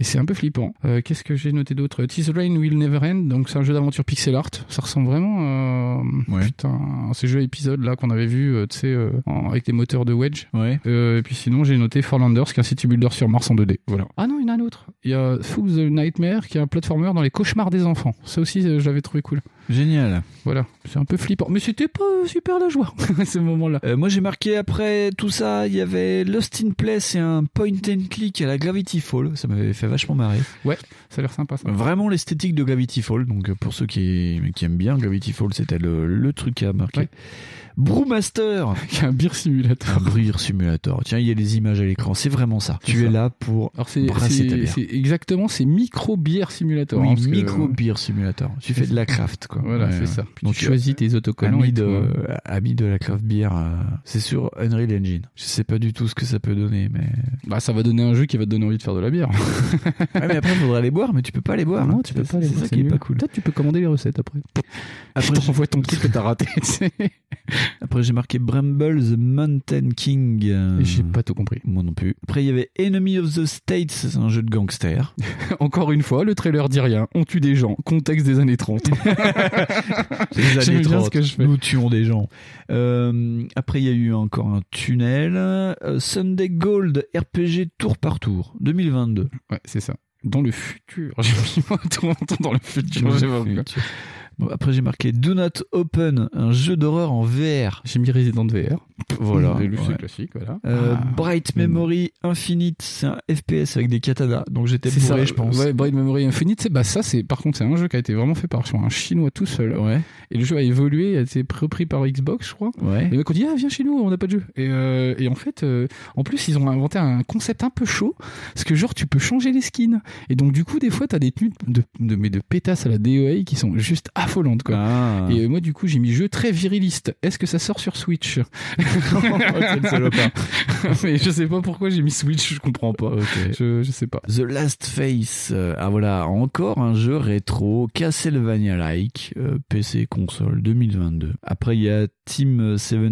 Speaker 5: Et c'est un peu flippant. Euh, Qu'est-ce que j'ai noté d'autre Tis Rain Will Never End. Donc, c'est un jeu d'aventure pixel art. Ça ressemble vraiment euh,
Speaker 4: Ouais.
Speaker 5: putain, à ces jeux épisodes là qu'on avait vu, tu sais, euh, en- avec les moteurs de Wedge.
Speaker 4: Ouais.
Speaker 5: Euh, et puis sinon, j'ai noté Forlanders, qui est un city builder sur Mars en 2D. Voilà. Ah non, il y en a un autre. Il y a Fool the Nightmare, qui est un platformer dans les cauchemars des enfants. Ça aussi, euh, je l'avais trouvé cool.
Speaker 4: Génial.
Speaker 5: Voilà, c'est un peu flippant. Mais c'était pas euh, super la joie, ce moment-là.
Speaker 4: Euh, moi, j'ai marqué après tout ça. Il y avait Lost in Place et un point and click à la Gravity Fall. Ça m'avait fait vachement marrer.
Speaker 5: Ça a l'air sympa, ça.
Speaker 4: Vraiment l'esthétique de Gravity Fall. Donc, euh, pour ceux qui, qui aiment bien Gravity Fall, c'était le, le truc à marquer.
Speaker 5: Ouais.
Speaker 4: Brewmaster.
Speaker 5: Il y a un beer
Speaker 4: Un
Speaker 5: simulator.
Speaker 4: brire simulator. Tiens, il y a des images à l'écran. C'est vraiment ça. Tu es
Speaker 5: ça.
Speaker 4: là pour
Speaker 5: Alors c'est
Speaker 4: Brasser ta
Speaker 5: c'est-
Speaker 4: bière.
Speaker 5: c'est exactement c'est micro bière simulator. hein,
Speaker 4: oui,
Speaker 5: parce que- euh,
Speaker 4: micro beer simulator. Tu fais de la craft, quoi.
Speaker 5: Voilà,
Speaker 4: Ouais,
Speaker 5: c'est
Speaker 4: ouais.
Speaker 5: ça.
Speaker 4: Donc,
Speaker 5: tu choisis tes autocollants
Speaker 4: Ami
Speaker 5: et
Speaker 4: de,
Speaker 5: tout, hein.
Speaker 4: euh, ami de la craft beer, euh, c'est sur Unreal Engine. Je sais pas du tout ce que ça peut donner, mais.
Speaker 5: Bah ça va donner un jeu qui va te donner envie de faire de la bière.
Speaker 4: Ouais, mais après, il faudra les boire, mais tu peux pas les boire. hein. C'est ça qui est pas cool.
Speaker 5: Peut-être tu peux commander les recettes après.
Speaker 4: Après,
Speaker 5: Après, t'envoie ton truc que t'as raté. tu sais.
Speaker 4: Hmm. Après, j'ai marqué Bramble the Mountain King. euh,
Speaker 5: Et J'ai pas tout compris.
Speaker 4: Moi non plus. Après, il y avait Enemy of the States, c'est un jeu de gangster.
Speaker 5: Encore une fois, le trailer dit rien. On tue des gens. Contexte des années 30.
Speaker 4: Les
Speaker 5: J'aime
Speaker 4: années
Speaker 5: bien
Speaker 4: 30,
Speaker 5: ce que je fais.
Speaker 4: Nous tuons des gens. Euh, après, il y a eu encore un tunnel. Euh, Sunday Gold RPG tour par tour 2022.
Speaker 5: Ouais, c'est ça. Dans le futur. J'ai mis moi tout mon temps dans le futur. je sais pas pourquoi.
Speaker 4: Bon, après, j'ai marqué Do Not Open, un jeu d'horreur en VR.
Speaker 5: J'ai mis Resident VR.
Speaker 4: Voilà.
Speaker 5: Le luxe
Speaker 4: Ouais.
Speaker 5: classique, voilà.
Speaker 4: Euh,
Speaker 5: Ah.
Speaker 4: Bright Memory Infinite, c'est un FPS avec des katanas. Donc j'étais
Speaker 5: C'est
Speaker 4: bourré,
Speaker 5: ça,
Speaker 4: je pense.
Speaker 5: Ouais, Braid Memory Infinite, c'est- bah ça, c'est par contre, c'est un jeu qui a été vraiment fait par je crois, un chinois tout seul.
Speaker 4: ouais.
Speaker 5: Et le jeu a évolué, a été repris par Xbox, je crois.
Speaker 4: ouais.
Speaker 5: Et les mecs ont dit, ah, viens chez nous, on n'a pas de jeu. Et, euh, et en fait, euh, en plus, ils ont inventé un concept un peu chaud, parce que genre, tu peux changer les skins. Et donc, du coup, des fois, t'as des tenues de, de, mais de pétasses à la DOA E qui sont juste affolante quoi.
Speaker 4: Ah.
Speaker 5: Et euh, moi du coup j'ai mis jeu très viriliste. Est-ce que ça sort sur Switch Oh,
Speaker 4: quel
Speaker 5: hein.
Speaker 4: salopard.
Speaker 5: Mais je sais pas pourquoi j'ai mis Switch, je comprends pas. Je, je sais pas.
Speaker 4: The Last Face. euh, ah voilà, encore un jeu rétro Castlevania-like, euh, PC console 2022. Après il y a Team 17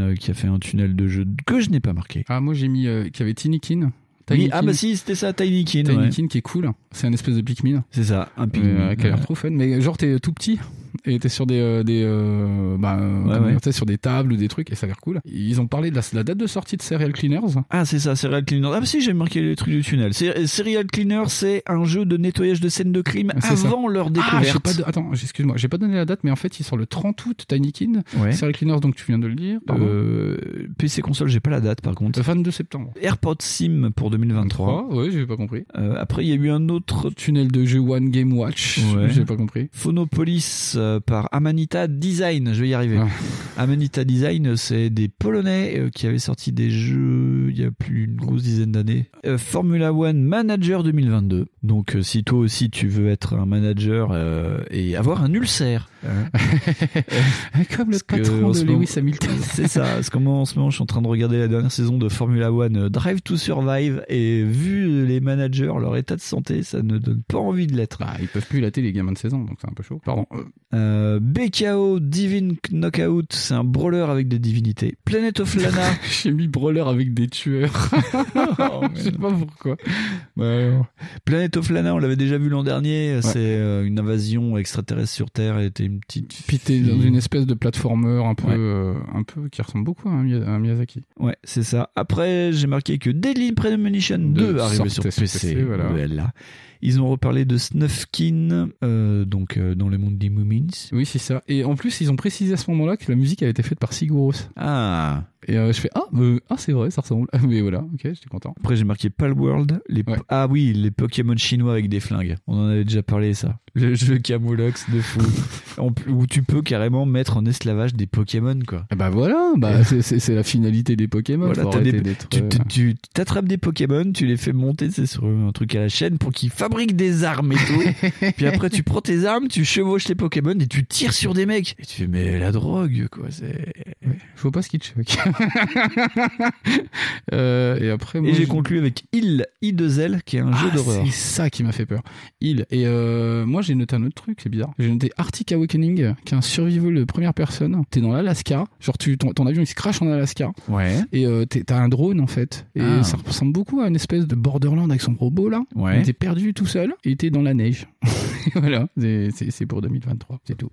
Speaker 4: euh, qui a fait un tunnel de jeu que je n'ai pas marqué.
Speaker 5: Ah moi j'ai mis euh, qu'il y avait Tinikin.
Speaker 4: Oui, ah bah si, c'était ça, Tiny Kin. ouais.
Speaker 5: Tinykin qui est cool, c'est un espèce de Pikmin.
Speaker 4: C'est ça, un
Speaker 5: Pikmin. qui a l'air trop fun, mais euh, genre t'es tout petit et t'es sur des, euh, des euh, bah, euh,
Speaker 4: Ouais,
Speaker 5: comment
Speaker 4: ouais.
Speaker 5: dire, t'es sur des tables ou des trucs et ça a l'air cool. Ils ont parlé de la, la date de sortie de Serial Cleaners.
Speaker 4: Ah c'est ça, Serial Cleaner. Ah bah si, j'ai marqué le truc du tunnel. C'est- Serial Cleaner, c'est un jeu de nettoyage de scènes de crime
Speaker 5: C'est ça.
Speaker 4: avant leur
Speaker 5: Ah, j'ai
Speaker 4: découverte.
Speaker 5: pas de- Attends, j'ai- excuse-moi, j'ai pas donné la date, mais en fait, il sort le 30 août, Tinykin.
Speaker 4: Ouais.
Speaker 5: Serial Cleaners, donc tu viens de le dire. pardon.
Speaker 4: Euh, PC console, j'ai pas la date par contre.
Speaker 5: Le 22 septembre.
Speaker 4: AirPod Sim pour 2023.
Speaker 5: Ah, ouais, j'ai pas compris.
Speaker 4: Euh, après, il y a eu un autre
Speaker 5: Tunnel de jeu One Game Watch.
Speaker 4: Ouais.
Speaker 5: J'ai pas compris.
Speaker 4: Phonopolis euh, par Amanita Design, je vais y arriver. Amanita Design, c'est des Polonais euh, qui avaient sorti des jeux il y a plus une grosse dizaine d'années. Euh, Formula One Manager 2022. Donc euh, si toi aussi tu veux être un manager euh, et avoir un ulcère. hein,
Speaker 5: Comme le
Speaker 4: parce que
Speaker 5: patron
Speaker 4: en
Speaker 5: de
Speaker 4: ce moment-
Speaker 5: Lewis Hamilton.
Speaker 4: C'est ça, parce qu'en moment- en ce moment je suis en train de regarder la dernière saison de Formula One euh, Drive to Survive et vu les managers, leur état de santé, ça ne donne pas envie de l'être.
Speaker 5: Bah, ils peuvent plus latter les gamins de 16 ans, donc c'est un peu chaud. Pardon. Euh,
Speaker 4: Euh, BKO Divine Knockout, c'est un brawler avec des divinités. Planet of Lana.
Speaker 5: J'ai mis brawler avec des tueurs. Je sais pas pourquoi. Ouais, ouais.
Speaker 4: Planet of Lana, on l'avait déjà vu l'an dernier. C'est euh, une invasion extraterrestre sur Terre. Elle était une petite.
Speaker 5: Puis t'es dans
Speaker 4: fille.
Speaker 5: une espèce de platformer un peu,
Speaker 4: Ouais.
Speaker 5: euh, un peu qui ressemble beaucoup à un Miya- à un Miyazaki.
Speaker 4: Ouais, c'est ça. Après, j'ai marqué que Deadly Premonition 2,
Speaker 5: Deux
Speaker 4: arrivé sur
Speaker 5: sortait
Speaker 4: PC.
Speaker 5: sur PC, voilà.
Speaker 4: ouais, là. Ils ont reparlé de Snufkin, euh, donc euh, dans le monde des Moomins.
Speaker 5: Oui, c'est ça. Et en plus, ils ont précisé à ce moment-là que la musique avait été faite par Siguros.
Speaker 4: Ah.
Speaker 5: Et euh, je fais Ah, euh, ah c'est vrai, ça ressemble. Mais voilà, ok, j'étais content.
Speaker 4: Après, j'ai marqué Palworld. Les...
Speaker 5: Ouais.
Speaker 4: Ah oui, les Pokémon chinois avec des flingues. On en avait déjà parlé, ça. Le jeu Camoulox de fou. En plus- où tu peux carrément mettre en esclavage des Pokémon, quoi.
Speaker 5: Et bah voilà, bah, c'est- c'est c'est la finalité des Pokémon.
Speaker 4: Voilà,
Speaker 5: faut
Speaker 4: t'as
Speaker 5: arrêter
Speaker 4: des-
Speaker 5: d'être,
Speaker 4: Tu-
Speaker 5: euh,
Speaker 4: tu- Tu t'attrapes des Pokémon, tu les fais monter c'est sur un truc à la chaîne pour qu'ils fabriquent des armes et tout. Puis après, tu prends tes armes, tu chevauches les Pokémon et tu tires sur des mecs. Et tu fais, mais la drogue, quoi. c'est-
Speaker 5: Je vois pas ce qui te choque. Euh, et après, moi,
Speaker 4: Et j'ai
Speaker 5: je-
Speaker 4: conclu avec Il, I2L, qui est un jeu
Speaker 5: Ah,
Speaker 4: d'horreur.
Speaker 5: C'est ça qui m'a fait peur. Il. Et euh, moi, j'ai noté un autre truc, c'est bizarre. J'ai noté Arctic Awakening, qui est un survival de première personne. T'es dans l'Alaska. Genre, tu, ton, ton avion, il se crache en Alaska.
Speaker 4: Ouais,
Speaker 5: Et euh, t'es- t'as un drone, en fait. Et
Speaker 4: Ah.
Speaker 5: ça ressemble beaucoup à une espèce de Borderland avec son robot, là.
Speaker 4: ouais.
Speaker 5: T'es perdu tout seul et t'es dans la neige. voilà. C'est- C'est c'est pour 2023. C'est tout.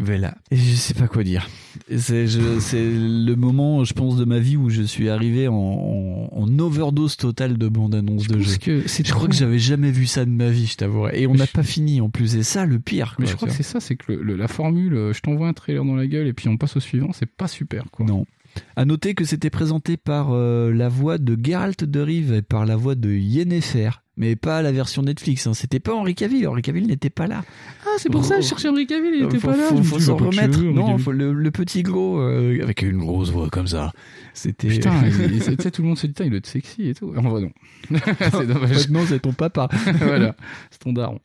Speaker 4: Voilà. Et je sais pas quoi dire. Et C'est je- c'est le moment, je pense, de ma vie où je suis arrivé en, en- en overdose totale de bandes-annonces de
Speaker 5: Parce
Speaker 4: jeux.
Speaker 5: que c'est
Speaker 4: Je crois que j'avais jamais vu ça de ma vie, je t'avouerai. Et on n'a
Speaker 5: Je-
Speaker 4: pas fini en plus, c'est ça le pire.
Speaker 5: Mais
Speaker 4: quoi,
Speaker 5: je crois
Speaker 4: tu
Speaker 5: que
Speaker 4: vois.
Speaker 5: c'est ça, c'est que le- le- la formule, euh, je t'envoie un trailer dans la gueule et puis on passe au suivant, c'est pas super quoi.
Speaker 4: Non. À noter que c'était présenté par euh, la voix de Geralt de Rive et par la voix de Yennefer, mais pas la version Netflix. hein. C'était pas Henri Cavill. Henri Cavill n'était pas là.
Speaker 5: Ah, c'est pour ça, je cherchais Henri Cavill, il était
Speaker 4: faut,
Speaker 5: pas là.
Speaker 4: faut-
Speaker 5: Je me
Speaker 4: faut
Speaker 5: dis,
Speaker 4: s'en
Speaker 5: bah, qu'est-ce que tu
Speaker 4: remettre.
Speaker 5: veux, Henri
Speaker 4: Non,
Speaker 5: Cavill
Speaker 4: faut le, le petit gros euh, avec une grosse voix comme ça. C'était
Speaker 5: Putain, il- il- tu sais, tout le monde se dit, Putain, il doit être sexy et tout. En vrai, non. c'est dommage.
Speaker 4: Maintenant, c'est ton papa.
Speaker 5: voilà, c'est ton daron.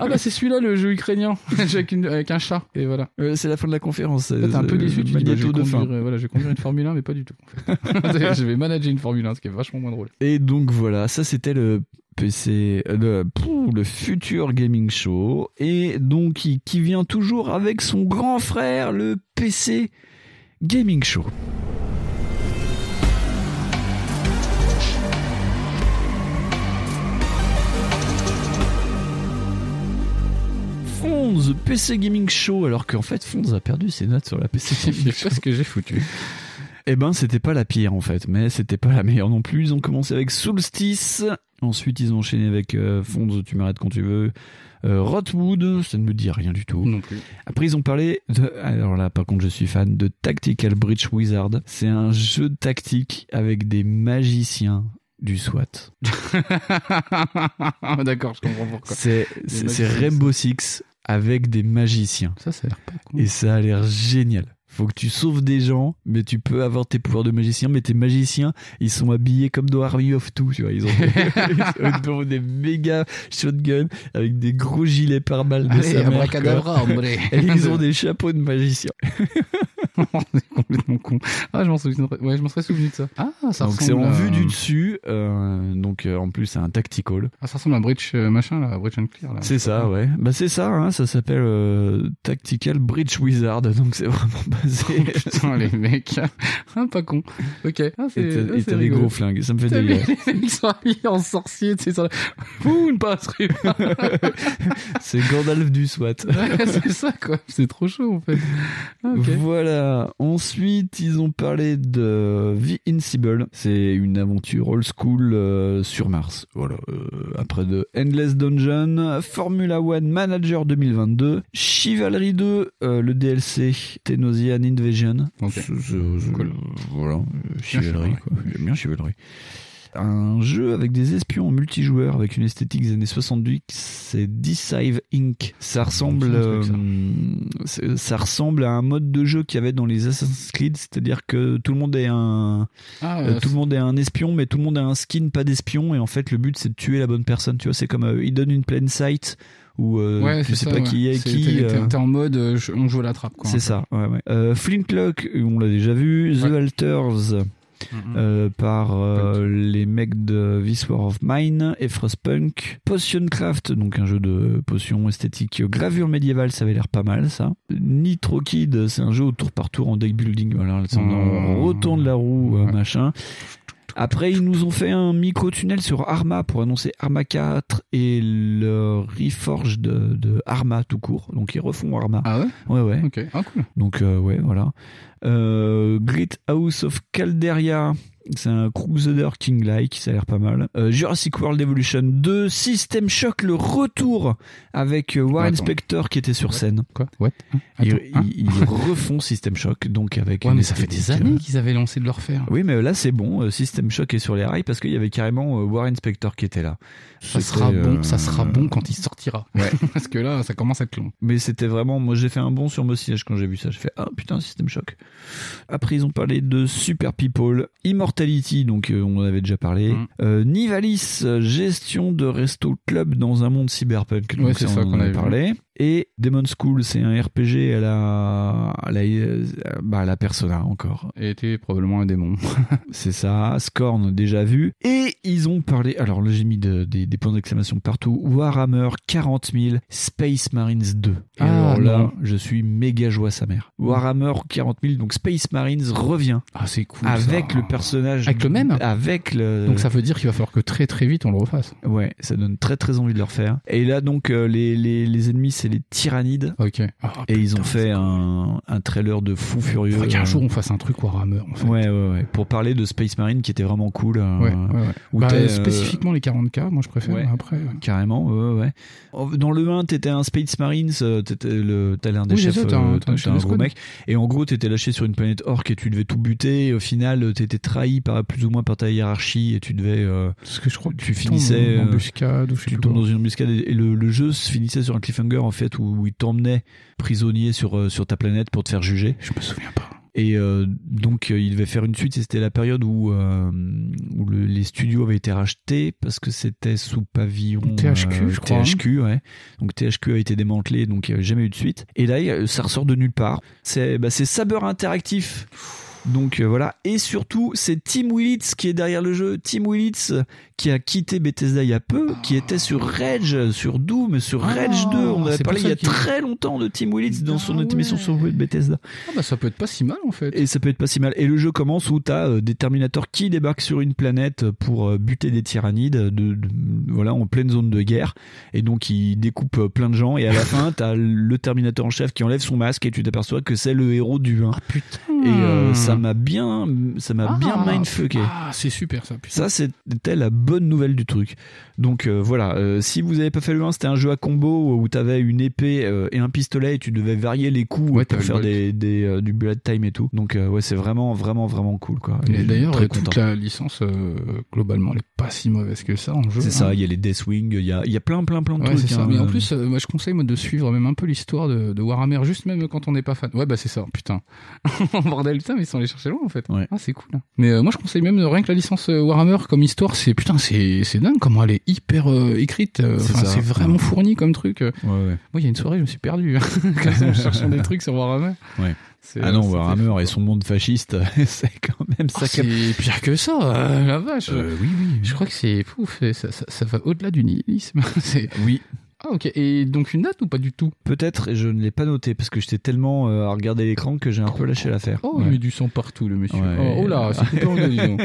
Speaker 5: Ah bah, c'est celui-là, le jeu ukrainien, avec, une- avec un chat. Et voilà.
Speaker 4: Euh, c'est la fin de la conférence.
Speaker 5: Là, T'es un peu
Speaker 4: Euh,
Speaker 5: déçu, tu te dis, bah, je,
Speaker 4: magnéto
Speaker 5: vais
Speaker 4: de fin.
Speaker 5: conduire, euh, voilà, je vais conduire une Formule 1, mais pas du tout. en fait. je vais manager une Formule 1, ce qui est vachement moins drôle.
Speaker 4: Et donc voilà, ça c'était le PC, euh, le, pff, le futur gaming show. Et donc qui, qui vient toujours avec son grand frère, le PC gaming show. Fonz, PC Gaming Show, alors qu'en fait Fonz a perdu ses notes sur la PC
Speaker 5: Je
Speaker 4: Gaming
Speaker 5: sais
Speaker 4: Show.
Speaker 5: pas ce que j'ai foutu.
Speaker 4: Eh ben, c'était pas la pire en fait, mais c'était pas la meilleure non plus. Ils ont commencé avec Solstice, ensuite ils ont enchaîné avec euh, Fonz, tu m'arrêtes quand tu veux, euh, Rotwood, ça ne me dit rien du tout.
Speaker 5: Non plus.
Speaker 4: Après, ils ont parlé de. Alors là, par contre, je suis fan de Tactical Bridge Wizard. C'est un jeu de tactique avec des magiciens du SWAT.
Speaker 5: D'accord, je comprends pourquoi.
Speaker 4: C'est c'est- c'est
Speaker 5: magiciens.
Speaker 4: Rainbow Six avec des magiciens.
Speaker 5: Ça, ça a l'air pas con.
Speaker 4: Et ça a l'air génial. faut que tu sauves des gens, mais tu peux avoir tes pouvoirs de magicien, mais tes magiciens, ils sont habillés comme dans Army of Two, tu vois, ils ont, ils ont des méga shotguns avec des gros gilets par balles de
Speaker 5: Allez,
Speaker 4: sa mère,
Speaker 5: abracadabra,
Speaker 4: quoi.
Speaker 5: hombre.
Speaker 4: Et ils ont des chapeaux de magicien.
Speaker 5: C'est complètement con. Ah, je m'en souviens. Ouais, je m'en serais souvenu de ça. Ah, ça
Speaker 4: donc
Speaker 5: ressemble
Speaker 4: c'est en
Speaker 5: à-
Speaker 4: vue du dessus, euh, donc euh, en plus c'est un tactical.
Speaker 5: Ah, ça ressemble à Bridge euh, machin là, Bridge and Clear là.
Speaker 4: C'est ça, ouais. Bah c'est ça, hein, ça s'appelle euh, Tactical Bridge Wizard, donc c'est vraiment basé.
Speaker 5: Oh, Putain, les mecs. Ah, pas con. Ok. Ah, c'est.
Speaker 4: Et t'as-
Speaker 5: ah,
Speaker 4: et
Speaker 5: c'est
Speaker 4: t'as des
Speaker 5: rigolo.
Speaker 4: gros flingues, ça me fait
Speaker 5: T'as
Speaker 4: délire.
Speaker 5: vu, Les mecs sont habillés en sorcier, tu sais, sur la- Vous ne passerez pas.
Speaker 4: C'est Gandalf du SWAT.
Speaker 5: Ouais, c'est ça quoi. C'est trop chaud en fait. Ah, ok.
Speaker 4: Voilà. Ensuite, ils ont parlé de The Insible. C'est une aventure old school euh, sur Mars. Voilà. Euh, après de Endless Dungeon, Formula One Manager 2022, Chivalry 2, euh, le DLC Tenosian Invasion. C'est- c'est- Voilà. Euh, Chivalry.
Speaker 5: Chivalry,
Speaker 4: quoi. J'aime bien Chivalry. Un jeu avec des espions en multijoueur avec une esthétique des années 70, c'est Deceive Inc. Ça ressemble,
Speaker 5: C'est un truc, ça.
Speaker 4: euh, c'est- ça ressemble à un mode de jeu qu'il y avait dans les Assassin's Creed, c'est-à-dire que tout le monde est un,
Speaker 5: Ah,
Speaker 4: euh,
Speaker 5: euh,
Speaker 4: tout le monde est un espion, mais tout le monde a un skin pas d'espion, et en fait le but c'est de tuer la bonne personne. Tu vois, c'est comme euh, Hidden in Plain Sight où euh,
Speaker 5: ouais,
Speaker 4: tu
Speaker 5: c'est
Speaker 4: sais
Speaker 5: ça,
Speaker 4: pas
Speaker 5: ouais.
Speaker 4: qui est
Speaker 5: C'est-
Speaker 4: qui.
Speaker 5: t'es- T'es
Speaker 4: euh,
Speaker 5: t'es en mode, euh, je- on joue à la trappe quoi.
Speaker 4: c'est ça, ouais, ouais. Euh, Flintlock, on l'a déjà vu. The Alters,
Speaker 5: Mm,
Speaker 4: euh, par euh, les mecs de This War of Mine et Frostpunk. Potioncraft, donc un jeu de potions esthétique gravure médiévale, ça avait l'air pas mal ça. Nitro Kid, c'est un jeu au tour par tour en deck building. Voilà, là, on
Speaker 5: Oh.
Speaker 4: retourne la roue, euh, machin. Après, ils nous ont fait un micro-tunnel sur Arma pour annoncer Arma 4 et le reforge de, de Arma tout court. Donc, ils refont Arma.
Speaker 5: Ah ouais
Speaker 4: Ouais, ouais.
Speaker 5: Ok. Ah cool.
Speaker 4: Donc euh, ouais, voilà. Euh, Great House of Calderia, c'est un Crusader King-like, ça a l'air pas mal. Euh, Jurassic World Evolution 2, System Shock, le retour avec euh, Warren
Speaker 5: Attends.
Speaker 4: Spector qui était sur scène.
Speaker 5: Quoi What
Speaker 4: Ils,
Speaker 5: Attends, hein
Speaker 4: ils- ils refont System Shock, donc avec...
Speaker 5: Ouais,
Speaker 4: une
Speaker 5: mais ça fait des
Speaker 4: esthétique,
Speaker 5: années
Speaker 4: euh,
Speaker 5: qu'ils avaient lancé de le refaire.
Speaker 4: Oui, mais là c'est bon, euh, System Shock est sur les rails parce qu'il y avait carrément euh, Warren Spector qui était là.
Speaker 5: Ça
Speaker 4: C'était,
Speaker 5: sera bon,
Speaker 4: euh,
Speaker 5: ça sera bon quand il sortira.
Speaker 4: Ouais.
Speaker 5: Parce que là, ça commence à être long.
Speaker 4: Mais c'était vraiment. Moi, j'ai fait un bond sur mon siège quand j'ai vu ça. J'ai fait Ah putain, système choc. Après, ils ont parlé de Super People, Immortality, donc euh, on en avait déjà parlé.
Speaker 5: Mm.
Speaker 4: Euh, Nivalis, euh, gestion de resto club dans un monde cyberpunk. Donc,
Speaker 5: Ouais, c'est ça
Speaker 4: on en
Speaker 5: qu'on avait vu.
Speaker 4: parlé. Et Demon School, c'est un RPG à la. à la, euh, bah, à la Persona encore.
Speaker 5: Et t'es probablement un démon.
Speaker 4: C'est ça. Scorn, déjà vu. Et ils ont parlé. Alors là, j'ai mis de- des- des points d'exclamation partout. Warhammer 40 000, Space Marines 2. Et
Speaker 5: Ah,
Speaker 4: alors là,
Speaker 5: non.
Speaker 4: je suis méga joie sa mère. Warhammer 40 000, donc Space Marines revient
Speaker 5: Ah, c'est cool.
Speaker 4: avec
Speaker 5: ça.
Speaker 4: le personnage.
Speaker 5: Avec le même
Speaker 4: Avec le.
Speaker 5: Donc ça veut dire qu'il va falloir que très très vite on le refasse.
Speaker 4: Ouais, ça donne très très envie de le refaire. Et là, donc, euh, les, les, les ennemis, c'est les tyrannides.
Speaker 5: Ok. Ah,
Speaker 4: Et ils ont fait un, un trailer de fou furieux.
Speaker 5: Faudrait qu'un
Speaker 4: Euh,
Speaker 5: jour on fasse un truc Warhammer en fait.
Speaker 4: Ouais, ouais, ouais. Pour parler de Space Marine qui était vraiment cool. euh,
Speaker 5: Ouais, ouais, ouais.
Speaker 4: où
Speaker 5: Bah,
Speaker 4: t'as, euh,
Speaker 5: spécifiquement les 40K, moi je préfère.
Speaker 4: ouais.
Speaker 5: mais Après, euh.
Speaker 4: Carrément, ouais, ouais, ouais. Dans le 1, t'étais un Space Marines, euh, t'étais le- t'as l'un des
Speaker 5: Oui, c'est
Speaker 4: chefs,
Speaker 5: ça, t'as un-
Speaker 4: euh,
Speaker 5: t'as un
Speaker 4: t'as
Speaker 5: chef
Speaker 4: un
Speaker 5: de
Speaker 4: gros
Speaker 5: squad.
Speaker 4: mec, et en gros, t'étais lâché sur une planète orque et tu devais tout buter, et au final, euh, t'étais trahi par, plus ou moins par ta hiérarchie, et tu devais. euh,
Speaker 5: Parce que je crois que
Speaker 4: tu
Speaker 5: tombes
Speaker 4: finissais.
Speaker 5: en
Speaker 4: euh,
Speaker 5: embuscade ou je sais
Speaker 4: tu
Speaker 5: plus
Speaker 4: tombes
Speaker 5: quoi.
Speaker 4: dans une embuscade et et le, le jeu se finissait sur un cliffhanger en fait où, où il t'emmenait prisonnier sur, euh, sur ta planète pour te faire juger.
Speaker 5: Je me souviens pas.
Speaker 4: Et euh, donc, euh, il devait faire une suite. Et c'était la période où, euh, où le- les studios avaient été rachetés parce que c'était sous pavillon euh,
Speaker 5: THQ, je crois, hein.
Speaker 4: THQ, ouais. Donc, THQ a été démantelé, donc il n'y avait jamais eu de suite. Et là, il y a- ça ressort de nulle part. C'est bah, c'est Saber Interactif. Donc euh, voilà, et surtout c'est Tim Willits qui est derrière le jeu, Tim Willits euh, qui a quitté Bethesda il y a peu, qui était sur Rage, sur Doom, sur
Speaker 5: Ah,
Speaker 4: Rage 2, on avait
Speaker 5: c'est
Speaker 4: parlé il
Speaker 5: pour ça
Speaker 4: y a
Speaker 5: qu'il-
Speaker 4: très longtemps de Tim Willits dans son
Speaker 5: Ah
Speaker 4: émission
Speaker 5: ouais.
Speaker 4: sur Bethesda.
Speaker 5: Ah bah ça peut être pas si mal en fait.
Speaker 4: Et ça peut être pas si mal. Et le jeu commence où t'as euh, des Terminators qui débarquent sur une planète pour euh, buter des tyrannides, euh, de, de- voilà, en pleine zone de guerre. Et donc ils découpent euh, plein de gens. Et à la fin, t'as le Terminator en chef qui enlève son masque et tu t'aperçois que c'est le héros du 1.
Speaker 5: putain.
Speaker 4: Et euh, ça m'a bien, ça m'a bien mindfucké.
Speaker 5: Ah, c'est super ça. putain.
Speaker 4: Ça, c'était la bonne nouvelle du truc. Donc euh, voilà, euh, si vous avez pas fait le 1, c'était un jeu à combo où t'avais une épée euh, et un pistolet et tu devais varier les coups euh,
Speaker 5: Ouais,
Speaker 4: pour
Speaker 5: t'avais
Speaker 4: faire
Speaker 5: le
Speaker 4: des, des, euh, du bullet time et tout. Donc euh, ouais, c'est vraiment, vraiment, vraiment cool quoi. Et
Speaker 5: Et d'ailleurs,
Speaker 4: très
Speaker 5: euh, toute
Speaker 4: content.
Speaker 5: la licence, euh, globalement, elle est pas si mauvaise que ça en jeu.
Speaker 4: C'est
Speaker 5: hein.
Speaker 4: ça, il y a les Deathwing, il y a, il y a plein, plein, plein de
Speaker 5: Ouais,
Speaker 4: trucs.
Speaker 5: c'est ça.
Speaker 4: hein.
Speaker 5: Mais en plus, euh, moi, je conseille moi, de suivre même un peu l'histoire de, de Warhammer, juste même quand on n'est pas fan. Ouais, bah c'est ça, putain. Bordel, putain, mais ils sont allés chercher loin en fait. Ah, c'est cool. hein. Mais euh, moi, je conseille même euh, rien que la licence euh, Warhammer comme histoire, c'est putain, c'est c'est dingue comment elle est hyper euh, écrite. euh,
Speaker 4: C'est
Speaker 5: enfin,
Speaker 4: ça.
Speaker 5: C'est vraiment fourni comme truc. euh.
Speaker 4: Ouais, ouais.
Speaker 5: Moi, il y a une soirée, je me suis perdu hein. quand en cherchant des trucs sur Warhammer.
Speaker 4: Ouais.
Speaker 5: C'est-
Speaker 4: Ah non,
Speaker 5: c'était euh, fou,
Speaker 4: Warhammer
Speaker 5: quoi.
Speaker 4: et son monde fasciste, c'est quand même
Speaker 5: Ah,
Speaker 4: ça.
Speaker 5: c'est pire que ça, euh, la vache.
Speaker 4: oui, oui.
Speaker 5: Je crois que c'est pouf, et ça, ça- ça va au-delà du nihilisme. C'est-
Speaker 4: Oui.
Speaker 5: Ah ok, et donc une date ou pas du tout
Speaker 4: Peut-être, et je ne l'ai pas noté parce que j'étais tellement euh, à regarder l'écran que j'ai un peu lâché l'affaire.
Speaker 5: Oh,
Speaker 4: Ouais.
Speaker 5: il met du sang partout, le monsieur.
Speaker 4: Ouais.
Speaker 5: Oh, oh là, c'est coupé en deux, dis donc.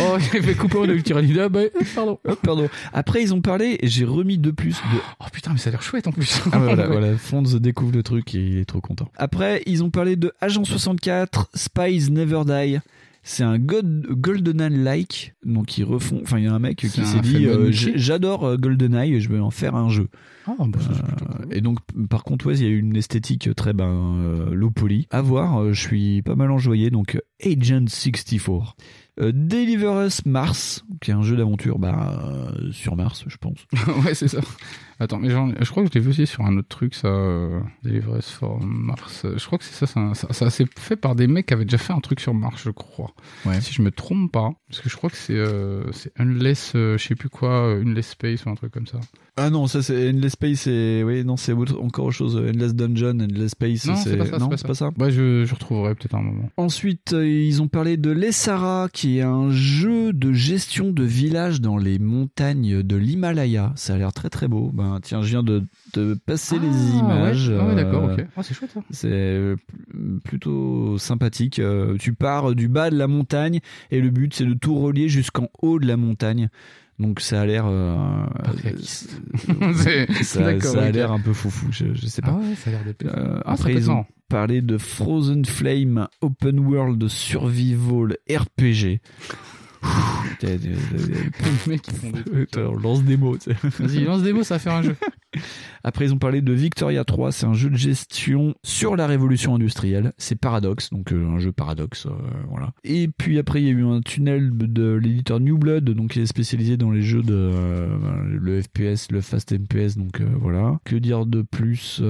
Speaker 5: Oh, il fait couper en deux, le petit Randy. Ah, bah, euh, pardon.
Speaker 4: Oh, pardon. Après, ils ont parlé et j'ai remis de plus de.
Speaker 5: Oh putain, mais ça a l'air chouette en plus.
Speaker 4: Ah, voilà, voilà. Fonz découvre le truc et il est trop content. Après, ils ont parlé de Agent 64, Spies Never Die. C'est un God- GoldenEye-like, donc ils refont. Enfin, il y a un mec qui
Speaker 5: C'est un
Speaker 4: s'est dit
Speaker 5: phénomène
Speaker 4: euh,
Speaker 5: multi.
Speaker 4: j- J'adore euh, GoldenEye, je vais en faire un jeu.
Speaker 5: Oh, bah, ça, c'est plutôt
Speaker 4: Euh,
Speaker 5: cool.
Speaker 4: Et donc, p- par contre, ouais, il y a eu une esthétique très ben, euh, low poly. À voir, euh, je suis pas mal enjoyé. Donc, euh, Agent 64. Euh, Deliver Us Mars, qui est un jeu d'aventure bah, euh, sur Mars, je pense.
Speaker 5: Euh, ouais, c'est ça. Attends, mais j'en- je crois que je l'ai vu aussi sur un autre truc, ça. Euh, Deliverance for Mars. Je crois que c'est ça, c'est un- ça. Ça c'est fait par des mecs qui avaient déjà fait un truc sur Mars, je crois.
Speaker 4: Ouais.
Speaker 5: Si je me trompe pas. Parce que je crois que c'est euh, c'est Unless, euh, je sais plus quoi, euh, Unless Space ou un truc comme ça.
Speaker 4: Ah non, ça c'est Endless Space, c'est oui, non, c'est autre- encore autre chose. Endless Dungeon, Endless Space,
Speaker 5: Non, c'est pas ça.
Speaker 4: non,
Speaker 5: c'est pas ça. Ouais, Bah, je, je retrouverai peut-être un moment.
Speaker 4: Ensuite, euh, ils ont parlé de Lessara, qui est un jeu de gestion de village dans les montagnes de l'Himalaya. Ça a l'air très très beau. Ben tiens, je viens de, de passer les images.
Speaker 5: Ah ouais,
Speaker 4: euh,
Speaker 5: d'accord, ok. Oh, c'est chouette ça.
Speaker 4: C'est euh, pl- plutôt sympathique. Euh, Tu pars du bas de la montagne et le but c'est de tout relier jusqu'en haut de la montagne. Donc ça a l'air. euh,
Speaker 5: C'est-
Speaker 4: ça,
Speaker 5: d'accord,
Speaker 4: ça a
Speaker 5: ok.
Speaker 4: l'air un peu foufou, je, je sais pas.
Speaker 5: Ah ouais, ça a l'air d'être plaisant.
Speaker 4: Euh,
Speaker 5: Ah,
Speaker 4: après,
Speaker 5: c'est
Speaker 4: ils ont
Speaker 5: plaisant.
Speaker 4: parlé de Frozen Flame Open World Survival RPG. Ouh, t'es- t'es- t'es-
Speaker 5: Les mecs, ils font des trucs.
Speaker 4: t'es- on lance des mots. tu sais.
Speaker 5: Vas-y, lance des mots, ça va faire un jeu.
Speaker 4: Après, ils ont parlé de Victoria 3. C'est un jeu de gestion sur la révolution industrielle. C'est Paradox, donc euh, un jeu Paradox. euh, voilà. Et puis après, il y a eu un tunnel de l'éditeur New Blood, donc qui est spécialisé dans les jeux de euh, le FPS, le Fast MPS. Donc euh, voilà. Que dire de plus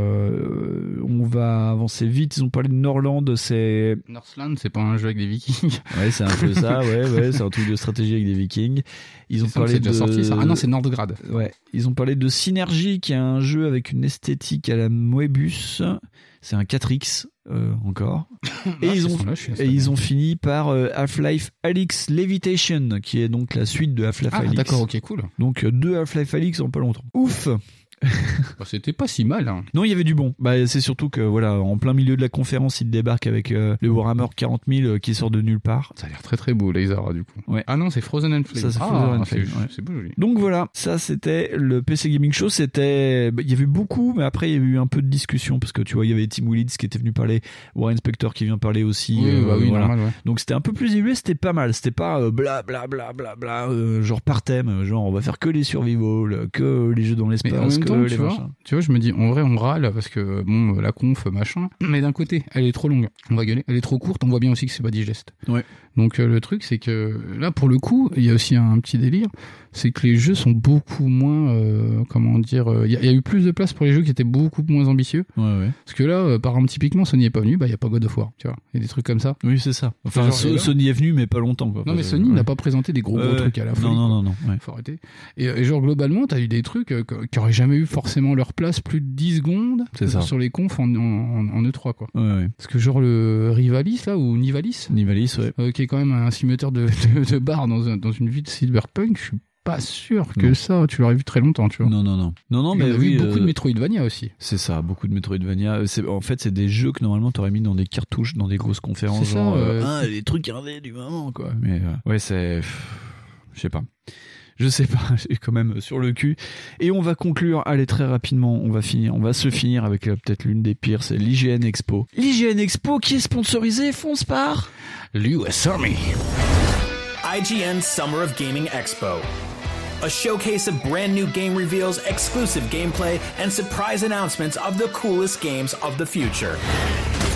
Speaker 4: Euh, On va avancer vite. Ils ont parlé de Norland. C'est
Speaker 5: Northland, c'est pas un jeu avec des vikings.
Speaker 4: ouais, c'est un peu ça. Ouais, ouais, c'est un truc de stratégie avec des Vikings. Ils ont
Speaker 5: C'est
Speaker 4: parlé
Speaker 5: déjà
Speaker 4: de
Speaker 5: sorti ça. Ah non, c'est Nordgrad.
Speaker 4: Ouais, ils ont parlé de Synergie, qui est un jeu avec une esthétique à la Moebius. C'est un 4X euh, encore. et ils ont,
Speaker 5: Ah, sont là, je suis
Speaker 4: et ils ont fini par euh, Half-Life Alix Levitation, qui est donc la suite de Half-Life
Speaker 5: Ah
Speaker 4: Alyx.
Speaker 5: d'accord, ok, cool.
Speaker 4: Donc euh, deux Half-Life Alix en pas longtemps. Ouf
Speaker 5: Bah, C'était pas si mal. hein.
Speaker 4: Non, il y avait du bon. Bah, c'est surtout que voilà, en plein milieu de la conférence, ils débarquent avec euh, le Warhammer 40 000 euh, qui sort de nulle part.
Speaker 5: Ça a l'air très très beau, Lazara, du coup.
Speaker 4: Ouais.
Speaker 5: Ah non, c'est Frozen and Flame.
Speaker 4: Ça, c'est
Speaker 5: ah,
Speaker 4: Frozen and
Speaker 5: c'est-
Speaker 4: Flame, ouais.
Speaker 5: C'est beau, joli.
Speaker 4: Donc voilà, ça c'était le PC Gaming Show. C'était, bah, il y avait beaucoup, mais après il y a eu un peu de discussion parce que tu vois, il y avait Tim Willits qui était venu parler, Warren Spector qui vient parler aussi.
Speaker 5: Oui,
Speaker 4: euh,
Speaker 5: bah oui,
Speaker 4: voilà.
Speaker 5: normal, ouais.
Speaker 4: Donc c'était un peu plus élevé, c'était pas mal. C'était pas euh, bla bla bla bla bla, euh, genre par thème, euh, genre on va faire que les survival, que les jeux dans
Speaker 5: Mais en
Speaker 4: l'espace,
Speaker 5: même
Speaker 4: que
Speaker 5: temps,
Speaker 4: les
Speaker 5: tu vois,
Speaker 4: machins.
Speaker 5: tu vois, je me dis, en vrai, on râle parce que, bon, la conf, machin. Mais d'un côté, elle est trop longue. On va gueuler. Elle est trop courte. On voit bien aussi que c'est pas digeste.
Speaker 4: Ouais.
Speaker 5: Donc, euh, le truc, c'est que là, pour le coup, il y a aussi un petit délire. C'est que les jeux sont beaucoup moins, euh, comment dire, euh, il y, a- il y a eu plus de place pour les jeux qui étaient beaucoup moins ambitieux.
Speaker 4: Ouais, ouais.
Speaker 5: Parce que là, euh, par exemple, typiquement, Sony est pas venu, bah, il y a pas God of War, tu vois. Il y a des trucs comme ça.
Speaker 4: Oui, c'est ça. Enfin,
Speaker 5: Genre,
Speaker 4: So-
Speaker 5: et là-
Speaker 4: Sony est venu, mais pas longtemps. Quoi,
Speaker 5: Non, mais
Speaker 4: Parce-
Speaker 5: Sony
Speaker 4: ouais.
Speaker 5: n'a pas présenté des gros, gros
Speaker 4: Ouais,
Speaker 5: trucs à la
Speaker 4: non,
Speaker 5: folie.
Speaker 4: non,
Speaker 5: quoi.
Speaker 4: non, non, ouais.
Speaker 5: Faut arrêter. Et, euh, et genre, globalement, t'as eu des trucs euh, que- qui auraient jamais eu forcément leur place plus de 10 secondes
Speaker 4: C'est ça.
Speaker 5: sur les confs en, en, en- en E3, quoi.
Speaker 4: Ouais, ouais.
Speaker 5: Parce que genre le Rivalis, là, ou Nivalis,
Speaker 4: Nivalis, ouais.
Speaker 5: euh, qui est quand même un simulateur de, de, de bar dans, un- dans une ville de cyberpunk, je suis pas sûr que
Speaker 4: Non.
Speaker 5: ça, tu l'aurais vu très longtemps, tu vois.
Speaker 4: Non, non, non. Non, non,
Speaker 5: Et
Speaker 4: mais
Speaker 5: on a
Speaker 4: oui.
Speaker 5: vu beaucoup
Speaker 4: euh,
Speaker 5: de Metroidvania aussi.
Speaker 4: C'est ça, beaucoup de Metroidvania. Euh, c'est- En fait, c'est des jeux que normalement t'aurais mis dans des cartouches, dans des grosses conférences.
Speaker 5: C'est ça,
Speaker 4: genre,
Speaker 5: euh,
Speaker 4: ah, les trucs indés du moment, quoi. Mais euh, ouais, c'est. pff, Je sais pas. Je sais pas, j'ai quand même sur le cul. Et on va conclure, allez très rapidement, on va finir, on va se finir avec euh, peut-être l'une des pires, c'est l'IGN Expo. L'IGN Expo qui est sponsorisé, fonce par
Speaker 5: l'US Army.
Speaker 13: IGN Summer of Gaming Expo. A showcase of brand new game reveals, exclusive gameplay, and surprise announcements of the coolest games of the future.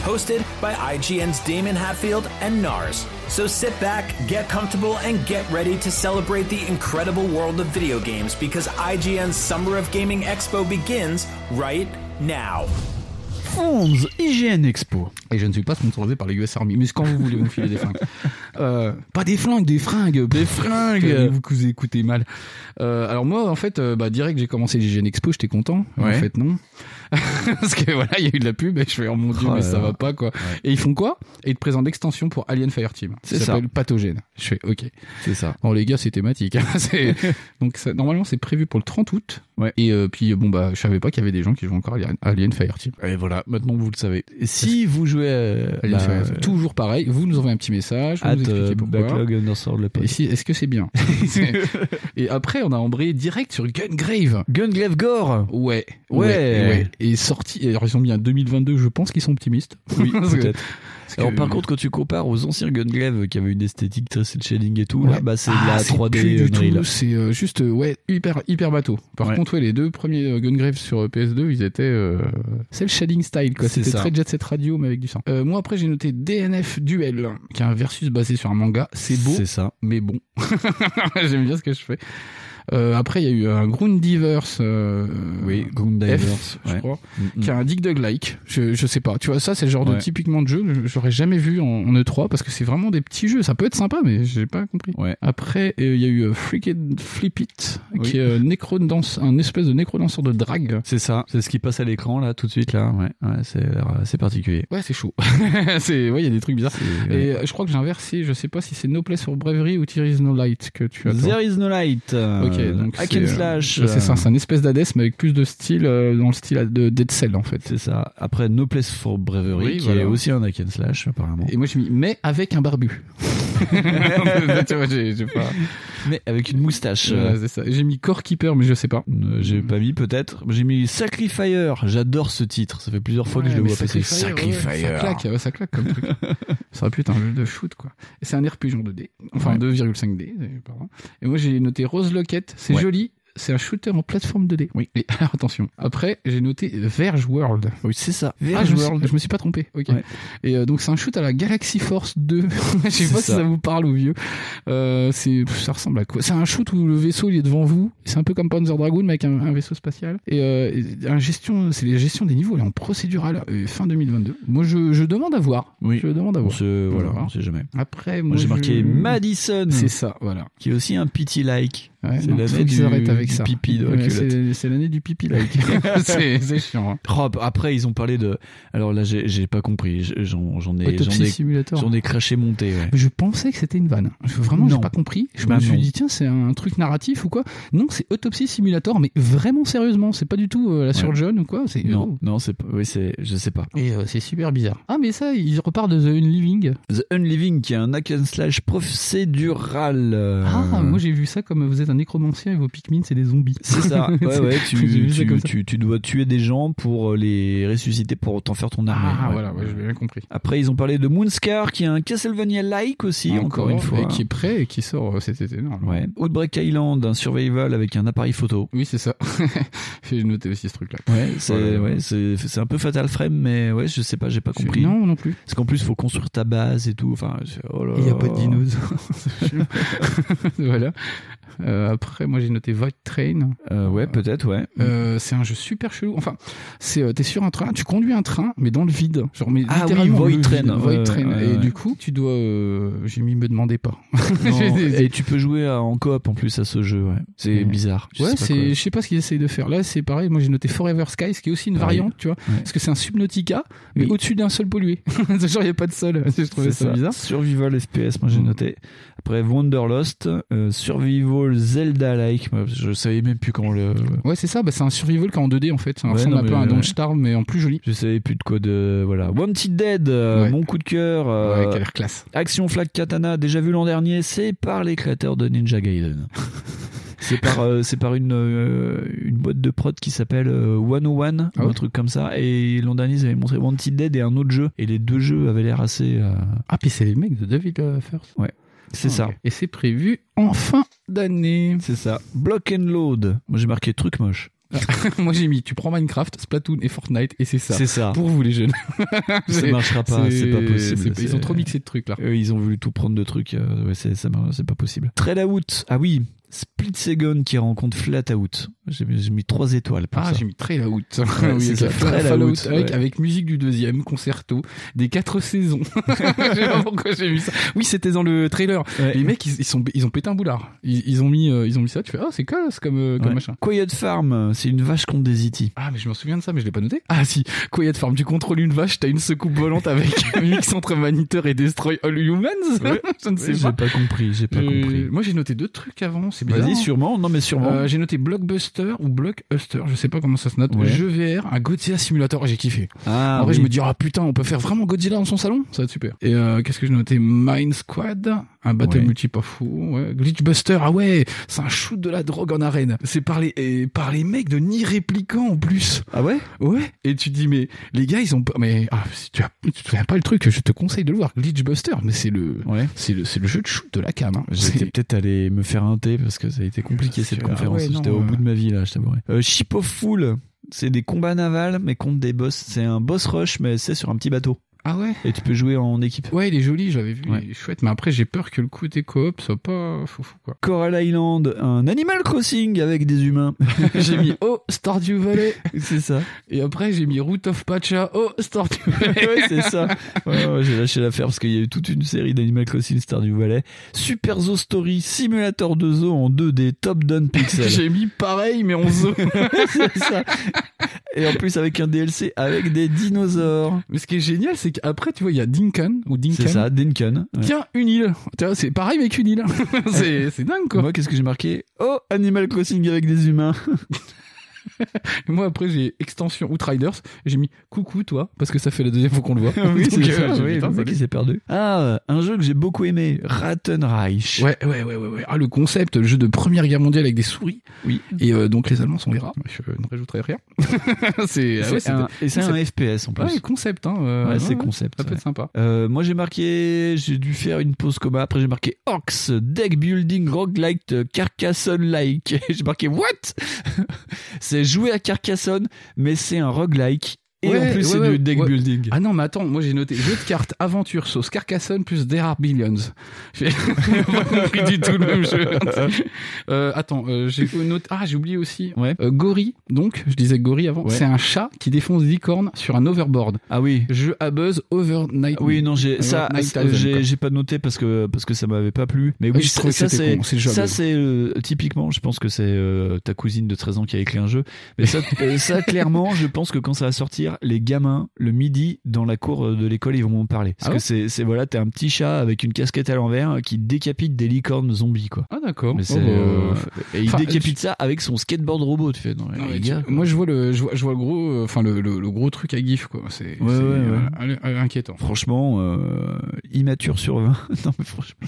Speaker 13: Hosted by IGN's Damon Hatfield and NARS. So sit back, get comfortable, and get ready to celebrate the incredible world of video games because IGN's Summer of Gaming Expo begins right now.
Speaker 4: Fonz IGN Expo.
Speaker 5: Et je ne suis pas sponsorisé par les US Army, mais quand vous voulez, vous me filez des fringues. Euh, pas des flingues, des fringues, des fringues. Vous vous écoutez mal. Euh, alors moi, en fait, euh, bah, direct, j'ai commencé l'IGN Expo, j'étais content.
Speaker 4: Ouais.
Speaker 5: En fait, non. Parce que voilà, il y a eu de la pub et je fais, oh mon dieu,
Speaker 4: Oh
Speaker 5: mais
Speaker 4: là
Speaker 5: ça
Speaker 4: là.
Speaker 5: va pas, quoi. Et ils font quoi Et ils te présentent l'extension pour Alien Fireteam.
Speaker 4: C'est ça.
Speaker 5: s'appelle Pathogène. Je fais, ok.
Speaker 4: C'est ça.
Speaker 5: Bon, les gars, c'est thématique. hein. C'est- Donc, ça- normalement, c'est prévu pour le 30 août. Et euh, puis, bon, bah, je savais pas qu'il y avait des gens qui jouent encore à Alien- Alien Fireteam. Et voilà, maintenant, vous le savez.
Speaker 4: Si vous jouez euh, à
Speaker 5: Alien Fireteam. Toujours pareil, vous nous envoyez un petit message, vous
Speaker 4: At,
Speaker 5: nous expliquez
Speaker 4: Bah, euh,
Speaker 5: pourquoi.
Speaker 4: backlog underscore le pod.
Speaker 5: Et si- est-ce que c'est bien C'est- Et après, on a embrayé direct sur Gungrave.
Speaker 4: Gungrave Gore
Speaker 5: Ouais.
Speaker 4: Ouais.
Speaker 5: Et sorti. Alors, ils ont mis un 2022, je pense qu'ils sont optimistes.
Speaker 4: Oui,
Speaker 5: Parce que-
Speaker 4: peut-être.
Speaker 5: parce que-
Speaker 4: Alors par contre, quand tu compares aux anciens Gunglaive qui avaient une esthétique très cel shading et tout, là
Speaker 5: Ouais.
Speaker 4: bah c'est
Speaker 5: Ah,
Speaker 4: de la
Speaker 5: c'est plus
Speaker 4: 3D
Speaker 5: du
Speaker 4: Unreal.
Speaker 5: tout, C'est euh, juste euh, ouais hyper hyper bateau. Par
Speaker 4: Ouais.
Speaker 5: contre, ouais, les deux premiers euh, Gungrave sur euh, PS2, ils étaient c'est le shading style quoi.
Speaker 4: C'est
Speaker 5: C'était
Speaker 4: ça.
Speaker 5: très Jet Set Radio mais avec du sang. Euh, moi après j'ai noté DNF Duel, qui est un versus basé sur un manga. C'est beau,
Speaker 4: C'est ça.
Speaker 5: mais bon. J'aime bien ce que je fais. Euh, après, il y a eu un Groundivers. euh,
Speaker 4: Oui, Groundivers,
Speaker 5: F, je
Speaker 4: ouais.
Speaker 5: crois,
Speaker 4: Mhm.
Speaker 5: qui a un Dig Dug like. Je, je sais pas. Tu vois, ça, c'est le genre
Speaker 4: Ouais.
Speaker 5: de typiquement de jeu que j'aurais jamais vu en, en E3 parce que c'est vraiment des petits jeux. Ça peut être sympa, mais j'ai pas compris.
Speaker 4: Ouais.
Speaker 5: Après, euh, il y a eu euh, Freak and Flip It,
Speaker 4: Oui.
Speaker 5: qui est euh, nécrodance- un espèce de nécrodanseur de drague.
Speaker 4: C'est ça, c'est ce qui passe à l'écran là tout de suite là, ouais, ouais c'est euh, c'est particulier.
Speaker 5: Ouais, c'est chaud. c'est ouais, il y a des trucs bizarres.
Speaker 4: C'est-
Speaker 5: Et euh, je crois que j'ai inversé. Je sais pas si c'est No Place for Bravery ou There is No Light que tu as. toi.
Speaker 4: There is no light. euh,
Speaker 5: Ok, donc
Speaker 4: hack
Speaker 5: c'est,
Speaker 4: and
Speaker 5: euh,
Speaker 4: slash.
Speaker 5: Ouais, C'est ça,
Speaker 4: euh,
Speaker 5: c'est un espèce d'Hades, mais avec plus de style, euh, dans le style de Dead Cell en fait.
Speaker 4: C'est ça. Après No Place for Bravery
Speaker 5: Oui,
Speaker 4: qui
Speaker 5: voilà.
Speaker 4: est aussi un hack and slash apparemment.
Speaker 5: Et moi j'ai mis, mais avec un barbu. tu vois, j'ai j'ai pas.
Speaker 4: Mais avec une moustache.
Speaker 5: Ouais, c'est ça. J'ai mis Core Keeper, mais je sais pas.
Speaker 4: Euh, J'ai pas mis peut-être. J'ai mis Sacrifier. J'adore ce titre. Ça fait plusieurs fois que je
Speaker 5: Ouais,
Speaker 4: le
Speaker 5: mais
Speaker 4: vois passer.
Speaker 5: Sacrifier, ouais, Ça claque, ouais, ça claque comme truc. ça aurait pu être un jeu de shoot, quoi. Et c'est un RPG en 2D. Enfin,
Speaker 4: Ouais.
Speaker 5: 2,5D, euh, pardon. Et moi, j'ai noté Rose Locket. C'est
Speaker 4: Ouais.
Speaker 5: joli. C'est un shooter en plateforme 2D.
Speaker 4: Oui.
Speaker 5: Et alors, attention. Après, j'ai noté Verge World.
Speaker 4: Oui, c'est ça.
Speaker 5: Ah, je, me suis,
Speaker 4: World.
Speaker 5: je me suis pas trompé. Ok.
Speaker 4: Ouais.
Speaker 5: Et euh, donc c'est un shoot à la Galaxy Force 2. je sais
Speaker 4: C'est
Speaker 5: pas si
Speaker 4: ça.
Speaker 5: ça vous parle ou vieux. Euh, c'est pff, ça ressemble à quoi C'est un shoot où le vaisseau il est devant vous. C'est un peu comme Panzer Dragoon mais avec un, un vaisseau spatial. Et, euh, et un gestion, c'est la gestion des niveaux. Elle est en procédural euh, fin 2022. Moi je, je demande à voir.
Speaker 4: Oui.
Speaker 5: Je demande à voir.
Speaker 4: C'est- voilà,
Speaker 5: Voilà.
Speaker 4: on sait jamais.
Speaker 5: Après
Speaker 4: Moi j'ai
Speaker 5: je-
Speaker 4: marqué Madison,
Speaker 5: C'est ça, voilà.
Speaker 4: qui est aussi un pity like.
Speaker 5: Ouais,
Speaker 4: c'est
Speaker 5: non, faut
Speaker 4: l'année
Speaker 5: qu'ils
Speaker 4: du,
Speaker 5: arrêtent avec
Speaker 4: du
Speaker 5: ça.
Speaker 4: pipi de la
Speaker 5: Ouais,
Speaker 4: culotte.
Speaker 5: c'est c'est l'année du pipi like. c'est c'est chiant. hein.
Speaker 4: Oh, après ils ont parlé de. Alors là j'ai j'ai pas compris. J'ai- J'en j'en ai j'en
Speaker 5: Autopsy
Speaker 4: ai
Speaker 5: Simulator.
Speaker 4: j'en ai craché monté. Ouais.
Speaker 5: Mais Je pensais que c'était une vanne. Je- Vraiment, j'ai
Speaker 4: Non.
Speaker 5: pas compris. Je
Speaker 4: Bah
Speaker 5: me suis
Speaker 4: non.
Speaker 5: dit, tiens, c'est un truc narratif ou quoi Non, c'est Autopsy Simulator, mais vraiment sérieusement. C'est pas du tout euh, la surgeon ou quoi. C'est
Speaker 4: Non non c'est pas- oui c'est je sais pas.
Speaker 5: oh. Et euh, c'est super bizarre. Ah, mais ça, il repart de The Unliving.
Speaker 4: The Unliving qui est un hack and slash procédural. euh,
Speaker 5: Ah, moi j'ai vu ça comme vous êtes un nécromancien et vos Pikmin, c'est des zombies.
Speaker 4: C'est ça. Ouais, ouais, tu,
Speaker 5: J'ai vu ça
Speaker 4: tu-
Speaker 5: comme ça.
Speaker 4: tu- tu dois tuer des gens pour euh, les ressusciter, pour t'en faire ton armée.
Speaker 5: Ah,
Speaker 4: Ouais.
Speaker 5: voilà, ouais, j'ai bien compris.
Speaker 4: Après, ils ont parlé de Moonscar, qui est un Castlevania-like aussi, encore, une fois.
Speaker 5: Et qui est prêt et qui sort euh, cet été, normalement.
Speaker 4: Ouais. Outbreak Island, un survival avec un appareil photo.
Speaker 5: Oui, c'est ça. J'ai noté aussi ce truc-là.
Speaker 4: Ouais, c'est
Speaker 5: Voilà.
Speaker 4: ouais, c'est c'est un peu Fatal Frame, mais ouais, je sais pas, j'ai pas compris.
Speaker 5: Non, non plus.
Speaker 4: Parce qu'en plus, faut construire ta base et tout. Enfin, je- oh là
Speaker 5: Il n'y a
Speaker 4: là.
Speaker 5: pas de dinosaures. Euh, voilà. Euh, après, moi j'ai noté Void Train.
Speaker 4: Euh, ouais, peut-être, ouais.
Speaker 5: Euh, c'est un jeu super chelou. Enfin, c'est euh, t'es sur un train, tu conduis un train, mais dans le vide. Genre, mais
Speaker 4: Ah oui,
Speaker 5: littéralement
Speaker 4: Void
Speaker 5: le vide.
Speaker 4: Train.
Speaker 5: Void
Speaker 4: Ouais,
Speaker 5: Train.
Speaker 4: ouais,
Speaker 5: et
Speaker 4: ouais.
Speaker 5: du coup, tu dois. euh, J'ai mis me demandez pas.
Speaker 4: Non,
Speaker 5: J'ai des-
Speaker 4: et tu peux jouer à- en coop en plus à ce jeu. Ouais. C'est
Speaker 5: Ouais.
Speaker 4: bizarre. Je
Speaker 5: ouais,
Speaker 4: sais pas quoi.
Speaker 5: c'est, je sais pas ce qu'ils essayent de faire. Là, c'est pareil. Moi, j'ai noté Forever Sky, ce qui est aussi une
Speaker 4: Pareil.
Speaker 5: variante, tu vois,
Speaker 4: Ouais.
Speaker 5: parce que c'est un Subnautica, mais
Speaker 4: Oui.
Speaker 5: au-dessus d'un sol pollué. C'est genre, il y a pas de sol. Je trouvais
Speaker 4: C'est
Speaker 5: ça, bizarre. Mm.
Speaker 4: Survival FPS, moi j'ai noté. Après Wanderlust, euh, Survival Zelda-like, moi, je savais même plus comment le.
Speaker 5: Ouais, c'est ça. Bah, c'est un survival qui est en 2D en fait. Ça
Speaker 4: Ouais,
Speaker 5: ressemble
Speaker 4: non,
Speaker 5: un peu
Speaker 4: mais,
Speaker 5: à un
Speaker 4: ouais.
Speaker 5: Don't Starve, mais en plus joli.
Speaker 4: Je savais plus de quoi de. Voilà. Wanted Dead, euh,
Speaker 5: Ouais.
Speaker 4: mon coup de cœur. euh,
Speaker 5: Ouais, qui a l'air classe.
Speaker 4: Action Flag Katana, déjà vu l'an dernier, c'est par les créateurs de Ninja Gaiden. C'est par, euh, c'est par une, euh, une boîte de prod qui s'appelle euh, 101
Speaker 5: Ah
Speaker 4: ou un
Speaker 5: ouais
Speaker 4: truc comme ça. Et l'an dernier, ils avaient montré Wanted Dead et un autre jeu. Et les deux jeux avaient l'air assez.
Speaker 5: Ah, puis c'est les mecs de Devil euh, First.
Speaker 4: Ouais, c'est
Speaker 5: Ah,
Speaker 4: ça.
Speaker 5: ok. Et c'est prévu en fin d'année.
Speaker 4: C'est ça. Block and Load. Moi, j'ai marqué truc moche.
Speaker 5: Moi j'ai mis, tu prends Minecraft, Splatoon et Fortnite et c'est ça.
Speaker 4: C'est ça.
Speaker 5: Pour vous les jeunes.
Speaker 4: Ça
Speaker 5: C'est-
Speaker 4: marchera pas, c'est pas possible.
Speaker 5: c'est- Ils ont trop mixé de trucs là.
Speaker 4: Eux, ils ont voulu tout prendre de trucs. euh, ouais, c'est, ça marche- c'est pas possible. Trail Out. Ah oui. Split Second qui rencontre Flat Out. J'ai, j'ai mis trois étoiles pour ça.
Speaker 5: Ah, j'ai mis Trail Out.
Speaker 4: Ouais,
Speaker 5: oui,
Speaker 4: c'est
Speaker 5: ça,
Speaker 4: ça, Trail
Speaker 5: Fallout
Speaker 4: Out,
Speaker 5: avec,
Speaker 4: ouais.
Speaker 5: avec musique du deuxième, concerto, des quatre saisons. je sais pas pourquoi j'ai mis ça. Oui, c'était dans le trailer.
Speaker 4: Ouais.
Speaker 5: Les mecs, ils, ils sont, ils ont pété un boulard. Ils, ils ont mis, euh, ils ont mis ça. Tu fais, oh, c'est cool, c'est comme, euh, comme
Speaker 4: Ouais.
Speaker 5: machin.
Speaker 4: Quiet Farm. C'est une vache contre des E E.T.
Speaker 5: Ah, mais je m'en souviens de ça, mais je l'ai pas noté. Ah, si. Quiet Farm, tu contrôles une vache, t'as une secoupe volante avec un mix entre Maniteur et Destroy All Humans.
Speaker 4: Ouais.
Speaker 5: je ne sais
Speaker 4: Oui,
Speaker 5: pas.
Speaker 4: J'ai pas compris, j'ai pas
Speaker 5: Euh,
Speaker 4: compris.
Speaker 5: Moi, j'ai noté deux trucs avant. C'est bizarre.
Speaker 4: Vas-y,
Speaker 5: hein.
Speaker 4: sûrement, non mais sûrement.
Speaker 5: Euh, j'ai noté Blockbuster ou Blockbuster, je sais pas comment ça se note.
Speaker 4: Ouais.
Speaker 5: Jeu VR, un Godzilla Simulator, j'ai kiffé.
Speaker 4: ah,
Speaker 5: en vrai,
Speaker 4: oui.
Speaker 5: je me dis, ah putain, on peut faire vraiment Godzilla dans son salon Ça va être super. Et euh, qu'est-ce que j'ai noté Mine Squad, un battle
Speaker 4: Ouais.
Speaker 5: multi pas fou. ouais. Glitchbuster, ah ouais, c'est un shoot de la drogue en arène. C'est par les, et par les mecs de ni répliquants en plus.
Speaker 4: Ah ouais
Speaker 5: Ouais. Et tu te dis, mais les gars, ils ont pas. Mais ah, si tu, as, tu te souviens pas le truc, je te conseille de le voir. Glitchbuster, mais c'est le,
Speaker 4: Ouais.
Speaker 5: c'est le, c'est le jeu de shoot de la cam. Hein.
Speaker 4: J'étais
Speaker 5: C'est-
Speaker 4: peut-être allé me faire un thé parce que ça a été compliqué cette
Speaker 5: Ah ouais,
Speaker 4: conférence.
Speaker 5: non,
Speaker 4: J'étais au
Speaker 5: euh.
Speaker 4: bout de ma vie là, je t'avouerai. Euh, Ship of Fool, c'est des combats navals mais contre des boss. C'est un boss rush mais c'est sur un petit bateau.
Speaker 5: Ah ouais
Speaker 4: Et tu peux jouer en équipe.
Speaker 5: Ouais, il est joli, j'avais vu,
Speaker 4: Ouais.
Speaker 5: il est chouette, mais après j'ai peur que le côté coop soit pas foufou quoi.
Speaker 4: Coral Island, un Animal Crossing avec des humains.
Speaker 5: j'ai mis Oh Stardew Valley
Speaker 4: c'est ça.
Speaker 5: et après j'ai mis Root of Pacha Oh Stardew Valley.
Speaker 4: ouais, c'est ça. Ouais, ouais, j'ai lâché l'affaire parce qu'il y a eu toute une série d'Animal Crossing Star du Valais. Super Zoo Story, simulateur de zoo en 2D, top down pixel.
Speaker 5: j'ai mis pareil mais en zoo.
Speaker 4: c'est ça. Et en plus avec un DLC avec des dinosaures.
Speaker 5: mais ce qui est génial, c'est qu'après tu vois il y a Dinkan ou Dinkan.
Speaker 4: C'est ça, Dinken. Ouais.
Speaker 5: Tiens une île. Tu vois, c'est pareil mais qu'une île. c'est c'est dingue quoi.
Speaker 4: Moi, qu'est-ce que j'ai marqué Oh, Animal Crossing avec des humains.
Speaker 5: Et Moi après j'ai extension Outriders, et j'ai mis coucou toi parce que ça fait la deuxième fois qu'on le voit. Donc,
Speaker 4: c'est
Speaker 5: euh, j'ai dit,
Speaker 4: oui,
Speaker 5: putain,
Speaker 4: le mec,
Speaker 5: salut.
Speaker 4: il s'est perdu. Ah, un jeu que j'ai beaucoup aimé, Rattenreich.
Speaker 5: Ouais, ouais, ouais, ouais, ouais. Ah, le concept, le jeu de Première Guerre mondiale avec des souris.
Speaker 4: Oui.
Speaker 5: Et euh, donc les Allemands sont les rats. Je ne rajouterai rien. c'est ah ouais,
Speaker 4: C'est un- et c'est un FPS en plus.
Speaker 5: Ouais, concept, hein. euh,
Speaker 4: Ouais, c'est
Speaker 5: ouais,
Speaker 4: concept.
Speaker 5: Ça peut
Speaker 4: ouais.
Speaker 5: être sympa.
Speaker 4: Euh, moi j'ai marqué, j'ai dû faire une pause coma. Après j'ai marqué Ox, Deck Building, Roguelite, euh, Carcassonne-like. Et j'ai marqué What C'est jouer à Carcassonne, mais c'est un roguelike. Et
Speaker 5: Ouais,
Speaker 4: en plus
Speaker 5: ouais,
Speaker 4: c'est
Speaker 5: ouais,
Speaker 4: du deck
Speaker 5: ouais.
Speaker 4: building.
Speaker 5: Ah non, mais attends, moi j'ai noté jeu de cartes, aventure, sauce, Carcassonne plus There Are Billions. J'ai pas compris du tout le même jeu. Euh, attends, euh, j'ai noté. Ah, j'ai oublié aussi.
Speaker 4: Ouais.
Speaker 5: Euh, Gory, donc, je disais Gory avant.
Speaker 4: Ouais.
Speaker 5: C'est un chat qui défonce des licornes sur un overboard.
Speaker 4: Ah oui.
Speaker 5: Jeu à buzz, overnight.
Speaker 4: Ah Oui, non, j'ai
Speaker 5: Euh,
Speaker 4: ça,
Speaker 5: Night
Speaker 4: ça,
Speaker 5: House, quoi.
Speaker 4: j'ai j'ai pas noté parce que parce que ça m'avait pas plu. Mais oui,
Speaker 5: je trouvais que
Speaker 4: ça
Speaker 5: c'était
Speaker 4: c'est
Speaker 5: con, c'est le jeu à
Speaker 4: ça
Speaker 5: buzz.
Speaker 4: c'est euh, typiquement, je pense que c'est euh, ta cousine de 13 ans qui a écrit un jeu. Mais ça, euh, ça clairement, je pense que quand ça va sortir, les gamins le midi dans la cour euh, de l'école, ils vont en parler. Parce
Speaker 5: Ah ouais
Speaker 4: que c'est c'est voilà, t'es un petit chat avec une casquette à l'envers euh, qui décapite des licornes zombies quoi.
Speaker 5: Ah d'accord.
Speaker 4: Mais
Speaker 5: Oh,
Speaker 4: c'est,
Speaker 5: bah,
Speaker 4: euh, et il
Speaker 5: enfin,
Speaker 4: décapite ça avec son skateboard robot. Tu fais non,
Speaker 5: Non,
Speaker 4: les
Speaker 5: mais tu-
Speaker 4: gars, quoi.
Speaker 5: moi je vois le je vois, je vois le gros euh, enfin le, le, le gros truc à gif quoi c'est c'est,
Speaker 4: ouais,
Speaker 5: euh,
Speaker 4: ouais.
Speaker 5: allez, allez, inquiétant
Speaker 4: Franchement, euh, immature sur 20. non, mais franchement.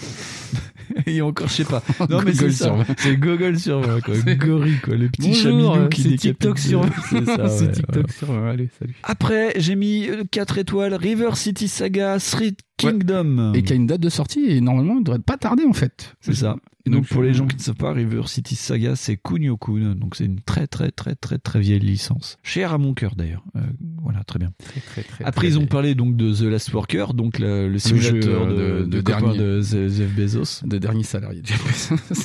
Speaker 4: Et encore, je sais pas. Non, mais c'est
Speaker 5: Gogol
Speaker 4: ça.
Speaker 5: sur 20.
Speaker 4: C'est Google sur 20, quoi.
Speaker 5: C'est-
Speaker 4: Gorille, quoi. Le petit
Speaker 5: Bonjour,
Speaker 4: chaminou qui
Speaker 5: c'est
Speaker 4: décapite.
Speaker 5: TikTok sur 20.
Speaker 4: C'est ça, ouais, voilà.
Speaker 5: sur un, allez salut
Speaker 4: Après, j'ai mis 4 étoiles River City Saga Street Kingdom.
Speaker 5: et qui a une date de sortie et normalement il devrait pas tarder en fait
Speaker 4: C'est ça. Et donc,
Speaker 5: Donc, euh,
Speaker 4: pour
Speaker 5: je-
Speaker 4: les gens qui ne savent pas, River City Saga, c'est Kunio-kun. Donc, c'est une très, très, très, très, très vieille licence. Chère à mon cœur, d'ailleurs. Euh, voilà, très bien.
Speaker 5: très, très, très,
Speaker 4: Après, ils ont parlé donc de The Last Worker, donc le, le simulateur
Speaker 5: jeu,
Speaker 4: de,
Speaker 5: euh, de-
Speaker 4: de
Speaker 5: de
Speaker 4: copain
Speaker 5: dernier.
Speaker 4: de Ze- Jeff Bezos.
Speaker 5: de dernier salarié de Jeff Bezos.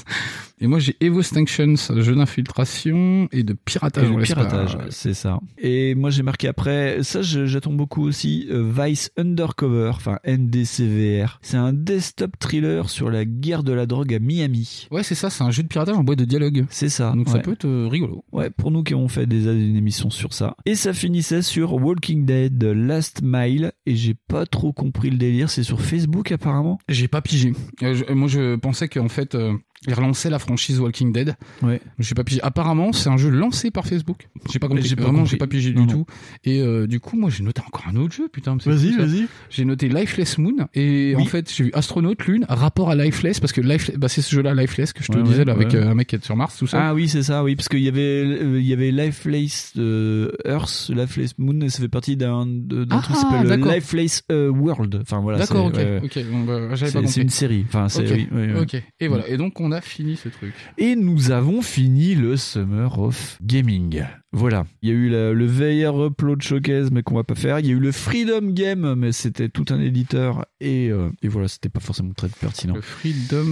Speaker 5: et moi j'ai Evo Extinctions jeu d'infiltration et de
Speaker 4: Et
Speaker 5: piratage
Speaker 4: le
Speaker 5: en l'espace.
Speaker 4: piratage, c'est ça. Et moi, j'ai marqué après, ça, je- j'attends beaucoup aussi, euh, Vice Undercover, enfin NDCVR. C'est un desktop thriller sur la guerre de la drogue à Miami.
Speaker 5: ouais c'est ça c'est un jeu de piratage en boîte de dialogue
Speaker 4: C'est ça.
Speaker 5: donc ça
Speaker 4: ouais.
Speaker 5: peut être euh, rigolo
Speaker 4: Ouais, pour nous qui avons fait des années d'émissions sur ça. Et ça finissait sur Walking Dead Last Mile. Et j'ai pas trop compris le délire. C'est sur Facebook apparemment.
Speaker 5: J'ai pas pigé. Euh, je- moi, je pensais qu'en fait, euh, Il relançait la franchise Walking Dead.
Speaker 4: Ouais.
Speaker 5: J'ai pas pigé. Apparemment, c'est un jeu lancé par Facebook. J'ai pas compris.
Speaker 4: J'ai pas
Speaker 5: Vraiment,
Speaker 4: compris.
Speaker 5: j'ai pas pigé
Speaker 4: Non,
Speaker 5: du
Speaker 4: non.
Speaker 5: tout. Et euh, du coup, moi, j'ai noté encore un autre jeu. Putain, mais c'est
Speaker 4: Vas-y,
Speaker 5: fou, ça.
Speaker 4: vas-y.
Speaker 5: J'ai noté Lifeless Moon. Et en fait, j'ai vu Astronaute Lune, rapport à Lifeless, parce que Life, bah, c'est ce jeu-là, Lifeless, que je te
Speaker 4: Ouais,
Speaker 5: disais,
Speaker 4: ouais,
Speaker 5: là, avec
Speaker 4: ouais.
Speaker 5: euh, un mec qui est sur Mars, tout ça.
Speaker 4: Ah oui, c'est ça, oui, parce qu'il y avait, euh, il y avait Lifeless euh, Earth, Lifeless Moon, et ça fait partie d'un de- d'un
Speaker 5: Ah,
Speaker 4: truc qui s'appelle
Speaker 5: d'accord.
Speaker 4: Lifeless euh, World. Enfin voilà.
Speaker 5: D'accord, ok.
Speaker 4: c'est- ouais, ouais.
Speaker 5: ok. Bon, bah, j'avais pas
Speaker 4: C'est-
Speaker 5: compris.
Speaker 4: c'est une série. Enfin, c'est-
Speaker 5: Ok.
Speaker 4: oui, oui, oui.
Speaker 5: Ok. Et voilà. Et donc, on a fini ce truc.
Speaker 4: Et nous avons fini le Summer of Gaming. Voilà. Il y a eu la- le Veilleur Upload Showcase, mais qu'on va pas faire. Il y a eu le Freedom Game, mais c'était tout un éditeur. Et, euh, et voilà, c'était pas forcément très pertinent.
Speaker 5: Le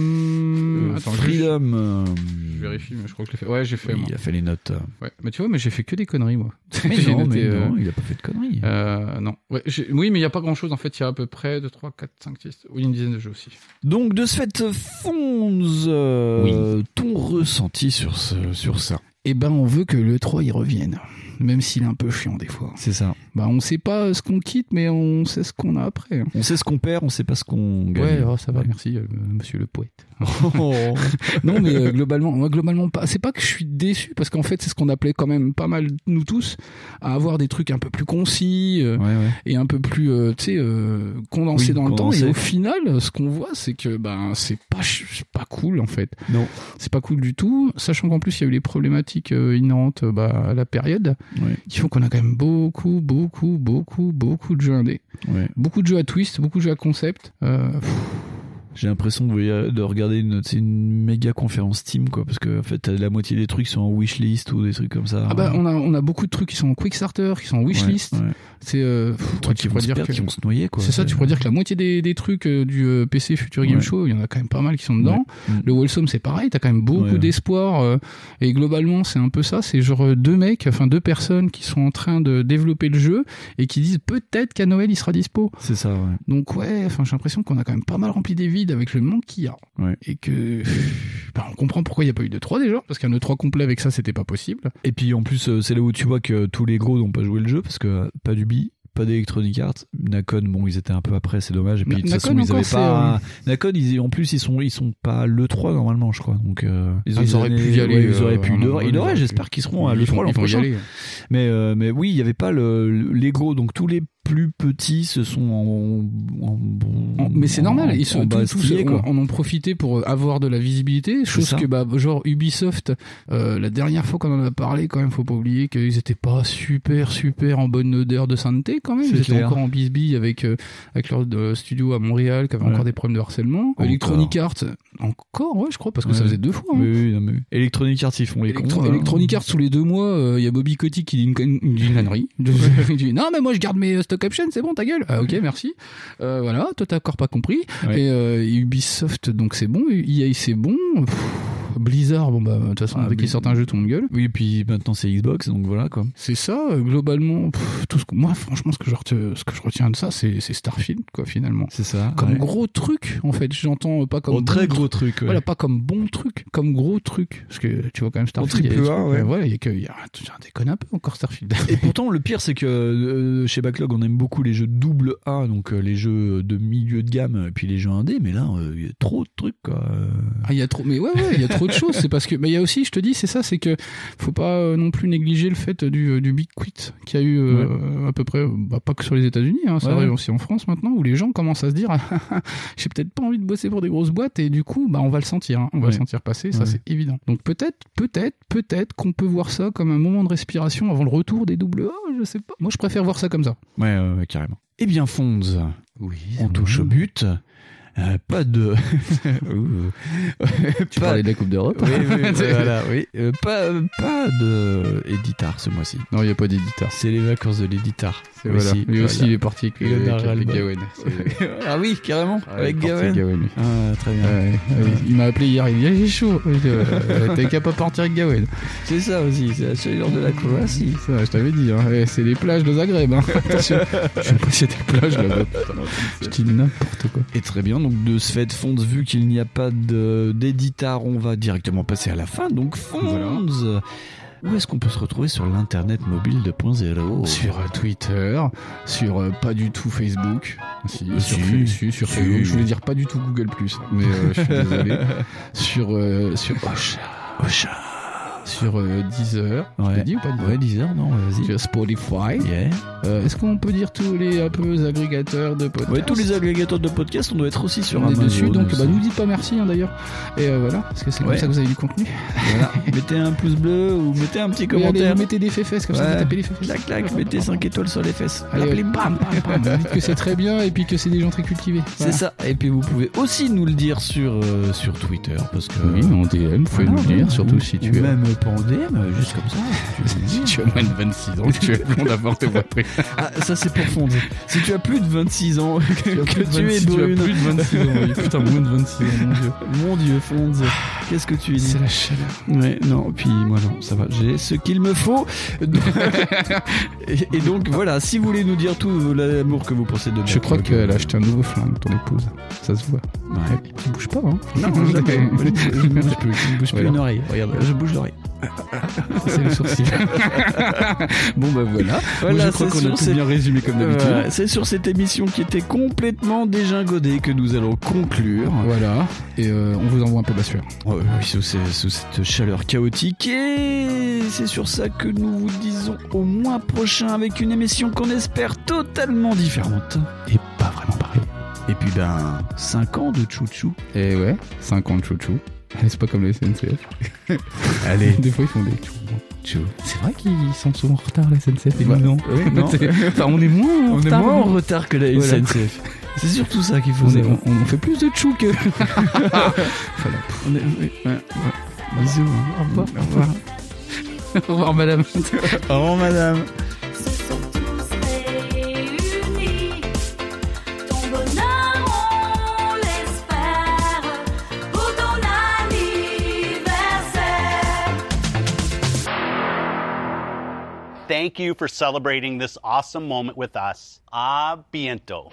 Speaker 5: Freedom.
Speaker 4: Euh,
Speaker 5: Attends, je-
Speaker 4: Freedom. euh,
Speaker 5: Je vérifie, mais je crois que je l'ai fait. Ouais, j'ai fait.
Speaker 4: oui,
Speaker 5: moi.
Speaker 4: il a fait les notes. euh.
Speaker 5: Ouais. Mais tu vois, mais j'ai fait que des conneries, moi.
Speaker 4: Mais
Speaker 5: J'ai
Speaker 4: non, mais
Speaker 5: noté, euh,
Speaker 4: non, il a pas fait de conneries.
Speaker 5: Euh, non. Ouais, j'ai- oui, mais il n'y a pas grand chose en fait. Il y a à peu près 2, 3, 4, 5, 6. Oui, une dizaine de jeux aussi.
Speaker 4: Donc de ce fait, Fonz, euh, ton ressenti sur, ce, sur ça
Speaker 5: Eh ben, on veut que le 3 y revienne. Même s'il est un peu chiant des fois.
Speaker 4: C'est ça.
Speaker 5: Bah, on sait pas ce qu'on quitte, mais on sait ce qu'on a après. hein.
Speaker 4: On sait ce qu'on perd, on sait pas ce qu'on
Speaker 5: Ouais,
Speaker 4: gagne.
Speaker 5: oh, ça va, merci, euh, monsieur le poète.
Speaker 4: Oh.
Speaker 5: non, mais euh, globalement, moi, globalement, pas. C'est pas que je suis déçu, parce qu'en fait, c'est ce qu'on appelait quand même pas mal, nous tous, à avoir des trucs un peu plus concis euh, et un peu plus, euh, tu sais, euh, condensés
Speaker 4: Oui,
Speaker 5: dans le temps.
Speaker 4: condensés.
Speaker 5: Et au final, euh, ce qu'on voit, c'est que ben, c'est pas, ch- c'est pas cool, en fait.
Speaker 4: Non.
Speaker 5: C'est pas cool du tout, sachant qu'en plus, il y a eu les problématiques euh, inhérentes euh, bah, à la période,
Speaker 4: Ouais.
Speaker 5: qui font qu'on a quand même beaucoup, beaucoup, beaucoup, beaucoup de jeux indés.
Speaker 4: Ouais.
Speaker 5: Beaucoup de jeux à twist, beaucoup de jeux à concept. Euh, pff,
Speaker 4: J'ai l'impression de, voy- de regarder une, c'est une méga conférence Steam, quoi, parce que en fait, t'as la moitié des trucs sont en wishlist ou des trucs comme ça.
Speaker 5: Ah bah on a, on a beaucoup de trucs qui sont en quick starter, qui sont en wishlist.
Speaker 4: Ouais, ouais.
Speaker 5: C'est euh, pff, ouais,
Speaker 4: trucs
Speaker 5: tu
Speaker 4: qui vont
Speaker 5: pourrais
Speaker 4: se
Speaker 5: dire
Speaker 4: perdre,
Speaker 5: que-
Speaker 4: qui vont se noyer, quoi.
Speaker 5: C'est ça, tu pourrais dire que la moitié des, des trucs euh, du euh, PC Future Game
Speaker 4: Ouais. Mm.
Speaker 5: Show, il y en a quand même pas mal qui sont dedans. Le Wholesome, c'est pareil, t'as quand même beaucoup
Speaker 4: Ouais.
Speaker 5: d'espoir. euh, et globalement, c'est un peu ça. C'est genre euh, deux mecs, enfin deux personnes qui sont en train de développer le jeu et qui disent peut-être qu'à Noël il sera dispo.
Speaker 4: C'est ça, ouais.
Speaker 5: Donc ouais, enfin j'ai l'impression qu'on a quand même pas mal rempli des vides avec le manque qu'il y a.
Speaker 4: Ouais.
Speaker 5: Et que pff, bah, on comprend pourquoi il n'y a pas eu de 3 déjà, parce qu'un E3 complet avec ça c'était pas possible.
Speaker 4: Et puis en plus, euh, c'est là où tu vois que tous les gros n'ont pas joué le jeu parce que euh, pas d'Ubi, pas d'Electronic Arts. Nakon, bon, ils étaient un peu après, c'est dommage. Et puis de toute
Speaker 5: Na-
Speaker 4: façon,
Speaker 5: Nakon,
Speaker 4: ils avaient
Speaker 5: encore, euh,
Speaker 4: pas. Nakon, ils, en plus, ils sont, ils sont pas l'E3 normalement, je crois. Donc, euh, ont des années- ouais, ils auraient pu. euh, Ils devraient, ils devraient, j'espère qu'ils seront à l'E3 l'an prochain. Mais, euh, mais oui, il n'y avait pas le, le- les gros. Donc tous les plus petits se sont en. en-
Speaker 5: En- mais c'est
Speaker 4: en-
Speaker 5: normal,
Speaker 4: en-
Speaker 5: ils sont
Speaker 4: en
Speaker 5: tous, tous
Speaker 4: bastillés, quoi.
Speaker 5: en, en ont profité pour euh, avoir de la visibilité, chose
Speaker 4: ça.
Speaker 5: que bah genre Ubisoft euh, la dernière fois qu'on en a parlé quand même faut pas oublier qu'ils étaient pas super super en bonne odeur de sainteté quand même,
Speaker 4: C'est
Speaker 5: ils étaient
Speaker 4: clair.
Speaker 5: encore en bisbille avec euh, avec leur euh, studio à Montréal qui avait
Speaker 4: Ouais.
Speaker 5: encore des problèmes de harcèlement,
Speaker 4: Encore.
Speaker 5: Electronic Arts encore ouais je crois parce que ça
Speaker 4: Ouais.
Speaker 5: faisait deux fois. hein.
Speaker 4: Oui, oui, non, mais oui. Electronic Arts, ils font les
Speaker 5: Electro-
Speaker 4: cons. hein. là.
Speaker 5: Electronic Arts, tous les deux mois, il y a Bobby Kotick qui dit une, con- une- une ânerie. Il dit, non, mais moi je garde mes euh, stock options, c'est bon, ta gueule. Ah, ok, merci. Euh, voilà, toi t'as encore pas compris.
Speaker 4: Ouais.
Speaker 5: Et euh, Ubisoft, donc c'est bon. EA, c'est bon. Pff, Blizzard, bon bah, de toute façon,
Speaker 4: Ah,
Speaker 5: dès qu'ils
Speaker 4: Bli-
Speaker 5: sortent un jeu, tout le monde gueule.
Speaker 4: Oui, et puis maintenant c'est Xbox, donc voilà quoi.
Speaker 5: C'est ça, euh, globalement, pff, tout ce que, moi, franchement, ce que je, retiens, ce que je retiens de ça, c'est c'est Starfield, quoi, finalement.
Speaker 4: C'est ça.
Speaker 5: Comme
Speaker 4: ouais.
Speaker 5: gros truc, en fait. J'entends euh, pas comme.
Speaker 4: Au Oh, très
Speaker 5: bon
Speaker 4: gros truc. ouais.
Speaker 5: Voilà, pas comme bon truc, comme gros truc. Parce que tu vois quand même Starfield.
Speaker 4: triple
Speaker 5: il y a des
Speaker 4: A,
Speaker 5: trucs-
Speaker 4: ouais.
Speaker 5: mais voilà, il y a que. il y a- Tiens, déconne un peu encore Starfield.
Speaker 4: Et pourtant, le pire, c'est que euh, chez Backlog, on aime beaucoup les jeux double A, donc euh, les jeux de milieu de gamme, et puis les jeux indés, mais là, euh, il y a trop de trucs, quoi. Euh,
Speaker 5: Ah, il y a trop, mais ouais, ouais, il y a trop de choses. C'est parce que, mais il y a aussi, je te dis, c'est ça, c'est que faut pas euh, non plus négliger le fait du, du big quit qu'il y a eu euh, à peu près, euh, bah, pas que sur les États-Unis, hein, ça
Speaker 4: Ouais,
Speaker 5: arrive
Speaker 4: ouais.
Speaker 5: aussi en France maintenant, où les gens commencent à se dire, Ah, ah, ah, j'ai peut-être pas envie de bosser pour des grosses boîtes, et du coup, bah, on va le sentir, hein, on va
Speaker 4: Ouais.
Speaker 5: le sentir passer, ça
Speaker 4: Ouais.
Speaker 5: c'est évident. Donc peut-être, peut-être, peut-être qu'on peut voir ça comme un moment de respiration avant le retour des double A, je sais pas. Moi, je préfère voir ça comme ça.
Speaker 4: Ouais, ouais, ouais, carrément. Eh bien, Fonz,
Speaker 5: Oui.
Speaker 4: on touche au but. Euh, pas de. Ouh.
Speaker 5: Tu
Speaker 4: Pas-
Speaker 5: parlais de la Coupe d'Europe
Speaker 4: Oui, oui, oui, voilà, oui. Euh, pas, euh, pas de éditar ce mois-ci.
Speaker 5: Non, il n'y a pas d'éditeur.
Speaker 4: C'est les vacances de l'éditar.
Speaker 5: Voilà.
Speaker 4: Aussi,
Speaker 5: Lui aussi, il
Speaker 4: voilà.
Speaker 5: est parti avec,
Speaker 4: Il en a ras
Speaker 5: avec-
Speaker 4: le
Speaker 5: avec
Speaker 4: bol.
Speaker 5: Gawain. C'est-
Speaker 4: Ah oui, carrément,
Speaker 5: Ah,
Speaker 4: avec
Speaker 5: il est parti
Speaker 4: Gawain.
Speaker 5: lui.
Speaker 4: Ah, très bien.
Speaker 5: Ouais, ouais. Il m'a appelé hier, il dit Ah, j'ai chaud. Je dis, Euh, T'as qu'à pas partir avec Gawain.
Speaker 4: C'est ça aussi, c'est la chaleur de la Croatie.
Speaker 5: Ça, je t'avais dit, hein. Eh, c'est les plages de Zagreb. Hein. Attention, je sais pas si des plages là-bas. putain. Je dis n'importe quoi.
Speaker 4: Et très bien, donc de ce fait, Fonds, vu qu'il n'y a pas de- d'éditar, on va directement passer à la fin. Donc Fonds, Où est-ce qu'on peut se retrouver sur l'internet mobile 2.0
Speaker 5: Sur euh, Twitter, sur euh, pas du tout Facebook. Si,
Speaker 4: Euh, Si,
Speaker 5: sur, Fe- si, sur
Speaker 4: si.
Speaker 5: Facebook. Je voulais dire pas du tout Google, mais euh, je suis désolé. sur, euh, sur Ocha. Sur euh, Deezer. Je
Speaker 4: Ouais.
Speaker 5: l'ai dit ou pas Deezer
Speaker 4: Ouais, 10 heures, non, ouais, vas-y.
Speaker 5: Sur Spotify.
Speaker 4: Yeah.
Speaker 5: Euh, Est-ce qu'on peut dire tous les un peu agrégateurs de podcasts
Speaker 4: Ouais, tous les agrégateurs de podcasts, on doit être aussi sur
Speaker 5: on est
Speaker 4: Amazon,
Speaker 5: dessus, donc
Speaker 4: aussi.
Speaker 5: bah, nous dites pas merci hein, d'ailleurs. Et euh, voilà, parce que c'est
Speaker 4: Ouais.
Speaker 5: comme ça que vous avez du contenu.
Speaker 4: Voilà. mettez un pouce bleu ou mettez un petit
Speaker 5: Mais allez,
Speaker 4: commentaire.
Speaker 5: mettez des fesses comme ça,
Speaker 4: Ouais.
Speaker 5: vous tapez les fesses.
Speaker 4: Clac, clac, mettez 5 étoiles sur les fesses.
Speaker 5: Allez,
Speaker 4: Appelez
Speaker 5: hop.
Speaker 4: bam, bam, bam.
Speaker 5: Vous dites que c'est très bien et puis que c'est des gens très cultivés.
Speaker 4: C'est ça. Et puis vous pouvez aussi nous le dire sur, euh, sur Twitter parce que.
Speaker 5: Oui, en DM, vous pouvez
Speaker 4: Voilà,
Speaker 5: nous le dire,
Speaker 4: ou-
Speaker 5: surtout
Speaker 4: Ah, bah, ou-
Speaker 5: si
Speaker 4: ou
Speaker 5: tu es.
Speaker 4: Même pas en DM, euh, juste comme ça.
Speaker 5: Si tu as moins de 26 ans, que tu es blonde à porte
Speaker 4: Ah, ça c'est pour fondre. Si tu as plus de 26 ans, que que tu es brune.
Speaker 5: plus de 26 ans, oui. putain, moins de 26 ans, mon dieu.
Speaker 4: Mon dieu, Fonz, qu'est-ce que tu es
Speaker 5: C'est la chaleur.
Speaker 4: Ouais, non, puis moi non, ça va, j'ai ce qu'il me faut. et, et donc voilà, si vous voulez nous dire tout l'amour que vous pensez de
Speaker 5: Je crois qu'elle a acheté un nouveau flingue, ton épouse. Ça se voit.
Speaker 4: Ouais.
Speaker 5: Tu bouges pas, hein
Speaker 4: Non, je, la- je- je bouge plus, je bouge plus
Speaker 5: Voilà.
Speaker 4: une oreille. Regarde, je bouge l'oreille.
Speaker 5: C'est le sourcil. bon, bah voilà.
Speaker 4: Voilà,
Speaker 5: Moi, je crois
Speaker 4: c'est
Speaker 5: qu'on a
Speaker 4: sûr,
Speaker 5: tout
Speaker 4: c'est-
Speaker 5: bien résumé comme d'habitude.
Speaker 4: Voilà, c'est sur cette émission qui était complètement dégingodée que nous allons conclure.
Speaker 5: Voilà. Et euh, on vous envoie un peu de la sueur.
Speaker 4: Oh, oui, sous, ces- sous cette chaleur chaotique. Et c'est sur ça que nous vous disons au mois prochain avec une émission qu'on espère totalement différente. Et pas vraiment pareille. Et puis ben, 5 ans de chouchou.
Speaker 5: Et ouais, 50 chouchou. C'est pas comme les SNCF.
Speaker 4: Allez.
Speaker 5: Des fois, ils font des chou. chou. C'est vrai qu'ils sont souvent en retard, la SNCF. et nous,
Speaker 4: Ouais.
Speaker 5: non.
Speaker 4: Ouais, Bah, non.
Speaker 5: C'est- enfin, on est moins en
Speaker 4: On est
Speaker 5: retard.
Speaker 4: moins en
Speaker 5: nous.
Speaker 4: retard que la
Speaker 5: Voilà.
Speaker 4: SNCF. C'est surtout ça qu'il faut
Speaker 5: On, est-
Speaker 4: savoir.
Speaker 5: on- on fait plus de chou que.
Speaker 4: On est- ouais, ouais. Bisous. hein.
Speaker 5: Au revoir. Au revoir. Au revoir, madame.
Speaker 4: Au revoir, madame.
Speaker 14: Réunis, ton bonheur on l'espère pour ton anniversaire.
Speaker 15: Thank you for celebrating this awesome moment with us. A biento.